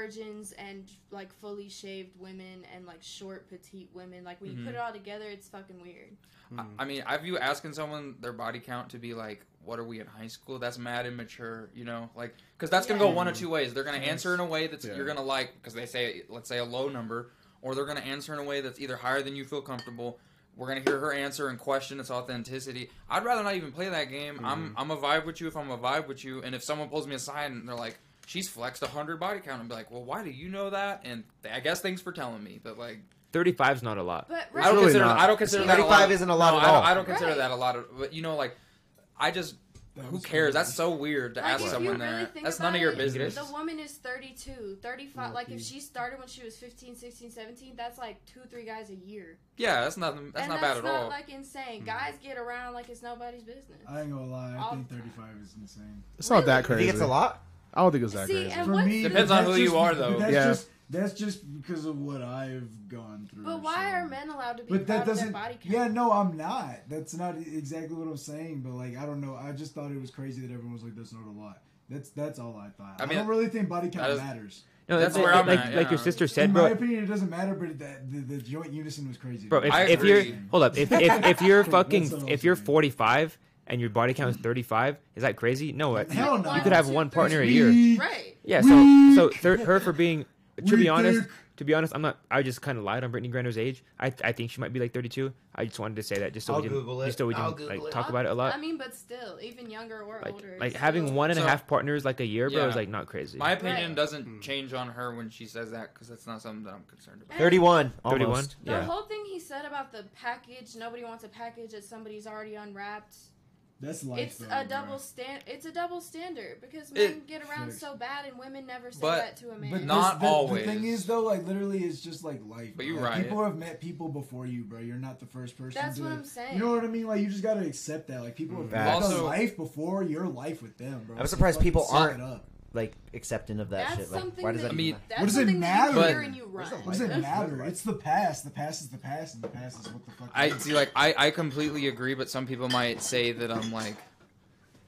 [SPEAKER 6] virgins and like fully shaved women and like short petite women. Like when you
[SPEAKER 1] Mm-hmm.
[SPEAKER 6] put it all together, it's fucking weird.
[SPEAKER 1] I, I mean, I view asking someone their body count to be like, "What are we in high school?" That's mad immature, you know, like because that's gonna go
[SPEAKER 6] Yeah.
[SPEAKER 1] one of two ways. They're gonna answer in a way that's
[SPEAKER 4] Yeah.
[SPEAKER 1] you're gonna like because they say, let's say a low number, or they're gonna answer in a way that's either higher than you feel comfortable. We're gonna hear her answer and question its authenticity. I'd rather not even play that game. I'm I'm a vibe with you if I'm a vibe with you, and if someone pulls me aside and they're like. She's flexed a hundred body count and be like, well, why do you know that? And I guess thanks for telling me, but like,
[SPEAKER 2] 35 is not a lot.
[SPEAKER 6] But
[SPEAKER 1] I don't
[SPEAKER 3] really
[SPEAKER 1] consider.
[SPEAKER 3] not.
[SPEAKER 1] I don't consider that a
[SPEAKER 3] 35
[SPEAKER 1] lot.
[SPEAKER 3] isn't a lot
[SPEAKER 1] no,
[SPEAKER 3] at
[SPEAKER 1] I don't-
[SPEAKER 3] all.
[SPEAKER 1] I don't consider
[SPEAKER 6] Right.
[SPEAKER 1] that a lot of. But you know, like, I just who
[SPEAKER 4] was
[SPEAKER 1] cares? That's so weird to
[SPEAKER 6] Like,
[SPEAKER 1] ask
[SPEAKER 6] if you
[SPEAKER 1] someone
[SPEAKER 6] really
[SPEAKER 1] that.
[SPEAKER 6] think
[SPEAKER 1] That's none
[SPEAKER 6] about
[SPEAKER 1] of your
[SPEAKER 6] it,
[SPEAKER 1] business.
[SPEAKER 6] The woman is 32, 35. Like if
[SPEAKER 4] Lucky.
[SPEAKER 6] she started when she was 15, 16, 17, that's like two, three guys a year.
[SPEAKER 1] Yeah, that's nothing. That's
[SPEAKER 6] and
[SPEAKER 1] not
[SPEAKER 6] that's
[SPEAKER 1] bad at
[SPEAKER 6] not
[SPEAKER 1] all. Mm-hmm.
[SPEAKER 6] like insane. Guys get around like it's nobody's business.
[SPEAKER 5] I ain't gonna lie. I
[SPEAKER 6] I'll-
[SPEAKER 5] think 35 is insane.
[SPEAKER 4] It's not that
[SPEAKER 3] I
[SPEAKER 4] crazy.
[SPEAKER 3] think it's a lot.
[SPEAKER 4] I don't think it's that
[SPEAKER 6] See,
[SPEAKER 4] crazy.
[SPEAKER 6] and
[SPEAKER 5] For
[SPEAKER 6] what's
[SPEAKER 5] me,
[SPEAKER 6] the-
[SPEAKER 1] Depends on
[SPEAKER 5] that's
[SPEAKER 1] who you
[SPEAKER 5] just-
[SPEAKER 1] are, though.
[SPEAKER 5] That's
[SPEAKER 4] Yeah.
[SPEAKER 5] just that's just because of what I've gone through.
[SPEAKER 6] But why
[SPEAKER 5] so.
[SPEAKER 6] are men allowed to be
[SPEAKER 5] But that
[SPEAKER 6] proud of their
[SPEAKER 5] doesn't.
[SPEAKER 6] body count?
[SPEAKER 5] Yeah, no, I'm not. That's not e, exactly what I'm saying. But like, I don't know. I just thought it was crazy that everyone was like, "That's not a lot." That's that's all I thought.
[SPEAKER 1] I
[SPEAKER 5] I,
[SPEAKER 1] mean,
[SPEAKER 5] don't really think body count
[SPEAKER 1] that is-
[SPEAKER 5] matters.
[SPEAKER 2] No, that's,
[SPEAKER 1] That's where
[SPEAKER 2] it.
[SPEAKER 1] I'm
[SPEAKER 2] like,
[SPEAKER 1] at,
[SPEAKER 2] like your
[SPEAKER 1] yeah.
[SPEAKER 2] sister
[SPEAKER 5] In
[SPEAKER 2] said,
[SPEAKER 5] my
[SPEAKER 2] bro.
[SPEAKER 5] opinion, it doesn't matter. But that the, the joint unison was crazy.
[SPEAKER 2] Bro, if,
[SPEAKER 1] I
[SPEAKER 2] if you're
[SPEAKER 1] agree.
[SPEAKER 2] hold up, if, if, if you're
[SPEAKER 5] That's what
[SPEAKER 2] fucking
[SPEAKER 5] I'm
[SPEAKER 2] if you're
[SPEAKER 5] saying.
[SPEAKER 2] 45 and your body count is 35, is that crazy? No, it-
[SPEAKER 5] Hell no.
[SPEAKER 2] you could have one partner a
[SPEAKER 5] Weak.
[SPEAKER 2] year.
[SPEAKER 6] Right.
[SPEAKER 2] Yeah, so so thir- her for being to be
[SPEAKER 5] Weak
[SPEAKER 2] honest,
[SPEAKER 5] dick.
[SPEAKER 2] to be honest, I'm not. I just kind of lied on Brittany Griner's age. I I think she might be like 32. I just wanted to say that just so
[SPEAKER 3] I'll
[SPEAKER 2] we didn't
[SPEAKER 3] Google it.
[SPEAKER 2] just so we
[SPEAKER 3] I'll
[SPEAKER 2] didn't like
[SPEAKER 3] Google it.
[SPEAKER 2] talk about it a lot.
[SPEAKER 6] I mean, but still, even younger or
[SPEAKER 2] like
[SPEAKER 6] older.
[SPEAKER 2] like
[SPEAKER 6] it's
[SPEAKER 2] having
[SPEAKER 6] still-
[SPEAKER 2] one and a
[SPEAKER 1] So-
[SPEAKER 2] half partners like a year, bro,
[SPEAKER 1] Yeah.
[SPEAKER 2] is like not crazy.
[SPEAKER 1] My opinion
[SPEAKER 6] Right.
[SPEAKER 1] doesn't change on her when she says that because that's not something that I'm concerned about.
[SPEAKER 6] And
[SPEAKER 3] 31.
[SPEAKER 2] 31.
[SPEAKER 3] Almost.
[SPEAKER 6] The
[SPEAKER 2] Yeah.
[SPEAKER 6] whole thing he said about the package, nobody wants a package that somebody's already unwrapped.
[SPEAKER 5] That's life.
[SPEAKER 6] It's
[SPEAKER 5] though, bro.
[SPEAKER 6] a double stand. It's a double standard because
[SPEAKER 1] It-
[SPEAKER 6] men get around so bad, and women never say
[SPEAKER 1] But-
[SPEAKER 6] that to a man.
[SPEAKER 5] But
[SPEAKER 1] Not
[SPEAKER 5] this- the,
[SPEAKER 1] always.
[SPEAKER 5] The thing is, though, like literally, it's just like life.
[SPEAKER 1] But you're
[SPEAKER 5] Like,
[SPEAKER 1] right.
[SPEAKER 5] People have met people before you, bro. You're not the first person.
[SPEAKER 6] That's
[SPEAKER 5] to,
[SPEAKER 6] what I'm saying.
[SPEAKER 5] You know what I mean? Like you just gotta accept that. Like people have
[SPEAKER 3] Facts.
[SPEAKER 5] done
[SPEAKER 1] Mm-hmm. Also-
[SPEAKER 5] life before your life with them, bro.
[SPEAKER 3] I'm
[SPEAKER 5] So
[SPEAKER 3] surprised
[SPEAKER 5] fucking
[SPEAKER 3] people
[SPEAKER 5] suck
[SPEAKER 3] aren't-
[SPEAKER 5] it up.
[SPEAKER 3] Like accepting of that
[SPEAKER 6] that's
[SPEAKER 3] shit. Like,
[SPEAKER 6] something
[SPEAKER 3] why does
[SPEAKER 6] that
[SPEAKER 3] that?
[SPEAKER 1] I
[SPEAKER 3] even
[SPEAKER 1] mean,
[SPEAKER 3] matter?
[SPEAKER 6] that's
[SPEAKER 5] What does it
[SPEAKER 6] something that you
[SPEAKER 5] matter?
[SPEAKER 6] hear and you run.
[SPEAKER 5] What does it matter? It's the past. The past is the past, and the past is what the fuck.
[SPEAKER 1] I see, like, I, I completely agree, but some people might say that I'm like,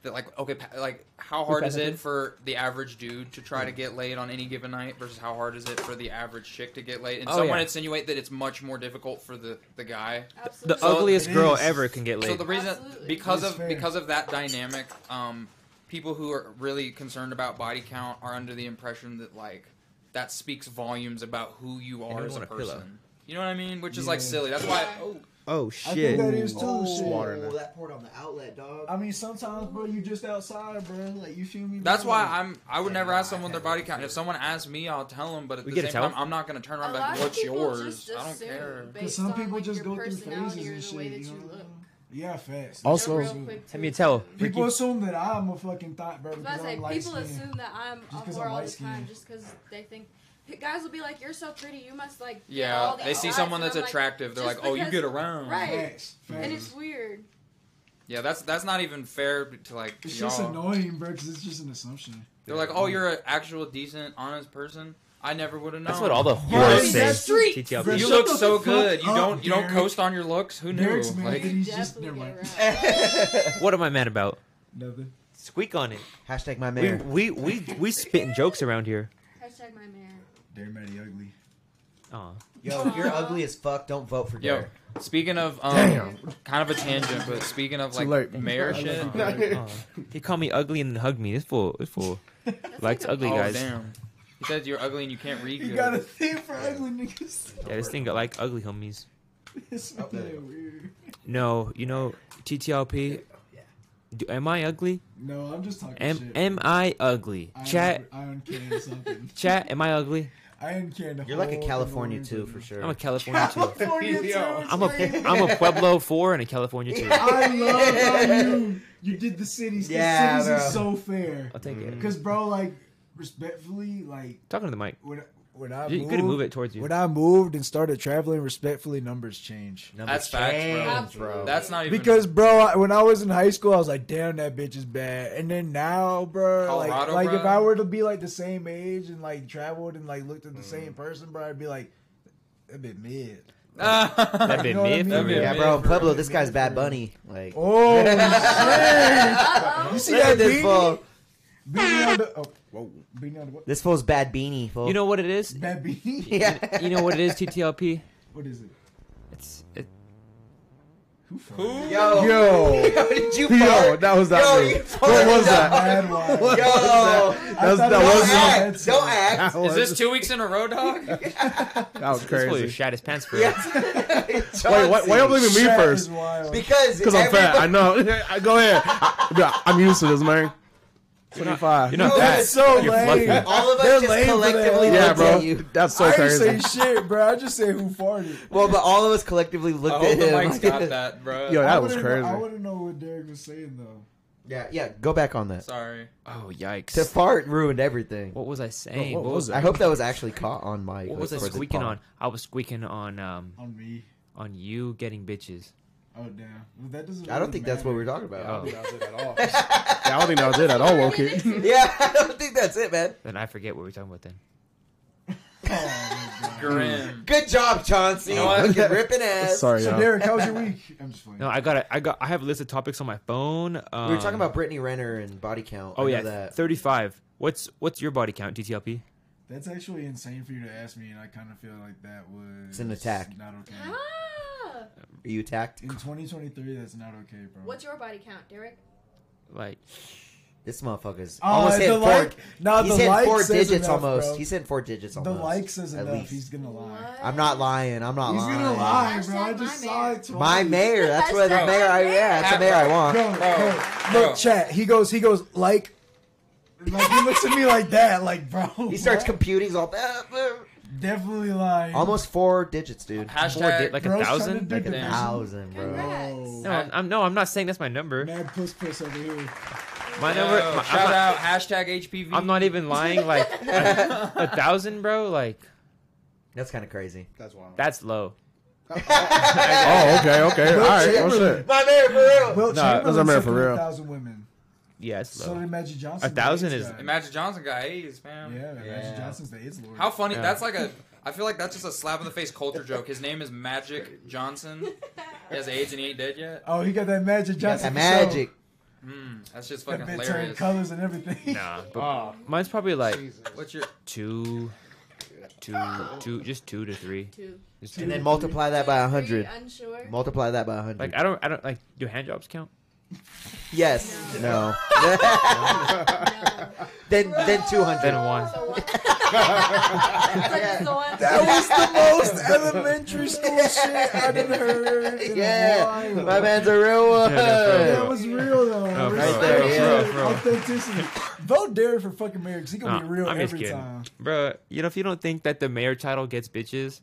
[SPEAKER 1] that like, okay, pa- like, how hard is it for the average dude to try to get laid on any given night versus how hard is it for the average chick to get laid? And
[SPEAKER 2] Oh,
[SPEAKER 1] someone
[SPEAKER 2] yeah.
[SPEAKER 1] insinuate that it's much more difficult for the the guy.
[SPEAKER 2] the
[SPEAKER 6] Absolutely.
[SPEAKER 1] So-
[SPEAKER 2] ugliest girl
[SPEAKER 5] It is.
[SPEAKER 2] ever can get laid.
[SPEAKER 1] So the reason
[SPEAKER 6] Absolutely.
[SPEAKER 1] because
[SPEAKER 5] That's
[SPEAKER 1] of
[SPEAKER 5] fair.
[SPEAKER 1] because of that dynamic, um, people who are really concerned about body count are under the impression that like that speaks volumes about who you are
[SPEAKER 2] we
[SPEAKER 1] as a
[SPEAKER 2] want a pillow.
[SPEAKER 1] person. You know what I mean? Which is like
[SPEAKER 5] Yeah.
[SPEAKER 1] silly. That's why.
[SPEAKER 6] Yeah.
[SPEAKER 1] Oh,
[SPEAKER 2] oh
[SPEAKER 5] I think
[SPEAKER 2] shit!
[SPEAKER 5] that is too. shit.
[SPEAKER 4] water. now.
[SPEAKER 3] that poured on the outlet, dog.
[SPEAKER 5] I mean, sometimes, bro, you just outside, bro. Like you feel me?
[SPEAKER 1] That's
[SPEAKER 5] bro?
[SPEAKER 1] why
[SPEAKER 5] Like,
[SPEAKER 1] I'm. I would
[SPEAKER 3] Yeah,
[SPEAKER 1] never
[SPEAKER 3] no,
[SPEAKER 1] ask
[SPEAKER 3] I
[SPEAKER 1] someone their
[SPEAKER 3] haven't
[SPEAKER 1] body
[SPEAKER 3] been
[SPEAKER 1] count. If
[SPEAKER 3] too.
[SPEAKER 1] someone asks me, I'll tell them. But at
[SPEAKER 2] We
[SPEAKER 1] the
[SPEAKER 2] get to
[SPEAKER 1] same
[SPEAKER 2] tell
[SPEAKER 1] time,
[SPEAKER 2] 'em?
[SPEAKER 1] I'm not going to turn
[SPEAKER 6] A
[SPEAKER 1] around and be
[SPEAKER 6] lot
[SPEAKER 1] like,
[SPEAKER 6] of
[SPEAKER 1] "What's
[SPEAKER 6] people
[SPEAKER 1] yours?"
[SPEAKER 6] just
[SPEAKER 1] I don't
[SPEAKER 6] assume
[SPEAKER 1] care.
[SPEAKER 5] Because
[SPEAKER 6] Based
[SPEAKER 5] some
[SPEAKER 6] on,
[SPEAKER 5] people
[SPEAKER 6] like,
[SPEAKER 5] just
[SPEAKER 6] your
[SPEAKER 5] go through
[SPEAKER 6] personality
[SPEAKER 5] phases
[SPEAKER 6] or
[SPEAKER 5] and
[SPEAKER 6] the
[SPEAKER 5] shit,
[SPEAKER 6] way that
[SPEAKER 5] you
[SPEAKER 6] you
[SPEAKER 5] know?
[SPEAKER 6] look.
[SPEAKER 5] yeah, fast.
[SPEAKER 4] Also-
[SPEAKER 6] They're real quick
[SPEAKER 2] Let
[SPEAKER 6] to
[SPEAKER 2] me tell.
[SPEAKER 6] assume.
[SPEAKER 2] Ricky-
[SPEAKER 5] people assume that I'm a fucking thought, bro.
[SPEAKER 6] I was about
[SPEAKER 5] Because
[SPEAKER 6] to say,
[SPEAKER 5] I'm
[SPEAKER 6] people
[SPEAKER 5] light skinned.
[SPEAKER 6] assume that I'm a
[SPEAKER 5] 'cause
[SPEAKER 6] whore
[SPEAKER 5] I'm
[SPEAKER 6] all the
[SPEAKER 5] light-skinned.
[SPEAKER 6] time just because they think p- guys will be like, "You're so pretty, you must like." get
[SPEAKER 1] Yeah,
[SPEAKER 6] all these
[SPEAKER 1] they see
[SPEAKER 6] guys,"
[SPEAKER 1] someone
[SPEAKER 6] and
[SPEAKER 1] that's
[SPEAKER 6] I'm like,
[SPEAKER 1] attractive. They're
[SPEAKER 6] "Just
[SPEAKER 1] like, "Oh, you
[SPEAKER 6] because-"
[SPEAKER 1] get around."
[SPEAKER 6] Right.
[SPEAKER 5] Facts, facts.
[SPEAKER 6] And it's weird.
[SPEAKER 1] Yeah, that's that's not even fair to like
[SPEAKER 5] It's
[SPEAKER 1] y'all.
[SPEAKER 5] just annoying, bro, because it's just an assumption.
[SPEAKER 1] They're like, "Oh, you're an actual decent, honest person." I never would have known.
[SPEAKER 2] That's what all the
[SPEAKER 5] Yeah,
[SPEAKER 2] whores
[SPEAKER 5] that's
[SPEAKER 2] say.
[SPEAKER 5] street.
[SPEAKER 2] TTLP.
[SPEAKER 1] You
[SPEAKER 5] Shut
[SPEAKER 1] look
[SPEAKER 5] the
[SPEAKER 1] so
[SPEAKER 5] fuck
[SPEAKER 1] good. You
[SPEAKER 5] up,
[SPEAKER 1] don't. You don't
[SPEAKER 5] Derek.
[SPEAKER 1] coast on your looks. Who knew?
[SPEAKER 5] Derek's mad
[SPEAKER 1] Like,
[SPEAKER 5] that he's just
[SPEAKER 6] Definitely
[SPEAKER 5] never mind.
[SPEAKER 6] get around.
[SPEAKER 2] What am I mad about?
[SPEAKER 5] Nothing.
[SPEAKER 2] Squeak on it.
[SPEAKER 3] Hashtag my
[SPEAKER 2] We
[SPEAKER 3] mayor.
[SPEAKER 2] we we we spitting jokes around here.
[SPEAKER 6] Hashtag my man.
[SPEAKER 5] They're mighty ugly.
[SPEAKER 2] Aw.
[SPEAKER 3] Yo, if you're ugly as fuck, don't vote for
[SPEAKER 1] yo,
[SPEAKER 3] Derek.
[SPEAKER 1] speaking of um,
[SPEAKER 4] Damn.
[SPEAKER 1] kind of a tangent, but speaking of like
[SPEAKER 4] late.
[SPEAKER 1] mayor shit.
[SPEAKER 2] Aw. He called me ugly and hugged me. This fool. This fool. Likes
[SPEAKER 6] like a-
[SPEAKER 2] ugly
[SPEAKER 1] Oh
[SPEAKER 2] guys.
[SPEAKER 1] damn! He said you're ugly and you can't read.
[SPEAKER 5] You
[SPEAKER 1] good.
[SPEAKER 5] got a thing for ugly niggas.
[SPEAKER 2] Yeah, this thing got like ugly homies.
[SPEAKER 5] It's
[SPEAKER 3] Oh, there you
[SPEAKER 5] really
[SPEAKER 3] go.
[SPEAKER 5] weird.
[SPEAKER 2] No, you know, TTLP. Do, am I ugly?
[SPEAKER 5] No, I'm just talking
[SPEAKER 2] Am
[SPEAKER 5] shit.
[SPEAKER 2] am I ugly?
[SPEAKER 5] I
[SPEAKER 2] Chat,
[SPEAKER 5] un- I uncanned something.
[SPEAKER 2] chat. Am I ugly?
[SPEAKER 5] I uncanned a
[SPEAKER 3] You're like a
[SPEAKER 5] whole
[SPEAKER 3] California
[SPEAKER 5] thing
[SPEAKER 3] too,
[SPEAKER 5] over
[SPEAKER 3] for
[SPEAKER 5] you.
[SPEAKER 2] I'm a
[SPEAKER 3] sure.
[SPEAKER 2] California two.
[SPEAKER 5] California too.
[SPEAKER 1] Yo.
[SPEAKER 2] I'm a I'm a Pueblo four and a California two.
[SPEAKER 5] I love how you you did the cities.
[SPEAKER 3] Yeah,
[SPEAKER 5] the cities is
[SPEAKER 3] bro.
[SPEAKER 5] so fair.
[SPEAKER 2] I'll take it.
[SPEAKER 5] Cause bro, like respectfully, like
[SPEAKER 2] Talking to the mic.
[SPEAKER 5] when when I
[SPEAKER 2] You
[SPEAKER 5] moved,
[SPEAKER 2] could move it towards you.
[SPEAKER 5] When I moved and started traveling, respectfully, numbers change.
[SPEAKER 1] That's facts,
[SPEAKER 6] bro. bro.
[SPEAKER 1] That's not even
[SPEAKER 5] Because bro, I- when I was in high school, I was like, "Damn, that bitch is bad." And then now, bro,
[SPEAKER 1] Colorado,
[SPEAKER 5] like, like
[SPEAKER 1] bro.
[SPEAKER 5] if I were to be like the same age and like traveled and like looked at the
[SPEAKER 2] Mm.
[SPEAKER 5] same person, bro, I'd be like, "That bit mid."
[SPEAKER 2] That
[SPEAKER 1] That'd
[SPEAKER 2] been
[SPEAKER 5] know what I
[SPEAKER 2] mid.
[SPEAKER 5] mean?
[SPEAKER 2] for
[SPEAKER 1] That'd be
[SPEAKER 2] real.
[SPEAKER 1] a
[SPEAKER 3] Yeah,
[SPEAKER 1] Man,
[SPEAKER 3] bro. In
[SPEAKER 1] bro.
[SPEAKER 3] Pueblo, this guy's Bad Bunny. Like,
[SPEAKER 5] Oh, shit. you see
[SPEAKER 3] look at
[SPEAKER 5] that
[SPEAKER 3] this
[SPEAKER 5] beanie?
[SPEAKER 3] fool.
[SPEAKER 5] Beanie on the- oh.
[SPEAKER 4] Whoa.
[SPEAKER 5] Beanie on the what?
[SPEAKER 3] This fool's bad beanie. Fool.
[SPEAKER 2] You know what it is?
[SPEAKER 5] Bad beanie.
[SPEAKER 3] yeah.
[SPEAKER 2] You know what it is, TTLP?
[SPEAKER 5] What is it?
[SPEAKER 2] It's it,
[SPEAKER 5] Who? farted?
[SPEAKER 3] Yo.
[SPEAKER 4] Yo.
[SPEAKER 3] Yo, did you
[SPEAKER 4] Yo,
[SPEAKER 3] fart?
[SPEAKER 4] that was that.
[SPEAKER 3] Yo,
[SPEAKER 4] me.
[SPEAKER 3] you
[SPEAKER 4] what
[SPEAKER 3] farted
[SPEAKER 4] was that?
[SPEAKER 5] Bad wine.
[SPEAKER 4] What
[SPEAKER 3] Yo.
[SPEAKER 4] was that? That's,
[SPEAKER 5] I thought it
[SPEAKER 4] that
[SPEAKER 3] Don't
[SPEAKER 5] was-
[SPEAKER 4] was me.
[SPEAKER 3] act. Don't act.
[SPEAKER 4] That was,
[SPEAKER 1] Is this two weeks in a row, dog?
[SPEAKER 4] that was
[SPEAKER 2] it's really
[SPEAKER 4] crazy.
[SPEAKER 2] shat his pants for it.
[SPEAKER 3] Yes.
[SPEAKER 4] Wait, why, why y'all blaming me
[SPEAKER 5] That is
[SPEAKER 4] first?
[SPEAKER 5] wild.
[SPEAKER 3] Because
[SPEAKER 4] Because I'm fat. I
[SPEAKER 3] everybody-
[SPEAKER 4] know. Go ahead. Yeah, I'm used to this, man. 25.
[SPEAKER 2] You're not
[SPEAKER 3] Yo,
[SPEAKER 2] fat.
[SPEAKER 3] that's so
[SPEAKER 2] You're
[SPEAKER 5] lame.
[SPEAKER 2] fluffy.
[SPEAKER 3] All of us
[SPEAKER 5] They're
[SPEAKER 3] just
[SPEAKER 5] lame for that.
[SPEAKER 3] collectively
[SPEAKER 5] Yeah,
[SPEAKER 4] yeah,
[SPEAKER 3] looked
[SPEAKER 4] bro.
[SPEAKER 3] at you.
[SPEAKER 4] That's so
[SPEAKER 5] I didn't
[SPEAKER 4] crazy.
[SPEAKER 5] say shit, bro. I just say who farted.
[SPEAKER 3] Well, but all of us collectively
[SPEAKER 1] I
[SPEAKER 3] looked
[SPEAKER 1] hope
[SPEAKER 3] at
[SPEAKER 1] the
[SPEAKER 3] him.
[SPEAKER 1] mic's got that, bro.
[SPEAKER 4] Yo, that
[SPEAKER 5] I
[SPEAKER 4] was
[SPEAKER 5] wouldn't know-
[SPEAKER 4] crazy.
[SPEAKER 5] I wouldn't know what Derek was saying though.
[SPEAKER 3] Yeah, yeah. Go back on that.
[SPEAKER 1] Sorry.
[SPEAKER 2] Oh
[SPEAKER 3] To
[SPEAKER 2] yikes!
[SPEAKER 3] fart ruined everything.
[SPEAKER 2] What was I saying?
[SPEAKER 4] What was
[SPEAKER 2] was
[SPEAKER 4] it?
[SPEAKER 3] I hope that was actually caught on mic.
[SPEAKER 2] What was I
[SPEAKER 3] for the
[SPEAKER 2] squeaking
[SPEAKER 3] pod.
[SPEAKER 2] on? I was squeaking on um
[SPEAKER 5] On me.
[SPEAKER 2] on you getting bitches.
[SPEAKER 5] Oh damn. Well, that doesn't.
[SPEAKER 3] I don't
[SPEAKER 5] really
[SPEAKER 3] think that's what we're
[SPEAKER 5] matter.
[SPEAKER 3] talking about.
[SPEAKER 2] Oh,
[SPEAKER 4] I don't think that was it at all. yeah, I don't think that was it at all, woke it.
[SPEAKER 3] Yeah, I don't think that's it, man.
[SPEAKER 2] then I forget what we were talking about then.
[SPEAKER 5] Oh, my God.
[SPEAKER 1] Grim.
[SPEAKER 3] Good job, Chauncey.
[SPEAKER 1] You know what?
[SPEAKER 3] Fucking ripping ass.
[SPEAKER 4] Sorry,
[SPEAKER 5] So
[SPEAKER 4] y'all.
[SPEAKER 5] Derek, how was your week? I'm just playing.
[SPEAKER 2] No, I got a, I got I have a list of topics on my phone. Um,
[SPEAKER 3] We were talking about Brittany Renner and body count. I
[SPEAKER 2] Oh
[SPEAKER 3] know
[SPEAKER 2] yeah,
[SPEAKER 3] that.
[SPEAKER 2] thirty-five. What's what's your body count, TTLP?
[SPEAKER 5] That's actually insane for you to ask me, and I kind of feel like that was.
[SPEAKER 3] It's an attack.
[SPEAKER 5] Not okay.
[SPEAKER 6] Ah!
[SPEAKER 3] Are you attacked
[SPEAKER 5] In 2023, that's not okay, bro.
[SPEAKER 6] What's your body count, Derek?
[SPEAKER 2] Like
[SPEAKER 3] this motherfucker's
[SPEAKER 5] Uh,
[SPEAKER 3] almost hit
[SPEAKER 5] the
[SPEAKER 3] four.
[SPEAKER 5] like- nah,
[SPEAKER 3] he's
[SPEAKER 5] the
[SPEAKER 3] hit
[SPEAKER 5] like
[SPEAKER 3] four
[SPEAKER 5] says
[SPEAKER 3] digits
[SPEAKER 5] enough,
[SPEAKER 3] almost.
[SPEAKER 5] bro.
[SPEAKER 3] He's hit four digits
[SPEAKER 5] the
[SPEAKER 3] almost.
[SPEAKER 5] like says
[SPEAKER 3] at
[SPEAKER 5] enough.
[SPEAKER 3] least.
[SPEAKER 5] He's gonna lie.
[SPEAKER 3] I'm not lying. I'm not
[SPEAKER 5] He's
[SPEAKER 3] lying.
[SPEAKER 5] gonna lie, bro. I
[SPEAKER 6] Hashtag
[SPEAKER 5] just
[SPEAKER 6] my
[SPEAKER 5] saw
[SPEAKER 6] mayor.
[SPEAKER 5] it. Twice.
[SPEAKER 3] My mayor. That's where the
[SPEAKER 6] Hashtag
[SPEAKER 3] mayor. I,
[SPEAKER 6] my mayor.
[SPEAKER 3] yeah, that's the mayor I want.
[SPEAKER 5] Bro, bro,
[SPEAKER 1] Bro.
[SPEAKER 5] look, chat. He goes, he goes like, like he looks at me like that, like bro.
[SPEAKER 3] He starts
[SPEAKER 5] what?
[SPEAKER 3] computing. He's all "Ah, ah."
[SPEAKER 5] definitely lying.
[SPEAKER 3] almost four digits, dude.
[SPEAKER 2] four di-
[SPEAKER 1] Hashtag.
[SPEAKER 2] like a
[SPEAKER 5] Bro's trying to
[SPEAKER 2] thousand.
[SPEAKER 5] do
[SPEAKER 3] Like a
[SPEAKER 1] Damn.
[SPEAKER 3] thousand, bro.
[SPEAKER 6] Congrats.
[SPEAKER 5] Bro.
[SPEAKER 2] No, I'm, I'm- no, I'm not saying that's my number.
[SPEAKER 5] Mad puss puss over here.
[SPEAKER 2] My
[SPEAKER 1] Yo,
[SPEAKER 2] number. my- I'm,
[SPEAKER 1] shout
[SPEAKER 2] not,
[SPEAKER 1] out. Hashtag HPV.
[SPEAKER 2] I'm not even lying. Like I- a thousand, bro. Like
[SPEAKER 3] That's kind of crazy.
[SPEAKER 4] That's wild.
[SPEAKER 2] that's low.
[SPEAKER 4] Oh, okay, okay. All right. Well, shit.
[SPEAKER 3] My mayor for
[SPEAKER 5] Will
[SPEAKER 4] Nah,
[SPEAKER 5] Chamberlain
[SPEAKER 4] doesn't matter
[SPEAKER 5] slept
[SPEAKER 4] for
[SPEAKER 5] with
[SPEAKER 4] real.
[SPEAKER 5] A thousand women.
[SPEAKER 2] Yeah, it's
[SPEAKER 5] So did
[SPEAKER 2] low.
[SPEAKER 5] Magic Johnson.
[SPEAKER 2] A thousand
[SPEAKER 5] the AIDS
[SPEAKER 2] is-
[SPEAKER 5] guy.
[SPEAKER 1] And Magic Johnson got AIDS, man.
[SPEAKER 5] Yeah, man, Magic
[SPEAKER 3] Yeah.
[SPEAKER 5] Johnson's the AIDS lord.
[SPEAKER 1] How funny.
[SPEAKER 2] Yeah.
[SPEAKER 1] That's like a. I feel like that's just a slap in the face culture joke. His name is Magic Johnson. He has AIDS and he ain't dead yet.
[SPEAKER 5] oh, he got that Magic
[SPEAKER 3] Got
[SPEAKER 5] Johnson.
[SPEAKER 3] that magic.
[SPEAKER 1] Mm, that's just
[SPEAKER 5] show.
[SPEAKER 1] fucking
[SPEAKER 5] That bit turned
[SPEAKER 1] hilarious.
[SPEAKER 5] colors and everything.
[SPEAKER 2] Nah, but
[SPEAKER 4] Oh,
[SPEAKER 2] mine's probably like
[SPEAKER 1] What's your?
[SPEAKER 2] two, two, two, just two to three.
[SPEAKER 6] Two.
[SPEAKER 2] Just
[SPEAKER 3] And
[SPEAKER 2] two.
[SPEAKER 3] then multiply that by a
[SPEAKER 6] Three,
[SPEAKER 3] hundred.
[SPEAKER 6] Unsure.
[SPEAKER 3] Multiply that by a hundred.
[SPEAKER 2] Like I don't, I don't like. Do hand jobs count?
[SPEAKER 3] Yes. No.
[SPEAKER 6] no.
[SPEAKER 3] then then two
[SPEAKER 2] Then
[SPEAKER 3] hundred.
[SPEAKER 2] one.
[SPEAKER 6] So one. It's like it's the one.
[SPEAKER 5] That was the most elementary school shit I've ever heard. in a
[SPEAKER 3] Yeah,
[SPEAKER 5] while.
[SPEAKER 3] my man's a real one.
[SPEAKER 2] that's
[SPEAKER 5] That was real though.
[SPEAKER 2] No,
[SPEAKER 5] Real
[SPEAKER 2] for
[SPEAKER 3] real, for real,
[SPEAKER 5] shit.
[SPEAKER 2] for real.
[SPEAKER 5] Authenticity. Vote Derek for fucking mayor because he gonna
[SPEAKER 2] Nah,
[SPEAKER 5] be real
[SPEAKER 2] I'm just
[SPEAKER 5] every
[SPEAKER 2] kidding.
[SPEAKER 5] time.
[SPEAKER 2] Bro, you know if you don't think that the mayor title gets bitches,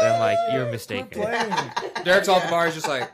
[SPEAKER 2] then like you're
[SPEAKER 5] Quit
[SPEAKER 2] mistaken.
[SPEAKER 5] playing.
[SPEAKER 1] Derek's off the bar. He's just like.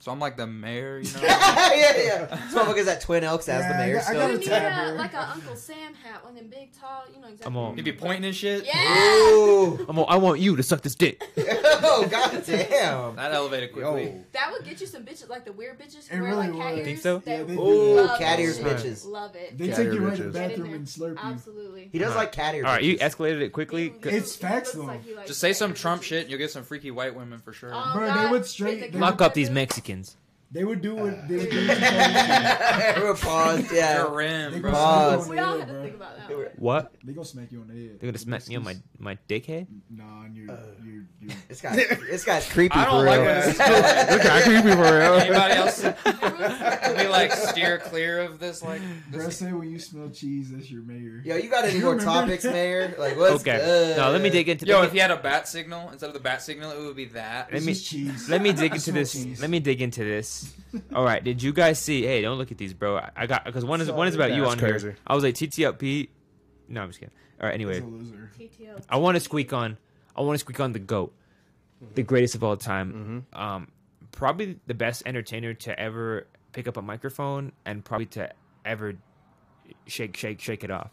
[SPEAKER 1] So I'm like the mayor, you know.
[SPEAKER 3] yeah, yeah. This motherfucker's at Twin Elks as
[SPEAKER 5] Yeah,
[SPEAKER 3] the mayor.
[SPEAKER 5] I got- I
[SPEAKER 3] still.
[SPEAKER 5] got
[SPEAKER 6] You
[SPEAKER 5] a
[SPEAKER 6] need
[SPEAKER 5] tab
[SPEAKER 6] a,
[SPEAKER 5] here.
[SPEAKER 6] like an Uncle Sam hat, one of them big, tall, you know exactly.
[SPEAKER 2] I'm all,
[SPEAKER 1] He'd be pointing and shit.
[SPEAKER 6] Yeah!
[SPEAKER 3] Ooh.
[SPEAKER 2] I'm all, I want you to suck this dick.
[SPEAKER 3] oh god damn.
[SPEAKER 1] That elevated quickly.
[SPEAKER 4] yo.
[SPEAKER 6] That would get you some bitches, like the weird bitches who
[SPEAKER 5] It
[SPEAKER 6] wear
[SPEAKER 5] really
[SPEAKER 6] like cat
[SPEAKER 5] would.
[SPEAKER 6] ears.
[SPEAKER 2] Think so?
[SPEAKER 6] They
[SPEAKER 5] Yeah, they
[SPEAKER 6] would
[SPEAKER 5] do.
[SPEAKER 3] Ooh,
[SPEAKER 6] love
[SPEAKER 3] cat
[SPEAKER 6] that
[SPEAKER 3] ears
[SPEAKER 6] shit.
[SPEAKER 3] bitches.
[SPEAKER 6] Love it.
[SPEAKER 5] They
[SPEAKER 4] Cat
[SPEAKER 5] take
[SPEAKER 4] ear
[SPEAKER 5] you right to the
[SPEAKER 4] bitches.
[SPEAKER 6] Get in
[SPEAKER 5] bathroom
[SPEAKER 6] there.
[SPEAKER 5] and slurp you.
[SPEAKER 6] Absolutely.
[SPEAKER 3] He does like cat ear.
[SPEAKER 2] All right, you
[SPEAKER 3] bitches.
[SPEAKER 2] escalated it quickly.
[SPEAKER 6] Dude,
[SPEAKER 2] Go-
[SPEAKER 5] It's
[SPEAKER 6] it
[SPEAKER 5] facts,
[SPEAKER 6] looks
[SPEAKER 5] though.
[SPEAKER 6] you like
[SPEAKER 1] Just say
[SPEAKER 6] cat
[SPEAKER 1] some
[SPEAKER 6] ear
[SPEAKER 1] Trump
[SPEAKER 6] bitches.
[SPEAKER 1] shit, and you'll get some freaky white women for sure.
[SPEAKER 6] Oh,
[SPEAKER 5] Bro, they
[SPEAKER 6] God.
[SPEAKER 5] would straight-
[SPEAKER 6] There's a
[SPEAKER 5] they
[SPEAKER 2] Lock
[SPEAKER 6] guy-
[SPEAKER 2] up these Mexicans.
[SPEAKER 5] They would do what they would do.
[SPEAKER 6] Dude.
[SPEAKER 5] what you told them.
[SPEAKER 3] Everyone paused,
[SPEAKER 1] You're
[SPEAKER 3] yeah.
[SPEAKER 5] They
[SPEAKER 1] rim,
[SPEAKER 5] gonna
[SPEAKER 1] bro.
[SPEAKER 3] Pause.
[SPEAKER 5] smack
[SPEAKER 6] We
[SPEAKER 5] you on
[SPEAKER 6] all
[SPEAKER 5] the
[SPEAKER 6] had
[SPEAKER 5] head,
[SPEAKER 6] to
[SPEAKER 5] bro.
[SPEAKER 6] think about that. one.
[SPEAKER 2] What?
[SPEAKER 5] They gonna smack you on the head.
[SPEAKER 2] They're gonna smack me on my my dickhead.
[SPEAKER 5] Nah, on your
[SPEAKER 6] Uh.
[SPEAKER 5] your your.
[SPEAKER 3] This guy, this guy's creepy
[SPEAKER 1] I don't
[SPEAKER 3] for
[SPEAKER 1] like
[SPEAKER 3] real.
[SPEAKER 1] when it's
[SPEAKER 4] Look how creepy for real.
[SPEAKER 1] Anybody else? Can we like steer clear of this? Like,
[SPEAKER 5] Bro,
[SPEAKER 1] this,
[SPEAKER 5] say when you smell cheese, that's your mayor.
[SPEAKER 3] Yo, you got any more topics, Mayor? Like, what's
[SPEAKER 2] Okay.
[SPEAKER 3] good?
[SPEAKER 2] Now let me dig into.
[SPEAKER 1] yo,
[SPEAKER 2] let
[SPEAKER 1] if
[SPEAKER 2] me-
[SPEAKER 1] you had a bat signal instead of the bat signal, it would be that.
[SPEAKER 2] Let
[SPEAKER 5] It's
[SPEAKER 2] me-
[SPEAKER 5] just cheese.
[SPEAKER 2] Let me dig
[SPEAKER 5] I
[SPEAKER 2] into
[SPEAKER 5] smell
[SPEAKER 2] this.
[SPEAKER 5] cheese.
[SPEAKER 2] Let me dig into this. All right, did you guys see? Hey, don't look at these, bro. I- I got because one is one is about
[SPEAKER 4] Sorry.
[SPEAKER 2] you
[SPEAKER 4] That's
[SPEAKER 2] on
[SPEAKER 4] crazy.
[SPEAKER 2] here. I was like TTLP. No, I'm just kidding. All right,
[SPEAKER 5] He's
[SPEAKER 2] anyway,
[SPEAKER 5] a loser.
[SPEAKER 6] TTL.
[SPEAKER 2] I want to squeak on. I want to squeak on the goat, the greatest of all time. Um, probably the best entertainer to ever pick up a microphone and probably to ever shake, shake, shake it off.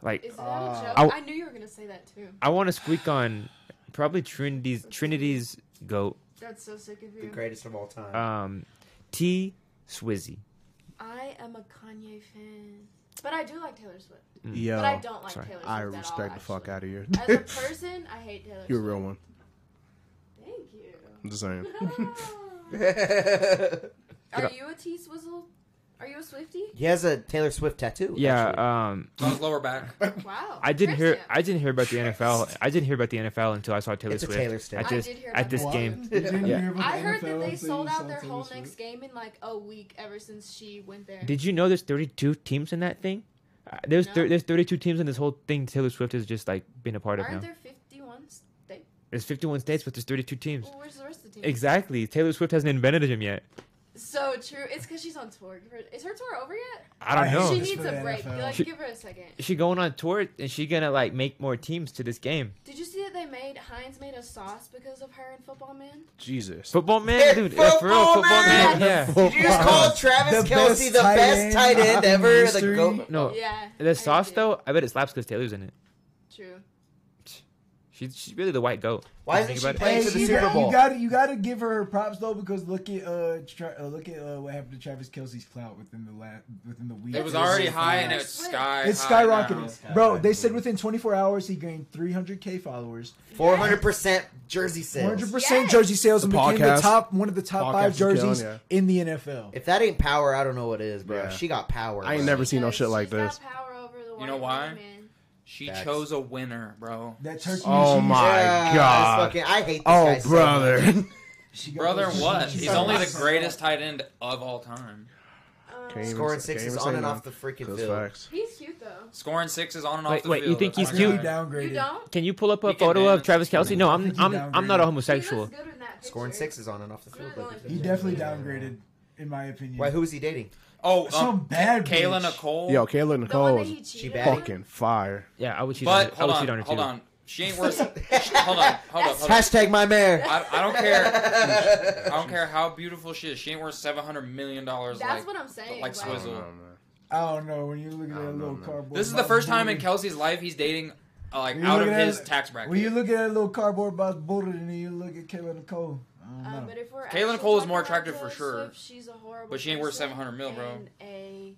[SPEAKER 2] Like
[SPEAKER 6] Is that a joke?
[SPEAKER 2] I'll-
[SPEAKER 6] I knew you were gonna say that too.
[SPEAKER 2] I want to squeak on probably Trinity's Trinity's goat.
[SPEAKER 6] That's so sick of
[SPEAKER 3] The
[SPEAKER 6] you.
[SPEAKER 3] greatest of all time.
[SPEAKER 2] Um, T Swizzy.
[SPEAKER 6] I am a Kanye fan, but I do like Taylor Swift.
[SPEAKER 4] Yo,
[SPEAKER 6] But I don't like
[SPEAKER 2] sorry.
[SPEAKER 6] Taylor Swift.
[SPEAKER 4] I
[SPEAKER 6] at all,
[SPEAKER 4] respect the fuck
[SPEAKER 6] actually.
[SPEAKER 4] out of you.
[SPEAKER 6] As a person, I hate Taylor.
[SPEAKER 4] You're a
[SPEAKER 6] Swift.
[SPEAKER 4] real one.
[SPEAKER 6] Thank you.
[SPEAKER 4] I'm just saying.
[SPEAKER 6] Ah. Are you a T Swizzle? Are you a Swifty?
[SPEAKER 3] He has a Taylor Swift tattoo. actually.
[SPEAKER 2] Yeah, um,
[SPEAKER 1] It's on his lower back.
[SPEAKER 6] Wow.
[SPEAKER 2] I didn't hear.
[SPEAKER 6] Christian.
[SPEAKER 2] I didn't hear about the NFL. I didn't hear about the NFL until I saw Taylor
[SPEAKER 3] It's a
[SPEAKER 2] Swift
[SPEAKER 3] Taylor step.
[SPEAKER 2] at
[SPEAKER 6] I
[SPEAKER 2] this
[SPEAKER 6] did hear
[SPEAKER 2] at
[SPEAKER 6] about
[SPEAKER 2] this
[SPEAKER 6] that.
[SPEAKER 2] game. Yeah.
[SPEAKER 4] Yeah.
[SPEAKER 6] I heard that they sold out their whole next game in like a week ever since she went there.
[SPEAKER 2] Did you know there's 32 teams in that thing? Uh, There's thir-
[SPEAKER 6] No.
[SPEAKER 2] there's 32 teams in this whole thing. Taylor Swift has just like been a part of
[SPEAKER 6] Aren't
[SPEAKER 2] now.
[SPEAKER 6] there 51 states?
[SPEAKER 2] There's 51 states, but there's 32 teams.
[SPEAKER 6] Well, where's the rest of the team?
[SPEAKER 2] Exactly. Taylor Swift hasn't invented him yet.
[SPEAKER 6] So true. It's because she's on tour. Give her- Is her tour over yet?
[SPEAKER 2] I don't
[SPEAKER 4] I
[SPEAKER 2] know.
[SPEAKER 6] she
[SPEAKER 4] just
[SPEAKER 6] needs
[SPEAKER 4] for
[SPEAKER 6] a
[SPEAKER 4] the
[SPEAKER 6] break.
[SPEAKER 4] NFL.
[SPEAKER 6] Like,
[SPEAKER 2] She-
[SPEAKER 6] give her a second.
[SPEAKER 2] she going on tour and she gonna like make more teams to this game.
[SPEAKER 6] Did you see that they made Heinz made a sauce because of her and Football Man?
[SPEAKER 4] Jesus.
[SPEAKER 2] Football man,
[SPEAKER 3] Hey,
[SPEAKER 2] dude. uh, for real,
[SPEAKER 3] football
[SPEAKER 2] football man.
[SPEAKER 3] man!
[SPEAKER 2] Yeah.
[SPEAKER 3] Did you just call Travis
[SPEAKER 5] The
[SPEAKER 3] Kelsey
[SPEAKER 5] best
[SPEAKER 3] the
[SPEAKER 5] tight
[SPEAKER 3] best
[SPEAKER 5] end
[SPEAKER 3] tight end
[SPEAKER 5] in
[SPEAKER 3] ever? The
[SPEAKER 5] history.
[SPEAKER 3] go-
[SPEAKER 2] No.
[SPEAKER 6] Yeah. I
[SPEAKER 2] The sauce
[SPEAKER 6] did.
[SPEAKER 2] though, I bet it slaps because Taylor's in it.
[SPEAKER 6] True.
[SPEAKER 2] She's she's really the white goat.
[SPEAKER 3] Why
[SPEAKER 2] Think
[SPEAKER 3] isn't she
[SPEAKER 2] about it.
[SPEAKER 3] playing
[SPEAKER 5] Hey,
[SPEAKER 3] for the
[SPEAKER 5] you
[SPEAKER 3] Super
[SPEAKER 5] got-
[SPEAKER 3] Bowl?
[SPEAKER 5] You got to you got to give her props though because look at uh, tra- uh look at uh, what happened to Travis Kelsey's clout within the la- within the week.
[SPEAKER 1] It was already high and
[SPEAKER 6] fine.
[SPEAKER 1] it's sky.
[SPEAKER 5] It's
[SPEAKER 1] high now.
[SPEAKER 5] skyrocketed, bro. They said within 24 hours he gained 300k followers,
[SPEAKER 3] 400% jersey sales.
[SPEAKER 5] 100 percent
[SPEAKER 6] Yes.
[SPEAKER 5] jersey sales, and
[SPEAKER 4] The
[SPEAKER 5] became the
[SPEAKER 4] podcast-
[SPEAKER 5] top one of the top
[SPEAKER 4] podcast
[SPEAKER 5] five
[SPEAKER 4] is killing
[SPEAKER 5] jerseys
[SPEAKER 4] ya.
[SPEAKER 5] in the NFL.
[SPEAKER 3] If that ain't power, I don't know what is, bro.
[SPEAKER 4] Yeah.
[SPEAKER 3] She got power.
[SPEAKER 4] I ain't
[SPEAKER 3] bro.
[SPEAKER 4] never seen no
[SPEAKER 6] Because
[SPEAKER 4] shit like
[SPEAKER 6] she's got
[SPEAKER 4] this.
[SPEAKER 6] power over the
[SPEAKER 1] You know
[SPEAKER 6] white
[SPEAKER 1] why?
[SPEAKER 6] woman.
[SPEAKER 1] She
[SPEAKER 3] Facts.
[SPEAKER 1] chose a winner, bro.
[SPEAKER 5] That turkey.
[SPEAKER 4] Oh
[SPEAKER 5] and cheese-
[SPEAKER 4] my
[SPEAKER 3] Yeah,
[SPEAKER 4] God.
[SPEAKER 3] that's Fucking, I hate this guy
[SPEAKER 4] Oh,
[SPEAKER 3] so much.
[SPEAKER 4] brother.
[SPEAKER 5] She got
[SPEAKER 1] Brother,
[SPEAKER 5] those-
[SPEAKER 1] what?
[SPEAKER 5] she
[SPEAKER 1] He's
[SPEAKER 5] got
[SPEAKER 1] only
[SPEAKER 5] those-
[SPEAKER 1] the greatest tight end of all time.
[SPEAKER 6] Um,
[SPEAKER 3] Scoring sixes on and off the freaking
[SPEAKER 4] Those
[SPEAKER 3] field.
[SPEAKER 4] facts.
[SPEAKER 6] he's cute though.
[SPEAKER 1] Scoring sixes on and
[SPEAKER 2] Wait,
[SPEAKER 1] off the
[SPEAKER 2] wait, you
[SPEAKER 1] field.
[SPEAKER 2] think
[SPEAKER 1] That's
[SPEAKER 2] he's
[SPEAKER 1] my
[SPEAKER 5] Really
[SPEAKER 2] cute?
[SPEAKER 1] guy.
[SPEAKER 5] downgraded.
[SPEAKER 6] You don't?
[SPEAKER 2] Can you pull up a
[SPEAKER 1] He can
[SPEAKER 2] photo of
[SPEAKER 1] dance.
[SPEAKER 2] Travis Kelsey? No, I'm
[SPEAKER 5] He
[SPEAKER 2] I'm
[SPEAKER 5] downgraded.
[SPEAKER 2] I'm not a
[SPEAKER 6] He looks
[SPEAKER 2] homosexual.
[SPEAKER 6] good in that
[SPEAKER 3] Scoring
[SPEAKER 6] picture.
[SPEAKER 3] sixes on and off the field.
[SPEAKER 6] Really?
[SPEAKER 3] like
[SPEAKER 5] He definitely downgraded, in my opinion.
[SPEAKER 3] Why? Who was he dating?
[SPEAKER 1] Oh, um,
[SPEAKER 5] Some bad
[SPEAKER 1] Kayla
[SPEAKER 5] bitch.
[SPEAKER 1] Nicole.
[SPEAKER 4] Yo, Kayla
[SPEAKER 6] The one
[SPEAKER 4] Nicole
[SPEAKER 6] that
[SPEAKER 4] is
[SPEAKER 6] he cheated
[SPEAKER 3] bad.
[SPEAKER 6] on?
[SPEAKER 4] fucking fire.
[SPEAKER 2] Yeah, I would cheat on
[SPEAKER 1] but
[SPEAKER 2] her. I
[SPEAKER 1] hold
[SPEAKER 2] would
[SPEAKER 1] on,
[SPEAKER 2] cheat on her
[SPEAKER 1] hold
[SPEAKER 2] too.
[SPEAKER 1] on. She ain't worth. hold on, hold up, hold up.
[SPEAKER 3] Hashtag my mayor.
[SPEAKER 1] I, I don't care. I don't care how beautiful she is. She ain't worth seven hundred million dollars.
[SPEAKER 6] That's
[SPEAKER 1] Like,
[SPEAKER 6] what I'm saying.
[SPEAKER 1] like
[SPEAKER 6] like-
[SPEAKER 1] Swizzle.
[SPEAKER 5] I don't know. When you look at
[SPEAKER 4] I
[SPEAKER 5] that
[SPEAKER 4] don't know,
[SPEAKER 5] little
[SPEAKER 4] man.
[SPEAKER 5] cardboard.
[SPEAKER 1] this is the
[SPEAKER 5] box
[SPEAKER 1] first time in
[SPEAKER 5] booty-
[SPEAKER 1] Kelsey's life he's dating uh, like
[SPEAKER 5] When you
[SPEAKER 1] out
[SPEAKER 5] look
[SPEAKER 1] of
[SPEAKER 5] at
[SPEAKER 1] his
[SPEAKER 5] that-
[SPEAKER 1] tax bracket.
[SPEAKER 5] When you look at that little cardboard box bullet and then you look at Kayla Nicole, I
[SPEAKER 6] Uh,
[SPEAKER 5] don't know.
[SPEAKER 6] but if we're
[SPEAKER 1] Kayla
[SPEAKER 6] actually
[SPEAKER 1] Nicole is
[SPEAKER 6] talking
[SPEAKER 1] more
[SPEAKER 6] about
[SPEAKER 1] attractive
[SPEAKER 6] Taylor
[SPEAKER 1] for sure,
[SPEAKER 6] Swift, she's a horrible
[SPEAKER 1] but she ain't worth
[SPEAKER 6] person
[SPEAKER 1] 700 mil, bro.
[SPEAKER 6] and a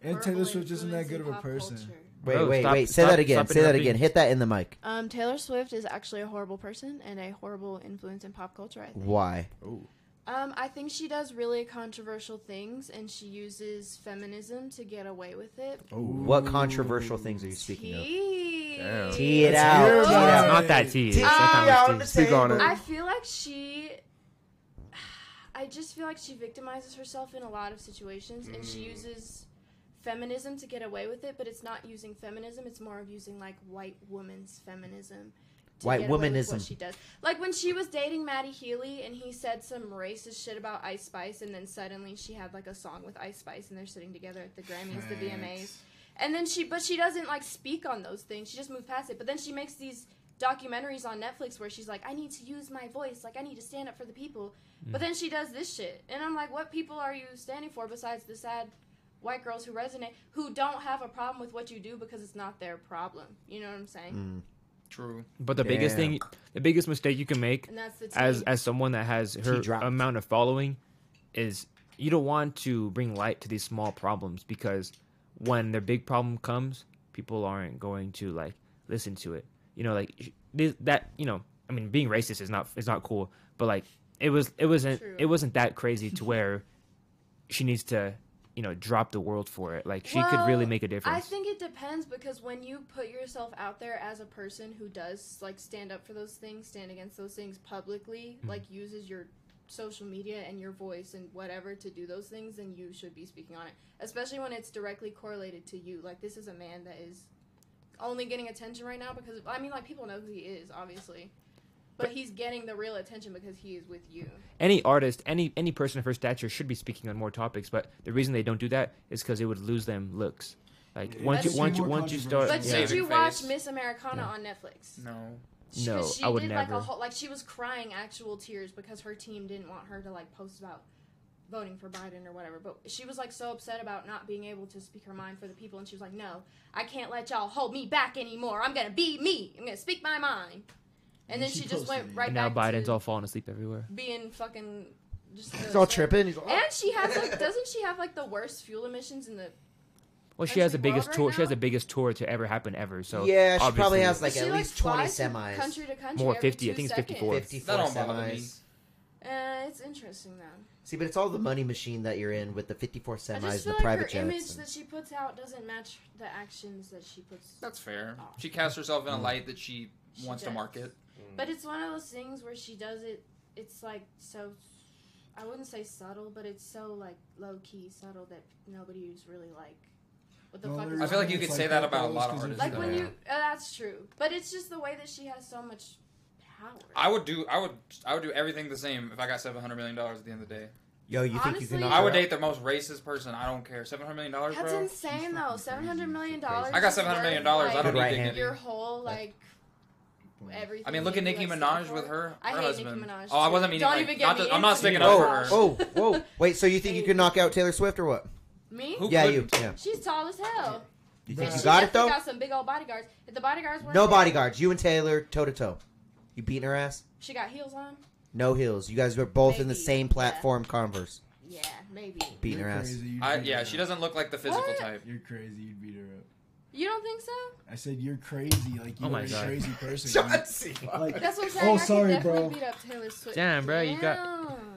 [SPEAKER 5] And Taylor
[SPEAKER 6] horrible
[SPEAKER 5] Swift isn't that
[SPEAKER 6] influence
[SPEAKER 5] good
[SPEAKER 6] in
[SPEAKER 5] of a
[SPEAKER 6] pop
[SPEAKER 5] person.
[SPEAKER 6] culture.
[SPEAKER 3] Wait,
[SPEAKER 2] Bro,
[SPEAKER 3] wait,
[SPEAKER 2] stop-
[SPEAKER 3] wait. Say
[SPEAKER 2] stop-
[SPEAKER 3] that again.
[SPEAKER 2] stop
[SPEAKER 3] Say that
[SPEAKER 2] interrupting.
[SPEAKER 3] again. Hit that in the mic.
[SPEAKER 6] Um, Taylor Swift is actually a horrible person and a horrible influence in pop culture. I think.
[SPEAKER 3] Why?
[SPEAKER 6] Um, I think she does really controversial things, and she uses feminism to get away with it.
[SPEAKER 5] Oh,
[SPEAKER 3] What controversial things are you speaking of?
[SPEAKER 6] Tea.
[SPEAKER 4] Damn.
[SPEAKER 3] Tee it out.
[SPEAKER 5] hear
[SPEAKER 3] Tee it
[SPEAKER 5] about
[SPEAKER 2] It's
[SPEAKER 5] it.
[SPEAKER 3] out.
[SPEAKER 2] not that tea. It's
[SPEAKER 3] Tee
[SPEAKER 2] not
[SPEAKER 3] on
[SPEAKER 2] that
[SPEAKER 3] the
[SPEAKER 2] much tea.
[SPEAKER 4] Speak on
[SPEAKER 3] table.
[SPEAKER 4] it.
[SPEAKER 6] I feel like she. I just feel like she victimizes herself in a lot of situations, and
[SPEAKER 3] Mm.
[SPEAKER 6] she uses feminism to get away with it. But it's not using feminism; it's more of using like white woman's feminism. To
[SPEAKER 3] White
[SPEAKER 6] get away with what
[SPEAKER 3] womanism.
[SPEAKER 6] she does, like when she was dating Maddie Healy, and he said some racist shit about Ice Spice, and then suddenly she had like a song with Ice Spice, and they're sitting together at the Grammys, the VMAs. And then she, but she doesn't like speak on those things. She just moves past it. But then she makes these documentaries on Netflix where she's like, I need to use my voice. Like, I need to stand up for the people.
[SPEAKER 2] Mm.
[SPEAKER 6] But then she does this shit. And I'm like, what people are you standing for besides the sad white girls who resonate, who don't have a problem with what you do because it's not their problem? You know what I'm saying?
[SPEAKER 2] Mm.
[SPEAKER 1] True.
[SPEAKER 2] But the biggest
[SPEAKER 3] Damn.
[SPEAKER 2] thing, the biggest mistake you can make
[SPEAKER 6] And that's the tea.
[SPEAKER 2] as as someone that has her
[SPEAKER 3] dropped.
[SPEAKER 2] amount of following is you don't want to bring light to these small problems because when their big problem comes, people aren't going to like listen to it. You know, like sh- this, that. You know, I mean, being racist is not is not cool, but like it was it wasn't
[SPEAKER 6] True.
[SPEAKER 2] it wasn't that crazy to where she needs to you know drop the world for it. Like she could really
[SPEAKER 6] Well,
[SPEAKER 2] make a difference.
[SPEAKER 6] I think it depends because when you put yourself out there as a person who does like stand up for those things, stand against those things publicly,
[SPEAKER 2] Mm-hmm.
[SPEAKER 6] like uses your social media and your voice and whatever to do those things, then you should be speaking on it. Especially when it's directly correlated to you. Like this is a man that is only getting attention right now because I mean like people know who he is, obviously. But he's getting the real attention because he is with you.
[SPEAKER 2] any artist, any any person of her stature should be speaking on more topics, but the reason they don't do that is because it would lose them looks. Like once you
[SPEAKER 5] that's
[SPEAKER 2] once you
[SPEAKER 5] more
[SPEAKER 2] once you start,
[SPEAKER 5] controversial.
[SPEAKER 6] But
[SPEAKER 2] yeah.
[SPEAKER 6] did you
[SPEAKER 1] Saving
[SPEAKER 6] watch
[SPEAKER 1] face.
[SPEAKER 6] Miss Americana on Netflix?
[SPEAKER 1] No.
[SPEAKER 6] She-
[SPEAKER 2] No,
[SPEAKER 6] 'cause she
[SPEAKER 2] I would
[SPEAKER 6] did like
[SPEAKER 2] never.
[SPEAKER 6] a whole like she was crying actual tears because her team didn't want her to like post about voting for Biden or whatever. But she was like so upset about not being able to speak her mind for the people and she was like, No, I can't let y'all hold me back anymore. I'm gonna be me. I'm gonna speak my mind. And then
[SPEAKER 5] she
[SPEAKER 6] she, just
[SPEAKER 5] posted
[SPEAKER 6] went
[SPEAKER 5] it.
[SPEAKER 6] right
[SPEAKER 2] and now
[SPEAKER 6] back
[SPEAKER 2] Biden's
[SPEAKER 6] to
[SPEAKER 2] all falling asleep everywhere.
[SPEAKER 6] being fucking just
[SPEAKER 3] He's all tripping. He's all,
[SPEAKER 6] And she has like doesn't she have like the worst fuel emissions in the
[SPEAKER 2] Well, she has the
[SPEAKER 6] Country
[SPEAKER 2] biggest
[SPEAKER 6] world
[SPEAKER 2] tour.
[SPEAKER 6] right
[SPEAKER 2] She has
[SPEAKER 6] now?
[SPEAKER 2] the biggest tour to ever happen ever. So
[SPEAKER 3] yeah, she
[SPEAKER 2] obviously-
[SPEAKER 3] probably has like
[SPEAKER 6] she
[SPEAKER 3] at least twenty
[SPEAKER 6] flies from
[SPEAKER 3] semis,
[SPEAKER 6] Country to country
[SPEAKER 2] More,
[SPEAKER 6] every
[SPEAKER 2] 50, I
[SPEAKER 6] two
[SPEAKER 2] think it's
[SPEAKER 6] seconds.
[SPEAKER 2] 54.
[SPEAKER 3] fifty-four
[SPEAKER 1] That don't bother me.
[SPEAKER 3] semis.
[SPEAKER 6] Uh, it's interesting though.
[SPEAKER 3] See, but it's all the money machine that you're in with the 54
[SPEAKER 6] I
[SPEAKER 3] semis and
[SPEAKER 6] just
[SPEAKER 3] the
[SPEAKER 6] feel like her
[SPEAKER 3] private jets.
[SPEAKER 6] image
[SPEAKER 3] and-
[SPEAKER 6] that she puts out doesn't match the actions that she puts.
[SPEAKER 1] That's fair. She casts herself in
[SPEAKER 5] Mm.
[SPEAKER 1] a light that she,
[SPEAKER 6] Oh. She
[SPEAKER 1] wants to
[SPEAKER 6] does.
[SPEAKER 1] market.
[SPEAKER 6] But it's one of those things where she does it. It's like so. I wouldn't say subtle, but it's so like low key subtle that nobody was really like. What the
[SPEAKER 5] Well,
[SPEAKER 6] fuck?
[SPEAKER 5] there's-
[SPEAKER 1] I
[SPEAKER 6] Is
[SPEAKER 1] feel like you
[SPEAKER 6] going
[SPEAKER 1] could
[SPEAKER 6] on?
[SPEAKER 1] say that about a lot of
[SPEAKER 5] Like
[SPEAKER 1] artists.
[SPEAKER 6] Like
[SPEAKER 1] though.
[SPEAKER 6] when
[SPEAKER 2] Yeah.
[SPEAKER 6] you. Uh, that's true, but it's just the way that she has so much power.
[SPEAKER 1] I would do. I would. I would do everything the same if I got seven hundred million dollars at the end of the day.
[SPEAKER 3] Yo, you think you
[SPEAKER 6] Honestly,
[SPEAKER 3] can? knock
[SPEAKER 1] I
[SPEAKER 3] her
[SPEAKER 1] would
[SPEAKER 3] out?
[SPEAKER 1] date the most racist person. I don't care. Seven hundred million dollars,
[SPEAKER 6] That's
[SPEAKER 1] bro.
[SPEAKER 6] insane though. Seven hundred million dollars.
[SPEAKER 1] I got
[SPEAKER 6] is
[SPEAKER 1] seven hundred million
[SPEAKER 6] worth,
[SPEAKER 1] dollars. I don't
[SPEAKER 3] Good
[SPEAKER 1] need
[SPEAKER 3] right
[SPEAKER 1] dignity.
[SPEAKER 6] your whole like everything.
[SPEAKER 1] I mean, look at
[SPEAKER 6] you,
[SPEAKER 1] Nicki
[SPEAKER 6] like,
[SPEAKER 1] Minaj
[SPEAKER 6] stand
[SPEAKER 1] with
[SPEAKER 6] for.
[SPEAKER 1] her,
[SPEAKER 6] I
[SPEAKER 1] her
[SPEAKER 6] hate Nicki
[SPEAKER 1] husband.
[SPEAKER 6] Minaj,
[SPEAKER 1] oh, I
[SPEAKER 6] too.
[SPEAKER 1] wasn't meaning
[SPEAKER 6] Don't
[SPEAKER 1] like.
[SPEAKER 6] even get
[SPEAKER 1] not
[SPEAKER 6] me
[SPEAKER 1] that- I'm not
[SPEAKER 6] into
[SPEAKER 1] sticking
[SPEAKER 6] it.
[SPEAKER 1] up
[SPEAKER 3] Oh,
[SPEAKER 1] for her.
[SPEAKER 3] oh, whoa! Wait, so you think you can knock out Taylor Swift or what?
[SPEAKER 6] Me?
[SPEAKER 1] Who
[SPEAKER 3] yeah, you.
[SPEAKER 1] couldn't?
[SPEAKER 3] Yeah.
[SPEAKER 6] She's tall as hell.
[SPEAKER 3] You
[SPEAKER 5] Bruh.
[SPEAKER 3] think
[SPEAKER 6] She
[SPEAKER 3] you got it
[SPEAKER 6] definitely
[SPEAKER 3] though?
[SPEAKER 6] Got some big old bodyguards. If the bodyguards weren't
[SPEAKER 3] No
[SPEAKER 6] there,
[SPEAKER 3] bodyguards. You and Taylor toe to toe. You beating her ass?
[SPEAKER 6] She got heels on.
[SPEAKER 3] No heels. You guys were both in the
[SPEAKER 6] Maybe,
[SPEAKER 3] same
[SPEAKER 6] yeah.
[SPEAKER 3] platform. Converse
[SPEAKER 6] Yeah, maybe.
[SPEAKER 3] beating
[SPEAKER 5] You're
[SPEAKER 3] her ass.
[SPEAKER 5] crazy, you'd
[SPEAKER 1] I,
[SPEAKER 5] beat
[SPEAKER 1] yeah,
[SPEAKER 5] her
[SPEAKER 1] she
[SPEAKER 5] up.
[SPEAKER 1] doesn't look like the physical
[SPEAKER 6] What?
[SPEAKER 1] type.
[SPEAKER 5] You're crazy. You'd beat her up.
[SPEAKER 6] You don't think so?
[SPEAKER 5] I said you're crazy. Like
[SPEAKER 2] Oh
[SPEAKER 5] you're
[SPEAKER 2] my
[SPEAKER 5] a
[SPEAKER 2] God.
[SPEAKER 5] crazy person.
[SPEAKER 3] John
[SPEAKER 5] dude.
[SPEAKER 3] C.
[SPEAKER 5] Like
[SPEAKER 6] That's what I'm saying.
[SPEAKER 5] Oh,
[SPEAKER 6] I could
[SPEAKER 5] sorry,
[SPEAKER 6] definitely
[SPEAKER 5] bro.
[SPEAKER 6] beat up Taylor Swift.
[SPEAKER 2] Damn, bro, you got-
[SPEAKER 6] Damn.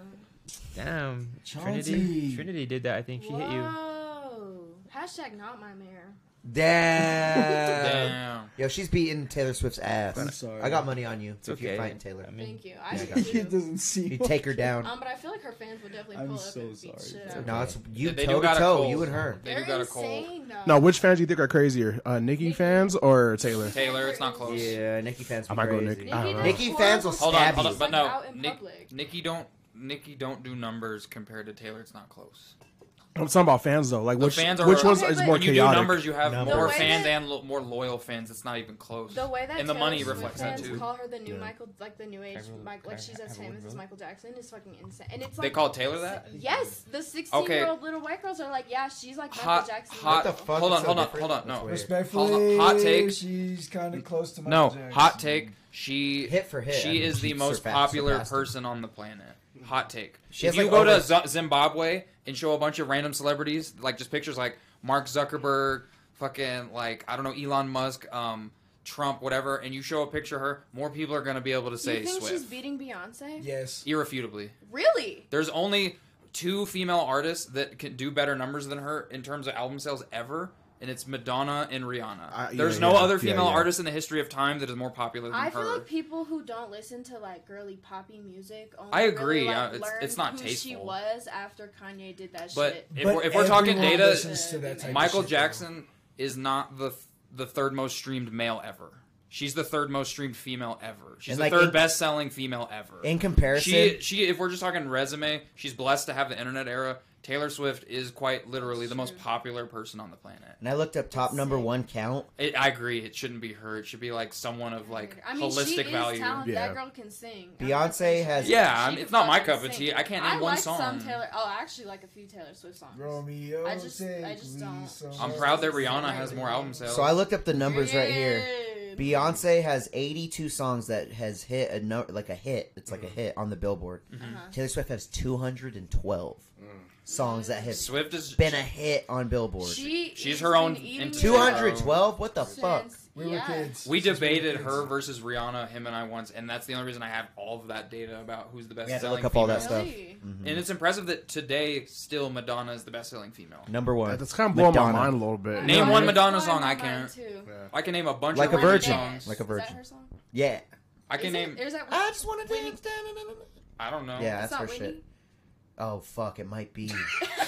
[SPEAKER 2] Damn, Trinity.
[SPEAKER 5] Chauncey.
[SPEAKER 2] Trinity did that. I think she hit you.
[SPEAKER 6] Whoa. Hashtag not my mayor.
[SPEAKER 3] Damn.
[SPEAKER 1] Damn.
[SPEAKER 3] Yo, she's beating Taylor Swift's ass.
[SPEAKER 5] I'm sorry.
[SPEAKER 3] I got money on you
[SPEAKER 2] It's
[SPEAKER 3] if
[SPEAKER 2] okay.
[SPEAKER 3] you're fighting Taylor.
[SPEAKER 2] I mean,
[SPEAKER 6] Thank you. I
[SPEAKER 3] Yeah, I
[SPEAKER 6] do
[SPEAKER 3] got
[SPEAKER 5] He
[SPEAKER 6] too.
[SPEAKER 5] doesn't see.
[SPEAKER 3] You take her down.
[SPEAKER 6] Um, but I feel like her fans would definitely
[SPEAKER 5] I'm
[SPEAKER 6] pull up
[SPEAKER 5] so
[SPEAKER 6] and
[SPEAKER 5] sorry,
[SPEAKER 6] beat
[SPEAKER 5] bro.
[SPEAKER 6] shit out of her.
[SPEAKER 3] No, it's you
[SPEAKER 1] They do
[SPEAKER 3] toe to
[SPEAKER 1] got a
[SPEAKER 3] toe.
[SPEAKER 1] cold.
[SPEAKER 3] You and her.
[SPEAKER 1] They
[SPEAKER 6] They're
[SPEAKER 1] do got a cold.
[SPEAKER 6] insane, though.
[SPEAKER 4] Now, which fans do you think are crazier, uh, Nicki fans or Taylor?
[SPEAKER 1] Taylor, it's not close.
[SPEAKER 3] Yeah, Nikki fans.
[SPEAKER 4] I
[SPEAKER 3] be
[SPEAKER 4] might go
[SPEAKER 3] crazy.
[SPEAKER 4] Nicki.
[SPEAKER 6] Nikki
[SPEAKER 4] I don't
[SPEAKER 6] does
[SPEAKER 4] know.
[SPEAKER 3] Nicki fans will
[SPEAKER 6] horrible
[SPEAKER 1] Hold on,
[SPEAKER 3] Stab
[SPEAKER 1] hold
[SPEAKER 3] you.
[SPEAKER 1] on.
[SPEAKER 6] stuff,
[SPEAKER 1] But
[SPEAKER 6] like,
[SPEAKER 1] no,
[SPEAKER 6] out in
[SPEAKER 1] Nick,
[SPEAKER 6] public.
[SPEAKER 1] Nikki don't. Nikki don't do numbers compared to Taylor. It's not close.
[SPEAKER 4] I'm talking about fans though. Like
[SPEAKER 1] The
[SPEAKER 4] which
[SPEAKER 1] fans are-
[SPEAKER 4] which one's
[SPEAKER 6] Okay,
[SPEAKER 4] is
[SPEAKER 6] but-
[SPEAKER 4] more
[SPEAKER 1] When you do
[SPEAKER 4] chaotic?
[SPEAKER 1] numbers, you have
[SPEAKER 3] Numbers.
[SPEAKER 1] more
[SPEAKER 6] The way
[SPEAKER 1] fans
[SPEAKER 6] that-
[SPEAKER 1] and lo- more loyal fans. It's not even close.
[SPEAKER 6] The way that
[SPEAKER 1] and the
[SPEAKER 6] Taylor
[SPEAKER 1] money
[SPEAKER 6] Swift
[SPEAKER 1] reflects that
[SPEAKER 6] fans
[SPEAKER 1] too.
[SPEAKER 6] call her the new
[SPEAKER 2] Yeah.
[SPEAKER 6] Michael, like the new age,
[SPEAKER 2] I really-
[SPEAKER 6] Mike,
[SPEAKER 2] can I
[SPEAKER 6] like she's
[SPEAKER 2] ha- have
[SPEAKER 6] as
[SPEAKER 2] a
[SPEAKER 6] famous
[SPEAKER 2] word,
[SPEAKER 6] as
[SPEAKER 2] bro?
[SPEAKER 6] Michael Jackson is fucking insane, and it's like
[SPEAKER 1] They call Taylor that.
[SPEAKER 6] yes, the sixteen-year-old little white girls are like, yeah, she's like Michael
[SPEAKER 1] Hot-
[SPEAKER 6] Jackson.
[SPEAKER 1] hot-
[SPEAKER 6] level.
[SPEAKER 1] fuck? Hold on,
[SPEAKER 3] It's so
[SPEAKER 1] hold on,
[SPEAKER 3] different.
[SPEAKER 1] hold on,
[SPEAKER 3] That's
[SPEAKER 1] no.
[SPEAKER 3] weird.
[SPEAKER 5] Respectfully,
[SPEAKER 1] Hot- hot take.
[SPEAKER 5] She's kind of close to
[SPEAKER 1] No,
[SPEAKER 5] Michael Jackson.
[SPEAKER 1] hot take. She
[SPEAKER 3] Hit for hit,
[SPEAKER 1] She
[SPEAKER 3] I mean,
[SPEAKER 1] is the
[SPEAKER 3] she
[SPEAKER 1] most
[SPEAKER 3] surpassed-
[SPEAKER 1] popular
[SPEAKER 3] surpassed him.
[SPEAKER 1] person on the planet. Hot take.
[SPEAKER 3] She
[SPEAKER 1] if
[SPEAKER 3] has,
[SPEAKER 1] you
[SPEAKER 3] like,
[SPEAKER 1] go to
[SPEAKER 3] over-
[SPEAKER 1] Z- Zimbabwe and show a bunch of random celebrities, like just pictures like Mark Zuckerberg, fucking like I don't know Elon Musk, um, Trump, whatever, and you show a picture of her, more people are gonna be able to
[SPEAKER 6] Do
[SPEAKER 1] say
[SPEAKER 6] you think she's
[SPEAKER 1] Swift
[SPEAKER 6] beating Beyonce?
[SPEAKER 5] Yes.
[SPEAKER 1] irrefutably.
[SPEAKER 6] Really?
[SPEAKER 1] There's only two female artists that can do better numbers than her in terms of album sales ever. And it's Madonna and Rihanna.
[SPEAKER 3] Uh,
[SPEAKER 4] I- yeah,
[SPEAKER 1] There's no
[SPEAKER 4] yeah,
[SPEAKER 1] other
[SPEAKER 4] yeah,
[SPEAKER 1] female
[SPEAKER 4] yeah.
[SPEAKER 1] artist in the history of time that is more popular than
[SPEAKER 6] I
[SPEAKER 1] her.
[SPEAKER 6] feel like people who don't listen to like girly poppy music. Only
[SPEAKER 1] I agree,
[SPEAKER 6] Really, like,
[SPEAKER 1] uh, it's-
[SPEAKER 6] learned
[SPEAKER 1] it's not
[SPEAKER 6] who She
[SPEAKER 1] tasteful.
[SPEAKER 6] was after Kanye did that
[SPEAKER 1] But
[SPEAKER 6] shit.
[SPEAKER 1] if
[SPEAKER 5] But
[SPEAKER 1] we're, if we're talking
[SPEAKER 5] everyone
[SPEAKER 1] data,
[SPEAKER 5] listens to that type of
[SPEAKER 1] Michael
[SPEAKER 5] shit, though.
[SPEAKER 1] Jackson is not the th- the third most streamed male ever. She's the third most streamed female ever. She's
[SPEAKER 3] And,
[SPEAKER 1] the
[SPEAKER 3] like,
[SPEAKER 1] third
[SPEAKER 3] in-
[SPEAKER 1] best selling female ever.
[SPEAKER 3] In comparison,
[SPEAKER 1] she she if we're just talking resume, she's blessed to have the internet era. Taylor Swift is quite literally the most popular person on the planet.
[SPEAKER 3] and I looked up top number
[SPEAKER 6] Sick.
[SPEAKER 3] one count.
[SPEAKER 1] It, I agree. It shouldn't be her. It should be like someone of like
[SPEAKER 6] I mean, she
[SPEAKER 1] holistic
[SPEAKER 6] is
[SPEAKER 1] value.
[SPEAKER 6] talented.
[SPEAKER 4] Yeah.
[SPEAKER 6] That girl can sing. I'm
[SPEAKER 3] Beyonce
[SPEAKER 6] not saying she
[SPEAKER 3] has-
[SPEAKER 6] can't.
[SPEAKER 1] Yeah,
[SPEAKER 6] She
[SPEAKER 1] I mean,
[SPEAKER 6] can
[SPEAKER 1] it's not my
[SPEAKER 6] fucking
[SPEAKER 1] cup of
[SPEAKER 6] sing.
[SPEAKER 1] tea. I can't name
[SPEAKER 6] I
[SPEAKER 1] one
[SPEAKER 6] like Some
[SPEAKER 1] song.
[SPEAKER 6] Taylor. Oh, I actually like a few Taylor Swift songs.
[SPEAKER 5] Romeo.
[SPEAKER 6] I just-
[SPEAKER 5] take
[SPEAKER 6] I just
[SPEAKER 5] me
[SPEAKER 6] don't.
[SPEAKER 5] somewhere.
[SPEAKER 1] I'm proud that Rihanna has more album sales.
[SPEAKER 3] So I looked up the numbers right here.
[SPEAKER 6] Period.
[SPEAKER 3] Beyonce has 82 songs that has hit a no, like a hit. It's
[SPEAKER 1] Mm.
[SPEAKER 3] like a hit on the Billboard.
[SPEAKER 1] Mm-hmm.
[SPEAKER 6] Uh-huh.
[SPEAKER 3] Taylor Swift has 212
[SPEAKER 1] Mm.
[SPEAKER 3] songs that has
[SPEAKER 1] Swift is
[SPEAKER 3] been a hit on Billboard.
[SPEAKER 6] She
[SPEAKER 1] She's
[SPEAKER 6] is
[SPEAKER 1] her own
[SPEAKER 6] been eating
[SPEAKER 1] entity.
[SPEAKER 6] it
[SPEAKER 3] 212? What the
[SPEAKER 6] since-
[SPEAKER 3] fuck?
[SPEAKER 5] We were
[SPEAKER 6] yeah.
[SPEAKER 5] kids.
[SPEAKER 1] We
[SPEAKER 5] Since we were
[SPEAKER 1] debated
[SPEAKER 5] kids.
[SPEAKER 1] her versus Rihanna, him and I once, and that's the only reason I have all of that data about who's the best
[SPEAKER 3] We had to
[SPEAKER 1] selling
[SPEAKER 3] look up all that
[SPEAKER 1] female.
[SPEAKER 3] stuff.
[SPEAKER 6] Really? Mm-hmm.
[SPEAKER 1] And it's impressive that today still Madonna is the best selling female.
[SPEAKER 3] Number one.
[SPEAKER 4] That's kind of blowing
[SPEAKER 3] Madonna.
[SPEAKER 4] my mind a little bit.
[SPEAKER 1] Name
[SPEAKER 6] Yeah.
[SPEAKER 1] one Madonna
[SPEAKER 6] That's
[SPEAKER 1] song
[SPEAKER 6] why
[SPEAKER 1] I
[SPEAKER 6] I'm
[SPEAKER 1] can't.
[SPEAKER 6] mine too.
[SPEAKER 1] I can name a bunch of
[SPEAKER 3] Like a
[SPEAKER 1] Rihanna
[SPEAKER 3] virgin.
[SPEAKER 1] songs.
[SPEAKER 3] Like a
[SPEAKER 6] Is that
[SPEAKER 3] virgin.
[SPEAKER 6] her song?
[SPEAKER 3] Yeah.
[SPEAKER 1] I can
[SPEAKER 6] Is it-
[SPEAKER 1] name
[SPEAKER 6] There's that.
[SPEAKER 3] I just want to
[SPEAKER 6] Whitney.
[SPEAKER 3] dance. down, down, down, down.
[SPEAKER 1] I don't know.
[SPEAKER 3] Yeah, that's
[SPEAKER 6] It's not
[SPEAKER 3] her
[SPEAKER 6] Whitney.
[SPEAKER 3] shit. Oh fuck, it might be.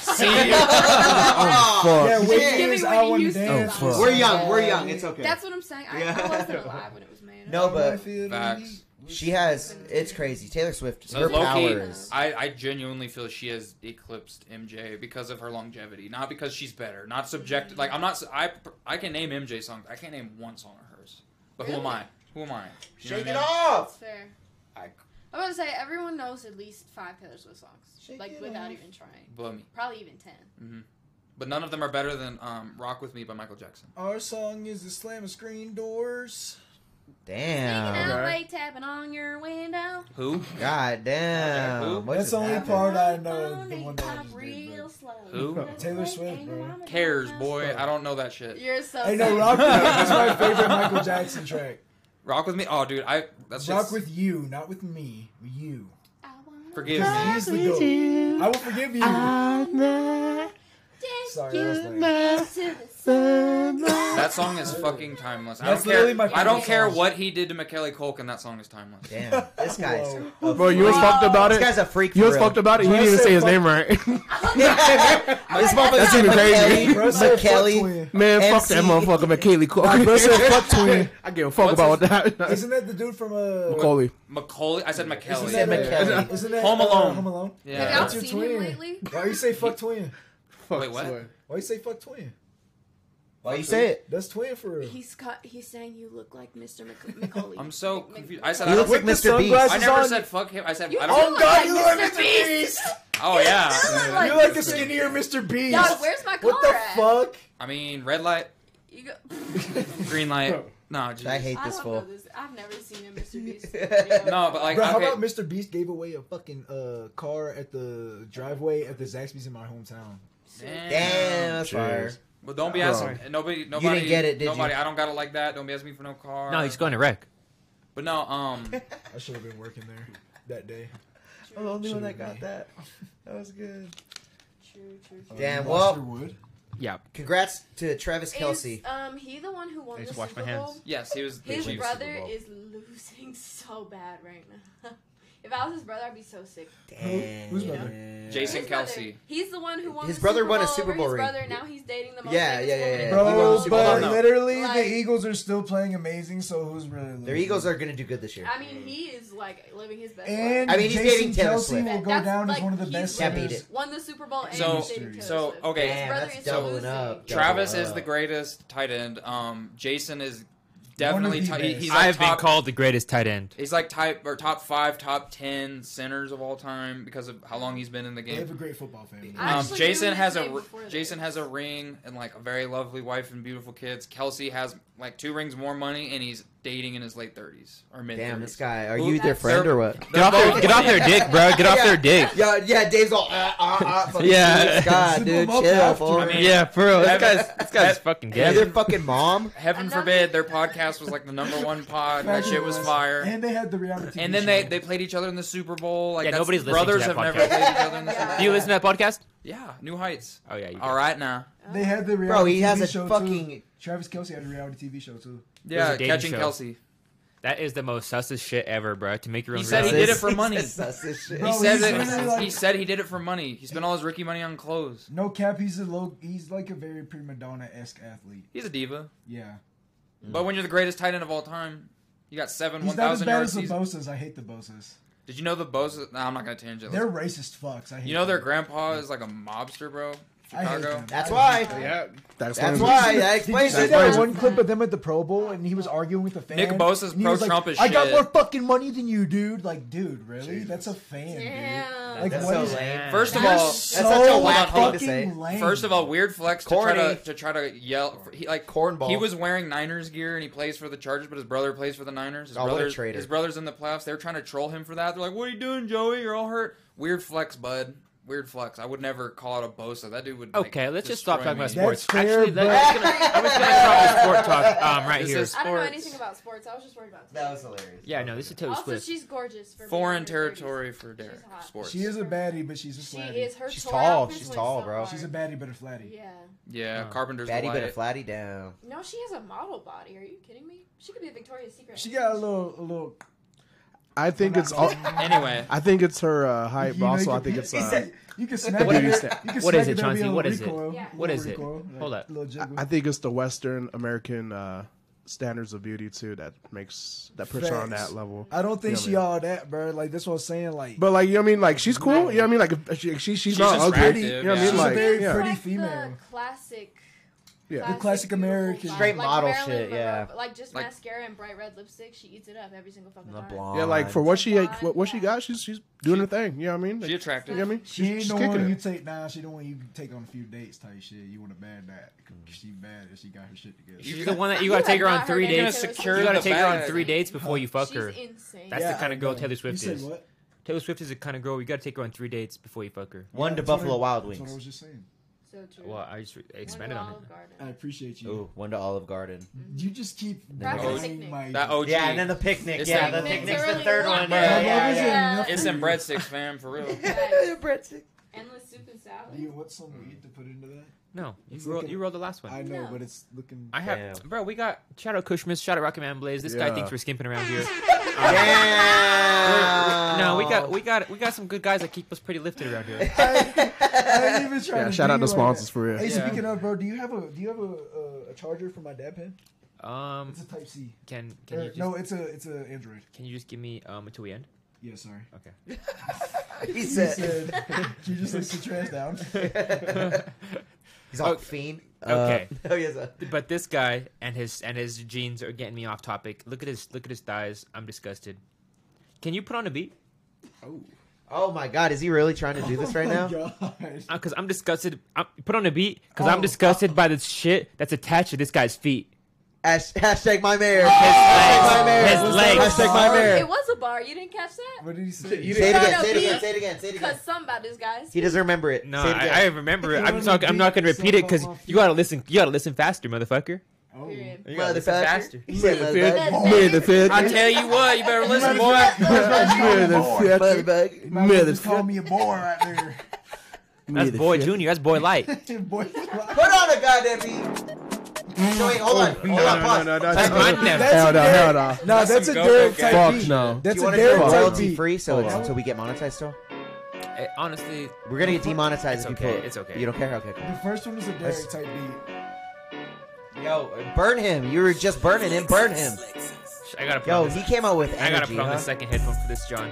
[SPEAKER 1] See?
[SPEAKER 4] Oh,
[SPEAKER 5] Yeah,
[SPEAKER 4] fuck.
[SPEAKER 5] wait
[SPEAKER 6] Give me
[SPEAKER 5] years
[SPEAKER 6] what
[SPEAKER 5] I
[SPEAKER 6] you
[SPEAKER 5] want to
[SPEAKER 6] used to
[SPEAKER 5] dance.
[SPEAKER 4] love.
[SPEAKER 5] with
[SPEAKER 4] We're
[SPEAKER 3] young, we're
[SPEAKER 5] somebody.
[SPEAKER 3] young, it's okay.
[SPEAKER 6] That's what I'm saying. I,
[SPEAKER 3] Yeah.
[SPEAKER 6] I wasn't alive when it was made.
[SPEAKER 3] No, but-
[SPEAKER 5] I feel
[SPEAKER 1] Facts.
[SPEAKER 5] the need.
[SPEAKER 3] She has. It's crazy. Taylor Swift.
[SPEAKER 1] So
[SPEAKER 3] her
[SPEAKER 1] Loki,
[SPEAKER 3] powers.
[SPEAKER 1] I, I genuinely feel she has eclipsed MJ because of her longevity, not because she's better, not subjective. Like I'm not. s- I I can name MJ songs. I can't name one song of hers. But who am I? Who am I? You know what I
[SPEAKER 3] Shake
[SPEAKER 1] mean?
[SPEAKER 3] it off.
[SPEAKER 6] That's fair.
[SPEAKER 1] I
[SPEAKER 6] I was gonna say everyone knows at least five Taylor Swift songs,
[SPEAKER 3] Shake
[SPEAKER 6] like
[SPEAKER 3] it
[SPEAKER 6] without
[SPEAKER 3] off.
[SPEAKER 6] even trying.
[SPEAKER 1] bum me.
[SPEAKER 6] Probably even ten.
[SPEAKER 1] But none of them are better than um, "Rock with Me" by Michael Jackson.
[SPEAKER 5] Our song is the slam of screen doors.
[SPEAKER 6] Sneaking
[SPEAKER 3] Damn.
[SPEAKER 6] out
[SPEAKER 4] Okay.
[SPEAKER 6] late, tapping on your window.
[SPEAKER 1] Who?
[SPEAKER 3] God damn.
[SPEAKER 1] Okay, who?
[SPEAKER 3] What
[SPEAKER 5] That's
[SPEAKER 3] just
[SPEAKER 5] the only
[SPEAKER 3] happened?
[SPEAKER 5] part I
[SPEAKER 6] Phone,
[SPEAKER 5] know. The
[SPEAKER 6] they
[SPEAKER 5] one that I
[SPEAKER 6] pop
[SPEAKER 5] just did,
[SPEAKER 6] real
[SPEAKER 5] bro.
[SPEAKER 6] slow.
[SPEAKER 1] Who?
[SPEAKER 5] Taylor Swift,
[SPEAKER 6] Ain't
[SPEAKER 5] bro.
[SPEAKER 6] nobody
[SPEAKER 1] Cares,
[SPEAKER 6] knows.
[SPEAKER 1] boy. I don't know that shit.
[SPEAKER 6] You're so.
[SPEAKER 5] Hey, no,
[SPEAKER 6] sad.
[SPEAKER 5] rock. That's my favorite Michael Jackson track.
[SPEAKER 1] Rock with me. Oh, dude, I that's
[SPEAKER 5] rock
[SPEAKER 1] just
[SPEAKER 5] with you, not with me. You.
[SPEAKER 6] I wanna
[SPEAKER 1] Forgive me.
[SPEAKER 5] He's the goat. I will forgive you. Sorry, that was lame.
[SPEAKER 1] That song is fucking timeless. I
[SPEAKER 5] That's
[SPEAKER 1] don't care.
[SPEAKER 5] literally my
[SPEAKER 1] I don't
[SPEAKER 5] favorite
[SPEAKER 1] care
[SPEAKER 5] song.
[SPEAKER 1] what he did to McKelly Culkin. That song is timeless.
[SPEAKER 3] Damn, this guy's oh,
[SPEAKER 5] Whoa.
[SPEAKER 4] Bro, you was fucked about
[SPEAKER 3] this
[SPEAKER 4] it.
[SPEAKER 3] guy's a freak.
[SPEAKER 4] You
[SPEAKER 3] for
[SPEAKER 4] was
[SPEAKER 3] real.
[SPEAKER 4] fucked about it. You didn't even say his name right.
[SPEAKER 3] This motherfucker
[SPEAKER 4] That's even crazy.
[SPEAKER 5] Bro said fuck
[SPEAKER 3] McKelly.
[SPEAKER 5] twin.
[SPEAKER 4] Man, fuck that
[SPEAKER 3] MC.
[SPEAKER 4] motherfucker, McKaylee
[SPEAKER 5] bro said
[SPEAKER 4] Culkin.
[SPEAKER 5] fuck twin.
[SPEAKER 4] I give a fuck about that.
[SPEAKER 5] Isn't that the dude from uh?
[SPEAKER 4] Macaulay.
[SPEAKER 1] Macaulay. I said
[SPEAKER 5] Isn't
[SPEAKER 1] McKelly.
[SPEAKER 5] that, uh,
[SPEAKER 3] McKelly.
[SPEAKER 5] Isn't that
[SPEAKER 1] Home
[SPEAKER 5] uh,
[SPEAKER 1] Alone.
[SPEAKER 5] Home Alone.
[SPEAKER 1] yeah.
[SPEAKER 6] Have y'all
[SPEAKER 5] That's your
[SPEAKER 6] seen him
[SPEAKER 5] twin.
[SPEAKER 6] lately?
[SPEAKER 5] Why you say fuck twin?
[SPEAKER 1] Wait, what?
[SPEAKER 5] Why you say fuck twin?
[SPEAKER 3] Why you say it?
[SPEAKER 5] That's twin for real.
[SPEAKER 6] He's cut. He's saying you look like Mr. Mc- McCauley.
[SPEAKER 1] I'm so confused. I said
[SPEAKER 3] He
[SPEAKER 1] I, don't,
[SPEAKER 3] looks like
[SPEAKER 5] With the
[SPEAKER 3] Mr. Beast.
[SPEAKER 1] I
[SPEAKER 5] sunglasses
[SPEAKER 1] never
[SPEAKER 5] on. Oh,
[SPEAKER 1] said fuck him. I said
[SPEAKER 6] You
[SPEAKER 1] I
[SPEAKER 6] do
[SPEAKER 1] don't.
[SPEAKER 6] look like
[SPEAKER 5] you look
[SPEAKER 6] Mr.
[SPEAKER 5] like
[SPEAKER 6] Beast.
[SPEAKER 1] Oh yeah.
[SPEAKER 6] You look like
[SPEAKER 5] You're like a
[SPEAKER 6] Mr.
[SPEAKER 5] skinnier Mr. Beast.
[SPEAKER 6] God, where's my car
[SPEAKER 5] what the
[SPEAKER 6] at?
[SPEAKER 5] fuck?
[SPEAKER 1] I mean, red light,
[SPEAKER 6] You go-
[SPEAKER 1] green light. No,
[SPEAKER 3] I
[SPEAKER 1] Jesus.
[SPEAKER 3] hate
[SPEAKER 6] I
[SPEAKER 3] this
[SPEAKER 6] don't know
[SPEAKER 3] fool.
[SPEAKER 6] this. I've never seen a Mr. Beast.
[SPEAKER 1] No, but like,
[SPEAKER 5] Bro, how
[SPEAKER 1] okay.
[SPEAKER 5] about Mr. Beast gave away a fucking uh, car at the driveway at the Zaxby's in my hometown?
[SPEAKER 1] Damn.
[SPEAKER 3] Damn, that's fire.
[SPEAKER 1] But don't be
[SPEAKER 4] Bro.
[SPEAKER 1] asking nobody. Nobody.
[SPEAKER 3] get it, did you?
[SPEAKER 1] nobody. I don't got it like that. Don't be asking me for no car.
[SPEAKER 2] No, he's going to wreck.
[SPEAKER 1] But no, um,
[SPEAKER 5] I should have been working there that day.
[SPEAKER 3] I'm the only
[SPEAKER 5] one that got
[SPEAKER 3] that. That was good.
[SPEAKER 6] True, true, true.
[SPEAKER 3] Damn,
[SPEAKER 5] Monster
[SPEAKER 3] well-
[SPEAKER 5] Wood.
[SPEAKER 2] Yeah.
[SPEAKER 3] Congrats to Travis Kelsey.
[SPEAKER 6] Is, um, he the one who won
[SPEAKER 2] I
[SPEAKER 6] the
[SPEAKER 2] just washed my
[SPEAKER 6] Super Bowl?
[SPEAKER 2] hands.
[SPEAKER 1] yes, he was.
[SPEAKER 6] His
[SPEAKER 1] he was-
[SPEAKER 6] brother is losing so bad right now. if I was his brother, I'd be so sick.
[SPEAKER 3] Damn.
[SPEAKER 5] Who's
[SPEAKER 6] brother?
[SPEAKER 1] Jason
[SPEAKER 6] His brother-
[SPEAKER 1] Kelce.
[SPEAKER 6] he's the one who won.
[SPEAKER 3] His
[SPEAKER 6] the
[SPEAKER 3] brother
[SPEAKER 6] Super
[SPEAKER 3] won a
[SPEAKER 6] Bowl
[SPEAKER 3] Super
[SPEAKER 6] over
[SPEAKER 3] Bowl
[SPEAKER 6] His
[SPEAKER 3] ring.
[SPEAKER 6] brother now he's dating the most
[SPEAKER 3] Yeah,
[SPEAKER 6] famous
[SPEAKER 3] yeah, yeah,
[SPEAKER 6] woman in
[SPEAKER 3] yeah.
[SPEAKER 6] the
[SPEAKER 3] Bro,
[SPEAKER 6] world.
[SPEAKER 3] Eagles,
[SPEAKER 5] Bro,
[SPEAKER 3] Super Bowl.
[SPEAKER 5] but
[SPEAKER 1] No.
[SPEAKER 5] literally
[SPEAKER 6] Like-
[SPEAKER 5] the Eagles are still playing amazing, so who's really
[SPEAKER 3] Their Eagles are gonna do good this year.
[SPEAKER 6] I mean, he is like living his best
[SPEAKER 5] And
[SPEAKER 6] life.
[SPEAKER 3] I mean, he's
[SPEAKER 5] Jason
[SPEAKER 3] dating Taylor
[SPEAKER 5] Kelsey
[SPEAKER 3] Swift.
[SPEAKER 5] will go
[SPEAKER 6] That's,
[SPEAKER 5] down as
[SPEAKER 6] like,
[SPEAKER 5] one of the
[SPEAKER 6] he's
[SPEAKER 5] best.
[SPEAKER 3] Can't beat
[SPEAKER 5] singers.
[SPEAKER 3] it.
[SPEAKER 6] Won the Super Bowl and
[SPEAKER 1] So-
[SPEAKER 6] he's dating Taylor
[SPEAKER 1] so,
[SPEAKER 6] Swift.
[SPEAKER 1] okay.
[SPEAKER 6] His
[SPEAKER 3] Damn,
[SPEAKER 6] brother
[SPEAKER 3] that's
[SPEAKER 6] is
[SPEAKER 3] doubling
[SPEAKER 6] losing.
[SPEAKER 3] up. Dra-
[SPEAKER 1] Travis
[SPEAKER 3] Double
[SPEAKER 1] is the
[SPEAKER 3] up.
[SPEAKER 1] greatest tight end. Um, Jason is
[SPEAKER 5] One
[SPEAKER 1] definitely.
[SPEAKER 5] of the
[SPEAKER 1] ti- he-
[SPEAKER 5] best.
[SPEAKER 1] he's like
[SPEAKER 2] I've been
[SPEAKER 1] top-
[SPEAKER 2] called the greatest tight end.
[SPEAKER 1] He's like type or top five, top ten centers of all time because of how long he's been in the
[SPEAKER 5] They have a
[SPEAKER 1] game.
[SPEAKER 5] great football family.
[SPEAKER 6] I
[SPEAKER 1] Um,
[SPEAKER 6] actually knew
[SPEAKER 1] Jason
[SPEAKER 6] his
[SPEAKER 1] has a
[SPEAKER 6] name
[SPEAKER 1] r-
[SPEAKER 6] before
[SPEAKER 1] Jason
[SPEAKER 6] this.
[SPEAKER 1] has a ring and like a very lovely wife and beautiful kids. Kelsey has like two rings more money and he's dating in his late thirties or mid.
[SPEAKER 3] Damn, this guy. Are
[SPEAKER 1] Who-
[SPEAKER 3] you their
[SPEAKER 1] That's-
[SPEAKER 3] friend or what?
[SPEAKER 2] Get off their, get off their dick, bro. Get off
[SPEAKER 3] Yeah.
[SPEAKER 2] their dick.
[SPEAKER 3] Yeah, yeah. Dave's all. Uh, uh, uh, fucking
[SPEAKER 2] Yeah.
[SPEAKER 3] Jesus, God,
[SPEAKER 5] Super
[SPEAKER 3] dude,
[SPEAKER 5] Bowl
[SPEAKER 3] chill.
[SPEAKER 5] after.
[SPEAKER 3] fool.
[SPEAKER 1] I mean,
[SPEAKER 2] Yeah, for real. This
[SPEAKER 1] Evan-
[SPEAKER 2] guy's this guy's fucking
[SPEAKER 3] And their
[SPEAKER 2] dead.
[SPEAKER 3] fucking mom.
[SPEAKER 1] Heaven
[SPEAKER 6] Another-
[SPEAKER 1] forbid their podcast was like the number one pod. that shit was fire.
[SPEAKER 5] And they had the reality.
[SPEAKER 1] And then they, they played each other in the Super Bowl. Like
[SPEAKER 2] Yeah,
[SPEAKER 1] that's-
[SPEAKER 2] nobody's listening
[SPEAKER 1] brothers
[SPEAKER 2] to that
[SPEAKER 1] have
[SPEAKER 2] podcast.
[SPEAKER 1] never played each other in the Super
[SPEAKER 2] Do you listen to that podcast?
[SPEAKER 1] Yeah, New Heights.
[SPEAKER 2] Oh yeah. You
[SPEAKER 1] All right now.
[SPEAKER 5] they had the reality
[SPEAKER 3] Bro, he
[SPEAKER 5] TV
[SPEAKER 3] has a
[SPEAKER 5] show Too.
[SPEAKER 3] fucking.
[SPEAKER 5] Travis Kelsey had a reality TV show too.
[SPEAKER 1] Yeah,
[SPEAKER 2] a dating
[SPEAKER 1] catching
[SPEAKER 2] show.
[SPEAKER 1] Kelsey.
[SPEAKER 2] That is the most sussest shit ever, bro. To make your own.
[SPEAKER 1] He said he
[SPEAKER 2] reality.
[SPEAKER 1] did it for money.
[SPEAKER 3] He says this shit.
[SPEAKER 1] He
[SPEAKER 5] Bro,
[SPEAKER 1] said
[SPEAKER 5] Oh, he's
[SPEAKER 1] it.
[SPEAKER 5] really like-
[SPEAKER 1] he said he did it for money. He spent all his Ricky money on clothes.
[SPEAKER 5] No cap, he's a low. He's like a very prima donna esque athlete.
[SPEAKER 1] He's a diva.
[SPEAKER 5] Yeah,
[SPEAKER 1] But when you're the greatest tight end of all time, you got seven
[SPEAKER 5] he's not as
[SPEAKER 1] 1,000
[SPEAKER 5] bad
[SPEAKER 1] yard
[SPEAKER 5] as the
[SPEAKER 1] seasons.
[SPEAKER 5] Bosas. I hate the Bosas.
[SPEAKER 1] Did you know the Bosa? Nah, I'm not gonna tangent.
[SPEAKER 5] They're racist fucks. I hate.
[SPEAKER 1] You know their
[SPEAKER 5] them.
[SPEAKER 1] grandpa is like a mobster, bro.
[SPEAKER 5] I hate
[SPEAKER 1] Chicago.
[SPEAKER 5] them.
[SPEAKER 3] That's
[SPEAKER 5] I-
[SPEAKER 3] why.
[SPEAKER 4] Yeah,
[SPEAKER 3] That's why. That
[SPEAKER 5] Did you
[SPEAKER 3] explains
[SPEAKER 5] see
[SPEAKER 3] it.
[SPEAKER 5] that one clip of them at the Pro Bowl and he was arguing with a fan?
[SPEAKER 1] Nick Bosa's
[SPEAKER 5] and he was
[SPEAKER 1] pro-Trump
[SPEAKER 5] like,
[SPEAKER 1] is
[SPEAKER 5] I got
[SPEAKER 1] shit."
[SPEAKER 5] more fucking money than you, dude. Like, dude, really? That's a fan, dude.
[SPEAKER 6] Damn.
[SPEAKER 5] Like,
[SPEAKER 3] That's
[SPEAKER 5] what
[SPEAKER 3] so
[SPEAKER 5] is-
[SPEAKER 3] lame.
[SPEAKER 1] First of
[SPEAKER 5] They're
[SPEAKER 1] all,
[SPEAKER 5] so
[SPEAKER 3] That's such a
[SPEAKER 1] whack thing to
[SPEAKER 5] fucking
[SPEAKER 3] say.
[SPEAKER 5] lame.
[SPEAKER 1] First of all, weird flex to try to,
[SPEAKER 3] Corny.
[SPEAKER 1] to try to yell. He like
[SPEAKER 3] Cornball.
[SPEAKER 1] He was wearing Niners gear and he plays for the Chargers, but his brother plays for the Niners. His
[SPEAKER 3] Oh, what a
[SPEAKER 1] brother,
[SPEAKER 3] traitor.
[SPEAKER 1] his brother's in the playoffs. They're trying to troll him for that. They're like, "What are you doing, Joey? You're all hurt." Weird flex, bud. Weird flex. I would never call it a Bosa. That dude would. like,
[SPEAKER 2] Okay, let's just stop
[SPEAKER 1] destroy
[SPEAKER 2] talking about
[SPEAKER 1] me.
[SPEAKER 5] That's
[SPEAKER 2] sports.
[SPEAKER 5] fair,
[SPEAKER 2] Actually,
[SPEAKER 5] but-
[SPEAKER 2] let's- I'm just gonna, I'm just gonna stop the sport talk um, right
[SPEAKER 1] This
[SPEAKER 2] here.
[SPEAKER 1] is-
[SPEAKER 6] I don't know
[SPEAKER 1] sports.
[SPEAKER 6] anything about sports. I was just worried about
[SPEAKER 3] That was hilarious.
[SPEAKER 2] Yeah, no, this is Taylor
[SPEAKER 6] Also,
[SPEAKER 2] Swift.
[SPEAKER 6] she's gorgeous. For being in
[SPEAKER 1] foreign
[SPEAKER 6] her 30s.
[SPEAKER 1] territory for Derek
[SPEAKER 6] She's hot.
[SPEAKER 1] sports.
[SPEAKER 5] she is a baddie, but she's a
[SPEAKER 6] She
[SPEAKER 5] flatty.
[SPEAKER 6] is her.
[SPEAKER 3] She's
[SPEAKER 6] tour
[SPEAKER 3] tall.
[SPEAKER 6] outfits
[SPEAKER 3] She's
[SPEAKER 6] went
[SPEAKER 3] tall,
[SPEAKER 6] so
[SPEAKER 3] bro.
[SPEAKER 6] hard.
[SPEAKER 5] She's a baddie, but a flatty.
[SPEAKER 6] Yeah.
[SPEAKER 1] Yeah,
[SPEAKER 2] Oh.
[SPEAKER 1] Carpenter's
[SPEAKER 3] Fatty
[SPEAKER 1] Delight.
[SPEAKER 3] better flatty down.
[SPEAKER 6] No, she has a model body. Are you kidding me? She could be a Victoria's Secret.
[SPEAKER 5] She got a little, a little.
[SPEAKER 4] I think it's all.
[SPEAKER 1] Anyway,
[SPEAKER 4] I think it's her uh, height,
[SPEAKER 5] you
[SPEAKER 4] but
[SPEAKER 5] know,
[SPEAKER 4] also
[SPEAKER 5] you
[SPEAKER 4] I
[SPEAKER 5] can-
[SPEAKER 4] think it's.
[SPEAKER 5] you
[SPEAKER 4] Uh,
[SPEAKER 5] can- You can smack
[SPEAKER 4] what
[SPEAKER 5] it.
[SPEAKER 4] is
[SPEAKER 5] You
[SPEAKER 4] it?
[SPEAKER 5] can
[SPEAKER 2] What
[SPEAKER 5] smack
[SPEAKER 2] is it,
[SPEAKER 5] it, there'll be
[SPEAKER 2] Chauncey?
[SPEAKER 5] a little
[SPEAKER 2] What is it?
[SPEAKER 5] recoil,
[SPEAKER 6] Yeah.
[SPEAKER 5] a
[SPEAKER 2] What
[SPEAKER 5] little
[SPEAKER 2] is it?
[SPEAKER 5] recoil, like,
[SPEAKER 2] Hold up.
[SPEAKER 5] a little jiggle.
[SPEAKER 4] I think it's the Western American uh, standards of beauty too that makes that puts her on
[SPEAKER 5] Facts.
[SPEAKER 4] that level.
[SPEAKER 5] I don't think
[SPEAKER 4] Yeah,
[SPEAKER 5] she
[SPEAKER 4] man.
[SPEAKER 5] all that, bro. Like that's what I'm saying. Like,
[SPEAKER 4] But like you know what I mean, like she's cool. You know what I mean, like if she, she she's, not
[SPEAKER 1] just
[SPEAKER 4] ugly.
[SPEAKER 1] attractive,
[SPEAKER 4] you know what I
[SPEAKER 1] yeah.
[SPEAKER 4] mean,
[SPEAKER 5] she's
[SPEAKER 4] like
[SPEAKER 5] a very
[SPEAKER 4] yeah.
[SPEAKER 5] pretty
[SPEAKER 6] like
[SPEAKER 5] female.
[SPEAKER 6] The classic.
[SPEAKER 4] Yeah.
[SPEAKER 5] The classic
[SPEAKER 6] beautiful
[SPEAKER 5] American.
[SPEAKER 6] vibe.
[SPEAKER 3] Straight
[SPEAKER 6] Like
[SPEAKER 3] model
[SPEAKER 6] Marilyn
[SPEAKER 3] shit,
[SPEAKER 6] Monroe,
[SPEAKER 3] yeah.
[SPEAKER 6] but Like just
[SPEAKER 1] Like-
[SPEAKER 6] mascara and bright red lipstick, she eats it up every single fucking
[SPEAKER 3] The
[SPEAKER 6] time.
[SPEAKER 3] blonde.
[SPEAKER 4] yeah, like for what she
[SPEAKER 6] Blonde,
[SPEAKER 4] what, what she
[SPEAKER 6] yeah.
[SPEAKER 4] got, she's she's doing her thing. You know what I mean? Like,
[SPEAKER 1] she attractive.
[SPEAKER 4] you know what I mean?
[SPEAKER 5] She ain't
[SPEAKER 4] she's
[SPEAKER 5] the
[SPEAKER 4] kicking
[SPEAKER 5] one
[SPEAKER 4] it.
[SPEAKER 5] you take now. she the one you take on a few dates type shit. You want to bad that? 'cause She bad and she got her shit together.
[SPEAKER 2] She's the one that you gotta
[SPEAKER 6] You
[SPEAKER 2] take her
[SPEAKER 6] have
[SPEAKER 2] on
[SPEAKER 6] not
[SPEAKER 2] three
[SPEAKER 6] heard any
[SPEAKER 2] dates.
[SPEAKER 6] Taylor
[SPEAKER 1] Sure,
[SPEAKER 2] You gotta
[SPEAKER 1] the
[SPEAKER 2] take her on
[SPEAKER 1] bag.
[SPEAKER 2] three dates before you fuck
[SPEAKER 6] She's
[SPEAKER 2] her.
[SPEAKER 6] insane.
[SPEAKER 2] That's the kind
[SPEAKER 5] I
[SPEAKER 2] of girl
[SPEAKER 5] know.
[SPEAKER 2] Taylor Swift
[SPEAKER 5] you
[SPEAKER 2] is.
[SPEAKER 5] Said what?
[SPEAKER 2] Taylor Swift is the kind of girl you gotta take her on three dates before you fuck her.
[SPEAKER 3] One to
[SPEAKER 5] That's what
[SPEAKER 3] Buffalo
[SPEAKER 5] I-
[SPEAKER 3] Wild
[SPEAKER 5] That's what I was
[SPEAKER 3] Wings.
[SPEAKER 5] just saying.
[SPEAKER 6] So true.
[SPEAKER 2] Well, I just re- expanded on it.
[SPEAKER 6] Olive Garden.
[SPEAKER 5] I appreciate you.
[SPEAKER 3] Ooh, one to Olive Garden.
[SPEAKER 5] You just keep
[SPEAKER 3] That's
[SPEAKER 6] a
[SPEAKER 5] raising
[SPEAKER 6] picnic.
[SPEAKER 5] my.
[SPEAKER 1] That OG.
[SPEAKER 3] Yeah, and then the picnic.
[SPEAKER 1] It's
[SPEAKER 3] yeah,
[SPEAKER 1] like-
[SPEAKER 3] the picnic's
[SPEAKER 6] It's
[SPEAKER 3] the
[SPEAKER 6] really
[SPEAKER 3] third
[SPEAKER 6] warm.
[SPEAKER 3] one.
[SPEAKER 1] Yeah,
[SPEAKER 3] Yeah, yeah,
[SPEAKER 5] yeah,
[SPEAKER 3] yeah.
[SPEAKER 5] yeah.
[SPEAKER 1] it's in breadsticks, fam, for real.
[SPEAKER 6] Yeah.
[SPEAKER 3] Breadsticks.
[SPEAKER 6] Endless soup and
[SPEAKER 5] Do you
[SPEAKER 6] salad.
[SPEAKER 5] want some weed to put into that?
[SPEAKER 2] No, you
[SPEAKER 5] It's
[SPEAKER 2] rolled,
[SPEAKER 5] looking-
[SPEAKER 2] you rolled the last one.
[SPEAKER 5] I know,
[SPEAKER 6] No.
[SPEAKER 5] but it's looking.
[SPEAKER 2] I have,
[SPEAKER 3] Damn.
[SPEAKER 2] bro. We got Shadow Kushmas, Shadow Rocket Man Blaze. This guy
[SPEAKER 4] Yeah.
[SPEAKER 2] thinks we're skimping around here.
[SPEAKER 3] Yeah.
[SPEAKER 2] No, we got, we got, we got some good guys that keep us pretty lifted around here.
[SPEAKER 5] I, I ain't even trying
[SPEAKER 4] Yeah,
[SPEAKER 5] to
[SPEAKER 4] shout
[SPEAKER 5] do
[SPEAKER 4] out
[SPEAKER 5] you
[SPEAKER 4] to
[SPEAKER 5] like
[SPEAKER 4] sponsors
[SPEAKER 5] that.
[SPEAKER 4] for real.
[SPEAKER 5] Hey,
[SPEAKER 1] Yeah.
[SPEAKER 5] speaking of, bro, do you have a do you have a, a, a charger for my dad pen?
[SPEAKER 2] Um,
[SPEAKER 5] It's a Type C.
[SPEAKER 2] can can
[SPEAKER 5] Or,
[SPEAKER 2] you just,
[SPEAKER 5] Uh, no, it's a it's a Android.
[SPEAKER 2] can you just give me um until we end?
[SPEAKER 5] Yeah, sorry.
[SPEAKER 2] Okay.
[SPEAKER 3] He
[SPEAKER 5] He
[SPEAKER 3] said,
[SPEAKER 5] said, "You just looks the trash down."
[SPEAKER 3] he's all
[SPEAKER 2] Okay.
[SPEAKER 3] fiend.
[SPEAKER 2] Okay.
[SPEAKER 3] Uh, oh, yes. uh,
[SPEAKER 2] But this guy and his and his jeans are getting me off topic. Look at his look at his thighs. I'm disgusted. Can you put on a beat?
[SPEAKER 3] Oh my God, is he really trying to do this
[SPEAKER 5] Oh
[SPEAKER 3] right now?
[SPEAKER 5] God.
[SPEAKER 2] Because Uh, I'm disgusted. i put on a beat because
[SPEAKER 5] Oh.
[SPEAKER 2] I'm disgusted by the shit that's attached to this guy's feet.
[SPEAKER 3] Hash- Hashtag my mayor.
[SPEAKER 2] legs.
[SPEAKER 3] Hashtag my mayor.
[SPEAKER 2] His legs.
[SPEAKER 3] Hashtag my
[SPEAKER 6] It
[SPEAKER 3] mayor.
[SPEAKER 6] was a bar. You didn't catch that?
[SPEAKER 5] What did he say?
[SPEAKER 3] Say it
[SPEAKER 6] No,
[SPEAKER 3] again.
[SPEAKER 6] no,
[SPEAKER 3] Say it
[SPEAKER 6] he-
[SPEAKER 3] again. Say it again. Say it again.
[SPEAKER 6] Because somebody's guys.
[SPEAKER 3] He doesn't remember it.
[SPEAKER 2] No,
[SPEAKER 3] Say it again.
[SPEAKER 2] I, I remember. it.
[SPEAKER 5] Put
[SPEAKER 2] I'm
[SPEAKER 5] on a
[SPEAKER 2] talk, I'm not gonna
[SPEAKER 5] beat,
[SPEAKER 2] repeat it
[SPEAKER 5] so
[SPEAKER 2] because
[SPEAKER 5] I'm off
[SPEAKER 2] you gotta listen. You gotta listen faster, motherfucker.
[SPEAKER 5] Oh.
[SPEAKER 6] Period.
[SPEAKER 2] You
[SPEAKER 3] Motherfucker.
[SPEAKER 2] listen faster.
[SPEAKER 3] He said
[SPEAKER 6] That's
[SPEAKER 3] motherfucker.
[SPEAKER 6] it.
[SPEAKER 1] I tell you what, you better listen, boy.
[SPEAKER 3] Motherfucker.
[SPEAKER 5] My brother just called me a boy right
[SPEAKER 2] That's boy junior. That's boy light.
[SPEAKER 5] there. boy.
[SPEAKER 3] Put on a goddamn beat. No, wait, hold
[SPEAKER 4] Oh,
[SPEAKER 3] on. Hold on, pause.
[SPEAKER 2] That's my
[SPEAKER 5] That's
[SPEAKER 4] Hell
[SPEAKER 5] a
[SPEAKER 4] no,
[SPEAKER 5] Derek-
[SPEAKER 4] hell no.
[SPEAKER 5] No, that's,
[SPEAKER 1] some
[SPEAKER 5] a
[SPEAKER 1] go-go
[SPEAKER 5] Derek
[SPEAKER 1] guy.
[SPEAKER 5] type
[SPEAKER 4] Fuck
[SPEAKER 5] beat.
[SPEAKER 4] no.
[SPEAKER 5] That's
[SPEAKER 3] Do you
[SPEAKER 5] a
[SPEAKER 3] want to do
[SPEAKER 5] Derek
[SPEAKER 3] it
[SPEAKER 5] type
[SPEAKER 3] royalty
[SPEAKER 5] beat.
[SPEAKER 3] free so
[SPEAKER 4] Hold
[SPEAKER 3] it's,
[SPEAKER 4] on.
[SPEAKER 3] until we get monetized still?
[SPEAKER 2] Eh, Honestly,
[SPEAKER 3] We're gonna get demonetized
[SPEAKER 2] It's
[SPEAKER 3] if you
[SPEAKER 2] okay,
[SPEAKER 3] put
[SPEAKER 2] it's okay.
[SPEAKER 3] You don't care? Okay, cool.
[SPEAKER 5] The first one was a Derek type beat.
[SPEAKER 3] Yo, burn him. You were just burning him. Burn him.
[SPEAKER 2] sh- I gotta put
[SPEAKER 3] Yo,
[SPEAKER 2] on this.
[SPEAKER 3] he came out with energy.
[SPEAKER 2] I gotta put on
[SPEAKER 3] huh?
[SPEAKER 2] the second headphone for this, John.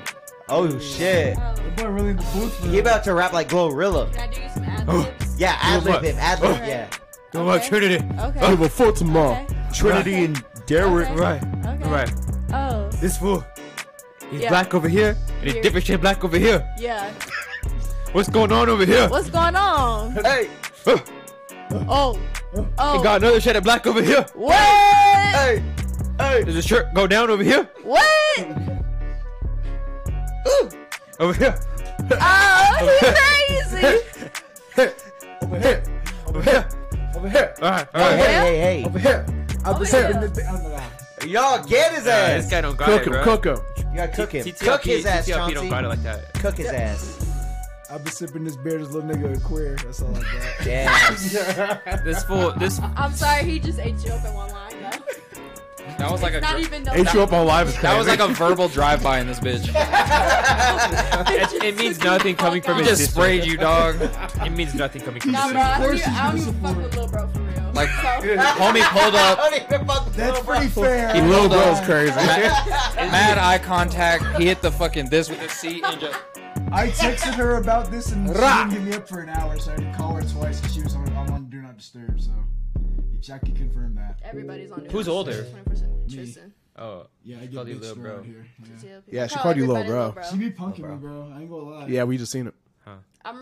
[SPEAKER 3] Oh shit.
[SPEAKER 6] Oh,
[SPEAKER 5] The boy really in the booth for
[SPEAKER 3] He
[SPEAKER 5] that.
[SPEAKER 3] about to rap like Glorilla.
[SPEAKER 6] can I do you some ad libs?
[SPEAKER 3] Yeah, ad lib
[SPEAKER 2] what?
[SPEAKER 3] him. Ad lib.
[SPEAKER 6] Oh.
[SPEAKER 3] Yeah.
[SPEAKER 2] Go watch Trinity.
[SPEAKER 6] Okay.
[SPEAKER 4] Give a foot tomorrow.
[SPEAKER 6] Okay.
[SPEAKER 2] Trinity
[SPEAKER 6] and
[SPEAKER 2] Derek,
[SPEAKER 6] Okay.
[SPEAKER 2] right?
[SPEAKER 6] Okay.
[SPEAKER 2] Right.
[SPEAKER 6] Oh,
[SPEAKER 2] This fool. He's
[SPEAKER 6] Yeah.
[SPEAKER 2] black over here, and he's
[SPEAKER 6] Here.
[SPEAKER 2] different shit black over here.
[SPEAKER 6] yeah.
[SPEAKER 2] What's going on over here?
[SPEAKER 6] What's going on?
[SPEAKER 3] Hey,
[SPEAKER 2] Huh.
[SPEAKER 6] Oh. Oh.
[SPEAKER 2] He got another shade of black over here.
[SPEAKER 6] What?
[SPEAKER 3] hey, hey.
[SPEAKER 2] Does a shirt go down over here?
[SPEAKER 6] What?
[SPEAKER 3] Ooh.
[SPEAKER 2] Over here.
[SPEAKER 6] Oh, he's crazy.
[SPEAKER 2] Over here. Over here.
[SPEAKER 5] Over here.
[SPEAKER 2] All right. All
[SPEAKER 3] Hey,
[SPEAKER 2] right.
[SPEAKER 6] yeah?
[SPEAKER 3] hey,
[SPEAKER 5] Over
[SPEAKER 3] hey.
[SPEAKER 5] here. I'm
[SPEAKER 6] Oh,
[SPEAKER 5] just
[SPEAKER 6] yeah.
[SPEAKER 5] saying. that- I'm not.
[SPEAKER 3] Y'all get his
[SPEAKER 2] Uh, this
[SPEAKER 3] ass.
[SPEAKER 2] guy don't got
[SPEAKER 4] Cook
[SPEAKER 2] it, bro.
[SPEAKER 4] him, cook him.
[SPEAKER 3] You gotta cook him.
[SPEAKER 2] TTLP,
[SPEAKER 3] Cook his ass,
[SPEAKER 2] TTLP don't got it
[SPEAKER 3] Chauncey.
[SPEAKER 2] like that.
[SPEAKER 3] Cook his ass.
[SPEAKER 5] I've been sipping this beer. This little nigga a queer. That's all I got.
[SPEAKER 3] Yes.
[SPEAKER 2] This fool. This.
[SPEAKER 6] I'm sorry, he just ate you up in one line, though.
[SPEAKER 1] That was like a
[SPEAKER 6] Not
[SPEAKER 1] dri-
[SPEAKER 6] even no.
[SPEAKER 4] Ate you up on live is crazy.
[SPEAKER 1] that was like a verbal drive by in this bitch.
[SPEAKER 2] It, it means nothing coming from
[SPEAKER 1] He
[SPEAKER 2] his
[SPEAKER 1] just
[SPEAKER 2] sister.
[SPEAKER 1] sprayed you, dog.
[SPEAKER 2] It means nothing coming from his
[SPEAKER 6] Nah,
[SPEAKER 2] sister.
[SPEAKER 6] bro, I don't
[SPEAKER 5] course
[SPEAKER 6] even,
[SPEAKER 5] he's
[SPEAKER 6] I don't even
[SPEAKER 5] a
[SPEAKER 6] fuck with
[SPEAKER 5] supporter.
[SPEAKER 6] Lil Bro for real.
[SPEAKER 1] Like-
[SPEAKER 6] so,
[SPEAKER 1] Homie pulled
[SPEAKER 3] I
[SPEAKER 1] up,
[SPEAKER 3] don't even fuck with
[SPEAKER 5] That's
[SPEAKER 3] Lil Bro.
[SPEAKER 5] pretty fair.
[SPEAKER 1] He
[SPEAKER 4] Little
[SPEAKER 1] pulled
[SPEAKER 4] bro's
[SPEAKER 1] up,
[SPEAKER 4] crazy.
[SPEAKER 1] mad eye contact. He hit the fucking this with his seat and just.
[SPEAKER 5] I texted her about this and she
[SPEAKER 4] Rah.
[SPEAKER 5] didn't give me up for an hour, so I had to call her twice and she was on, I'm on Do Not Disturb, so Jackie confirmed that.
[SPEAKER 6] everybody's on it.
[SPEAKER 2] Who's older?
[SPEAKER 6] 20%. Tristan.
[SPEAKER 2] Oh,
[SPEAKER 5] Yeah, I get
[SPEAKER 2] Called you
[SPEAKER 5] bitched
[SPEAKER 2] little
[SPEAKER 5] around
[SPEAKER 2] bro.
[SPEAKER 5] here. Yeah.
[SPEAKER 6] TLP.
[SPEAKER 4] Yeah, she
[SPEAKER 6] Call
[SPEAKER 4] called you Lil
[SPEAKER 6] everybody
[SPEAKER 4] Bro.
[SPEAKER 5] She be punking
[SPEAKER 1] Oh,
[SPEAKER 5] me, bro. I ain't gonna lie.
[SPEAKER 4] Yeah, we just seen it.
[SPEAKER 6] I'm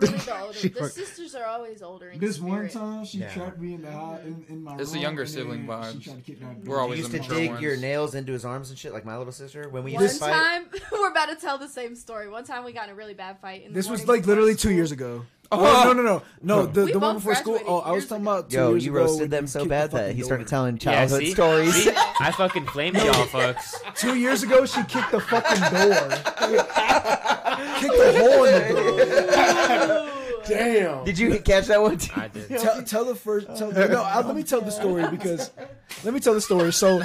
[SPEAKER 6] really the older.
[SPEAKER 4] She
[SPEAKER 6] the
[SPEAKER 4] fuck-
[SPEAKER 6] sisters are always older. In
[SPEAKER 5] This one
[SPEAKER 6] spirit.
[SPEAKER 5] time, she
[SPEAKER 3] Yeah.
[SPEAKER 5] trapped me in the house in, in my
[SPEAKER 1] It's the
[SPEAKER 5] room,
[SPEAKER 1] younger
[SPEAKER 5] and then
[SPEAKER 1] sibling
[SPEAKER 5] She
[SPEAKER 1] vibes.
[SPEAKER 5] tried to kick my
[SPEAKER 1] We're always
[SPEAKER 3] used
[SPEAKER 1] the
[SPEAKER 3] to
[SPEAKER 1] mature
[SPEAKER 3] dig
[SPEAKER 1] ones.
[SPEAKER 3] your nails into his arms and shit like my little sister when we
[SPEAKER 6] One
[SPEAKER 3] used to fight.
[SPEAKER 6] time, we're about to tell the same story. One time we got in a really bad fight. In the
[SPEAKER 5] This was
[SPEAKER 6] morning
[SPEAKER 5] like
[SPEAKER 6] before
[SPEAKER 5] literally
[SPEAKER 6] school.
[SPEAKER 5] two years ago. Oh, no, no, no, no! The,
[SPEAKER 6] We
[SPEAKER 5] the one
[SPEAKER 6] both
[SPEAKER 5] before school. Oh,
[SPEAKER 6] graduated
[SPEAKER 5] I was
[SPEAKER 6] years
[SPEAKER 5] talking
[SPEAKER 6] ago.
[SPEAKER 5] about two
[SPEAKER 3] Yo,
[SPEAKER 5] years
[SPEAKER 3] you
[SPEAKER 5] ago
[SPEAKER 3] roasted
[SPEAKER 5] when
[SPEAKER 3] them
[SPEAKER 5] you
[SPEAKER 3] so
[SPEAKER 5] kicked
[SPEAKER 3] bad
[SPEAKER 5] the
[SPEAKER 3] that
[SPEAKER 5] fucking
[SPEAKER 3] he started
[SPEAKER 5] door.
[SPEAKER 3] telling
[SPEAKER 2] yeah.
[SPEAKER 3] childhood
[SPEAKER 2] See,
[SPEAKER 3] stories.
[SPEAKER 2] See? I fucking flamed y'all, fucks.
[SPEAKER 5] Two years ago, she kicked the fucking door. kicked the hole in the door.
[SPEAKER 4] Damn.
[SPEAKER 3] Did you catch that one? Too?
[SPEAKER 2] I did.
[SPEAKER 5] tell, tell the first. Tell the, no, I, let me tell the story because let me tell the story. So,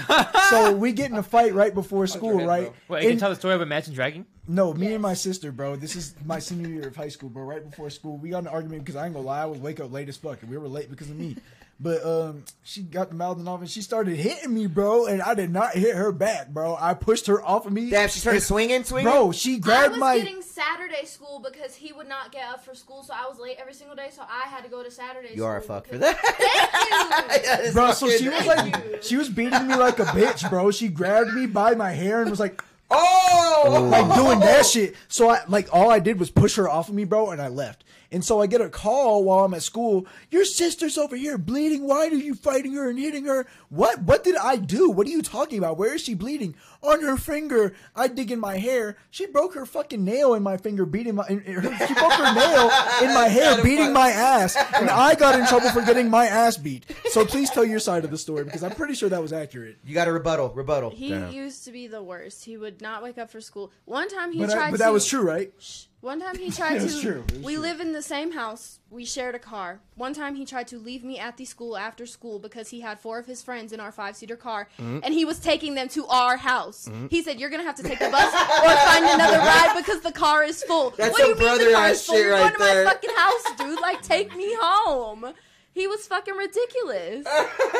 [SPEAKER 5] so we get in a fight right before school,
[SPEAKER 1] head,
[SPEAKER 5] right?
[SPEAKER 2] Wait, you can
[SPEAKER 5] And-
[SPEAKER 2] tell the story of Imagine Dragon?
[SPEAKER 5] no, me and my sister, bro. This is my senior year of high school, bro. Right before school, we got in an argument because I ain't gonna lie, I would wake up late as fuck, and we were late because of me. But um, she got the mouthing off, and she started hitting me, bro. And I did not hit her back, bro. I pushed her off of me,
[SPEAKER 3] Damn, she started swinging, swinging.
[SPEAKER 5] bro. She
[SPEAKER 6] I
[SPEAKER 5] grabbed
[SPEAKER 6] was
[SPEAKER 5] my.
[SPEAKER 6] getting Saturday school because he would not get up for school, so I was late every single day. So I had to go to Saturday.
[SPEAKER 3] you are a
[SPEAKER 6] school
[SPEAKER 3] fuck for
[SPEAKER 6] because-
[SPEAKER 3] that.
[SPEAKER 6] Thank you.
[SPEAKER 3] That is
[SPEAKER 5] bro. So
[SPEAKER 3] fucking-
[SPEAKER 5] she was like, she was beating me like a bitch, bro. She grabbed me by my hair and was like,
[SPEAKER 3] oh,
[SPEAKER 5] like doing that shit. So I like all I did was push her off of me, bro, and I left. And so I get a call while I'm at school. Your sister's over here bleeding. Why are you fighting her and hitting her? What? What did I do? What are you talking about? Where is she bleeding? on her finger. I dig in my hair. She broke her fucking nail in my finger, beating my. In, in her, she broke her nail in my hair, beating my ass, and I got in trouble for getting my ass beat. So please tell your side of the story because I'm pretty sure that was accurate.
[SPEAKER 3] You got a rebuttal. Rebuttal.
[SPEAKER 6] He used to be the worst. He would not wake up for school. One time he
[SPEAKER 5] But,
[SPEAKER 6] tried.
[SPEAKER 5] I, but
[SPEAKER 6] to,
[SPEAKER 5] that was true, right?
[SPEAKER 6] One time he tried
[SPEAKER 5] It was
[SPEAKER 6] to.
[SPEAKER 5] true. It was
[SPEAKER 6] we
[SPEAKER 5] true.
[SPEAKER 6] live in the same house. We shared a car. One time he tried to leave me at the school after school because he had four of his friends in our five seater car
[SPEAKER 3] Mm-hmm.
[SPEAKER 6] and he was taking them to our house. He said, You're going to have to take the bus or find another ride because the car is full.
[SPEAKER 3] That's
[SPEAKER 6] what do you
[SPEAKER 3] some
[SPEAKER 6] mean the
[SPEAKER 3] brother
[SPEAKER 6] car
[SPEAKER 3] ass
[SPEAKER 6] is full?
[SPEAKER 3] shit
[SPEAKER 6] You're
[SPEAKER 3] right
[SPEAKER 6] going to
[SPEAKER 3] there.
[SPEAKER 6] my fucking house, dude. Like, take me home. He was fucking ridiculous.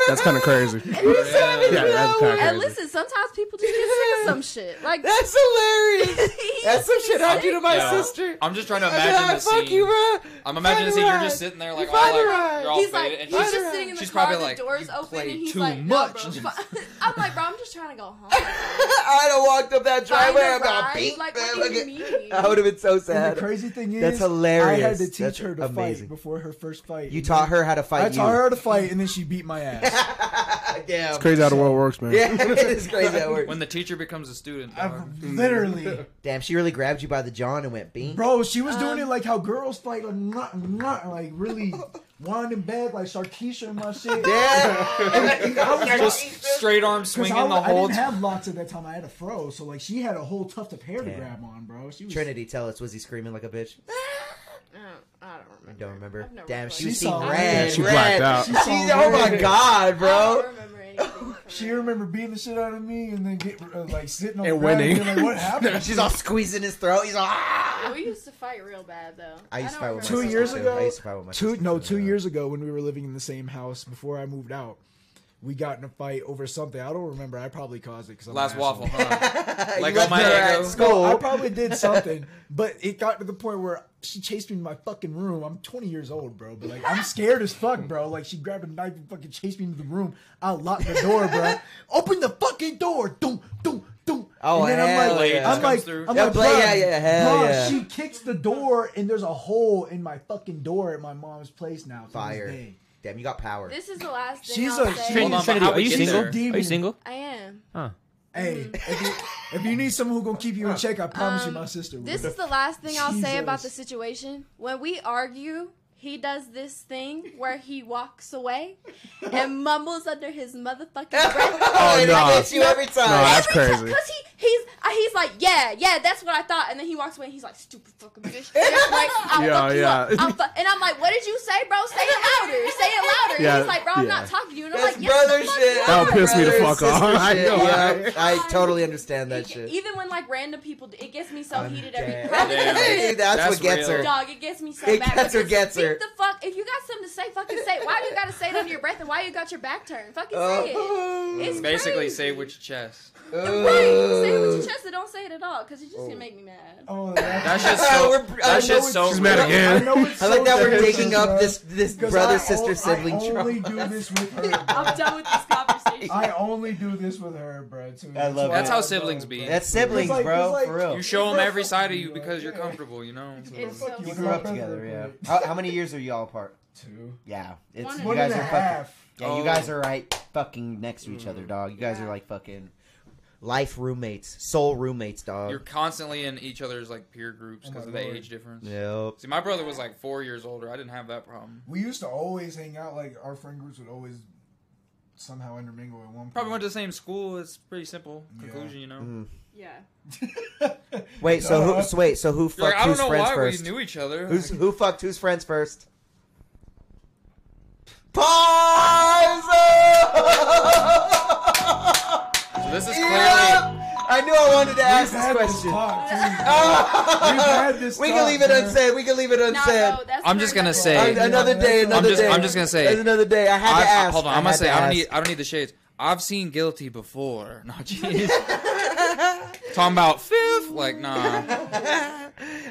[SPEAKER 4] That's kind of crazy. yeah, that's kind of
[SPEAKER 6] and listen, sometimes people just get sick of some shit. Like,
[SPEAKER 3] That's hilarious.
[SPEAKER 6] he's
[SPEAKER 3] That's some shit I do to my
[SPEAKER 1] Yeah.
[SPEAKER 3] sister.
[SPEAKER 1] I'm just trying to
[SPEAKER 3] I'd be
[SPEAKER 1] imagine
[SPEAKER 3] like,
[SPEAKER 1] the
[SPEAKER 3] fuck
[SPEAKER 1] scene.
[SPEAKER 3] you, bro.
[SPEAKER 1] I'm imagining the
[SPEAKER 3] Fuck
[SPEAKER 1] scene. You're
[SPEAKER 3] you,
[SPEAKER 1] just
[SPEAKER 3] bro.
[SPEAKER 1] sitting there like
[SPEAKER 3] You
[SPEAKER 1] all like
[SPEAKER 3] fucking
[SPEAKER 1] you're all
[SPEAKER 6] He's
[SPEAKER 1] faded,
[SPEAKER 6] like,
[SPEAKER 1] and
[SPEAKER 6] he's
[SPEAKER 1] she's
[SPEAKER 6] just sitting in the
[SPEAKER 1] she's
[SPEAKER 6] car,
[SPEAKER 1] probably
[SPEAKER 6] the
[SPEAKER 1] like,
[SPEAKER 6] doors
[SPEAKER 1] "You
[SPEAKER 6] open, and
[SPEAKER 1] played
[SPEAKER 6] he's
[SPEAKER 1] too
[SPEAKER 6] like,
[SPEAKER 1] much."
[SPEAKER 6] no, bro. fu- I'm like, bro, I'm just trying to go home.
[SPEAKER 3] I done walked up that
[SPEAKER 6] Find
[SPEAKER 3] driveway.
[SPEAKER 6] a
[SPEAKER 3] I'm about
[SPEAKER 6] ride.
[SPEAKER 3] beat.
[SPEAKER 6] Like,
[SPEAKER 3] man,
[SPEAKER 6] what do
[SPEAKER 3] look
[SPEAKER 6] you
[SPEAKER 3] at-
[SPEAKER 6] mean?
[SPEAKER 3] I would have been so sad.
[SPEAKER 5] And the crazy thing is,
[SPEAKER 3] That's hilarious.
[SPEAKER 5] I had to teach
[SPEAKER 3] That's
[SPEAKER 5] her to
[SPEAKER 3] amazing.
[SPEAKER 5] fight before her first fight.
[SPEAKER 3] You taught her how to fight
[SPEAKER 5] I
[SPEAKER 3] you.
[SPEAKER 5] taught her to fight, and then she beat my ass.
[SPEAKER 3] Damn.
[SPEAKER 4] Crazy how the world works, man.
[SPEAKER 3] Yeah, it's crazy how it works.
[SPEAKER 1] When the teacher becomes a student,
[SPEAKER 5] I
[SPEAKER 1] dog.
[SPEAKER 5] literally,
[SPEAKER 3] Damn, she really grabbed you by the jaw and went beam.
[SPEAKER 5] bro, she was doing it like how girls fight, like not, not like really winding back, like Sharkeisha and my shit.
[SPEAKER 3] Yeah.
[SPEAKER 1] just straight arm
[SPEAKER 5] 'Cause
[SPEAKER 1] swinging
[SPEAKER 5] I,
[SPEAKER 1] the
[SPEAKER 5] I
[SPEAKER 1] whole.
[SPEAKER 5] didn't have locks at that time. I had a fro, so like she had a whole tuft of hair to
[SPEAKER 3] Damn.
[SPEAKER 5] grab on, bro. She was
[SPEAKER 3] Trinity, tell us, was he screaming like a bitch?
[SPEAKER 6] I don't, I don't remember.
[SPEAKER 3] Don't remember.
[SPEAKER 6] I've never
[SPEAKER 3] Damn,
[SPEAKER 6] played.
[SPEAKER 3] she was
[SPEAKER 5] She saw
[SPEAKER 3] seeing
[SPEAKER 5] red.
[SPEAKER 3] red.
[SPEAKER 4] Yeah, she
[SPEAKER 3] red.
[SPEAKER 4] blacked out.
[SPEAKER 5] She
[SPEAKER 3] She,
[SPEAKER 5] saw
[SPEAKER 3] oh my
[SPEAKER 5] red.
[SPEAKER 3] god,
[SPEAKER 6] I
[SPEAKER 3] bro.
[SPEAKER 6] don't remember anything.
[SPEAKER 5] She remember beating the shit out of me and then get uh, like sitting on
[SPEAKER 4] And
[SPEAKER 5] the ground
[SPEAKER 4] winning.
[SPEAKER 5] and being like, what
[SPEAKER 6] Oh.
[SPEAKER 5] happened?
[SPEAKER 3] She's all squeezing his throat. He's all. "Ah."
[SPEAKER 6] we used to fight real bad though.
[SPEAKER 3] I used to
[SPEAKER 6] don't
[SPEAKER 3] fight with my sister,
[SPEAKER 5] Two
[SPEAKER 6] remember.
[SPEAKER 5] years
[SPEAKER 3] too.
[SPEAKER 5] ago-
[SPEAKER 3] I used to fight with my
[SPEAKER 5] two
[SPEAKER 3] sister,
[SPEAKER 5] no
[SPEAKER 3] too.
[SPEAKER 5] two years ago when we were living in the same house before I moved out, we got in a fight over something. I don't remember. I probably caused it because
[SPEAKER 1] Last waffle, huh?
[SPEAKER 3] You
[SPEAKER 1] Like
[SPEAKER 3] left
[SPEAKER 1] on my
[SPEAKER 3] her at
[SPEAKER 1] ego.
[SPEAKER 3] school.
[SPEAKER 5] I probably did something, but it got to the point where she chased me in my fucking room. I'm 20 years old, bro, but like I'm scared as fuck, bro. Like she grabbed a knife and fucking chased me into the room. I locked the door, bro. Open the fucking door. Doom, doom, doom.
[SPEAKER 3] Oh,
[SPEAKER 5] and then
[SPEAKER 3] hell
[SPEAKER 5] I'm like,
[SPEAKER 3] yeah.
[SPEAKER 5] I'm
[SPEAKER 1] Comes
[SPEAKER 5] like,
[SPEAKER 1] through.
[SPEAKER 5] I'm
[SPEAKER 3] Yeah,
[SPEAKER 5] like,
[SPEAKER 3] play-
[SPEAKER 5] bruh,
[SPEAKER 3] yeah, yeah, hell
[SPEAKER 5] bruh,
[SPEAKER 3] yeah.
[SPEAKER 5] She kicks the door and there's a hole in my fucking door at my mom's place now. to this
[SPEAKER 3] Fire.
[SPEAKER 5] day.
[SPEAKER 3] Damn, you got power.
[SPEAKER 6] This is the last thing
[SPEAKER 5] She's
[SPEAKER 6] I'll
[SPEAKER 5] a-
[SPEAKER 6] say.
[SPEAKER 5] she's-
[SPEAKER 1] Hold on, but
[SPEAKER 2] Trinity,
[SPEAKER 1] how
[SPEAKER 2] are
[SPEAKER 1] we
[SPEAKER 2] you
[SPEAKER 1] get
[SPEAKER 2] single?
[SPEAKER 1] there?
[SPEAKER 2] Are you
[SPEAKER 5] Demon.
[SPEAKER 2] single?
[SPEAKER 6] I am.
[SPEAKER 2] Huh.
[SPEAKER 5] Hey, if you, if you need someone who gonna keep you in check, I promise you, my sister. will.
[SPEAKER 6] Um, This is the last thing I'll say about the
[SPEAKER 5] Jesus.
[SPEAKER 6] situation. When we argue, he does this thing where he walks away and mumbles under his motherfucking breath.
[SPEAKER 3] Oh, and I
[SPEAKER 4] no.
[SPEAKER 3] get you every time.
[SPEAKER 4] No, Oh, that's
[SPEAKER 6] Because
[SPEAKER 4] crazy.
[SPEAKER 6] he he's uh, he's like yeah yeah that's what I thought and then he walks away and he's like stupid fucking bitch And I'm like I'll
[SPEAKER 4] Yeah,
[SPEAKER 6] fuck you
[SPEAKER 4] yeah.
[SPEAKER 6] up I'll fu-" and I'm like what did you say bro say it louder say it louder
[SPEAKER 4] Yeah,
[SPEAKER 6] and he's like bro I'm
[SPEAKER 4] yeah.
[SPEAKER 6] not talking to you and I'm
[SPEAKER 3] That's
[SPEAKER 6] like yes,
[SPEAKER 3] brother
[SPEAKER 6] the fuck
[SPEAKER 3] shit.
[SPEAKER 6] you are."
[SPEAKER 4] That'll piss me the
[SPEAKER 3] Brother,
[SPEAKER 4] fuck off.
[SPEAKER 3] sister
[SPEAKER 4] I
[SPEAKER 3] shit.
[SPEAKER 4] know,
[SPEAKER 3] Yeah,
[SPEAKER 4] right?
[SPEAKER 3] I totally understand that
[SPEAKER 6] It-
[SPEAKER 3] shit.
[SPEAKER 6] Even when like random people, it gets me so heated every
[SPEAKER 3] Damn.
[SPEAKER 1] Damn.
[SPEAKER 3] Dude, that's,
[SPEAKER 6] time.
[SPEAKER 1] That's
[SPEAKER 3] what gets
[SPEAKER 1] real.
[SPEAKER 3] her.
[SPEAKER 6] Dog, it gets me so
[SPEAKER 3] It
[SPEAKER 6] mad.
[SPEAKER 3] gets her,
[SPEAKER 6] because
[SPEAKER 3] gets her.
[SPEAKER 6] Think the fuck. If you got something to say, fucking say it. Why do you gotta say it under your breath and why you got your back turned? Fucking say
[SPEAKER 3] Oh.
[SPEAKER 6] it. It's
[SPEAKER 1] Basically,
[SPEAKER 6] crazy.
[SPEAKER 1] say with your chest.
[SPEAKER 6] Right, say it with your chest and don't say it at all because you're just gonna make me mad.
[SPEAKER 5] oh, that's
[SPEAKER 1] That shit's so.
[SPEAKER 3] Oh, we're- I
[SPEAKER 1] That
[SPEAKER 3] know
[SPEAKER 1] shit's so.
[SPEAKER 4] She's mad
[SPEAKER 1] real.
[SPEAKER 4] again.
[SPEAKER 5] I know it's
[SPEAKER 3] I like
[SPEAKER 5] so
[SPEAKER 3] that we're
[SPEAKER 5] dangerous,
[SPEAKER 3] digging up
[SPEAKER 5] bro,
[SPEAKER 3] this this
[SPEAKER 5] 'cause
[SPEAKER 3] brother
[SPEAKER 5] I
[SPEAKER 3] sister
[SPEAKER 5] on-
[SPEAKER 3] sibling
[SPEAKER 5] I only
[SPEAKER 3] trauma.
[SPEAKER 5] do this with her. bro.
[SPEAKER 6] I'm done with this conversation.
[SPEAKER 5] I only do this with her, bro. Too.
[SPEAKER 3] I love
[SPEAKER 1] That's
[SPEAKER 3] it.
[SPEAKER 1] how siblings be.
[SPEAKER 3] That's siblings,
[SPEAKER 5] It's like-
[SPEAKER 3] bro.
[SPEAKER 5] it's like-
[SPEAKER 3] for real.
[SPEAKER 1] You show them
[SPEAKER 5] Bro,
[SPEAKER 1] every
[SPEAKER 5] fuck
[SPEAKER 1] side of
[SPEAKER 5] you,
[SPEAKER 1] you
[SPEAKER 5] bro.
[SPEAKER 1] because you're
[SPEAKER 5] Yeah.
[SPEAKER 1] comfortly, you know.
[SPEAKER 6] It's
[SPEAKER 5] Fuck
[SPEAKER 6] so
[SPEAKER 5] you.
[SPEAKER 3] You
[SPEAKER 6] funny.
[SPEAKER 3] grew up together, yeah. How, how many years are y'all apart?
[SPEAKER 5] Two.
[SPEAKER 3] Yeah, it's
[SPEAKER 6] One
[SPEAKER 3] you
[SPEAKER 6] and
[SPEAKER 5] One
[SPEAKER 3] guys
[SPEAKER 5] and a
[SPEAKER 3] are fucking.
[SPEAKER 5] half.
[SPEAKER 3] Yeah,
[SPEAKER 1] Oh.
[SPEAKER 3] you guys are right fucking next to each other, dog. You guys
[SPEAKER 6] Yeah.
[SPEAKER 3] are like fucking life roommates, soul roommates, dog.
[SPEAKER 1] You're constantly in each other's like peer
[SPEAKER 3] Oh
[SPEAKER 1] groups because
[SPEAKER 5] my
[SPEAKER 1] of the
[SPEAKER 5] lord.
[SPEAKER 1] age difference.
[SPEAKER 3] Yep.
[SPEAKER 1] See, my brother was like four years older. I didn't have that problem.
[SPEAKER 5] We used to always hang out. Like our friend groups would always somehow intermingle at one point.
[SPEAKER 1] Probably went to the same school. It's pretty simple conclusion,
[SPEAKER 5] Yeah.
[SPEAKER 1] you know.
[SPEAKER 3] Mm.
[SPEAKER 6] Yeah.
[SPEAKER 3] Wait, so who?
[SPEAKER 5] Uh,
[SPEAKER 3] So wait, so who
[SPEAKER 1] You're
[SPEAKER 3] fucked
[SPEAKER 1] like, I don't
[SPEAKER 3] whose
[SPEAKER 1] know
[SPEAKER 3] friends
[SPEAKER 1] why
[SPEAKER 3] first?
[SPEAKER 1] we knew each other.
[SPEAKER 3] Who's
[SPEAKER 1] Like,
[SPEAKER 3] who fucked whose friends first? Paizo!
[SPEAKER 1] so this is clearly.
[SPEAKER 3] Yeah! I knew I wanted to
[SPEAKER 5] We've
[SPEAKER 3] ask this
[SPEAKER 5] had this
[SPEAKER 3] question.
[SPEAKER 5] talk. Too, We've
[SPEAKER 3] Ah!
[SPEAKER 5] had this
[SPEAKER 3] we
[SPEAKER 5] talk,
[SPEAKER 3] can leave it
[SPEAKER 5] man.
[SPEAKER 3] unsaid. We can leave it
[SPEAKER 6] No,
[SPEAKER 3] unsaid.
[SPEAKER 6] no, that's
[SPEAKER 1] I'm just
[SPEAKER 6] very
[SPEAKER 1] gonna
[SPEAKER 6] much-
[SPEAKER 1] say-
[SPEAKER 3] An- another day,
[SPEAKER 5] I'm
[SPEAKER 3] another
[SPEAKER 1] just-
[SPEAKER 3] day.
[SPEAKER 1] I'm just gonna say-
[SPEAKER 3] There's another day. I had
[SPEAKER 1] I,
[SPEAKER 3] to ask.
[SPEAKER 1] hold on, I'm
[SPEAKER 3] I
[SPEAKER 1] gonna
[SPEAKER 3] had
[SPEAKER 1] say
[SPEAKER 3] to
[SPEAKER 1] I don't
[SPEAKER 3] ask.
[SPEAKER 1] need I don't need the shades. I've seen guilty before. No, jeez. Talking about fifth, like nah.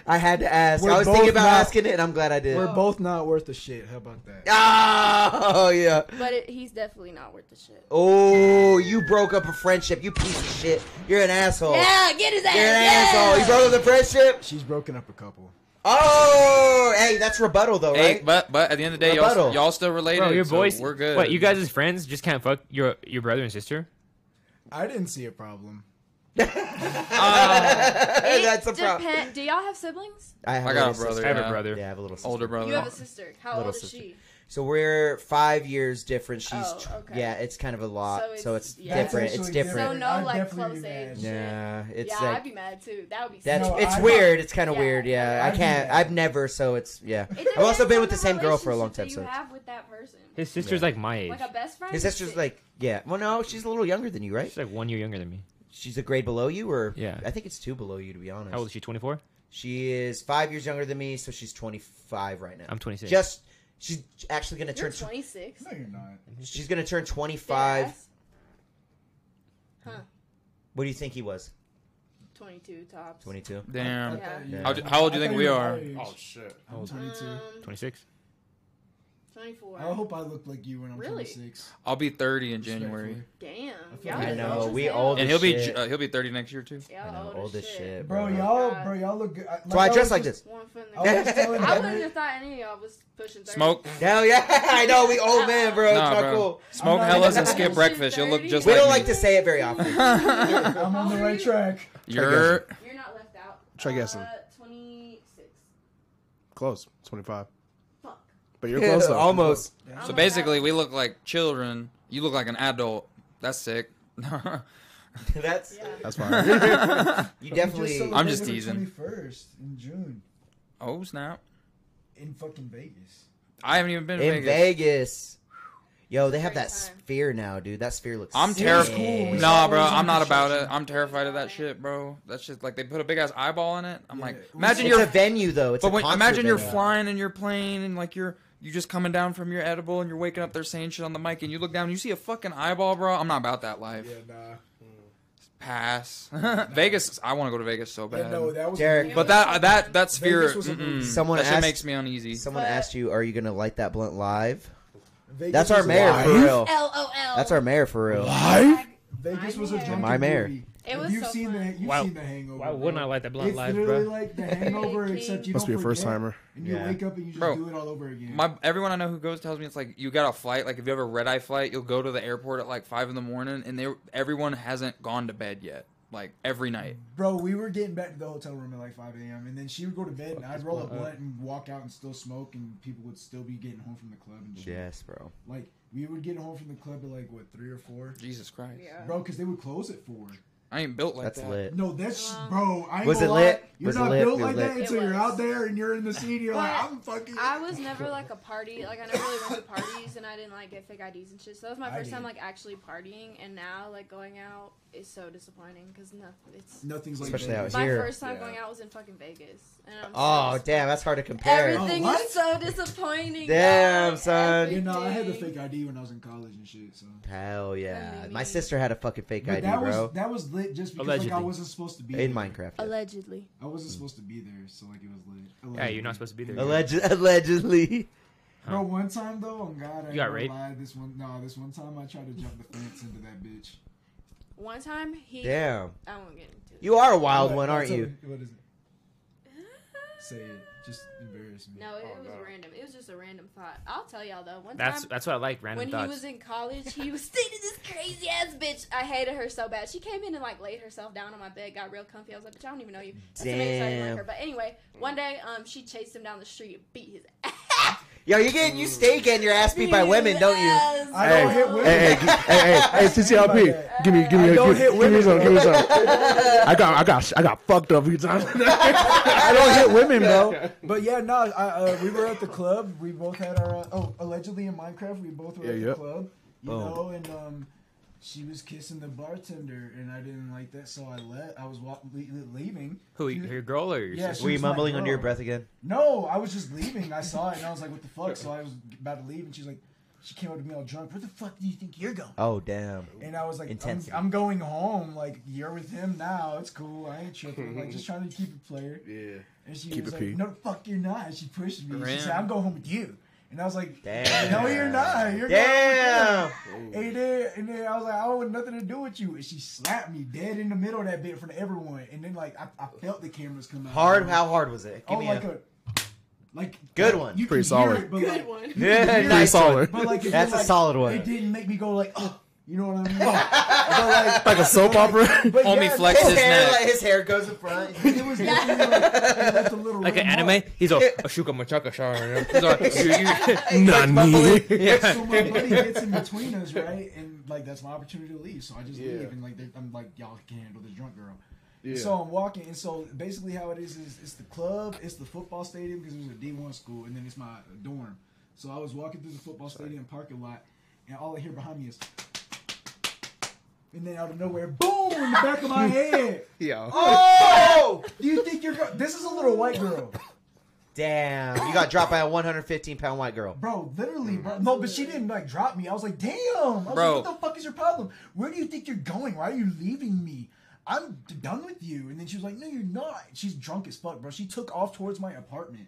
[SPEAKER 3] I had to ask.
[SPEAKER 5] We're
[SPEAKER 3] I was
[SPEAKER 5] both
[SPEAKER 3] thinking about
[SPEAKER 5] not-
[SPEAKER 3] asking it, and I'm glad I did.
[SPEAKER 5] We're both not worth a shit. How about that?
[SPEAKER 3] Oh yeah.
[SPEAKER 6] But it, he's definitely not worth the shit.
[SPEAKER 3] Oh, you broke up a friendship. You piece of shit. You're an asshole.
[SPEAKER 6] Yeah, get his ass.
[SPEAKER 3] You're an
[SPEAKER 6] yeah.
[SPEAKER 3] Oh. asshole. You broke up the friendship.
[SPEAKER 5] She's broken up a couple.
[SPEAKER 3] Oh, hey, that's rebuttal though,
[SPEAKER 1] Hey,
[SPEAKER 3] right?
[SPEAKER 1] but but at the end of the day, y'all,
[SPEAKER 3] Rebuttal.
[SPEAKER 1] y'all still related.
[SPEAKER 2] Bro, your
[SPEAKER 1] so
[SPEAKER 2] voice.
[SPEAKER 1] We're good.
[SPEAKER 2] What you guys as friends just can't fuck your your brother and sister?
[SPEAKER 5] I didn't see a problem.
[SPEAKER 1] um,
[SPEAKER 6] It
[SPEAKER 3] That's a problem.
[SPEAKER 6] depen- Do y'all have siblings?
[SPEAKER 3] I, have
[SPEAKER 1] I got a
[SPEAKER 3] little
[SPEAKER 1] brother.
[SPEAKER 2] I have
[SPEAKER 1] yeah.
[SPEAKER 2] a brother.
[SPEAKER 3] sister. Yeah, I have a little sister.
[SPEAKER 1] Older brother.
[SPEAKER 6] You have a sister. How
[SPEAKER 3] Little
[SPEAKER 6] old
[SPEAKER 3] sister.
[SPEAKER 6] is she?
[SPEAKER 3] So we're five years different. She's
[SPEAKER 6] Oh,
[SPEAKER 3] tw-
[SPEAKER 6] okay.
[SPEAKER 3] yeah, it's kind of a lot. So
[SPEAKER 6] So
[SPEAKER 3] it's,
[SPEAKER 6] it's- yeah.
[SPEAKER 5] That's
[SPEAKER 3] different. It's
[SPEAKER 5] actually
[SPEAKER 3] different.
[SPEAKER 6] So no,
[SPEAKER 5] I'd
[SPEAKER 6] like
[SPEAKER 5] definitely
[SPEAKER 6] close
[SPEAKER 5] be
[SPEAKER 6] age.
[SPEAKER 5] mad.
[SPEAKER 6] shit.
[SPEAKER 3] yeah, it's
[SPEAKER 6] yeah,
[SPEAKER 3] like
[SPEAKER 6] I'd be mad too. That would be.
[SPEAKER 3] that's
[SPEAKER 5] No,
[SPEAKER 3] it's
[SPEAKER 5] I-
[SPEAKER 3] weird. It's kind of
[SPEAKER 6] Yeah.
[SPEAKER 3] weird. Yeah,
[SPEAKER 5] I
[SPEAKER 3] I
[SPEAKER 5] do
[SPEAKER 3] can't.
[SPEAKER 5] that.
[SPEAKER 3] I've never. So it's yeah.
[SPEAKER 6] It
[SPEAKER 3] I've also
[SPEAKER 6] depends
[SPEAKER 3] been
[SPEAKER 6] on
[SPEAKER 3] with the same girl for a long time. So
[SPEAKER 6] relationship that
[SPEAKER 3] it's-
[SPEAKER 6] you have with that person,
[SPEAKER 2] His sister's
[SPEAKER 3] Yeah.
[SPEAKER 2] like my age.
[SPEAKER 6] like a best friend.
[SPEAKER 3] his sister's
[SPEAKER 6] shit.
[SPEAKER 3] like yeah. Well, no, she's a little younger than you, right?
[SPEAKER 2] She's like one year younger than me.
[SPEAKER 3] She's a grade below you, or
[SPEAKER 2] Yeah.
[SPEAKER 3] I think it's two below you to be honest.
[SPEAKER 2] How old is she? Twenty four.
[SPEAKER 3] She is five years younger than me, so she's 25 right now.
[SPEAKER 2] I'm 26.
[SPEAKER 3] Just she's actually gonna
[SPEAKER 6] You're
[SPEAKER 3] turn. tw-
[SPEAKER 6] 26.
[SPEAKER 5] No, you're not.
[SPEAKER 3] she's gonna turn 25.
[SPEAKER 6] Deadass. Huh.
[SPEAKER 3] What do you think he was?
[SPEAKER 6] 22 tops.
[SPEAKER 3] 22.
[SPEAKER 1] Damn.
[SPEAKER 6] Yeah.
[SPEAKER 3] Yeah.
[SPEAKER 1] How, d- how old do you
[SPEAKER 5] I
[SPEAKER 1] think
[SPEAKER 5] thought
[SPEAKER 1] we
[SPEAKER 5] were
[SPEAKER 1] are?
[SPEAKER 5] my
[SPEAKER 7] Oh
[SPEAKER 5] age.
[SPEAKER 7] shit.
[SPEAKER 5] I'm 22.
[SPEAKER 6] Um,
[SPEAKER 2] 26.
[SPEAKER 6] 24.
[SPEAKER 5] I hope I look like you when I'm
[SPEAKER 6] Really?
[SPEAKER 5] 26.
[SPEAKER 1] I'll be 30 in January,
[SPEAKER 6] Damn.
[SPEAKER 5] feel
[SPEAKER 6] Y'all
[SPEAKER 5] like
[SPEAKER 3] I
[SPEAKER 6] are
[SPEAKER 3] know,
[SPEAKER 6] old as
[SPEAKER 3] we
[SPEAKER 6] hell.
[SPEAKER 3] old
[SPEAKER 1] and he'll be
[SPEAKER 3] shit.
[SPEAKER 1] j- uh, he'll be 30 next year too.
[SPEAKER 6] Y'all
[SPEAKER 3] I know,
[SPEAKER 6] old as shit.
[SPEAKER 5] Bro,
[SPEAKER 6] yeah.
[SPEAKER 5] y'all,
[SPEAKER 6] Oh God.
[SPEAKER 5] bro, y'all look good. I-
[SPEAKER 3] So I
[SPEAKER 5] was
[SPEAKER 3] dress like
[SPEAKER 5] just-
[SPEAKER 3] this.
[SPEAKER 6] One foot in the
[SPEAKER 5] I was just telling
[SPEAKER 6] I wouldn't
[SPEAKER 5] Devin,
[SPEAKER 6] have thought any of y'all was pushing 30.
[SPEAKER 1] Smoke,
[SPEAKER 3] Hell yeah! I know we old men, bro. It's
[SPEAKER 1] Nah,
[SPEAKER 3] not
[SPEAKER 1] bro.
[SPEAKER 3] cool.
[SPEAKER 1] smoke
[SPEAKER 5] I'm not-
[SPEAKER 1] Hellas and skip
[SPEAKER 6] She's
[SPEAKER 1] breakfast. You'll look
[SPEAKER 6] 30.
[SPEAKER 1] just
[SPEAKER 3] We
[SPEAKER 1] like
[SPEAKER 3] don't
[SPEAKER 1] me.
[SPEAKER 3] like to say it very often.
[SPEAKER 5] I'm on the right track.
[SPEAKER 1] You're
[SPEAKER 6] You're not left out.
[SPEAKER 4] Try guessing.
[SPEAKER 6] Uh, 26.
[SPEAKER 4] Close. 25.
[SPEAKER 6] Fuck.
[SPEAKER 4] But you're close, though.
[SPEAKER 3] Almost.
[SPEAKER 6] I'm
[SPEAKER 1] so
[SPEAKER 6] left
[SPEAKER 1] basically
[SPEAKER 6] out.
[SPEAKER 1] we look like children. You look like an adult. That's sick.
[SPEAKER 3] That's
[SPEAKER 6] Yeah.
[SPEAKER 4] That's fine.
[SPEAKER 3] you
[SPEAKER 5] We
[SPEAKER 3] definitely.
[SPEAKER 5] just
[SPEAKER 1] I'm just
[SPEAKER 5] celebrated her
[SPEAKER 1] teasing.
[SPEAKER 5] 21st in June
[SPEAKER 1] oh snap!
[SPEAKER 5] in fucking Vegas.
[SPEAKER 1] I haven't even been to
[SPEAKER 3] in
[SPEAKER 1] Vegas.
[SPEAKER 3] Vegas. Yo, they have
[SPEAKER 6] Great
[SPEAKER 3] that
[SPEAKER 6] time.
[SPEAKER 3] sphere now, dude. That sphere looks.
[SPEAKER 1] I'm
[SPEAKER 3] sick.
[SPEAKER 1] terrified.
[SPEAKER 5] cool. We saw
[SPEAKER 1] Nah,
[SPEAKER 5] it
[SPEAKER 1] bro,
[SPEAKER 5] was on
[SPEAKER 1] I'm not
[SPEAKER 5] the
[SPEAKER 1] about
[SPEAKER 5] show.
[SPEAKER 1] it. I'm terrified of that shit, bro. That's just like they put a big ass eyeball in it. I'm like,
[SPEAKER 5] Yeah.
[SPEAKER 1] imagine
[SPEAKER 3] It's
[SPEAKER 1] you're
[SPEAKER 3] a venue though. It's
[SPEAKER 1] But
[SPEAKER 3] a
[SPEAKER 1] when,
[SPEAKER 3] concert
[SPEAKER 1] imagine you're
[SPEAKER 3] venue.
[SPEAKER 1] flying in your plane and like you're you just coming down from your edible and you're waking up there saying shit on the mic and you look down and you see a fucking eyeball, bro. I'm not about that life.
[SPEAKER 5] nah.
[SPEAKER 1] Pass. Vegas. I want to go to Vegas so bad.
[SPEAKER 5] Yeah, no, that was
[SPEAKER 3] Derek.
[SPEAKER 1] but that that that sphere.
[SPEAKER 5] Vegas was a-
[SPEAKER 1] mm-mm.
[SPEAKER 3] Someone
[SPEAKER 1] that shit
[SPEAKER 3] asked-
[SPEAKER 1] makes me uneasy.
[SPEAKER 3] Someone
[SPEAKER 6] But-
[SPEAKER 3] asked you, "Are you gonna light that blunt live?"
[SPEAKER 5] Vegas
[SPEAKER 3] That's our
[SPEAKER 5] was a-
[SPEAKER 3] mayor for real.
[SPEAKER 6] LOL.
[SPEAKER 3] That's our mayor for real.
[SPEAKER 4] Live?
[SPEAKER 5] Vegas was a
[SPEAKER 6] My
[SPEAKER 5] drunken
[SPEAKER 3] mayor. My mayor.
[SPEAKER 5] movie.
[SPEAKER 6] It
[SPEAKER 5] If
[SPEAKER 6] was
[SPEAKER 5] you've
[SPEAKER 6] so
[SPEAKER 5] seen
[SPEAKER 6] fun.
[SPEAKER 5] the you've
[SPEAKER 2] Why-
[SPEAKER 5] seen the Hangover.
[SPEAKER 2] Why wouldn't
[SPEAKER 5] bro.
[SPEAKER 2] I light that blunt
[SPEAKER 5] it's
[SPEAKER 2] live,
[SPEAKER 5] literally
[SPEAKER 2] bro?
[SPEAKER 5] like the Hangover, except you
[SPEAKER 4] Must
[SPEAKER 5] don't
[SPEAKER 4] be a first
[SPEAKER 5] forget,
[SPEAKER 4] timer.
[SPEAKER 5] And you
[SPEAKER 3] Yeah.
[SPEAKER 5] wake up and you just
[SPEAKER 1] Bro,
[SPEAKER 5] do it all over again.
[SPEAKER 1] My everyone I know who goes tells me it's like you got a flight. Like if you have a red eye flight, you'll go to the airport at like five in the morning, and they everyone hasn't gone to bed yet. Like every night.
[SPEAKER 5] Bro, we were getting back to the hotel room at like 5 a.m. and then she would go to bed and I'd roll a blunt and walk out and still smoke and people would still be getting home from the club and shit.
[SPEAKER 3] Yes, bro.
[SPEAKER 5] Like we would get home from the club at like what three or four,
[SPEAKER 1] Jesus Christ.
[SPEAKER 6] Yeah.
[SPEAKER 5] bro, because they would close at four.
[SPEAKER 1] I ain't built like
[SPEAKER 3] That's
[SPEAKER 1] that.
[SPEAKER 3] lit.
[SPEAKER 5] No, that's
[SPEAKER 6] Um,
[SPEAKER 5] bro. I ain't
[SPEAKER 3] Was
[SPEAKER 5] gonna
[SPEAKER 3] it
[SPEAKER 5] lie.
[SPEAKER 3] lit?
[SPEAKER 5] You're
[SPEAKER 3] Was it
[SPEAKER 5] not
[SPEAKER 3] lit?
[SPEAKER 5] built
[SPEAKER 3] It was
[SPEAKER 5] like that
[SPEAKER 3] lit.
[SPEAKER 5] until
[SPEAKER 6] It
[SPEAKER 5] you're
[SPEAKER 6] was.
[SPEAKER 5] out there and you're in the city. You're like,
[SPEAKER 6] But
[SPEAKER 5] I'm fucking.
[SPEAKER 6] I was never like a party. Like I never really went to parties, and I didn't like get fake IDs and shit. So that was my
[SPEAKER 5] I
[SPEAKER 6] first time
[SPEAKER 5] did.
[SPEAKER 6] like actually partying, and now like going out is so disappointing because nothing. It's
[SPEAKER 5] Nothing's like
[SPEAKER 3] Especially
[SPEAKER 5] Vegas.
[SPEAKER 3] out
[SPEAKER 6] my
[SPEAKER 3] here.
[SPEAKER 6] first time
[SPEAKER 7] Yeah.
[SPEAKER 6] going out was in fucking Vegas, and I'm. so
[SPEAKER 3] Oh
[SPEAKER 6] dis-
[SPEAKER 3] damn, that's hard to compare.
[SPEAKER 6] Everything
[SPEAKER 5] Oh, what?
[SPEAKER 6] is so disappointing.
[SPEAKER 3] Damn,
[SPEAKER 6] dog.
[SPEAKER 3] son.
[SPEAKER 5] You know, I had the
[SPEAKER 6] Everything.
[SPEAKER 5] fake ID when I was in college and shit. So.
[SPEAKER 3] Hell yeah,
[SPEAKER 6] Amazing.
[SPEAKER 3] my sister had a fucking fake
[SPEAKER 5] But
[SPEAKER 3] ID,
[SPEAKER 5] that
[SPEAKER 3] bro.
[SPEAKER 5] was that was lit just because like I
[SPEAKER 2] Allegedly.
[SPEAKER 5] wasn't supposed to be
[SPEAKER 3] in
[SPEAKER 5] there.
[SPEAKER 3] Minecraft. yeah.
[SPEAKER 6] Allegedly.
[SPEAKER 5] I wasn't supposed to be there, so like it was lit.
[SPEAKER 2] Yeah, you're not supposed to be there.
[SPEAKER 3] Alleged, allegedly.
[SPEAKER 5] Bro, one time though, on God, I
[SPEAKER 2] You got
[SPEAKER 5] ain't
[SPEAKER 2] raped?
[SPEAKER 5] gonna lie. This one, no, this one time I tried to jump the fence into that bitch.
[SPEAKER 6] One time he.
[SPEAKER 3] Damn,
[SPEAKER 6] I won't get into it.
[SPEAKER 3] you are a wild
[SPEAKER 5] What?
[SPEAKER 3] one,
[SPEAKER 5] No,
[SPEAKER 3] aren't
[SPEAKER 5] tell
[SPEAKER 3] you?
[SPEAKER 5] me, What is it? Say it. Just embarrass me.
[SPEAKER 6] No, it, it was random. It was just a random thought. I'll tell y'all though. One
[SPEAKER 2] Oh, That's
[SPEAKER 6] time.
[SPEAKER 2] that's what I like. Random
[SPEAKER 6] Um, when
[SPEAKER 2] thoughts.
[SPEAKER 6] he was in college, he was dating this crazy ass bitch. I hated her so bad. She came in and like laid herself down on my bed, got real comfy. I was like, bitch, I don't even know you. That's amazing. I didn't
[SPEAKER 3] Damn.
[SPEAKER 6] like her. But anyway, one day, um, she chased him down the street, and beat his ass.
[SPEAKER 3] Yo, you getting you stay getting your ass beat by women, don't you?
[SPEAKER 5] I don't
[SPEAKER 4] Hey,
[SPEAKER 5] hit women.
[SPEAKER 4] Hey, hey, g- hey, hey, hey, CCLP, give me, give me,
[SPEAKER 5] I
[SPEAKER 4] give,
[SPEAKER 5] don't
[SPEAKER 4] give,
[SPEAKER 5] hit
[SPEAKER 4] give me
[SPEAKER 5] women,
[SPEAKER 4] some,
[SPEAKER 5] bro.
[SPEAKER 4] give me some. I got, I got, I got fucked up a few times. I don't hit women, bro.
[SPEAKER 5] But yeah, no, I, uh, we were at the club. We both had our uh, oh, allegedly in Minecraft, we both were
[SPEAKER 4] Yeah,
[SPEAKER 5] at
[SPEAKER 4] yep.
[SPEAKER 5] the club, you
[SPEAKER 3] Boom.
[SPEAKER 5] know, and um, she was kissing the bartender, and I didn't like that, so I let. I was walk, le- le- leaving.
[SPEAKER 2] Who
[SPEAKER 5] She-
[SPEAKER 2] your girl or your
[SPEAKER 5] Yeah,
[SPEAKER 2] sister?
[SPEAKER 5] she
[SPEAKER 3] Were you
[SPEAKER 5] was my
[SPEAKER 3] mumbling under your
[SPEAKER 5] girl.
[SPEAKER 3] breath again?
[SPEAKER 5] No, I was just leaving. I saw it and I was like, "What the fuck?" So I was about to leave, and she's like, "She came up to me all drunk. Where the fuck do you think you're going?"
[SPEAKER 3] Oh damn.
[SPEAKER 5] And I was like, I'm,
[SPEAKER 3] Intensity.
[SPEAKER 5] "I'm going home. Like you're with him now. It's cool. I ain't tripping. Like just trying to keep it player."
[SPEAKER 7] Yeah.
[SPEAKER 5] And she
[SPEAKER 4] Keep
[SPEAKER 5] was
[SPEAKER 4] it
[SPEAKER 5] like,
[SPEAKER 4] P.
[SPEAKER 5] "No, fuck, you're not." And she pushed me. She
[SPEAKER 1] Ram.
[SPEAKER 5] said, "I'm going home with you." And I was like,
[SPEAKER 3] Damn.
[SPEAKER 5] "No, you're not. You're
[SPEAKER 3] Damn.
[SPEAKER 5] going with him." And then, and then I was like, "I don't want nothing to do with you." And she slapped me dead in the middle of that bit in front of everyone. And then like I, I felt the cameras come out.
[SPEAKER 3] Hard? How hard was it? Give
[SPEAKER 5] oh,
[SPEAKER 3] me
[SPEAKER 5] like
[SPEAKER 3] a,
[SPEAKER 5] a, like uh,
[SPEAKER 3] Good one.
[SPEAKER 5] You
[SPEAKER 4] Pretty
[SPEAKER 5] can
[SPEAKER 4] solid.
[SPEAKER 5] Hear it, but like,
[SPEAKER 6] one.
[SPEAKER 3] yeah, nice
[SPEAKER 4] solid.
[SPEAKER 3] one.
[SPEAKER 5] but like if
[SPEAKER 3] That's
[SPEAKER 5] you're
[SPEAKER 3] a
[SPEAKER 5] like-
[SPEAKER 3] solid one.
[SPEAKER 5] It didn't make me go like, oh, You know what I mean? but like,
[SPEAKER 4] Like a soap opera.
[SPEAKER 5] but
[SPEAKER 1] Homie
[SPEAKER 5] yeah,
[SPEAKER 1] flex
[SPEAKER 3] His
[SPEAKER 1] his
[SPEAKER 3] hair,
[SPEAKER 1] neck.
[SPEAKER 3] like, his hair goes in front.
[SPEAKER 5] It was literally like, it left a little
[SPEAKER 2] Like
[SPEAKER 5] red
[SPEAKER 2] an anime,
[SPEAKER 5] mark.
[SPEAKER 2] he's all Ashuka Machaka Shara. He's all, you- you-
[SPEAKER 4] Nani.
[SPEAKER 5] So my buddy gets in between us, right? And like that's my opportunity to leave. So I just
[SPEAKER 4] Yeah.
[SPEAKER 5] leave and like they- I'm like, y'all can handle this drunk girl.
[SPEAKER 4] Yeah.
[SPEAKER 5] So I'm walking, and so basically how it is is it's the club, it's the football stadium because it was a D1 school, and then it's my dorm. So I was walking through the football stadium parking lot, and all I hear behind me is, and then out of nowhere, boom in the back of my head.
[SPEAKER 4] Yeah.
[SPEAKER 3] Oh!
[SPEAKER 5] Do you think you're? Go- this is a little white girl,
[SPEAKER 3] Damn. You got dropped by a 115 pound white girl.
[SPEAKER 5] bro. Literally,
[SPEAKER 6] Mm.
[SPEAKER 5] bro. No, but she didn't like drop me. I was like, damn. I was
[SPEAKER 1] Bro.
[SPEAKER 5] like, what the fuck is your problem? Where do you think you're going? Why are you leaving me? I'm d- done with you. And then she was like, no, you're not. She's drunk as fuck, bro. She took off towards my apartment.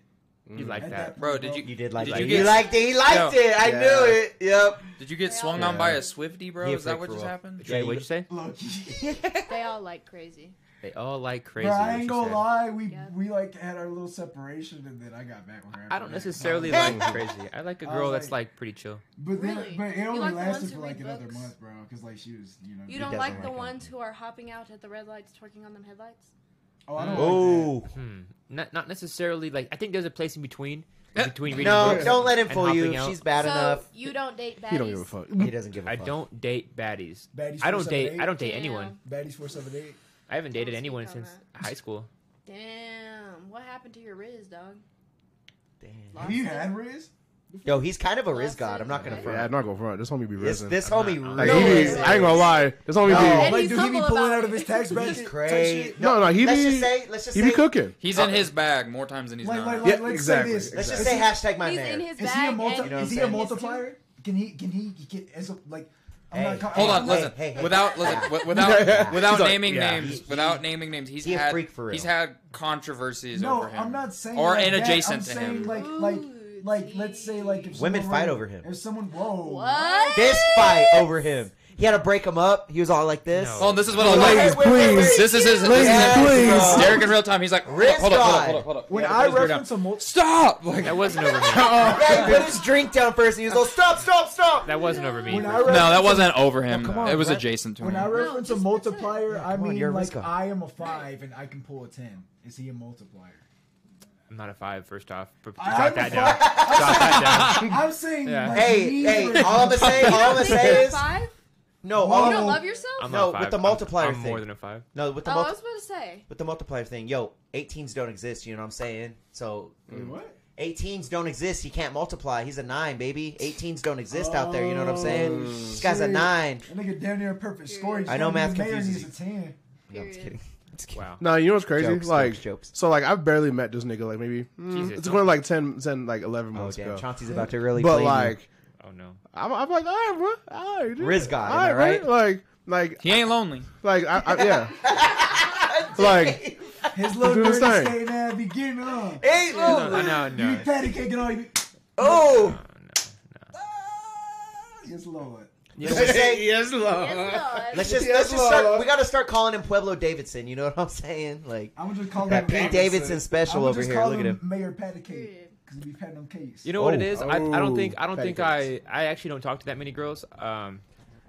[SPEAKER 2] you like
[SPEAKER 5] At
[SPEAKER 2] that?
[SPEAKER 5] that
[SPEAKER 1] Bro, did you,
[SPEAKER 3] You did like
[SPEAKER 1] did
[SPEAKER 3] that.
[SPEAKER 1] You
[SPEAKER 3] You,
[SPEAKER 1] get,
[SPEAKER 3] liked it. He liked
[SPEAKER 1] Yo.
[SPEAKER 3] it. I
[SPEAKER 4] Yeah.
[SPEAKER 3] knew it. Yep.
[SPEAKER 1] did you get swung on
[SPEAKER 3] Yeah.
[SPEAKER 1] by a Swifty, bro?
[SPEAKER 3] He a
[SPEAKER 1] Is that
[SPEAKER 3] freak
[SPEAKER 1] what
[SPEAKER 3] for
[SPEAKER 1] just
[SPEAKER 3] real.
[SPEAKER 1] happened?
[SPEAKER 2] Wait, what'd you say?
[SPEAKER 5] Low key.
[SPEAKER 6] They all like crazy.
[SPEAKER 2] They all like crazy.
[SPEAKER 5] Bro, I
[SPEAKER 2] what she
[SPEAKER 5] ain't gonna
[SPEAKER 2] said.
[SPEAKER 5] lie. We
[SPEAKER 6] Yeah.
[SPEAKER 5] we like had our little separation, and then I got back with her.
[SPEAKER 2] I
[SPEAKER 5] after
[SPEAKER 2] don't
[SPEAKER 5] that.
[SPEAKER 2] necessarily
[SPEAKER 5] Um,
[SPEAKER 2] like crazy. I like a
[SPEAKER 5] I
[SPEAKER 2] girl
[SPEAKER 5] was
[SPEAKER 2] that's
[SPEAKER 5] like-
[SPEAKER 2] like pretty chill.
[SPEAKER 5] But then,
[SPEAKER 6] Really?
[SPEAKER 5] but it
[SPEAKER 6] You
[SPEAKER 5] only
[SPEAKER 6] like the
[SPEAKER 5] lasted
[SPEAKER 6] ones
[SPEAKER 5] for
[SPEAKER 6] who
[SPEAKER 5] like
[SPEAKER 6] read
[SPEAKER 5] another
[SPEAKER 6] books?
[SPEAKER 5] month, bro. Because like she was, you know.
[SPEAKER 6] You don't
[SPEAKER 3] doesn't
[SPEAKER 6] like the
[SPEAKER 3] like 'em.
[SPEAKER 6] ones who are hopping out at the red lights, twerking on them headlights.
[SPEAKER 5] Oh, I don't like
[SPEAKER 3] Oh.
[SPEAKER 2] Hmm. Not not necessarily like. I think there's a place in between between reading
[SPEAKER 3] No,
[SPEAKER 2] books
[SPEAKER 3] don't let him
[SPEAKER 2] and
[SPEAKER 3] fool
[SPEAKER 2] hopping
[SPEAKER 3] you.
[SPEAKER 2] out.
[SPEAKER 3] She's bad
[SPEAKER 6] so
[SPEAKER 3] enough.
[SPEAKER 6] you don't date baddies.
[SPEAKER 4] He don't give a fuck.
[SPEAKER 3] He doesn't give a
[SPEAKER 2] I
[SPEAKER 3] fuck.
[SPEAKER 2] don't date baddies.
[SPEAKER 5] Baddies
[SPEAKER 2] I don't
[SPEAKER 5] for
[SPEAKER 2] date.
[SPEAKER 5] seven,
[SPEAKER 2] I don't date
[SPEAKER 6] eight?
[SPEAKER 2] anyone.
[SPEAKER 5] that. Baddies four seven eight.
[SPEAKER 2] I haven't dated
[SPEAKER 6] Don't
[SPEAKER 2] anyone
[SPEAKER 6] speak on
[SPEAKER 2] since high school.
[SPEAKER 6] Damn, what happened to your Riz, dog?
[SPEAKER 3] Damn.
[SPEAKER 5] Have you had Riz?
[SPEAKER 3] Yo, he's kind of a Riz god. I'm not gonna
[SPEAKER 6] Yeah,
[SPEAKER 3] front.
[SPEAKER 4] Yeah, I'm not gonna front. This homie be
[SPEAKER 3] This
[SPEAKER 4] risen.
[SPEAKER 3] this
[SPEAKER 2] I'm
[SPEAKER 3] homie
[SPEAKER 2] not-
[SPEAKER 4] Like,
[SPEAKER 3] really
[SPEAKER 4] he be,
[SPEAKER 3] is.
[SPEAKER 4] I ain't gonna lie. This homie
[SPEAKER 3] No.
[SPEAKER 4] be.
[SPEAKER 6] And
[SPEAKER 5] Like,
[SPEAKER 6] he's
[SPEAKER 5] do he be
[SPEAKER 6] humble
[SPEAKER 5] pulling
[SPEAKER 6] about
[SPEAKER 5] out of his
[SPEAKER 6] it.
[SPEAKER 5] tax bracket?
[SPEAKER 3] He's
[SPEAKER 5] type
[SPEAKER 3] crazy.
[SPEAKER 5] shit?
[SPEAKER 4] No, no, he
[SPEAKER 3] let's
[SPEAKER 4] be.
[SPEAKER 3] just say. Let's just
[SPEAKER 4] he
[SPEAKER 3] say.
[SPEAKER 4] be cooking.
[SPEAKER 1] He's in his bag more times than he's
[SPEAKER 5] Like,
[SPEAKER 1] not.
[SPEAKER 5] like, like,
[SPEAKER 4] Yeah,
[SPEAKER 5] let's
[SPEAKER 4] exactly,
[SPEAKER 5] say this.
[SPEAKER 3] Let's just
[SPEAKER 5] Is
[SPEAKER 3] say hashtag my
[SPEAKER 6] He's
[SPEAKER 3] man.
[SPEAKER 6] in
[SPEAKER 5] Is
[SPEAKER 6] his
[SPEAKER 5] he a
[SPEAKER 6] bag.
[SPEAKER 5] multi-
[SPEAKER 6] and-
[SPEAKER 3] know what I'm
[SPEAKER 5] is he a
[SPEAKER 3] saying?
[SPEAKER 5] multiplier? Can he? Can he get as a like? I'm
[SPEAKER 3] Hey.
[SPEAKER 5] not ca-
[SPEAKER 1] Hold on,
[SPEAKER 5] I'm
[SPEAKER 3] Hey,
[SPEAKER 1] listen.
[SPEAKER 3] hey, hey.
[SPEAKER 1] Without listen, wi- without without
[SPEAKER 4] He's like,
[SPEAKER 1] naming
[SPEAKER 4] yeah.
[SPEAKER 1] names, without naming names, he's
[SPEAKER 3] he a
[SPEAKER 1] had
[SPEAKER 3] freak for real.
[SPEAKER 1] he's had controversies
[SPEAKER 5] No,
[SPEAKER 1] over him.
[SPEAKER 5] I'm not saying
[SPEAKER 1] or
[SPEAKER 5] like
[SPEAKER 1] and
[SPEAKER 5] that.
[SPEAKER 1] adjacent
[SPEAKER 5] I'm
[SPEAKER 1] to him.
[SPEAKER 5] saying, Like, like,
[SPEAKER 6] Ooh,
[SPEAKER 5] like, let's say like if
[SPEAKER 3] Women
[SPEAKER 5] someone-
[SPEAKER 3] fight over him.
[SPEAKER 5] If someone, whoa,
[SPEAKER 6] What?
[SPEAKER 3] Fist fight over him. He had to break him up. He was all like this.
[SPEAKER 2] No.
[SPEAKER 1] oh, this is what I
[SPEAKER 4] Ladies,
[SPEAKER 1] like.
[SPEAKER 3] Wait, wait, wait,
[SPEAKER 4] please.
[SPEAKER 1] This is his. This
[SPEAKER 4] Please,
[SPEAKER 1] is his.
[SPEAKER 4] please.
[SPEAKER 1] Derek in real time. He's like, hold
[SPEAKER 3] Wrist
[SPEAKER 1] up, hold up, hold up,
[SPEAKER 3] guard.
[SPEAKER 1] hold up, hold up.
[SPEAKER 5] When
[SPEAKER 1] Yeah,
[SPEAKER 5] I
[SPEAKER 1] put his beer down.
[SPEAKER 5] reference a multi,
[SPEAKER 1] stop, like
[SPEAKER 2] That wasn't over me.
[SPEAKER 3] Yeah, he put his drink down first, and he was all stop, stop, stop.
[SPEAKER 2] That wasn't over me.
[SPEAKER 5] when I
[SPEAKER 2] Bro.
[SPEAKER 1] no,
[SPEAKER 5] reference
[SPEAKER 1] that
[SPEAKER 5] a-
[SPEAKER 1] wasn't over him.
[SPEAKER 5] Oh, come on,
[SPEAKER 1] it was
[SPEAKER 5] right?
[SPEAKER 1] adjacent to
[SPEAKER 5] When I
[SPEAKER 1] him.
[SPEAKER 5] reference
[SPEAKER 6] No,
[SPEAKER 5] a
[SPEAKER 6] just
[SPEAKER 5] multiplier, I
[SPEAKER 3] come on,
[SPEAKER 5] mean
[SPEAKER 3] you're a
[SPEAKER 5] like
[SPEAKER 3] risk off.
[SPEAKER 5] I am a five and I can pull a ten. Is he a multiplier?
[SPEAKER 2] I'm not a five. First off, But
[SPEAKER 5] I-
[SPEAKER 2] jot
[SPEAKER 5] I'm
[SPEAKER 2] that
[SPEAKER 5] a
[SPEAKER 2] down. Jot that down.
[SPEAKER 5] I'm saying,
[SPEAKER 2] Yeah.
[SPEAKER 5] like,
[SPEAKER 3] Hey,
[SPEAKER 5] these
[SPEAKER 3] hey,
[SPEAKER 5] are-
[SPEAKER 3] all I'm gonna say, all I'm gonna
[SPEAKER 6] You don't think you're
[SPEAKER 3] say
[SPEAKER 6] a
[SPEAKER 3] is
[SPEAKER 6] five?
[SPEAKER 3] no,
[SPEAKER 5] Whoa.
[SPEAKER 3] all
[SPEAKER 6] You
[SPEAKER 3] I'm,
[SPEAKER 6] don't love yourself?
[SPEAKER 2] I'm
[SPEAKER 3] No,
[SPEAKER 2] not a
[SPEAKER 3] with
[SPEAKER 2] five.
[SPEAKER 3] the
[SPEAKER 2] I'm-
[SPEAKER 3] multiplier
[SPEAKER 2] I'm, more
[SPEAKER 3] thing.
[SPEAKER 2] than a five.
[SPEAKER 3] no with the
[SPEAKER 6] oh, I
[SPEAKER 3] multi-
[SPEAKER 6] was about to say.
[SPEAKER 3] with the multiplier thing. Yo, 18s don't exist. You know what I'm saying? So
[SPEAKER 5] Wait, what?
[SPEAKER 3] 18s don't exist. He can't multiply. He's a nine, baby. 18s don't exist out there. You know what I'm
[SPEAKER 2] Oh,
[SPEAKER 3] saying? This guy's a
[SPEAKER 5] shit.
[SPEAKER 3] nine.
[SPEAKER 5] That nigga damn near a perfect score. He's
[SPEAKER 3] I know
[SPEAKER 5] not even
[SPEAKER 3] math
[SPEAKER 5] mayor,
[SPEAKER 3] confuses
[SPEAKER 5] he's a ten.
[SPEAKER 3] No, I'm just
[SPEAKER 6] Period.
[SPEAKER 3] kidding. I'm just kidding.
[SPEAKER 2] Wow.
[SPEAKER 4] No, you know what's crazy?
[SPEAKER 3] Jokes,
[SPEAKER 4] like,
[SPEAKER 3] jokes, jokes.
[SPEAKER 4] so like I've barely met this nigga. Like maybe mm,
[SPEAKER 2] Jesus.
[SPEAKER 4] it's going like 10, 10, like eleven
[SPEAKER 3] Oh
[SPEAKER 4] months
[SPEAKER 3] damn,
[SPEAKER 4] ago.
[SPEAKER 3] Chauncey's about to really.
[SPEAKER 4] but
[SPEAKER 3] claim you.
[SPEAKER 4] like,
[SPEAKER 2] Oh no.
[SPEAKER 4] I'm, I'm like, all right, bro, all right, dude.
[SPEAKER 3] Riz God, am
[SPEAKER 4] all
[SPEAKER 3] I right?
[SPEAKER 4] bro. Like, like,
[SPEAKER 1] He ain't lonely.
[SPEAKER 4] like, I, I, yeah, like,
[SPEAKER 5] His little
[SPEAKER 4] Dude,
[SPEAKER 5] dirty
[SPEAKER 4] it's like-
[SPEAKER 5] skating ass be getting on.
[SPEAKER 3] hey,
[SPEAKER 2] No,
[SPEAKER 3] oh,
[SPEAKER 2] no,
[SPEAKER 5] You
[SPEAKER 2] no.
[SPEAKER 5] patty caking all you.
[SPEAKER 2] Uh,
[SPEAKER 3] oh.
[SPEAKER 5] Yes, Lord.
[SPEAKER 3] Let's just say-
[SPEAKER 6] Yes,
[SPEAKER 3] let's just
[SPEAKER 4] Yes,
[SPEAKER 3] let's just start.
[SPEAKER 4] Lola.
[SPEAKER 3] We gotta start calling him Pueblo Davidson. You know what I'm saying? Like
[SPEAKER 5] I'm gonna just call
[SPEAKER 3] that
[SPEAKER 5] him
[SPEAKER 3] Pete Davidson special
[SPEAKER 5] I'ma
[SPEAKER 3] over
[SPEAKER 5] just
[SPEAKER 3] here.
[SPEAKER 5] call
[SPEAKER 3] Look at him.
[SPEAKER 5] Mayor Patty Cake
[SPEAKER 6] Period.
[SPEAKER 5] because he be patting on cakes.
[SPEAKER 2] You know what it
[SPEAKER 4] Oh.
[SPEAKER 2] is? I, I don't
[SPEAKER 4] Oh,
[SPEAKER 2] think I don't think I
[SPEAKER 4] pancakes.
[SPEAKER 2] I actually don't talk to that many girls. Um,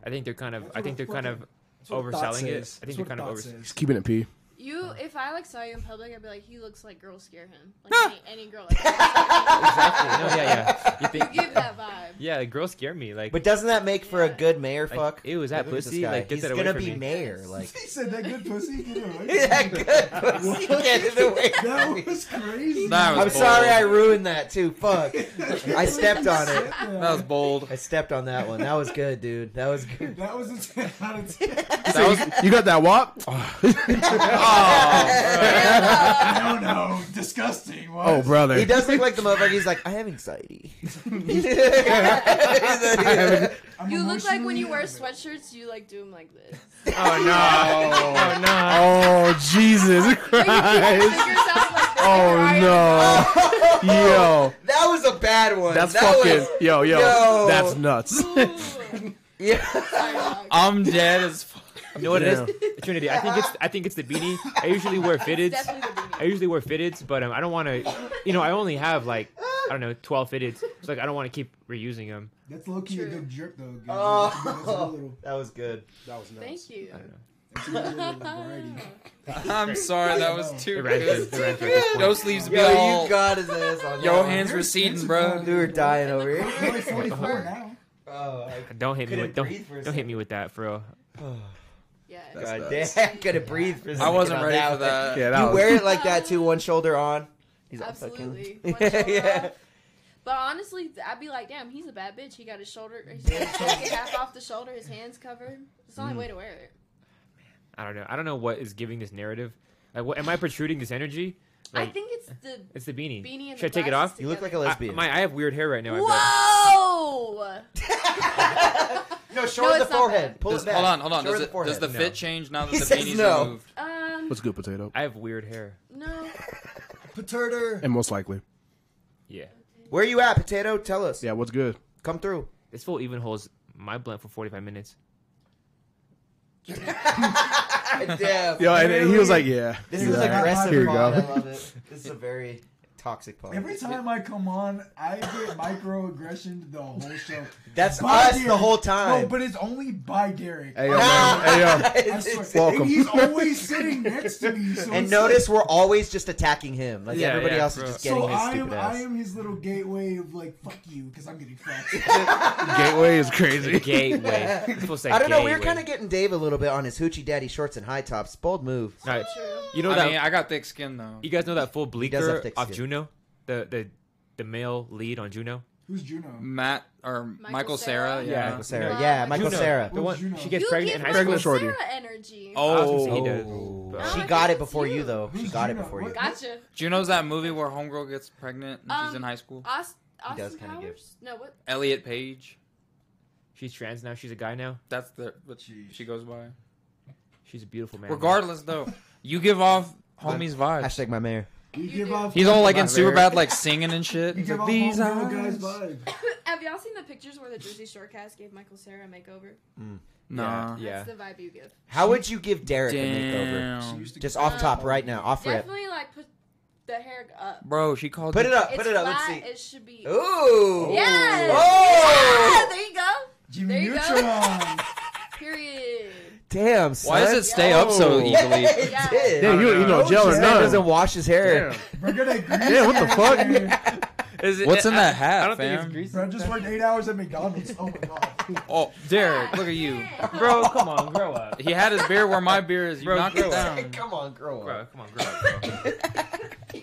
[SPEAKER 2] I think they're kind of I think they're kind of overselling it. I think they're kind of over.
[SPEAKER 4] he's keeping it p.
[SPEAKER 6] You, if I like saw you in public, I'd be like, he looks like girls scare him. Like any, any girl. Like, that.
[SPEAKER 2] Exactly. No, yeah, yeah. You think?
[SPEAKER 6] give that vibe.
[SPEAKER 2] Yeah, the girls scare me. Like,
[SPEAKER 3] But doesn't that make for a good mayor?
[SPEAKER 2] like,
[SPEAKER 3] Fuck.
[SPEAKER 2] ew, is that
[SPEAKER 3] Look at this
[SPEAKER 2] pussy?
[SPEAKER 3] guy.
[SPEAKER 2] Like, get
[SPEAKER 3] he's
[SPEAKER 2] that away
[SPEAKER 3] gonna
[SPEAKER 2] from
[SPEAKER 3] be
[SPEAKER 2] me.
[SPEAKER 3] mayor. Like
[SPEAKER 5] He said that good pussy. Get it right.
[SPEAKER 3] that good pussy. Get it away. from me.
[SPEAKER 5] That was crazy.
[SPEAKER 1] That was
[SPEAKER 3] I'm
[SPEAKER 1] bold.
[SPEAKER 3] sorry I ruined that too. Fuck. I stepped on it.
[SPEAKER 1] That was bold.
[SPEAKER 3] I stepped on that one. That was good, dude. That was good.
[SPEAKER 5] That was a ten out of ten.
[SPEAKER 1] That was
[SPEAKER 4] You got that wop?
[SPEAKER 3] Oh.
[SPEAKER 5] no, no, disgusting. What?
[SPEAKER 4] Oh, brother.
[SPEAKER 3] He does look like the motherfucker. He's like, I have anxiety. I
[SPEAKER 5] I'm
[SPEAKER 6] You look like when you wear
[SPEAKER 5] emotionally-
[SPEAKER 6] sweatshirts, you like do them like this.
[SPEAKER 2] Oh no! oh no!
[SPEAKER 4] Oh Jesus
[SPEAKER 6] Like, you keep your
[SPEAKER 4] Christ!
[SPEAKER 6] fingers out like this, your
[SPEAKER 4] Oh
[SPEAKER 6] eyes-
[SPEAKER 4] no! Yo,
[SPEAKER 3] that was a bad one.
[SPEAKER 4] that's
[SPEAKER 3] that
[SPEAKER 4] fucking
[SPEAKER 3] Was,
[SPEAKER 4] yo, yo,
[SPEAKER 3] Yo.
[SPEAKER 4] that's nuts.
[SPEAKER 6] Ooh.
[SPEAKER 3] yeah.
[SPEAKER 6] Sorry, dog.
[SPEAKER 1] I'm dead as fuck.
[SPEAKER 2] You know what
[SPEAKER 4] Yeah.
[SPEAKER 2] it is? Trinity. I think it's I think it's the beanie. I usually wear fitteds.
[SPEAKER 6] Definitely the
[SPEAKER 2] I
[SPEAKER 6] beanie.
[SPEAKER 2] usually wear fitteds, but um, I don't want to. You know, I only have like I don't know, 12 idiots. It's like, I don't want to keep reusing them.
[SPEAKER 5] That's low key a
[SPEAKER 6] True.
[SPEAKER 5] good jerk though. Gary. That's a
[SPEAKER 3] Oh,
[SPEAKER 5] little,
[SPEAKER 3] that was good.
[SPEAKER 4] That was nice.
[SPEAKER 6] Thank you.
[SPEAKER 5] that's a little variety.
[SPEAKER 1] I'm sorry, that was too
[SPEAKER 2] It ran through-
[SPEAKER 1] good.
[SPEAKER 2] it ran through at this point.
[SPEAKER 1] No sleeves be
[SPEAKER 3] Yo,
[SPEAKER 1] all.
[SPEAKER 3] you got his ass on
[SPEAKER 1] Yo,
[SPEAKER 3] that
[SPEAKER 1] hands
[SPEAKER 5] They're
[SPEAKER 1] receding,
[SPEAKER 5] expensive,
[SPEAKER 1] bro.
[SPEAKER 5] though.
[SPEAKER 3] one. We were dying over
[SPEAKER 5] They're only
[SPEAKER 3] here.
[SPEAKER 5] forty-four now.
[SPEAKER 3] oh, I
[SPEAKER 2] Don't hit me
[SPEAKER 3] Couldn't
[SPEAKER 2] with don't,
[SPEAKER 3] breathe for a Oh,
[SPEAKER 2] don't hit me with that, for real.
[SPEAKER 6] Yeah.
[SPEAKER 3] God damn, I couldn't breathe for a
[SPEAKER 1] I wasn't
[SPEAKER 3] second on
[SPEAKER 1] ready for
[SPEAKER 3] one.
[SPEAKER 1] that.
[SPEAKER 9] Yeah, that
[SPEAKER 3] you
[SPEAKER 9] was.
[SPEAKER 3] wear it like that too, one shoulder on. He's all
[SPEAKER 6] Absolutely.
[SPEAKER 3] fucking-
[SPEAKER 6] One shoulder
[SPEAKER 3] yeah.
[SPEAKER 6] off. But honestly, I'd be like, damn, he's a bad bitch. He got his shoulder, he's half off the shoulder, his hands covered. It's the
[SPEAKER 2] Mm.
[SPEAKER 6] only way to wear it.
[SPEAKER 2] I don't know. I don't know what is giving this narrative. Like, what, am I protruding this energy? Like,
[SPEAKER 6] I think it's the
[SPEAKER 2] it's the beanie.
[SPEAKER 6] beanie and
[SPEAKER 2] Should
[SPEAKER 6] the
[SPEAKER 2] I take it
[SPEAKER 6] glasses
[SPEAKER 2] off?
[SPEAKER 3] You look like a
[SPEAKER 6] together.
[SPEAKER 2] I,
[SPEAKER 3] lesbian.
[SPEAKER 2] my, I have weird hair right now. I bet.
[SPEAKER 6] Whoa!
[SPEAKER 3] no,
[SPEAKER 6] No,
[SPEAKER 3] short
[SPEAKER 6] it's
[SPEAKER 3] the
[SPEAKER 6] not
[SPEAKER 3] forehead.
[SPEAKER 6] bad.
[SPEAKER 3] Pull
[SPEAKER 1] Does-
[SPEAKER 3] it back.
[SPEAKER 1] hold on, hold on. Does,
[SPEAKER 3] Short the
[SPEAKER 1] it, does
[SPEAKER 3] forehead.
[SPEAKER 1] the
[SPEAKER 2] No.
[SPEAKER 1] fit change now that
[SPEAKER 3] He
[SPEAKER 1] the
[SPEAKER 3] says
[SPEAKER 1] beanie's
[SPEAKER 3] no.
[SPEAKER 1] removed?
[SPEAKER 6] Um,
[SPEAKER 4] What's good, potato?
[SPEAKER 2] I have weird hair.
[SPEAKER 6] no.
[SPEAKER 5] Paterter.
[SPEAKER 4] And most likely.
[SPEAKER 2] Yeah.
[SPEAKER 3] Where you at, potato? Tell us.
[SPEAKER 4] Yeah, what's good?
[SPEAKER 3] Come through.
[SPEAKER 2] This full even holds my blunt for 45 minutes.
[SPEAKER 3] Damn.
[SPEAKER 4] Yo, and and he was like, yeah.
[SPEAKER 3] This
[SPEAKER 4] he
[SPEAKER 3] is
[SPEAKER 4] was like,
[SPEAKER 3] aggressive.
[SPEAKER 4] Here you
[SPEAKER 3] pod.
[SPEAKER 4] go.
[SPEAKER 3] I love it. This is a very toxic pod.
[SPEAKER 5] Every time I come on, I get microaggression the whole show.
[SPEAKER 3] That's
[SPEAKER 5] By
[SPEAKER 3] us
[SPEAKER 5] Derek.
[SPEAKER 3] the whole time.
[SPEAKER 5] No, but it's only by Derek.
[SPEAKER 4] Hey, yo, man. Hey, yo.
[SPEAKER 5] I
[SPEAKER 3] It's-
[SPEAKER 5] swear.
[SPEAKER 3] it's-
[SPEAKER 4] Welcome.
[SPEAKER 5] And he's always sitting next to me. So
[SPEAKER 3] and
[SPEAKER 5] it's
[SPEAKER 3] notice we're always just attacking him. Like
[SPEAKER 2] Yeah,
[SPEAKER 3] everybody
[SPEAKER 2] yeah,
[SPEAKER 3] else
[SPEAKER 2] bro.
[SPEAKER 3] is just
[SPEAKER 5] like,
[SPEAKER 3] getting
[SPEAKER 5] so
[SPEAKER 3] his
[SPEAKER 5] I am,
[SPEAKER 3] stupid
[SPEAKER 5] I
[SPEAKER 3] ass.
[SPEAKER 5] am his little gateway of like fuck you because I'm getting fucked.
[SPEAKER 4] Gateway is crazy.
[SPEAKER 2] Gateway. This fool said
[SPEAKER 3] I don't know. We were
[SPEAKER 2] gateway.
[SPEAKER 3] kind of getting Dave a little bit on his hoochie daddy shorts and high tops. Bold move.
[SPEAKER 2] All right.
[SPEAKER 6] True.
[SPEAKER 2] You know
[SPEAKER 1] I
[SPEAKER 2] that
[SPEAKER 1] mean, I got thick skin though.
[SPEAKER 2] you guys know that full
[SPEAKER 3] does have
[SPEAKER 2] bleaker
[SPEAKER 3] thick
[SPEAKER 2] off
[SPEAKER 3] skin.
[SPEAKER 2] Juno, the the the male lead on Juno.
[SPEAKER 5] Who's Juno?
[SPEAKER 1] Matt or Michael,
[SPEAKER 6] Michael
[SPEAKER 1] Sarah.
[SPEAKER 6] Sarah?
[SPEAKER 2] Yeah.
[SPEAKER 3] Michael Sarah.
[SPEAKER 6] No.
[SPEAKER 3] yeah, Michael
[SPEAKER 2] Juno,
[SPEAKER 3] Sarah.
[SPEAKER 2] the one
[SPEAKER 5] Juno?
[SPEAKER 2] she gets
[SPEAKER 6] You
[SPEAKER 2] pregnant in
[SPEAKER 6] give
[SPEAKER 2] high
[SPEAKER 6] Michael
[SPEAKER 2] school.
[SPEAKER 4] Pregnant shorty.
[SPEAKER 6] Sarah energy.
[SPEAKER 2] I was gonna say
[SPEAKER 1] Oh,
[SPEAKER 2] he does.
[SPEAKER 3] Oh.
[SPEAKER 2] but-
[SPEAKER 3] She
[SPEAKER 6] I
[SPEAKER 3] got
[SPEAKER 6] think
[SPEAKER 3] it
[SPEAKER 6] it's
[SPEAKER 3] before you,
[SPEAKER 6] you.
[SPEAKER 3] though. She
[SPEAKER 5] Who's
[SPEAKER 3] got it
[SPEAKER 5] Juno?
[SPEAKER 3] before you.
[SPEAKER 5] What-
[SPEAKER 6] Gotcha.
[SPEAKER 1] Juno's that movie where Homegirl gets pregnant and she's
[SPEAKER 6] Um,
[SPEAKER 1] in high school.
[SPEAKER 6] Aust-
[SPEAKER 3] He does
[SPEAKER 6] Austin
[SPEAKER 3] kinda give-
[SPEAKER 6] Powers? No, what?
[SPEAKER 1] Elliot Page.
[SPEAKER 2] She's trans now. She's a guy now.
[SPEAKER 1] That's the what
[SPEAKER 5] Jeez.
[SPEAKER 1] she goes by.
[SPEAKER 2] She's a beautiful man.
[SPEAKER 1] Regardless, though, you give off homie's vibes.
[SPEAKER 3] Hashtag my mayor.
[SPEAKER 5] You,
[SPEAKER 6] do.
[SPEAKER 5] off.
[SPEAKER 1] He's all like in
[SPEAKER 2] My very-
[SPEAKER 1] super bad, like singing and shit.
[SPEAKER 5] You
[SPEAKER 1] He's
[SPEAKER 5] give
[SPEAKER 1] like,
[SPEAKER 5] off
[SPEAKER 1] These
[SPEAKER 5] these
[SPEAKER 1] are
[SPEAKER 5] guys vibe.
[SPEAKER 6] Have y'all seen the pictures where the Jersey Shore cast gave Michael Sarah a makeover?
[SPEAKER 1] Nah.
[SPEAKER 2] Yeah.
[SPEAKER 6] That's the vibe you give.
[SPEAKER 3] How would you give Derek a
[SPEAKER 5] She
[SPEAKER 1] Damn.
[SPEAKER 5] used to
[SPEAKER 3] makeover? Just
[SPEAKER 5] get-
[SPEAKER 3] off top right now. Off rip.
[SPEAKER 6] Definitely like put the hair up.
[SPEAKER 1] Bro, she called.
[SPEAKER 3] Put
[SPEAKER 1] you-
[SPEAKER 3] it up. Put
[SPEAKER 6] it's
[SPEAKER 3] it up. Let's
[SPEAKER 6] flat.
[SPEAKER 3] see.
[SPEAKER 6] It should be.
[SPEAKER 3] Ooh.
[SPEAKER 6] Yes.
[SPEAKER 3] Oh.
[SPEAKER 6] Yeah, there you go.
[SPEAKER 5] Jimmy
[SPEAKER 6] There you go.
[SPEAKER 5] Neutron.
[SPEAKER 6] Period.
[SPEAKER 3] Damn. Son.
[SPEAKER 1] Why does it stay up so
[SPEAKER 3] Oh.
[SPEAKER 1] easily?
[SPEAKER 3] it
[SPEAKER 6] Yeah.
[SPEAKER 3] did.
[SPEAKER 4] Yeah, oh, you, you know, gel or
[SPEAKER 3] This man
[SPEAKER 4] none.
[SPEAKER 3] doesn't wash his hair.
[SPEAKER 4] Damn.
[SPEAKER 5] We're gonna agree.
[SPEAKER 4] Yeah, what the fuck?
[SPEAKER 2] Is it-
[SPEAKER 1] What's in that
[SPEAKER 2] I-
[SPEAKER 1] hat,
[SPEAKER 2] I don't think
[SPEAKER 1] fam?
[SPEAKER 2] it's greasy.
[SPEAKER 5] Bro, I just worked eight hours at McDonald's. Oh my god.
[SPEAKER 1] Oh, Derek, look at you.
[SPEAKER 2] Bro, come on, grow up.
[SPEAKER 1] He had his beer where my beer is. You
[SPEAKER 2] Bro,
[SPEAKER 1] knocked it
[SPEAKER 2] grow up.
[SPEAKER 1] down.
[SPEAKER 3] Come on, girl.
[SPEAKER 2] Bro, come on, grow up, bro.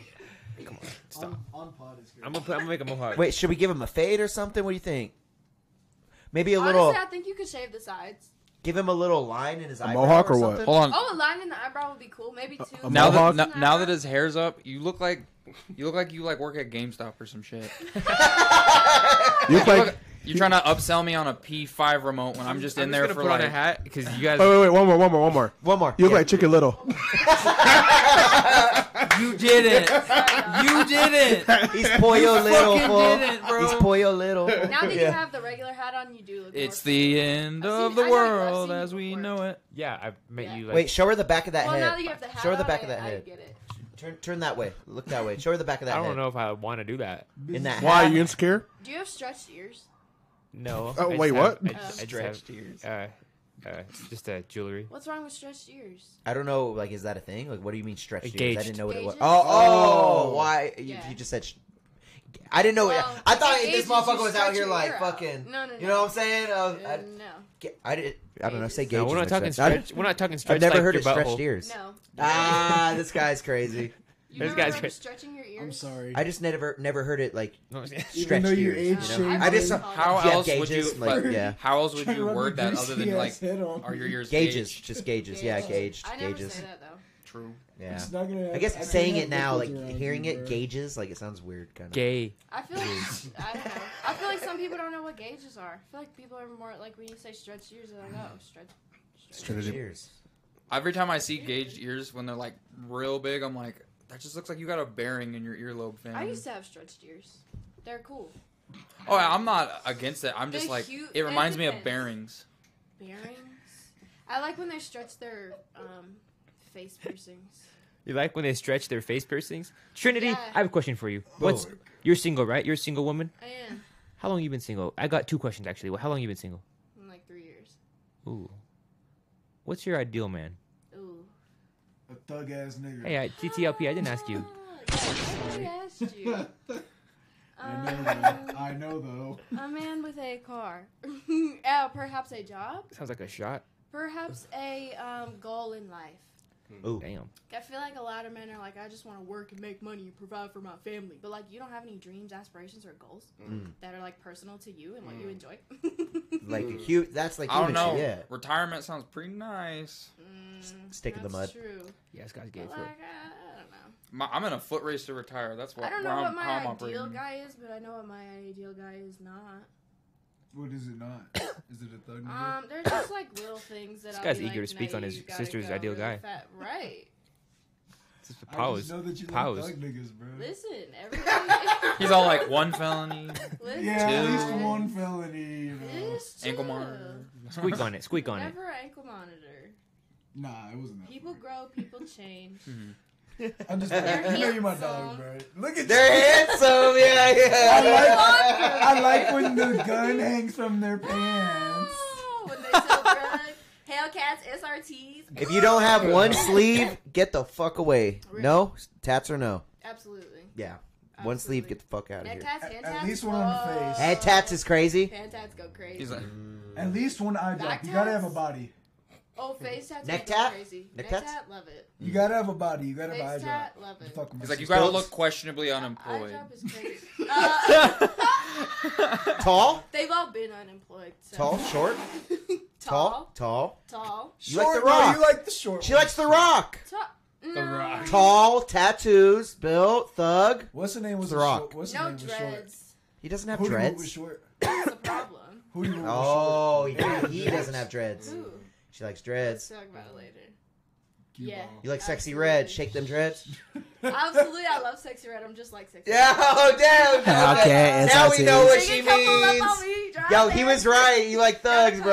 [SPEAKER 5] on, on pod is good.
[SPEAKER 2] I'm gonna put, I'm gonna make a mohawk.
[SPEAKER 3] Wait, should we give him a fade or something? What do you think? Maybe a little.
[SPEAKER 6] Honestly, I think you could shave the sides.
[SPEAKER 3] Give him a little line in his eyebrow.
[SPEAKER 4] mohawk or what?
[SPEAKER 3] something?
[SPEAKER 1] Hold on.
[SPEAKER 6] Oh, a line in the eyebrow would be cool. Maybe two.
[SPEAKER 4] Uh, a
[SPEAKER 1] Now that
[SPEAKER 4] Mohawk?
[SPEAKER 1] now, now that his hair's up, you look like you look like you like work at GameStop or some shit.
[SPEAKER 4] You look like.
[SPEAKER 1] Look, you're trying to upsell me on a P5 remote when I'm just in
[SPEAKER 2] I'm
[SPEAKER 1] there
[SPEAKER 2] just
[SPEAKER 1] for
[SPEAKER 2] gonna put
[SPEAKER 1] like
[SPEAKER 2] on a hat because you guys.
[SPEAKER 4] Wait, wait, wait. One more, one more, one more.
[SPEAKER 3] One more.
[SPEAKER 4] You look
[SPEAKER 3] Yeah.
[SPEAKER 4] like Chicken Little.
[SPEAKER 1] You did it. You did it.
[SPEAKER 3] He's Pollo Little.
[SPEAKER 1] fucking
[SPEAKER 3] fool.
[SPEAKER 1] did it, bro.
[SPEAKER 3] He's Pollo Little.
[SPEAKER 6] Now that
[SPEAKER 3] Yeah.
[SPEAKER 6] you have the regular hat on, you do look.
[SPEAKER 1] It's
[SPEAKER 6] more-
[SPEAKER 1] the end
[SPEAKER 6] I've seen-
[SPEAKER 1] of the
[SPEAKER 6] I know you- I've
[SPEAKER 1] world
[SPEAKER 6] seen you
[SPEAKER 1] as we
[SPEAKER 6] before.
[SPEAKER 1] know it.
[SPEAKER 2] Yeah, I met
[SPEAKER 6] Yeah.
[SPEAKER 2] you. Like,
[SPEAKER 3] Wait, show her the back of that
[SPEAKER 6] Well,
[SPEAKER 3] head.
[SPEAKER 6] now that you have the hat
[SPEAKER 3] show her the
[SPEAKER 6] on,
[SPEAKER 3] back
[SPEAKER 6] I,
[SPEAKER 3] of that
[SPEAKER 6] I
[SPEAKER 3] head.
[SPEAKER 6] get it.
[SPEAKER 3] Turn, turn that way. Look that way. Show her the back of that
[SPEAKER 2] I
[SPEAKER 3] head.
[SPEAKER 2] don't know if I want to do that.
[SPEAKER 3] In that
[SPEAKER 4] Why?
[SPEAKER 3] hat.
[SPEAKER 4] You insecure?
[SPEAKER 6] Do you have stretched ears?
[SPEAKER 2] No.
[SPEAKER 4] Oh,
[SPEAKER 2] I just
[SPEAKER 4] wait,
[SPEAKER 2] have-
[SPEAKER 4] what?
[SPEAKER 2] I just, I just have, uh, uh, just uh, jewelry.
[SPEAKER 6] What's wrong with stretched ears?
[SPEAKER 3] I don't know. Like, is that a thing? Like, what do you mean stretched? ears? I
[SPEAKER 2] Engaged.
[SPEAKER 3] didn't know what it was.
[SPEAKER 6] Engaged?
[SPEAKER 3] Oh, oh, why? You,
[SPEAKER 6] Yeah.
[SPEAKER 3] you just said. Sh- I didn't know. it.
[SPEAKER 6] Well,
[SPEAKER 3] Oh, I thought
[SPEAKER 6] engaged
[SPEAKER 3] this
[SPEAKER 6] is
[SPEAKER 3] motherfucker
[SPEAKER 6] you
[SPEAKER 3] was out
[SPEAKER 6] stretch
[SPEAKER 3] here
[SPEAKER 6] your
[SPEAKER 3] like
[SPEAKER 6] ear out.
[SPEAKER 3] fucking.
[SPEAKER 6] No, no,
[SPEAKER 3] You
[SPEAKER 6] no.
[SPEAKER 3] know what I'm saying? Uh,
[SPEAKER 6] Uh,
[SPEAKER 3] I,
[SPEAKER 6] no.
[SPEAKER 3] I didn't. I don't know. Say gauge.
[SPEAKER 2] No, we're not talking
[SPEAKER 3] I've,
[SPEAKER 2] stretch. We're not talking stretch.
[SPEAKER 3] I've never
[SPEAKER 2] like
[SPEAKER 3] heard
[SPEAKER 2] your
[SPEAKER 3] of stretched
[SPEAKER 2] butthole.
[SPEAKER 3] ears.
[SPEAKER 6] No.
[SPEAKER 3] Ah, this guy's crazy.
[SPEAKER 6] You
[SPEAKER 2] This
[SPEAKER 6] never
[SPEAKER 2] guy's
[SPEAKER 6] remember
[SPEAKER 2] great.
[SPEAKER 6] stretching your ears?
[SPEAKER 5] I'm sorry.
[SPEAKER 3] I just never never heard it like
[SPEAKER 5] Even
[SPEAKER 3] stretched
[SPEAKER 5] though your
[SPEAKER 3] ears.
[SPEAKER 5] age
[SPEAKER 3] you know?
[SPEAKER 5] shaved
[SPEAKER 3] I just
[SPEAKER 5] in.
[SPEAKER 1] How
[SPEAKER 3] Yeah,
[SPEAKER 1] else
[SPEAKER 3] gauges,
[SPEAKER 1] would you
[SPEAKER 3] like,
[SPEAKER 1] but
[SPEAKER 3] yeah.
[SPEAKER 1] How else would
[SPEAKER 5] Trying to
[SPEAKER 1] you
[SPEAKER 5] rub
[SPEAKER 1] word
[SPEAKER 5] your
[SPEAKER 1] that other than
[SPEAKER 5] greasy
[SPEAKER 1] like
[SPEAKER 5] ass head on
[SPEAKER 1] are your
[SPEAKER 5] me.
[SPEAKER 1] ears
[SPEAKER 3] gauges,
[SPEAKER 1] gauged?
[SPEAKER 3] just gauges. Yeah, gauged,
[SPEAKER 6] I never
[SPEAKER 3] gauges.
[SPEAKER 6] say that though.
[SPEAKER 1] True.
[SPEAKER 3] Yeah.
[SPEAKER 5] It's not gonna
[SPEAKER 3] I guess
[SPEAKER 5] can't
[SPEAKER 3] saying
[SPEAKER 5] have
[SPEAKER 3] it now, like
[SPEAKER 5] pickles around
[SPEAKER 3] hearing
[SPEAKER 5] you,
[SPEAKER 3] it,
[SPEAKER 5] bro.
[SPEAKER 3] gauges, like it sounds weird, kind of.
[SPEAKER 2] Gay.
[SPEAKER 6] I feel like I don't know. I feel like some people don't know what gauges are. I feel like people are more like when you say stretched ears, they're like, oh, stretch.
[SPEAKER 3] Cheers.
[SPEAKER 1] Every time I see gauged ears when they're like real big, I'm like, that just looks like you got a bearing in your earlobe, fam.
[SPEAKER 6] I used to have stretched ears. They're cool.
[SPEAKER 1] oh, I'm not against it. I'm just
[SPEAKER 6] They're
[SPEAKER 1] like,
[SPEAKER 6] cute.
[SPEAKER 1] it
[SPEAKER 6] It
[SPEAKER 1] reminds me of
[SPEAKER 6] depends.
[SPEAKER 1] bearings.
[SPEAKER 6] Bearings. I like when they stretch their um, face piercings.
[SPEAKER 2] You like when they stretch their face piercings? Trinity,
[SPEAKER 6] Yeah.
[SPEAKER 2] I have a question for you. What's
[SPEAKER 5] Lord.
[SPEAKER 2] you're single, right? You're a single woman.
[SPEAKER 6] I am.
[SPEAKER 2] How long you been single? I got two questions actually. Well, how long you been single?
[SPEAKER 6] In like three years.
[SPEAKER 2] Ooh. What's your ideal man?
[SPEAKER 6] Ooh.
[SPEAKER 5] A thug ass nigga.
[SPEAKER 2] Hey, I, TTLP, I didn't ask you.
[SPEAKER 6] Ah, yeah, I asked you.
[SPEAKER 5] I know
[SPEAKER 6] Um,
[SPEAKER 5] though. I know though.
[SPEAKER 6] a man with a car. uh, perhaps a job.
[SPEAKER 2] Sounds like a shot.
[SPEAKER 6] Perhaps a um, goal in life.
[SPEAKER 3] Ooh.
[SPEAKER 2] Damn.
[SPEAKER 6] I feel like a lot of men are like, I just want to work and make money and provide for my family. But like, you don't have any dreams, aspirations, or goals that are like personal to you and what you enjoy.
[SPEAKER 3] Mm. Like
[SPEAKER 5] Mm.
[SPEAKER 3] a cute. That's like
[SPEAKER 1] I don't
[SPEAKER 3] human
[SPEAKER 1] know.
[SPEAKER 3] shit. Yeah.
[SPEAKER 1] Retirement sounds pretty nice.
[SPEAKER 6] Mm,
[SPEAKER 3] Stick in the
[SPEAKER 6] that's
[SPEAKER 3] mud.
[SPEAKER 6] True.
[SPEAKER 2] Yeah, this guy's gay
[SPEAKER 6] But,
[SPEAKER 2] for
[SPEAKER 6] like, I,
[SPEAKER 2] it.
[SPEAKER 6] I don't know.
[SPEAKER 1] My, I'm in a foot race to retire. That's what
[SPEAKER 6] I don't know
[SPEAKER 1] where
[SPEAKER 6] what
[SPEAKER 1] I'm,
[SPEAKER 6] my
[SPEAKER 1] how I'm
[SPEAKER 6] ideal
[SPEAKER 1] operating.
[SPEAKER 6] guy is, but I know what my ideal guy is not.
[SPEAKER 5] What is it not? Is it a thug
[SPEAKER 3] Mm-hmm.
[SPEAKER 5] nigga?
[SPEAKER 6] Um, there's just like little things that. I'll
[SPEAKER 2] guy's
[SPEAKER 6] be
[SPEAKER 2] eager
[SPEAKER 6] like,
[SPEAKER 2] to speak
[SPEAKER 6] "Nah,
[SPEAKER 2] on
[SPEAKER 6] you
[SPEAKER 2] his
[SPEAKER 6] gotta
[SPEAKER 2] sister's
[SPEAKER 6] go
[SPEAKER 2] ideal
[SPEAKER 6] really
[SPEAKER 2] guy."
[SPEAKER 6] fat." Right.
[SPEAKER 2] This is
[SPEAKER 5] I just
[SPEAKER 2] powers.
[SPEAKER 5] know that you
[SPEAKER 2] Pause.
[SPEAKER 5] love thug niggas, bro.
[SPEAKER 6] Listen, everything.
[SPEAKER 1] He's all like one felony,
[SPEAKER 6] Listen,
[SPEAKER 5] Yeah, at least
[SPEAKER 1] Two.
[SPEAKER 5] one felony. You know.
[SPEAKER 6] Just
[SPEAKER 1] ankle
[SPEAKER 6] chill.
[SPEAKER 1] monitor.
[SPEAKER 2] Squeak on it. Squeak on it.
[SPEAKER 6] Never ankle monitor.
[SPEAKER 5] Nah, it wasn't that.
[SPEAKER 6] People grow, people change.
[SPEAKER 5] I'm just.
[SPEAKER 6] They're
[SPEAKER 5] you know you're my
[SPEAKER 6] handsome.
[SPEAKER 5] dog, bro. Look at
[SPEAKER 3] They're
[SPEAKER 5] that.
[SPEAKER 3] handsome. Yeah.
[SPEAKER 5] I like,
[SPEAKER 3] yeah.
[SPEAKER 5] I like when the gun hangs from their pants.
[SPEAKER 6] Oh, when they sell drugs, Hellcats, SRTs.
[SPEAKER 3] If you don't have one sleeve, get the fuck away. No tats or no.
[SPEAKER 6] Absolutely.
[SPEAKER 3] Yeah. One sleeve,
[SPEAKER 6] Absolutely.
[SPEAKER 3] get the fuck out of
[SPEAKER 6] Neck
[SPEAKER 3] here.
[SPEAKER 6] tats,
[SPEAKER 5] At-
[SPEAKER 6] hand
[SPEAKER 5] at
[SPEAKER 6] tats.
[SPEAKER 5] least one on the face.
[SPEAKER 3] Head tats is crazy.
[SPEAKER 6] Hand tats go crazy.
[SPEAKER 1] He's like,
[SPEAKER 5] At least one eye drop.
[SPEAKER 6] Back
[SPEAKER 5] You gotta
[SPEAKER 6] tats?
[SPEAKER 5] have a body.
[SPEAKER 6] oh, face tats.
[SPEAKER 3] Neck
[SPEAKER 6] go
[SPEAKER 3] tat?
[SPEAKER 6] Crazy.
[SPEAKER 3] Neck
[SPEAKER 6] Neck
[SPEAKER 3] tats?
[SPEAKER 6] tat. Love it.
[SPEAKER 5] You gotta have a body. You gotta have an
[SPEAKER 6] Face
[SPEAKER 5] eye drop.
[SPEAKER 6] tat. Love
[SPEAKER 5] The
[SPEAKER 6] it.
[SPEAKER 5] fuck am I
[SPEAKER 1] he's like, you
[SPEAKER 5] supposed
[SPEAKER 1] gotta
[SPEAKER 3] Spills.
[SPEAKER 1] look questionably
[SPEAKER 6] Eye
[SPEAKER 1] unemployed.
[SPEAKER 6] drop is crazy. Uh,
[SPEAKER 3] Tall,
[SPEAKER 6] they've all been unemployed. So.
[SPEAKER 3] tall, short, tall,
[SPEAKER 6] Tall.
[SPEAKER 3] tall.
[SPEAKER 6] Tall.
[SPEAKER 5] to-
[SPEAKER 3] You like
[SPEAKER 5] Short,
[SPEAKER 3] The
[SPEAKER 5] no,
[SPEAKER 3] Rock.
[SPEAKER 5] You like the short.
[SPEAKER 3] She
[SPEAKER 5] one.
[SPEAKER 3] likes The Rock.
[SPEAKER 6] Tall. No.
[SPEAKER 4] Rock.
[SPEAKER 3] Tall, tattoos, built, thug.
[SPEAKER 5] What's the name? Was
[SPEAKER 3] The
[SPEAKER 5] a
[SPEAKER 3] Rock.
[SPEAKER 5] Short? What's the
[SPEAKER 6] No
[SPEAKER 5] name? Was short.
[SPEAKER 6] dreads.
[SPEAKER 3] He doesn't have
[SPEAKER 5] Who do you want was
[SPEAKER 3] dreads.
[SPEAKER 5] short?
[SPEAKER 6] That's the problem.
[SPEAKER 5] Who do you want was short?
[SPEAKER 3] Oh, yeah, he doesn't have dreads.
[SPEAKER 5] Mm.
[SPEAKER 6] Ooh.
[SPEAKER 3] She likes
[SPEAKER 6] Let's
[SPEAKER 3] dreads.
[SPEAKER 6] talk about it later.
[SPEAKER 5] Cue
[SPEAKER 6] Yeah.
[SPEAKER 5] ball.
[SPEAKER 3] You like sexy
[SPEAKER 6] Absolutely.
[SPEAKER 3] red? Shake them dreads.
[SPEAKER 6] Absolutely, I love sexy red. I'm just like sexy.
[SPEAKER 3] Yeah, oh, damn.
[SPEAKER 5] Okay,
[SPEAKER 3] now we know what
[SPEAKER 6] Nigga,
[SPEAKER 3] she
[SPEAKER 6] come pull up on
[SPEAKER 3] means.
[SPEAKER 6] me, drive
[SPEAKER 3] Yo, he
[SPEAKER 6] fast.
[SPEAKER 3] was right. You like
[SPEAKER 6] Drive
[SPEAKER 3] thugs,
[SPEAKER 6] fast,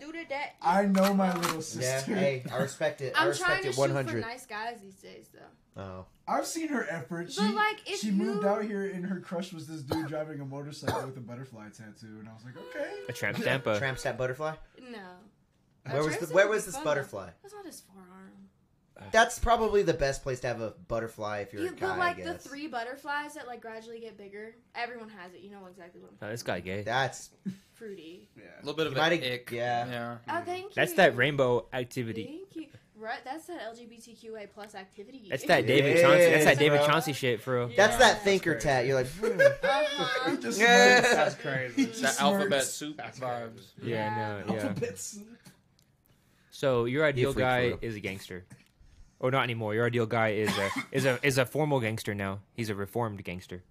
[SPEAKER 3] bro.
[SPEAKER 6] do the that.
[SPEAKER 5] I know my little
[SPEAKER 3] Yeah,
[SPEAKER 5] sister.
[SPEAKER 3] hey, I respect it. I
[SPEAKER 6] I'm
[SPEAKER 3] respect
[SPEAKER 6] trying to
[SPEAKER 3] it
[SPEAKER 6] shoot
[SPEAKER 3] 100.
[SPEAKER 6] for nice guys these days, though.
[SPEAKER 3] Oh.
[SPEAKER 5] I've seen her effort. She,
[SPEAKER 6] But, like, if
[SPEAKER 5] she moved
[SPEAKER 6] you-
[SPEAKER 5] out here and her crush was this dude driving a motorcycle with a butterfly tattoo, and I was like, okay.
[SPEAKER 2] A tramp stamp. uh,
[SPEAKER 3] Tramp stamp butterfly?
[SPEAKER 6] No.
[SPEAKER 3] Where was, the, where was this butterfly?
[SPEAKER 6] That's not his forearm.
[SPEAKER 3] That's probably the best place to have a butterfly if you're
[SPEAKER 6] You
[SPEAKER 3] a guy,
[SPEAKER 6] but like
[SPEAKER 3] I
[SPEAKER 6] the
[SPEAKER 3] guess.
[SPEAKER 6] three butterflies that like gradually get bigger. Everyone has it. You know exactly what I'm
[SPEAKER 2] No, this guy gay.
[SPEAKER 3] That's
[SPEAKER 6] fruity.
[SPEAKER 1] A little bit of
[SPEAKER 3] You might
[SPEAKER 1] an
[SPEAKER 3] have-
[SPEAKER 1] ick.
[SPEAKER 3] yeah.
[SPEAKER 1] Yeah.
[SPEAKER 6] Oh, thank you.
[SPEAKER 2] Mm-hmm. That's that rainbow activity.
[SPEAKER 6] Thank you. Right, that's that LGBTQA plus activity.
[SPEAKER 2] That's that David
[SPEAKER 3] Yes,
[SPEAKER 2] Chauncey. That's that David
[SPEAKER 3] bro.
[SPEAKER 2] Chauncey shit, bro.
[SPEAKER 3] that's
[SPEAKER 6] Yeah.
[SPEAKER 3] that thinker tat. You're like,
[SPEAKER 6] Uh-huh.
[SPEAKER 5] Just
[SPEAKER 3] Yeah.
[SPEAKER 5] smirks.
[SPEAKER 4] That's crazy.
[SPEAKER 5] Just
[SPEAKER 1] That
[SPEAKER 5] smirks.
[SPEAKER 1] alphabet soup vibes.
[SPEAKER 2] Yeah, no, yeah.
[SPEAKER 5] Alphabet soup.
[SPEAKER 2] So your ideal
[SPEAKER 3] freak
[SPEAKER 2] guy
[SPEAKER 3] for real.
[SPEAKER 2] is a gangster, or not anymore. Your ideal guy is a is a is a formal gangster now. He's a reformed gangster.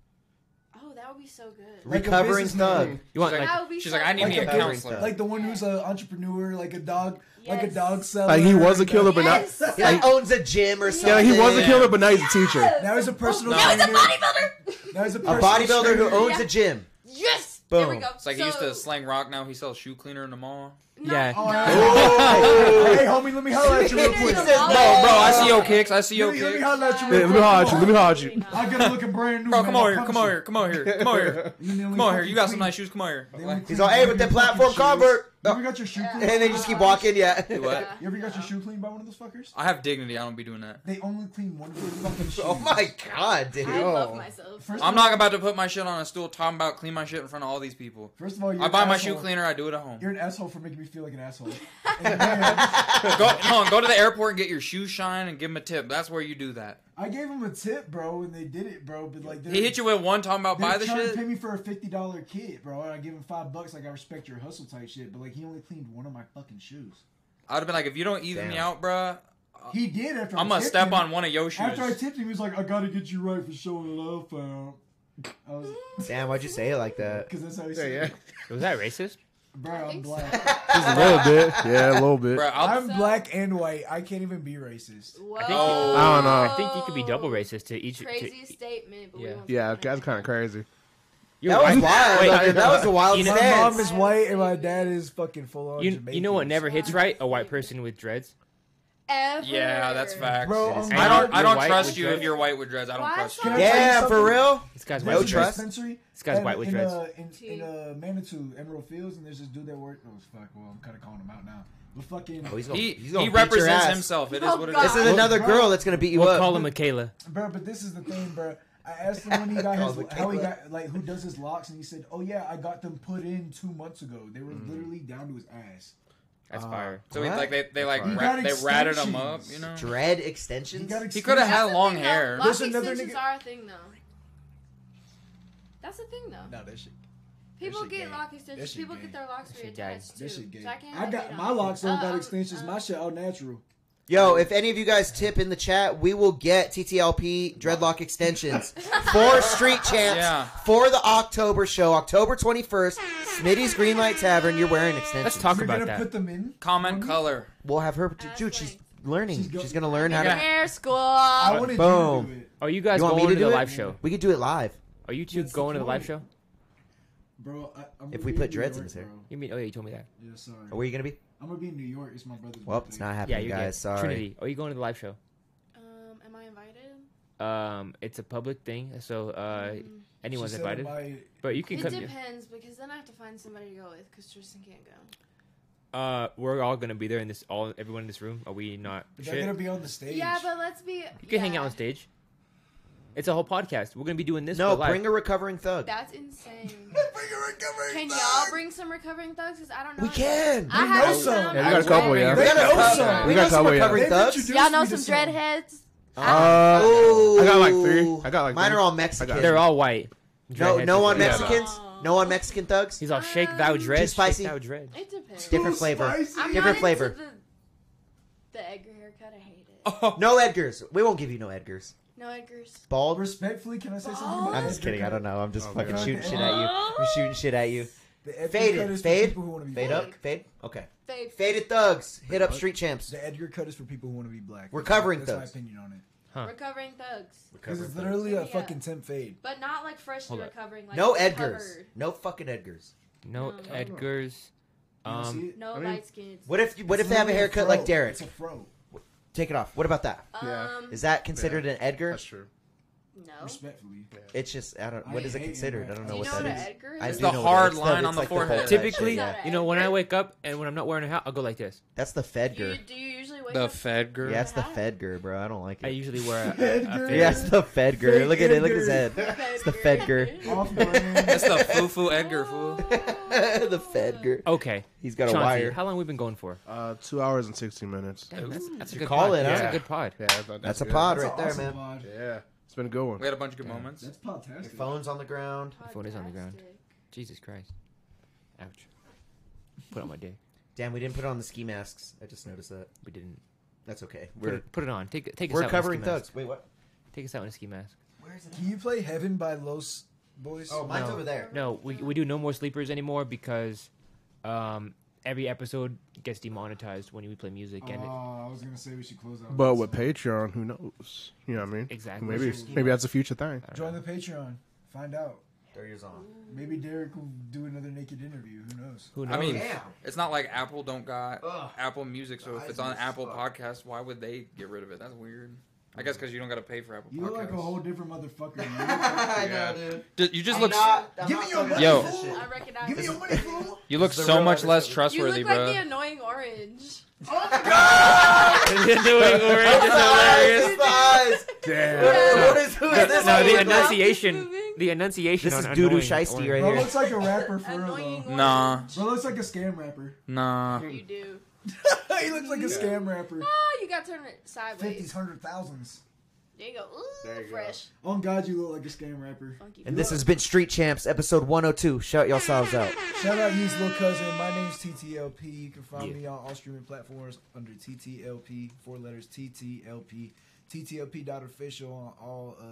[SPEAKER 6] Oh, that would be so good.
[SPEAKER 5] Like a
[SPEAKER 3] recovering
[SPEAKER 5] businessman.
[SPEAKER 3] thug.
[SPEAKER 2] You want
[SPEAKER 1] She's
[SPEAKER 2] like,
[SPEAKER 6] That would be
[SPEAKER 1] She's
[SPEAKER 6] so
[SPEAKER 1] like, I need
[SPEAKER 6] good.
[SPEAKER 1] me a
[SPEAKER 3] Like a-
[SPEAKER 1] counselor.
[SPEAKER 5] Like the one who's an entrepreneur, like a dog, like a
[SPEAKER 6] Yes.
[SPEAKER 5] dog seller.
[SPEAKER 4] Like he was a killer, but not.
[SPEAKER 6] Yes.
[SPEAKER 3] He like owns a gym or something.
[SPEAKER 4] Yeah, he was a
[SPEAKER 1] Yeah.
[SPEAKER 4] killer, but now he's a teacher.
[SPEAKER 6] Yes.
[SPEAKER 5] Now he's a personal
[SPEAKER 6] now he's Oh, a
[SPEAKER 5] trainer.
[SPEAKER 6] bodybuilder.
[SPEAKER 5] Now he's a,
[SPEAKER 3] A
[SPEAKER 5] personal
[SPEAKER 3] bodybuilder who
[SPEAKER 5] trainer.
[SPEAKER 3] owns
[SPEAKER 6] Yeah.
[SPEAKER 3] a gym.
[SPEAKER 6] Yes. There we
[SPEAKER 3] Boom.
[SPEAKER 6] go.
[SPEAKER 1] It's like
[SPEAKER 6] so,
[SPEAKER 1] he used to slang rock. Now he sells shoe cleaner in the mall.
[SPEAKER 6] No,
[SPEAKER 2] Yeah.
[SPEAKER 5] Oh,
[SPEAKER 6] no.
[SPEAKER 1] Oh.
[SPEAKER 5] hey, hey, homie, let me holler at you real
[SPEAKER 3] He
[SPEAKER 5] quick.
[SPEAKER 3] says,
[SPEAKER 5] Let
[SPEAKER 1] Bro,
[SPEAKER 6] Oh,
[SPEAKER 1] bro, I see your kicks. I see your
[SPEAKER 5] me, let me
[SPEAKER 1] kicks.
[SPEAKER 5] holler at you
[SPEAKER 4] Yeah,
[SPEAKER 5] real
[SPEAKER 4] let
[SPEAKER 5] quick.
[SPEAKER 4] me holler at you. Let me holler at you.
[SPEAKER 6] Absolutely
[SPEAKER 5] I
[SPEAKER 6] not.
[SPEAKER 5] got a looking brand new.
[SPEAKER 1] Bro,
[SPEAKER 5] man.
[SPEAKER 1] come over here.
[SPEAKER 5] I
[SPEAKER 1] Come
[SPEAKER 5] promise
[SPEAKER 1] over here. Come over here. Come over here.
[SPEAKER 5] you. And then we
[SPEAKER 1] Come over here.
[SPEAKER 5] fucking
[SPEAKER 1] You got
[SPEAKER 5] clean-
[SPEAKER 1] some nice shoes. Come over
[SPEAKER 5] then
[SPEAKER 1] here.
[SPEAKER 5] we
[SPEAKER 1] Like,
[SPEAKER 5] clean
[SPEAKER 3] He's all, "Hey,
[SPEAKER 5] up
[SPEAKER 3] with
[SPEAKER 5] your
[SPEAKER 3] that platform
[SPEAKER 5] fucking shoes."
[SPEAKER 3] convert.
[SPEAKER 5] You ever got your shoe cleaned?
[SPEAKER 3] And they just keep walking, yeah.
[SPEAKER 1] do what?
[SPEAKER 5] You ever got your shoe cleaned by one of those fuckers?
[SPEAKER 1] I have dignity. I don't be doing that.
[SPEAKER 5] They only clean one of their fucking shoes.
[SPEAKER 3] Oh my god, dude.
[SPEAKER 6] I love
[SPEAKER 2] Oh.
[SPEAKER 4] Yo.
[SPEAKER 6] myself.
[SPEAKER 5] First
[SPEAKER 1] I'm
[SPEAKER 5] of all-
[SPEAKER 1] not about to put my shit on a stool talking about clean my shit in front of all these people.
[SPEAKER 5] First of all, you're
[SPEAKER 1] I
[SPEAKER 5] an
[SPEAKER 1] buy my shoe
[SPEAKER 5] asshole.
[SPEAKER 1] cleaner. I do it at home.
[SPEAKER 5] You're an asshole for making me feel like an asshole. And then
[SPEAKER 1] Go, no, go to the airport and get your shoe shine and give him a tip. That's where you do that.
[SPEAKER 5] I gave him a tip, bro, and they did it, bro. But like,
[SPEAKER 1] He hit you with one talking about
[SPEAKER 5] They
[SPEAKER 1] buy
[SPEAKER 5] were
[SPEAKER 1] the
[SPEAKER 5] trying to pay
[SPEAKER 1] shit.
[SPEAKER 5] me for a fifty dollar kit, bro. And I give him five bucks, like I respect your hustle type shit. But like, he only cleaned one of my fucking shoes.
[SPEAKER 1] I'd have been like, if you don't even me
[SPEAKER 3] Damn.
[SPEAKER 1] out, bruh,
[SPEAKER 5] He did after. I
[SPEAKER 1] Uh, I'm gonna
[SPEAKER 5] tipped
[SPEAKER 1] step
[SPEAKER 5] him.
[SPEAKER 1] on one of your shoes.
[SPEAKER 5] After I tipped him, he was like, "I gotta get you right for showing love, fam." I was
[SPEAKER 3] Damn, why'd you say it like that?
[SPEAKER 5] because that's how he
[SPEAKER 4] Yeah,
[SPEAKER 5] said.
[SPEAKER 4] yeah.
[SPEAKER 5] it.
[SPEAKER 2] was that racist?
[SPEAKER 5] Bro,
[SPEAKER 6] I
[SPEAKER 5] I'm
[SPEAKER 6] think
[SPEAKER 5] black.
[SPEAKER 4] Just a little bit. Yeah, a little bit.
[SPEAKER 1] Bruh, I'll,
[SPEAKER 5] I'm black and white. I can't even be racist.
[SPEAKER 6] Whoa.
[SPEAKER 2] think you-
[SPEAKER 3] Oh.
[SPEAKER 4] I don't know.
[SPEAKER 2] I think you could be double racist to each.
[SPEAKER 6] Crazy
[SPEAKER 2] To,
[SPEAKER 6] statement, but
[SPEAKER 2] Yeah.
[SPEAKER 6] we won't
[SPEAKER 4] Yeah,
[SPEAKER 6] talk about
[SPEAKER 4] that's
[SPEAKER 6] it.
[SPEAKER 4] kind of crazy.
[SPEAKER 2] You're
[SPEAKER 3] That
[SPEAKER 2] right.
[SPEAKER 3] was wild.
[SPEAKER 2] Wait,
[SPEAKER 3] though. that was a wild
[SPEAKER 2] You know-
[SPEAKER 5] My
[SPEAKER 3] stance.
[SPEAKER 5] mom is white and my dad is fucking full on
[SPEAKER 2] You,
[SPEAKER 5] Jamaican.
[SPEAKER 2] you know what never hits right? A white person with dreads.
[SPEAKER 6] ever.
[SPEAKER 1] Yeah, that's facts.
[SPEAKER 5] Bro,
[SPEAKER 2] It is-
[SPEAKER 5] um,
[SPEAKER 1] I don't. I
[SPEAKER 2] You're
[SPEAKER 1] don't
[SPEAKER 2] white
[SPEAKER 1] trust
[SPEAKER 2] with
[SPEAKER 1] you
[SPEAKER 2] dreads?
[SPEAKER 1] if you're white with dreads. I don't
[SPEAKER 6] Why
[SPEAKER 1] trust
[SPEAKER 6] so-
[SPEAKER 1] you.
[SPEAKER 5] Can I tell you
[SPEAKER 3] Yeah,
[SPEAKER 5] something?
[SPEAKER 3] for real.
[SPEAKER 2] This guy's
[SPEAKER 5] There's
[SPEAKER 2] white.
[SPEAKER 3] No
[SPEAKER 5] this
[SPEAKER 2] with dreads.
[SPEAKER 3] trust.
[SPEAKER 5] Dispensary
[SPEAKER 2] This guy's
[SPEAKER 5] in-
[SPEAKER 2] white with
[SPEAKER 5] in,
[SPEAKER 2] dreads.
[SPEAKER 5] uh, in, in uh, Manitou, Emerald Fields, and there's this dude that worked. Oh fuck! Well, I'm kind of calling him out now. But fucking,
[SPEAKER 3] Oh, he's gonna,
[SPEAKER 1] He
[SPEAKER 3] he's gonna
[SPEAKER 1] he
[SPEAKER 3] beat your
[SPEAKER 1] represents
[SPEAKER 3] ass.
[SPEAKER 1] himself. It is
[SPEAKER 6] Oh,
[SPEAKER 1] what it
[SPEAKER 6] God.
[SPEAKER 1] is.
[SPEAKER 3] This is another
[SPEAKER 5] Bro.
[SPEAKER 3] girl that's gonna beat you
[SPEAKER 2] We'll
[SPEAKER 3] up.
[SPEAKER 2] call him Michaela.
[SPEAKER 5] bro. But this is the thing, bro. I asked him when he got
[SPEAKER 3] Calls
[SPEAKER 5] his,
[SPEAKER 3] it
[SPEAKER 5] how he
[SPEAKER 3] Kayla.
[SPEAKER 5] got like who does his locks, and he said, "Oh yeah, I got them put in two months ago. They were
[SPEAKER 3] Mm.
[SPEAKER 5] literally down to his ass."
[SPEAKER 2] That's
[SPEAKER 3] Uh,
[SPEAKER 2] fire.
[SPEAKER 1] So he,
[SPEAKER 3] What?
[SPEAKER 1] like they they like
[SPEAKER 5] He
[SPEAKER 1] ra-
[SPEAKER 5] got
[SPEAKER 1] they ratted him up. You
[SPEAKER 5] extensions.
[SPEAKER 1] know,
[SPEAKER 3] Dread
[SPEAKER 5] He
[SPEAKER 3] extensions.
[SPEAKER 5] got
[SPEAKER 1] he could have
[SPEAKER 5] extensions.
[SPEAKER 1] had
[SPEAKER 6] the
[SPEAKER 1] long
[SPEAKER 6] thing,
[SPEAKER 1] hair.
[SPEAKER 6] Though.
[SPEAKER 5] There's
[SPEAKER 6] Lock
[SPEAKER 5] another
[SPEAKER 6] extensions
[SPEAKER 5] nigga-
[SPEAKER 6] are a thing, though. That's the thing, though.
[SPEAKER 5] Nah, that shit.
[SPEAKER 6] People
[SPEAKER 5] shit
[SPEAKER 6] get
[SPEAKER 5] gay.
[SPEAKER 6] lock
[SPEAKER 5] That
[SPEAKER 6] extensions.
[SPEAKER 5] shit
[SPEAKER 6] People
[SPEAKER 5] gay.
[SPEAKER 6] get their locks
[SPEAKER 2] shit gay.
[SPEAKER 6] reattached too.
[SPEAKER 5] That shit gay.
[SPEAKER 6] So I can't.
[SPEAKER 5] I
[SPEAKER 6] have
[SPEAKER 5] got
[SPEAKER 6] it
[SPEAKER 5] my
[SPEAKER 6] on.
[SPEAKER 5] locks don't
[SPEAKER 6] Uh,
[SPEAKER 5] got
[SPEAKER 6] um,
[SPEAKER 5] extensions.
[SPEAKER 6] uh,
[SPEAKER 5] my shit all natural.
[SPEAKER 3] Yo, if any of you guys tip in the chat, we will get TTLP dreadlock extensions for Street Champs
[SPEAKER 1] Yeah.
[SPEAKER 3] for the October show, October 21st, Smitty's Greenlight Tavern. You're wearing extensions.
[SPEAKER 2] Let's talk
[SPEAKER 5] You're
[SPEAKER 2] about
[SPEAKER 5] gonna
[SPEAKER 2] that.
[SPEAKER 5] put them in.
[SPEAKER 1] Comment color.
[SPEAKER 3] We'll have her, dude.
[SPEAKER 6] Ass
[SPEAKER 3] she's
[SPEAKER 6] length.
[SPEAKER 3] learning. She's,
[SPEAKER 5] She's go-
[SPEAKER 3] gonna learn how
[SPEAKER 6] in
[SPEAKER 3] to.
[SPEAKER 1] Yeah.
[SPEAKER 6] hair school.
[SPEAKER 5] I wanted you to
[SPEAKER 3] Boom.
[SPEAKER 5] do it,
[SPEAKER 2] Are you guys
[SPEAKER 3] You want me
[SPEAKER 2] going
[SPEAKER 3] to
[SPEAKER 2] to the
[SPEAKER 3] do it?
[SPEAKER 2] live show?
[SPEAKER 3] We could do it live.
[SPEAKER 2] Are you two
[SPEAKER 5] What's the
[SPEAKER 2] going to the live show?
[SPEAKER 5] point? bro. I, I'm
[SPEAKER 3] If
[SPEAKER 5] gonna
[SPEAKER 3] we
[SPEAKER 5] be
[SPEAKER 3] put
[SPEAKER 5] in New
[SPEAKER 3] dreads in
[SPEAKER 5] York,
[SPEAKER 3] this hair.
[SPEAKER 5] bro.
[SPEAKER 2] You mean? Oh, yeah, you told me that.
[SPEAKER 5] Yeah, sorry.
[SPEAKER 3] Where are you gonna be?
[SPEAKER 5] I'm gonna be in New York. It's my brother's.
[SPEAKER 3] Well,
[SPEAKER 5] birthday.
[SPEAKER 3] it's not
[SPEAKER 2] Yeah,
[SPEAKER 3] happening,
[SPEAKER 2] you
[SPEAKER 3] guys.
[SPEAKER 2] guys,
[SPEAKER 3] Sorry.
[SPEAKER 2] Trinity. Are you going to the live show?
[SPEAKER 6] Um, am I invited?
[SPEAKER 2] Um, it's a public thing, so uh,
[SPEAKER 6] Mm.
[SPEAKER 2] anyone's
[SPEAKER 5] She said
[SPEAKER 2] invited.
[SPEAKER 5] my-
[SPEAKER 2] But you can
[SPEAKER 6] It
[SPEAKER 2] come.
[SPEAKER 6] depends because then I have to find somebody to go with because Tristan can't go.
[SPEAKER 2] Uh, we're all gonna be there in this. All everyone in this room. Are we not?
[SPEAKER 5] They're
[SPEAKER 2] Shit.
[SPEAKER 5] gonna be on the stage.
[SPEAKER 6] Yeah, but let's be.
[SPEAKER 2] You can hang out on stage. It's a whole podcast. We're gonna be doing this.
[SPEAKER 3] No,
[SPEAKER 2] but live.
[SPEAKER 3] bring a recovering thug.
[SPEAKER 6] That's insane.
[SPEAKER 5] Bring a recovering
[SPEAKER 6] Can
[SPEAKER 5] thug.
[SPEAKER 6] y'all bring some recovering thugs? Because I don't know.
[SPEAKER 3] We can.
[SPEAKER 6] I
[SPEAKER 5] We
[SPEAKER 6] haven't
[SPEAKER 5] know some.
[SPEAKER 6] found
[SPEAKER 5] Yeah,
[SPEAKER 4] we got a couple,
[SPEAKER 6] dread-
[SPEAKER 4] yeah.
[SPEAKER 3] We
[SPEAKER 5] They
[SPEAKER 3] got a
[SPEAKER 5] know
[SPEAKER 3] couple.
[SPEAKER 5] some.
[SPEAKER 3] We got some
[SPEAKER 5] They
[SPEAKER 4] couple, yeah.
[SPEAKER 3] recovering
[SPEAKER 5] They
[SPEAKER 3] thugs.
[SPEAKER 5] introduced
[SPEAKER 6] Y'all know
[SPEAKER 5] me to
[SPEAKER 6] some dreadheads.
[SPEAKER 4] Uh,
[SPEAKER 3] Oh,
[SPEAKER 4] I got like three. I got like
[SPEAKER 3] Mine
[SPEAKER 4] three.
[SPEAKER 3] are all
[SPEAKER 7] I
[SPEAKER 3] Mexican.
[SPEAKER 7] got-
[SPEAKER 2] They're all white.
[SPEAKER 3] No,
[SPEAKER 2] Dreadheads
[SPEAKER 3] no
[SPEAKER 2] is
[SPEAKER 3] on
[SPEAKER 2] white.
[SPEAKER 6] Yeah.
[SPEAKER 3] Mexicans. No on Mexican thugs.
[SPEAKER 2] He's all shake thou
[SPEAKER 6] Um,
[SPEAKER 2] dread.
[SPEAKER 3] Too spicy.
[SPEAKER 2] Shake thou dread.
[SPEAKER 6] It depends.
[SPEAKER 3] Different
[SPEAKER 5] Ooh,
[SPEAKER 3] flavor.
[SPEAKER 5] spicy.
[SPEAKER 6] I'm
[SPEAKER 3] different
[SPEAKER 6] not into
[SPEAKER 3] flavor.
[SPEAKER 6] The, the Edgar haircut, I hate it.
[SPEAKER 1] Oh,
[SPEAKER 3] No Edgars. We won't give you no Edgars.
[SPEAKER 6] No Edgar's.
[SPEAKER 3] Bald.
[SPEAKER 5] Respectfully, can I say something?
[SPEAKER 6] Balls?
[SPEAKER 5] about
[SPEAKER 3] I'm just
[SPEAKER 5] Edgar
[SPEAKER 3] kidding. I
[SPEAKER 5] Cut?
[SPEAKER 3] don't know. I'm just
[SPEAKER 7] Oh,
[SPEAKER 3] fucking
[SPEAKER 7] God.
[SPEAKER 3] shooting shit at you. I'm shooting shit at you.
[SPEAKER 5] The Edgar
[SPEAKER 3] Fade
[SPEAKER 5] cut
[SPEAKER 3] it.
[SPEAKER 5] is
[SPEAKER 3] Fade.
[SPEAKER 5] For people who want to be
[SPEAKER 3] Fade
[SPEAKER 5] black.
[SPEAKER 3] up. Fade. Okay.
[SPEAKER 6] Babe.
[SPEAKER 3] Faded thugs. Hit up
[SPEAKER 4] What?
[SPEAKER 3] Street Champs.
[SPEAKER 5] The Edgar cut is for people who want to be black.
[SPEAKER 3] We're covering
[SPEAKER 5] That's my-
[SPEAKER 3] thugs.
[SPEAKER 5] That's my opinion on it.
[SPEAKER 2] Huh.
[SPEAKER 6] Recovering thugs.
[SPEAKER 5] Because it's literally a
[SPEAKER 6] Yeah.
[SPEAKER 5] fucking temp fade.
[SPEAKER 6] But not like freshly
[SPEAKER 2] Hold up.
[SPEAKER 6] recovering. Like
[SPEAKER 3] No Edgars.
[SPEAKER 6] covered.
[SPEAKER 3] No fucking Edgars.
[SPEAKER 2] No
[SPEAKER 6] No.
[SPEAKER 2] Edgar's.
[SPEAKER 5] You wanna see
[SPEAKER 2] Um,
[SPEAKER 5] it?
[SPEAKER 6] No
[SPEAKER 4] I mean-
[SPEAKER 6] light skins.
[SPEAKER 3] What if you, what if
[SPEAKER 5] It's
[SPEAKER 3] they have a
[SPEAKER 5] literally
[SPEAKER 3] haircut
[SPEAKER 5] fro.
[SPEAKER 3] like Derek?
[SPEAKER 5] It's a fro.
[SPEAKER 3] Take it off. What about that?
[SPEAKER 7] Yeah.
[SPEAKER 6] Um,
[SPEAKER 3] Is that considered an Edgar?
[SPEAKER 7] That's true.
[SPEAKER 6] no?
[SPEAKER 5] Respectfully.
[SPEAKER 3] It's just I don't.
[SPEAKER 5] I
[SPEAKER 3] What is it
[SPEAKER 5] hate it,
[SPEAKER 3] considered?
[SPEAKER 5] man.
[SPEAKER 3] I don't
[SPEAKER 6] Do
[SPEAKER 3] know
[SPEAKER 6] you
[SPEAKER 3] what that
[SPEAKER 6] know what
[SPEAKER 3] is.
[SPEAKER 6] an
[SPEAKER 5] is.
[SPEAKER 6] Edgar is?
[SPEAKER 3] I
[SPEAKER 1] It's
[SPEAKER 3] do
[SPEAKER 1] the
[SPEAKER 3] know what it
[SPEAKER 1] hard
[SPEAKER 3] is. It's
[SPEAKER 1] line
[SPEAKER 3] the-
[SPEAKER 1] on
[SPEAKER 3] it's
[SPEAKER 1] the
[SPEAKER 3] like the
[SPEAKER 1] forehead.
[SPEAKER 3] whole-
[SPEAKER 2] typically,
[SPEAKER 6] Yeah.
[SPEAKER 2] you know, when I wake up and when I'm not wearing a hat, I'll go like this.
[SPEAKER 3] That's the
[SPEAKER 6] Do you,
[SPEAKER 3] Fedger.
[SPEAKER 6] do you usually wake
[SPEAKER 1] the
[SPEAKER 6] up?
[SPEAKER 1] Fed girl.
[SPEAKER 3] Yeah, it's the
[SPEAKER 6] Hat?
[SPEAKER 3] Fedger, bro. I don't like
[SPEAKER 2] I
[SPEAKER 3] it.
[SPEAKER 2] usually wear a, a, a
[SPEAKER 5] Edgar.
[SPEAKER 2] fade.
[SPEAKER 3] Yeah, it's the Fedger.
[SPEAKER 5] Fake
[SPEAKER 3] Look at it. Look at
[SPEAKER 5] Edgar.
[SPEAKER 3] his head.
[SPEAKER 6] It's
[SPEAKER 3] the Fedger.
[SPEAKER 5] Off brand.
[SPEAKER 1] It's the foo foo Edgar fool.
[SPEAKER 3] the Fedger.
[SPEAKER 2] Okay,
[SPEAKER 3] He's got a
[SPEAKER 2] Chauncey,
[SPEAKER 3] wire.
[SPEAKER 2] how long we been going for?
[SPEAKER 4] Uh, two hours and sixteen minutes.
[SPEAKER 2] Damn, that's, that's a
[SPEAKER 3] you
[SPEAKER 2] good
[SPEAKER 3] call
[SPEAKER 2] pod.
[SPEAKER 3] it,
[SPEAKER 2] That's
[SPEAKER 3] huh?
[SPEAKER 2] a good pod.
[SPEAKER 4] Yeah, that- that's,
[SPEAKER 3] That's a
[SPEAKER 4] good.
[SPEAKER 3] pod
[SPEAKER 5] That's an
[SPEAKER 3] right there,
[SPEAKER 5] awesome
[SPEAKER 3] man.
[SPEAKER 5] pod.
[SPEAKER 4] Yeah, it's been a good one.
[SPEAKER 1] We had a bunch of good moments.
[SPEAKER 5] That's fantastic.
[SPEAKER 3] Your phone's on the ground.
[SPEAKER 2] My phone is on the ground. Jesus Christ. Ouch. Put on my dick.
[SPEAKER 3] Damn, we didn't put on the ski masks. I just noticed that.
[SPEAKER 2] We didn't.
[SPEAKER 3] That's okay.
[SPEAKER 2] Put
[SPEAKER 3] We're
[SPEAKER 2] it, put it on. Take take us
[SPEAKER 3] we're
[SPEAKER 2] out.
[SPEAKER 3] covering
[SPEAKER 2] in a ski
[SPEAKER 3] thugs.
[SPEAKER 2] Mask.
[SPEAKER 3] Wait, what?
[SPEAKER 2] Take us out in a ski mask.
[SPEAKER 5] Can you play Heaven by Los Boys?
[SPEAKER 3] Oh, mine's
[SPEAKER 2] No.
[SPEAKER 3] over there.
[SPEAKER 2] No, we, we do no more sleepers anymore because um, every episode gets demonetized when we play music and it,
[SPEAKER 5] Oh, I was gonna say we should close out.
[SPEAKER 4] But
[SPEAKER 5] this.
[SPEAKER 4] with Patreon, who knows? You know what I mean?
[SPEAKER 2] exactly.
[SPEAKER 4] Maybe maybe that's a future thing.
[SPEAKER 5] join the Patreon, find out.
[SPEAKER 3] Throw yours on.
[SPEAKER 5] Maybe Derek will do another naked interview. Who knows?
[SPEAKER 2] Who knows?
[SPEAKER 1] I mean,
[SPEAKER 3] Damn.
[SPEAKER 1] it's not like Apple don't got
[SPEAKER 3] Ugh.
[SPEAKER 1] Apple Music, so if
[SPEAKER 3] Eyes
[SPEAKER 1] it's on
[SPEAKER 3] messed
[SPEAKER 1] Apple
[SPEAKER 3] up.
[SPEAKER 1] Podcasts, why would they get rid of it? That's weird. I
[SPEAKER 6] Mm.
[SPEAKER 1] guess because you don't got to pay for Apple
[SPEAKER 5] You
[SPEAKER 1] Podcasts.
[SPEAKER 5] look like a whole different motherfucker. man.
[SPEAKER 3] I
[SPEAKER 1] Yeah.
[SPEAKER 3] know, dude.
[SPEAKER 1] Ju- you just
[SPEAKER 3] I'm
[SPEAKER 1] look.
[SPEAKER 3] not- I'm
[SPEAKER 5] Give
[SPEAKER 3] not
[SPEAKER 5] me your
[SPEAKER 3] fucking
[SPEAKER 5] money,
[SPEAKER 1] Yo.
[SPEAKER 3] with this
[SPEAKER 5] fool.
[SPEAKER 3] shit.
[SPEAKER 6] I recognize
[SPEAKER 5] Give me
[SPEAKER 6] you.
[SPEAKER 5] your money, fool.
[SPEAKER 1] you look
[SPEAKER 3] It's the
[SPEAKER 1] so
[SPEAKER 3] real
[SPEAKER 1] much
[SPEAKER 3] episode.
[SPEAKER 1] less
[SPEAKER 6] You
[SPEAKER 1] trustworthy,
[SPEAKER 6] look like
[SPEAKER 1] bro.
[SPEAKER 6] the annoying orange.
[SPEAKER 5] Oh my god!
[SPEAKER 3] Eyes,
[SPEAKER 1] hilarious.
[SPEAKER 3] eyes.
[SPEAKER 4] Damn.
[SPEAKER 3] What is who is this?
[SPEAKER 2] no, the
[SPEAKER 3] fool?
[SPEAKER 2] enunciation. The enunciation.
[SPEAKER 3] This
[SPEAKER 2] on
[SPEAKER 3] is Dudu
[SPEAKER 2] annoying
[SPEAKER 3] Shiesty
[SPEAKER 2] orange.
[SPEAKER 3] right
[SPEAKER 5] Bro
[SPEAKER 3] here.
[SPEAKER 5] looks like a rapper for real
[SPEAKER 6] Annoying
[SPEAKER 5] though.
[SPEAKER 6] orange.
[SPEAKER 1] Nah.
[SPEAKER 5] Bro looks like a scam rapper.
[SPEAKER 1] Nah.
[SPEAKER 6] You do.
[SPEAKER 5] he looks like a scam rapper.
[SPEAKER 6] Oh, you got to turn it
[SPEAKER 5] Fifties,
[SPEAKER 6] sideways.
[SPEAKER 5] hundred thousands.
[SPEAKER 6] There you go. Ooh,
[SPEAKER 7] There you go.
[SPEAKER 6] fresh.
[SPEAKER 5] Oh God, you look like a scam rapper.
[SPEAKER 6] Funky.
[SPEAKER 3] And this has been Street Champs, episode 102. Shout yourselves out.
[SPEAKER 5] Shout out Yeast Little Cousin. My name's TTLP. You can find me on all streaming platforms under TTLP, four letters TTLP. TTLP.official on all uh,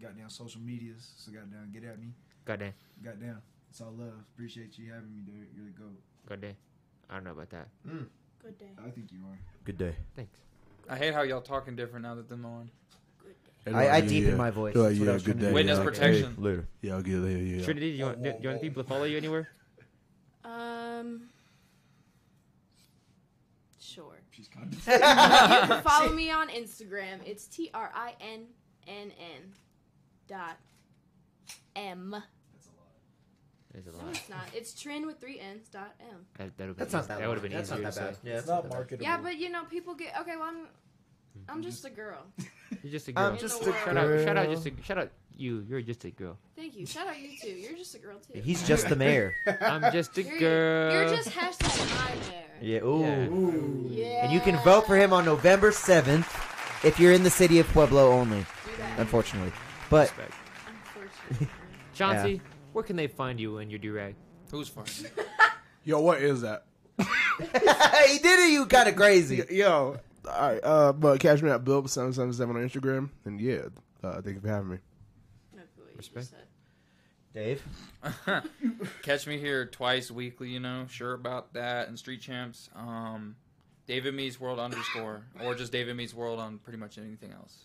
[SPEAKER 5] goddamn social medias. So goddamn, get at me.
[SPEAKER 2] Goddamn.
[SPEAKER 5] Goddamn. It's all love. Appreciate you having me, Derek. You're the GOAT.
[SPEAKER 2] Goddamn. I don't know about that.
[SPEAKER 6] Good day.
[SPEAKER 5] I think you are.
[SPEAKER 3] Good day.
[SPEAKER 2] Thanks.
[SPEAKER 1] I hate how y'all talking different now that they're on.
[SPEAKER 3] I, I deepened my voice.
[SPEAKER 4] Yeah,
[SPEAKER 3] That's what I
[SPEAKER 4] yeah,
[SPEAKER 3] was
[SPEAKER 4] good
[SPEAKER 3] trying to
[SPEAKER 1] Witness
[SPEAKER 3] do.
[SPEAKER 1] protection.
[SPEAKER 3] Later.
[SPEAKER 4] Yeah, I'll get there. Yeah.
[SPEAKER 2] Trinity, do you want do you want people to follow you anywhere?
[SPEAKER 6] Um. Sure.
[SPEAKER 5] She's kind of.
[SPEAKER 6] You can follow me on Instagram. It's T R I N N N dot M.
[SPEAKER 2] There's a
[SPEAKER 6] No,
[SPEAKER 2] lot.
[SPEAKER 6] it's not. It's Trin with three N's dot M.
[SPEAKER 2] That, that,
[SPEAKER 3] That's not that.
[SPEAKER 2] that would have been
[SPEAKER 3] That's
[SPEAKER 2] easier
[SPEAKER 3] not
[SPEAKER 2] to
[SPEAKER 3] that bad.
[SPEAKER 2] say.
[SPEAKER 3] Yeah,
[SPEAKER 5] It's
[SPEAKER 3] that's
[SPEAKER 5] not
[SPEAKER 3] that bad.
[SPEAKER 5] marketable.
[SPEAKER 6] Yeah, but you know, people get okay. Well, I'm,
[SPEAKER 3] Mm-hmm.
[SPEAKER 6] I'm just a girl.
[SPEAKER 2] You're just a girl.
[SPEAKER 3] I'm Um, just
[SPEAKER 6] In
[SPEAKER 3] a
[SPEAKER 6] the
[SPEAKER 3] girl.
[SPEAKER 2] shout
[SPEAKER 6] world.
[SPEAKER 2] out, shout out, just a, shout out. You, you're just a girl.
[SPEAKER 6] Thank you. Shout out you too. You're just a girl too.
[SPEAKER 3] He's just the mayor.
[SPEAKER 2] I'm just a
[SPEAKER 6] You're-
[SPEAKER 2] girl.
[SPEAKER 6] You're just hashtag my there.
[SPEAKER 3] Yeah. Ooh.
[SPEAKER 2] Yeah.
[SPEAKER 5] Ooh.
[SPEAKER 6] Yeah.
[SPEAKER 3] And you can vote for him on November 7th if you're in the city of Pueblo only,
[SPEAKER 6] Do that.
[SPEAKER 3] unfortunately. But
[SPEAKER 2] Respect.
[SPEAKER 6] Unfortunately.
[SPEAKER 2] Chauncey, where can they find you and your durag?
[SPEAKER 1] Who's funny?
[SPEAKER 4] Yo, what is that?
[SPEAKER 3] he did it, you kind of crazy.
[SPEAKER 4] Y- Yo, all right, uh, but catch me at Bill seven seven seven on Instagram, and yeah, uh, thank you for having me.
[SPEAKER 6] That's what you just
[SPEAKER 2] Respect.
[SPEAKER 6] said.
[SPEAKER 3] Dave?
[SPEAKER 1] Catch me here twice weekly, you know. Sure about that. And Street Champs. Um, David Meets World underscore, or just David Meets World on pretty much anything else.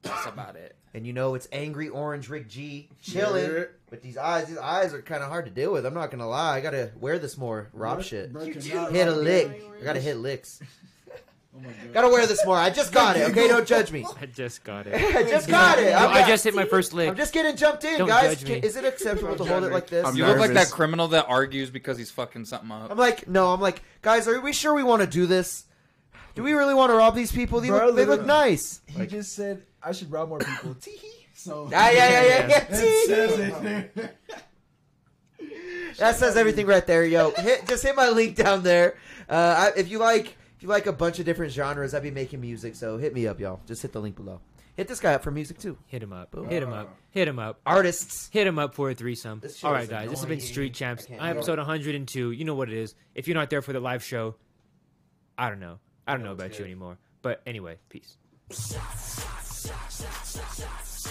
[SPEAKER 1] That's about it.
[SPEAKER 3] And you know it's angry orange Rick G chilling.
[SPEAKER 4] Yeah.
[SPEAKER 3] But these eyes, these eyes are kind of hard to deal with. I'm not gonna lie. I gotta wear this more Rob
[SPEAKER 5] Bro-
[SPEAKER 3] shit.
[SPEAKER 5] bro cannot
[SPEAKER 3] hit a
[SPEAKER 5] rock-
[SPEAKER 3] lick.
[SPEAKER 6] Angry
[SPEAKER 3] I gotta hit licks.
[SPEAKER 5] Oh my god.
[SPEAKER 3] Gotta wear this more. I just got it. Okay, don't judge me.
[SPEAKER 2] I just got it.
[SPEAKER 3] I just got it.
[SPEAKER 2] No,
[SPEAKER 3] I'm,
[SPEAKER 2] I
[SPEAKER 3] got-
[SPEAKER 2] just hit my first lick.
[SPEAKER 3] I'm just getting jumped in,
[SPEAKER 2] Don't
[SPEAKER 3] guys.
[SPEAKER 2] judge me.
[SPEAKER 3] Is it acceptable to
[SPEAKER 4] Don't
[SPEAKER 3] hold
[SPEAKER 4] judge
[SPEAKER 3] it
[SPEAKER 4] me.
[SPEAKER 3] like this?
[SPEAKER 4] I'm
[SPEAKER 1] You
[SPEAKER 3] I'm,
[SPEAKER 1] look like that
[SPEAKER 4] Nervous.
[SPEAKER 1] criminal that argues because he's fucking something up.
[SPEAKER 3] like, no. I'm like, guys, are we sure we want to do this? Do we really want to rob these people? They,
[SPEAKER 5] Bro,
[SPEAKER 3] look, they
[SPEAKER 5] look-
[SPEAKER 3] look nice.
[SPEAKER 5] He just said I should rob more people. Teehee. So
[SPEAKER 3] Ah, yeah, yeah, yeah, yeah.
[SPEAKER 5] That says it there.
[SPEAKER 3] That says everything right there, yo. Hit, just hit my link down there. Uh, I, if you like, if you like a bunch of different genres, I'd be making music. So hit me up, y'all. Just hit the link below. Hit this guy up for music too.
[SPEAKER 2] Hit him up. Hit him up. Hit him up.
[SPEAKER 3] Artists.
[SPEAKER 2] Hit him up for a threesome.
[SPEAKER 3] This show
[SPEAKER 2] All right,
[SPEAKER 3] is
[SPEAKER 2] guys. This has been
[SPEAKER 3] annoying.
[SPEAKER 2] Street Champs.
[SPEAKER 3] I can't do
[SPEAKER 2] Episode 102. You know what it is. If you're not there for the live show, I don't know. I don't know about you anymore. But anyway, peace.
[SPEAKER 9] shots, shots, shots, shots, shots.